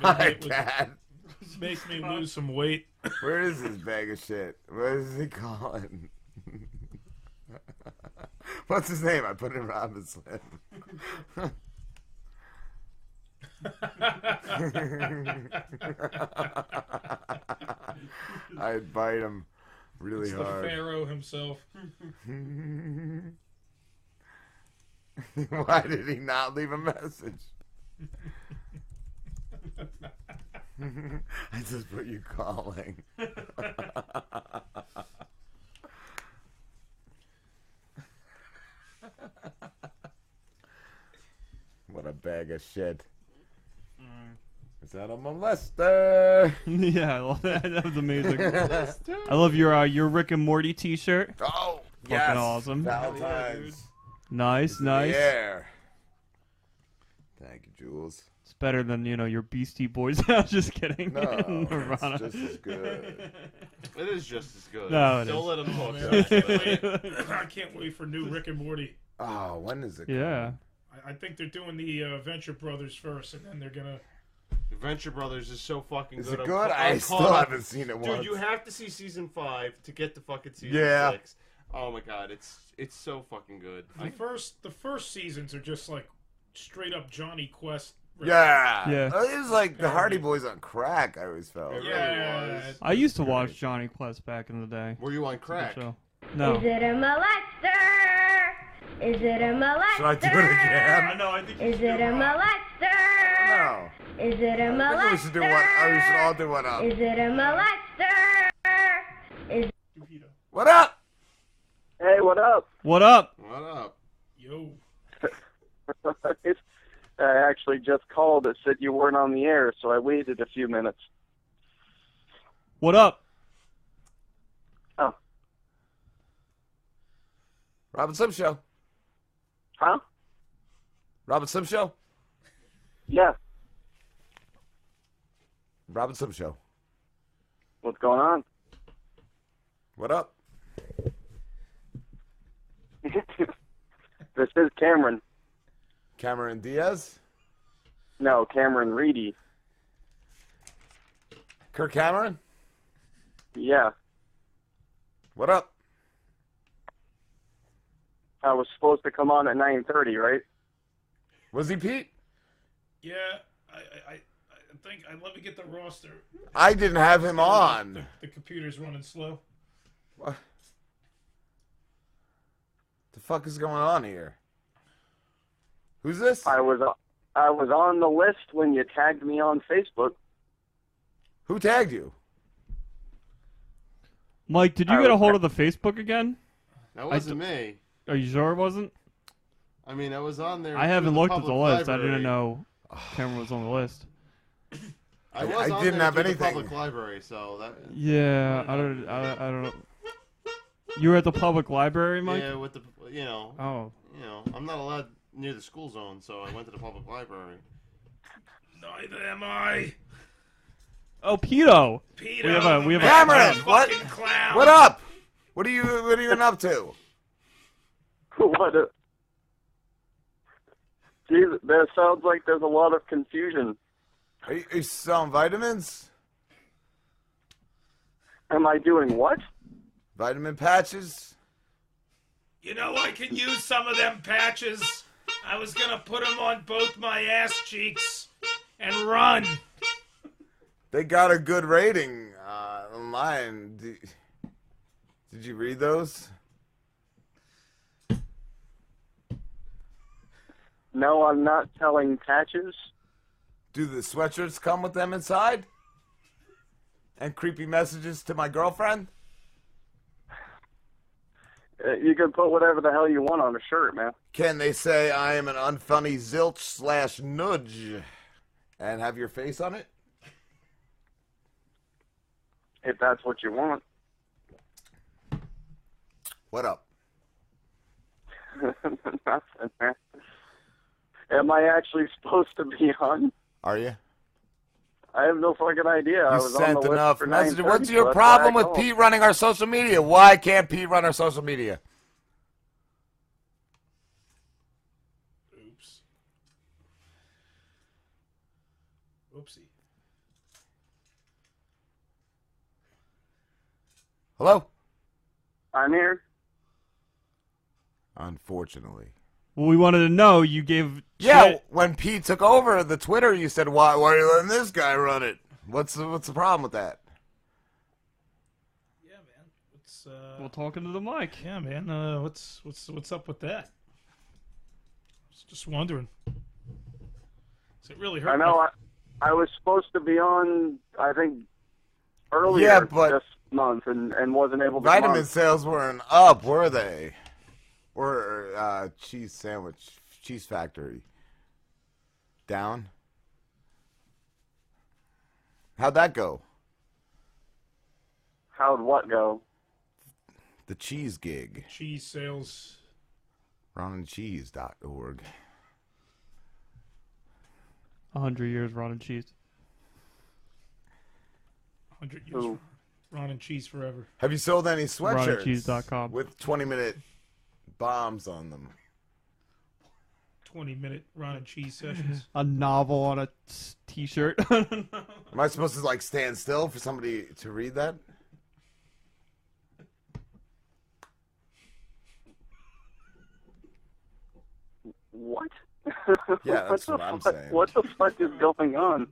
S9: Maybe
S6: Hi,
S9: it would
S6: Cat.
S9: Make me lose some weight.
S6: Where is this bag of shit? What is he calling? What's his name? I put in Robin Slim. I'd bite him really
S9: it's the
S6: hard.
S9: Pharaoh himself.
S6: Why did he not leave a message? I just put you calling. what a bag of shit.
S7: Mm.
S6: Is that a molester?
S7: yeah, I love that. That was amazing. I love your uh, your Rick and Morty T-shirt.
S6: Oh,
S7: fucking
S6: yes.
S7: awesome.
S6: Valentine's.
S7: Nice, nice.
S6: Yeah. Thank you, Jules.
S7: It's better than you know your Beastie Boys. I'm just kidding.
S6: No,
S7: Nirvana.
S6: it's just as good.
S8: It is just as good.
S7: No, it
S8: Don't
S7: is.
S8: let him talk.
S9: Oh, I can't wait for new Rick and Morty.
S6: Oh, when is it?
S7: Yeah.
S9: I, I think they're doing the uh, Venture Brothers first, and then they're gonna.
S8: Venture Brothers is so fucking
S6: Is
S8: good.
S6: it
S8: I'm
S6: good?
S8: ca-
S6: I
S8: I'm
S6: still
S8: caught up.
S6: haven't seen it
S8: Dude,
S6: once.
S8: you have to see season five to get to fucking season
S6: Yeah.
S8: six. Oh my god, it's it's so fucking good.
S9: The
S8: I,
S9: first, the first seasons are just like straight up Johnny Quest.
S6: Yeah. Uh, It was like the Hardy Boys on crack, I always felt.
S9: Yeah.
S7: I used to watch Johnny Quest back in the day.
S8: Were you on
S7: It's a good
S8: crack?
S7: show.
S14: Is
S7: No.
S14: it a molester? Is it a molester?
S7: Should I do it again? I know, I think you
S14: Is
S7: should
S14: it
S7: do
S14: a
S7: it.
S14: molester?
S6: No.
S14: Is it a
S6: I think we
S14: molester?
S6: should do one. Oh, we should all do one up.
S14: Is it a molester? Is
S6: What up?
S4: Hey, what up?
S7: What up?
S8: What up?
S9: Yo.
S4: I actually just called. It said you weren't on the air, so I waited a few minutes.
S7: What up?
S6: Robin Slim Show.
S4: Huh?
S6: Robin Slim Show.
S4: Yeah.
S6: Robin Slim Show.
S4: What's going on?
S6: What up?
S4: This is Cameron.
S6: Cameron Diaz?
S4: No, Cameron Reedy.
S6: Kirk Cameron?
S4: Yeah.
S6: What up?
S4: I was supposed to come on at 9.30, right?
S6: Was he Pete?
S9: Yeah, I, I, I I think I let me get the roster.
S6: I didn't have him on.
S9: The computer's running slow.
S6: What the fuck is going on here? Who's this?
S4: I was I was on the list when you tagged me on Facebook.
S6: Who tagged you?
S7: Mike, did you get a hold of the Facebook again?
S8: That
S7: I
S8: wasn't
S7: d-
S8: me.
S7: Are you sure it wasn't?
S8: I mean, I was on there.
S7: I
S8: through
S7: haven't
S8: the
S7: looked at the
S8: public
S7: list. I
S8: library.
S7: didn't know Cameron was on the list.
S8: I, was
S6: I
S8: on
S6: didn't
S8: there
S6: have
S8: through the
S6: anything.
S8: public library, so that.
S7: Yeah, I don't. I, I don't. know. You were at the public library, Mike.
S8: Yeah, with the you know.
S7: Oh.
S8: You know, I'm not allowed near the school zone, so I went to the public library.
S9: Neither am I.
S7: Oh, Pito.
S9: Pito,
S7: We have a. We have
S6: Cameron,
S7: a.
S6: what? What up? What are you? What are you been up to?
S4: what a... Jeez, that sounds like there's a lot of confusion.
S6: Are you, are you selling vitamins?
S18: Am I doing what?
S6: Vitamin patches?
S9: You know, I could use some of them patches. I was gonna put them on both my ass cheeks and run.
S6: They got a good rating uh, online. Did, did you read those?
S18: No, I'm not selling patches.
S6: Do the sweatshirts come with them inside? And creepy messages to my girlfriend?
S18: Uh, You can put whatever the hell you want on a shirt, man.
S6: Can they say I am an unfunny zilch slash nudge and have your face on it?
S18: If that's what you want.
S6: What up?
S18: Nothing, man. Am I actually supposed to be on?
S6: Are you?
S18: I have no fucking idea. I was on the
S6: Sent
S18: list
S6: enough
S18: for
S6: messages.
S18: 9:30,
S6: What's
S18: so
S6: your
S18: that's
S6: problem
S18: why I
S6: with
S18: called.
S6: Pete running our social media? Why can't Pete run our social media?
S9: Oopsie.
S6: Hello?
S18: I'm here.
S6: Unfortunately.
S7: Well, we wanted to know. You gave
S6: Yeah,
S7: shit.
S6: when Pete took over the Twitter, you said, "Why, why are you letting this guy run it? What's the, what's the problem with that?"
S9: It's, uh, well, talking to the mic. Yeah, man. Uh, what's what's what's up with that? Was Just wondering. 'Cause It really hurt.
S18: I know.
S9: my-
S18: I, I was supposed to be on. I think earlier
S6: Yeah, but-
S18: this month, and, and wasn't able to. come on.
S6: Vitamin sales weren't up, were they? Or uh, cheese sandwich, cheese factory, down. How'd that go?
S18: How'd what go?
S6: The cheese gig,
S9: Cheese sales.
S6: ronandcheese.org.
S7: hundred years Ron and cheese.
S9: 100 years.
S7: Ooh.
S9: Ron and cheese forever.
S6: Have you sold any sweatshirts
S7: Ronandcheese.com.
S6: with twenty-minute bombs on them?
S9: 20 minute Ron and cheese sessions.
S7: A novel on a s- t-shirt.
S6: Am I supposed to like stand still for somebody to read that?
S18: What?
S6: Yeah, that's
S18: the
S6: what I'm
S18: fuck-
S6: saying.
S18: What the fuck is going on?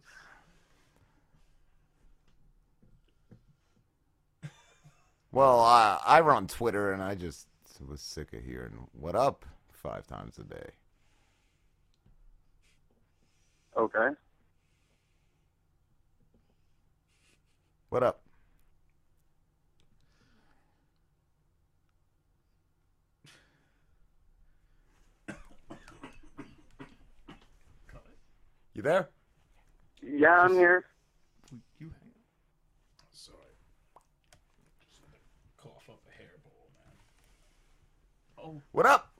S6: Well, I I run Twitter and I just was sick of hearing "What up" five times a day.
S18: Okay.
S6: What up? You there?
S18: Yeah, I'm here.
S9: Sorry. Cough up a hairball, man.
S6: What up?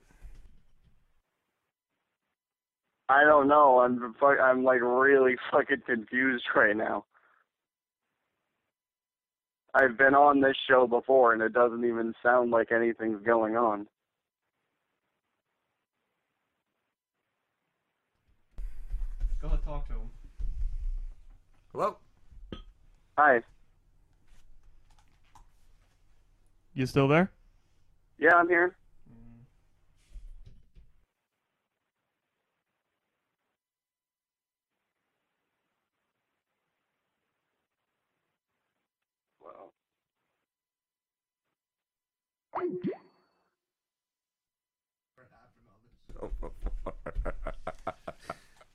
S18: I don't know. I'm fu- I'm like really fucking confused right now. I've been on this show before, and it doesn't even sound like anything's going on.
S7: Go ahead, talk to him.
S6: Hello.
S18: Hi.
S7: You still there?
S18: Yeah, I'm here.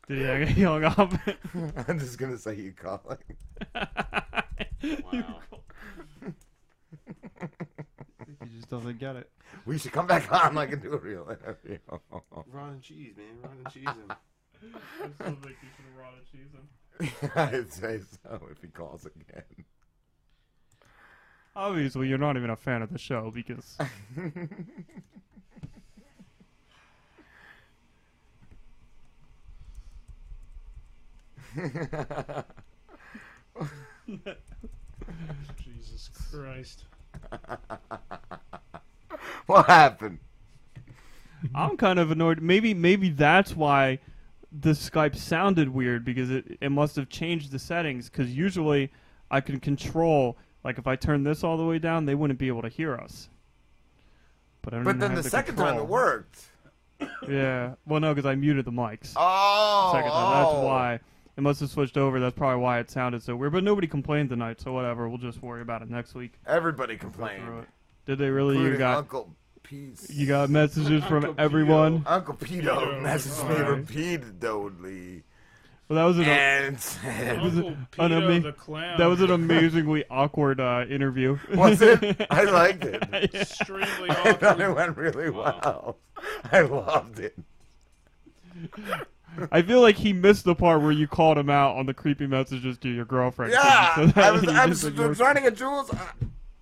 S7: Did he hang- he hung up?
S6: I'm just gonna say you calling.
S7: wow. he just doesn't get it.
S6: We should come back on like and do a real interview.
S16: Ron and cheese, man. Ron and cheese. Him.
S9: I still think you should have Ron and cheese him.
S6: I'd say so if he calls again.
S7: Obviously, you're not even a fan of the show because.
S9: Jesus Christ.
S6: What happened?
S7: I'm kind of annoyed. Maybe maybe that's why the Skype sounded weird because it, it must have changed the settings because usually I can control like if I turn this all the way down they wouldn't be able to hear us. But I don't
S6: But then
S7: have
S6: the second time it
S7: control.
S6: worked.
S7: yeah. Well, no, because I muted the mics.
S6: Oh,
S7: Second time. That's
S6: oh.
S7: why. It must have switched over. That's probably why it sounded so weird. But nobody complained tonight, so whatever. We'll just worry about it next week.
S6: Everybody complained.
S7: Did they really? You
S6: Including
S7: got
S6: Uncle Pete's.
S7: you got messages from everyone.
S6: Uncle Pito messaged me
S7: Alright.
S6: repeatedly.
S7: Well, that was an,
S6: And-
S7: that was
S6: Uncle
S7: an
S6: Oh, Peter
S7: ama-
S6: the Clown.
S7: That was an amazingly awkward uh, interview.
S6: Was it? I liked it.
S7: Yeah.
S6: Extremely I thought it went really well. Oh, I loved it.
S7: I feel like he missed the part where you called him out on the creepy messages to your girlfriend.
S6: Yeah,
S7: So that
S6: I was,
S7: he
S6: I
S7: just
S6: was
S7: ignored
S6: trying to get Jules. I,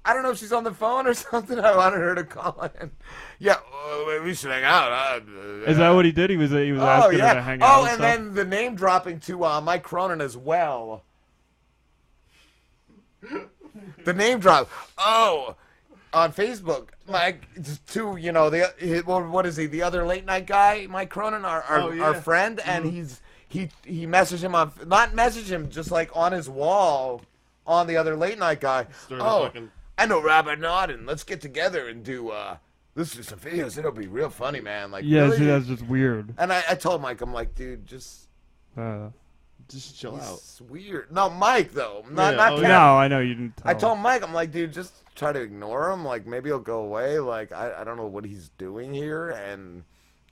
S6: I don't know if she's on the phone or something. I wanted her to call in. Yeah, uh, we should hang out. Uh,
S7: you. Is that what he did? He was he was
S6: oh
S7: asking her
S6: yeah.
S7: to hang out.
S6: oh, and
S7: stuff?
S6: then the name dropping to uh, Mike Cronin as well. the name drop. Oh, on Facebook, Mike. Just two. You know the he- well, what is he? The other late night guy, Mike Cronin, our our,
S16: Oh, yeah.
S6: our friend, and
S7: Mm-hmm.
S6: he's he he messaged him on not messaged him just like on his wall on the other late night guy.
S16: to
S6: oh,
S16: fucking-
S6: I know Robert Norden. Let's get together and do. uh Let's do some videos. It'll be real funny, man. Like
S7: yeah,
S6: really?
S7: see, that's just weird.
S6: And I, I told Mike, I'm like, dude, just
S7: Uh,
S6: just chill out. It's weird. No, Mike though, not
S7: Yeah,
S6: not.
S7: oh,
S6: Kev.
S7: yeah. No, I know you didn't
S6: I
S7: tell.
S6: told Mike, I'm like, dude, just try to ignore him. Like maybe he'll go away. Like I, I don't know what he's doing here. And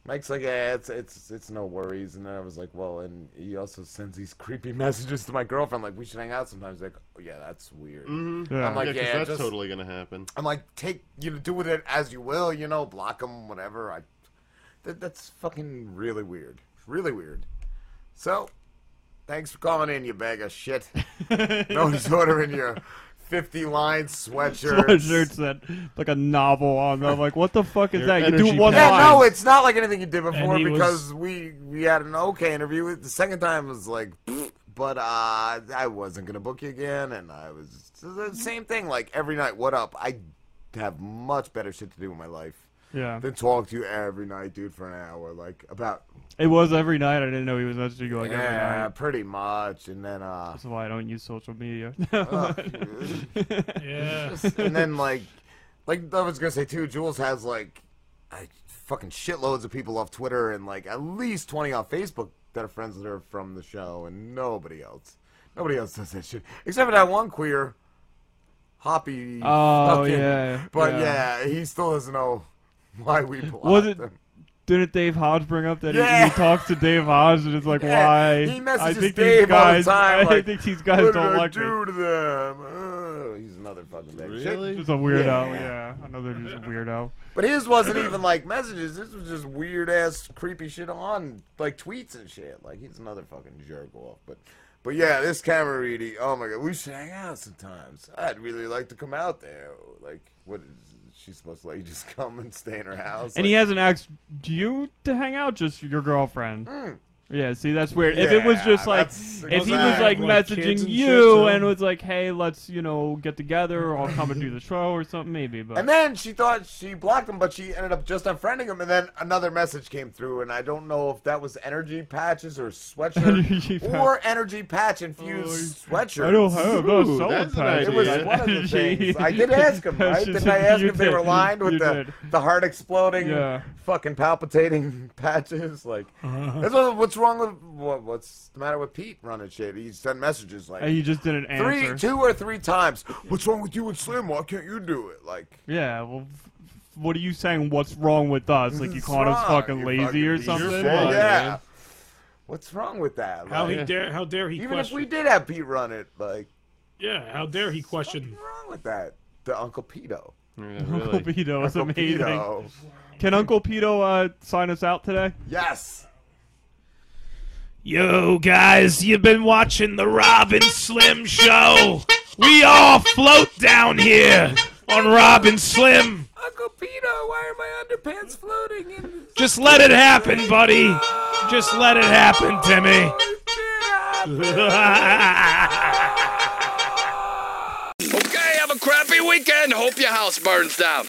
S6: Mike's like, yeah, it's it's it's no worries. And then I was like, well, and he also sends these creepy messages to my girlfriend, like we should hang out sometimes. Like, oh, yeah, that's weird.
S8: Yeah.
S6: I'm like, yeah,
S8: 'cause that's
S6: just-
S8: totally gonna happen.
S6: I'm like, take you know, do with it as you will. You know, block them, whatever. I that, that's fucking really weird. Really weird. So, thanks for calling in, you bag of shit. Nobody's ordering your fifty-line sweatshirt.
S7: Sweatshirts that like a novel on. them. I'm like, what the fuck is
S6: Your
S7: that? You do one
S6: yeah,
S7: line.
S6: no, it's not like anything you did before
S7: And he was-
S6: because we we had an okay interview. The second time was like, pfft, but uh, I wasn't gonna book you again, and I was it's the same thing. Like every night, what up? I have much better shit to do in my life.
S7: Yeah.
S6: than talk to you every night, dude, for an hour, like about
S7: It was every night. I didn't know he was messaging you like every
S6: yeah,
S7: night.
S6: pretty much, and then uh,
S7: That's why I don't use social media.
S6: Ugh, dude.
S7: Yeah.
S6: and then like, like I was gonna say too, Jules has like, I fucking shitloads of people off Twitter and like at least twenty on Facebook that are friends that are from the show, and nobody else, nobody else does that shit except for that one queer, Hoppy.
S7: Oh,
S6: fucking-
S7: yeah,
S6: But
S7: yeah.
S6: yeah. he still doesn't know why we blocked
S7: Was it?
S6: him.
S7: Didn't Dave Hodge bring up that he-
S6: Yeah.
S7: he, talks to Dave Hodge and it's like,
S6: Yeah,
S7: why?
S6: He messages
S7: I think
S6: Dave
S7: these guys,
S6: all the time.
S7: I
S6: like,
S7: think these guys
S6: what
S7: don't
S6: did I
S7: like me.
S6: do to them? Uh, he's another fucking bag of shit.
S7: Just a weirdo. Yeah, another just a weirdo.
S6: But his wasn't even like messages. This was just weird ass creepy shit on like tweets and shit. Like he's another fucking jerk off. But but yeah, this Cameriti. Oh my god, we should hang out sometimes. I'd really like to come out there. Like what is she supposed to let you just come and stay in her house?
S7: And he hasn't asked you to hang out, just your girlfriend. Yeah, see, that's weird. if it was
S6: Mm. Yeah,
S7: just like,
S6: that's
S7: if he was
S6: exactly. Like
S7: like messaging
S6: kids and shit,
S7: you
S6: so-
S7: and was like, hey, let's, you know, get together or I'll come and do the show or something, maybe. But
S6: And then she thought she blocked him, but she ended up just unfriending him. And then another message came through, and I don't know if that was energy patches or
S7: Energy
S6: sweatshirt
S7: patch.
S6: or energy patch infused sweatshirt.
S7: I don't have those Ooh, solar that's an patches.
S6: It was
S7: idea.
S6: one of the
S7: Energy.
S6: things. I did ask him, right? Didn't I ask
S7: You
S6: him if they were
S7: did.
S6: lined with
S7: You
S6: the,
S7: did.
S6: the heart exploding,
S7: Yeah.
S6: fucking palpitating patches? Like,
S7: Uh-huh.
S6: that's what, what's wrong with what, what's the matter with Pete running shit? He sent messages like
S7: And he just didn't
S6: three,
S7: answer.
S6: two or three times. What's wrong with you and Slim? Why can't you do it? Like.
S7: Yeah, well, f- f- what are you saying? What's wrong with us? Like you
S6: It's
S7: called us
S6: wrong.
S7: fucking
S6: You're
S7: lazy
S6: fucking
S7: or
S6: lazy.
S7: something?
S6: You're fucking- yeah. What's wrong with that?
S9: How he
S6: Like,
S9: dare- how dare he
S6: Even
S9: question-
S6: if we did have Pete run it, like
S9: Yeah, how dare he question?
S6: wrong with that to Uncle Pito.
S7: Uncle Pito is
S6: Uncle
S7: amazing.
S6: Pito.
S7: Can Uncle Pito uh, sign us out today?
S6: Yes.
S9: Yo, guys, you've been watching the Robin Slim show. We all float down here on Robin Slim.
S16: Uncle Pino, why are my underpants floating? In...
S9: Just let it happen, buddy. Just let it happen, Timmy. Ah.
S1: Okay, have a crappy weekend. Hope your house burns down.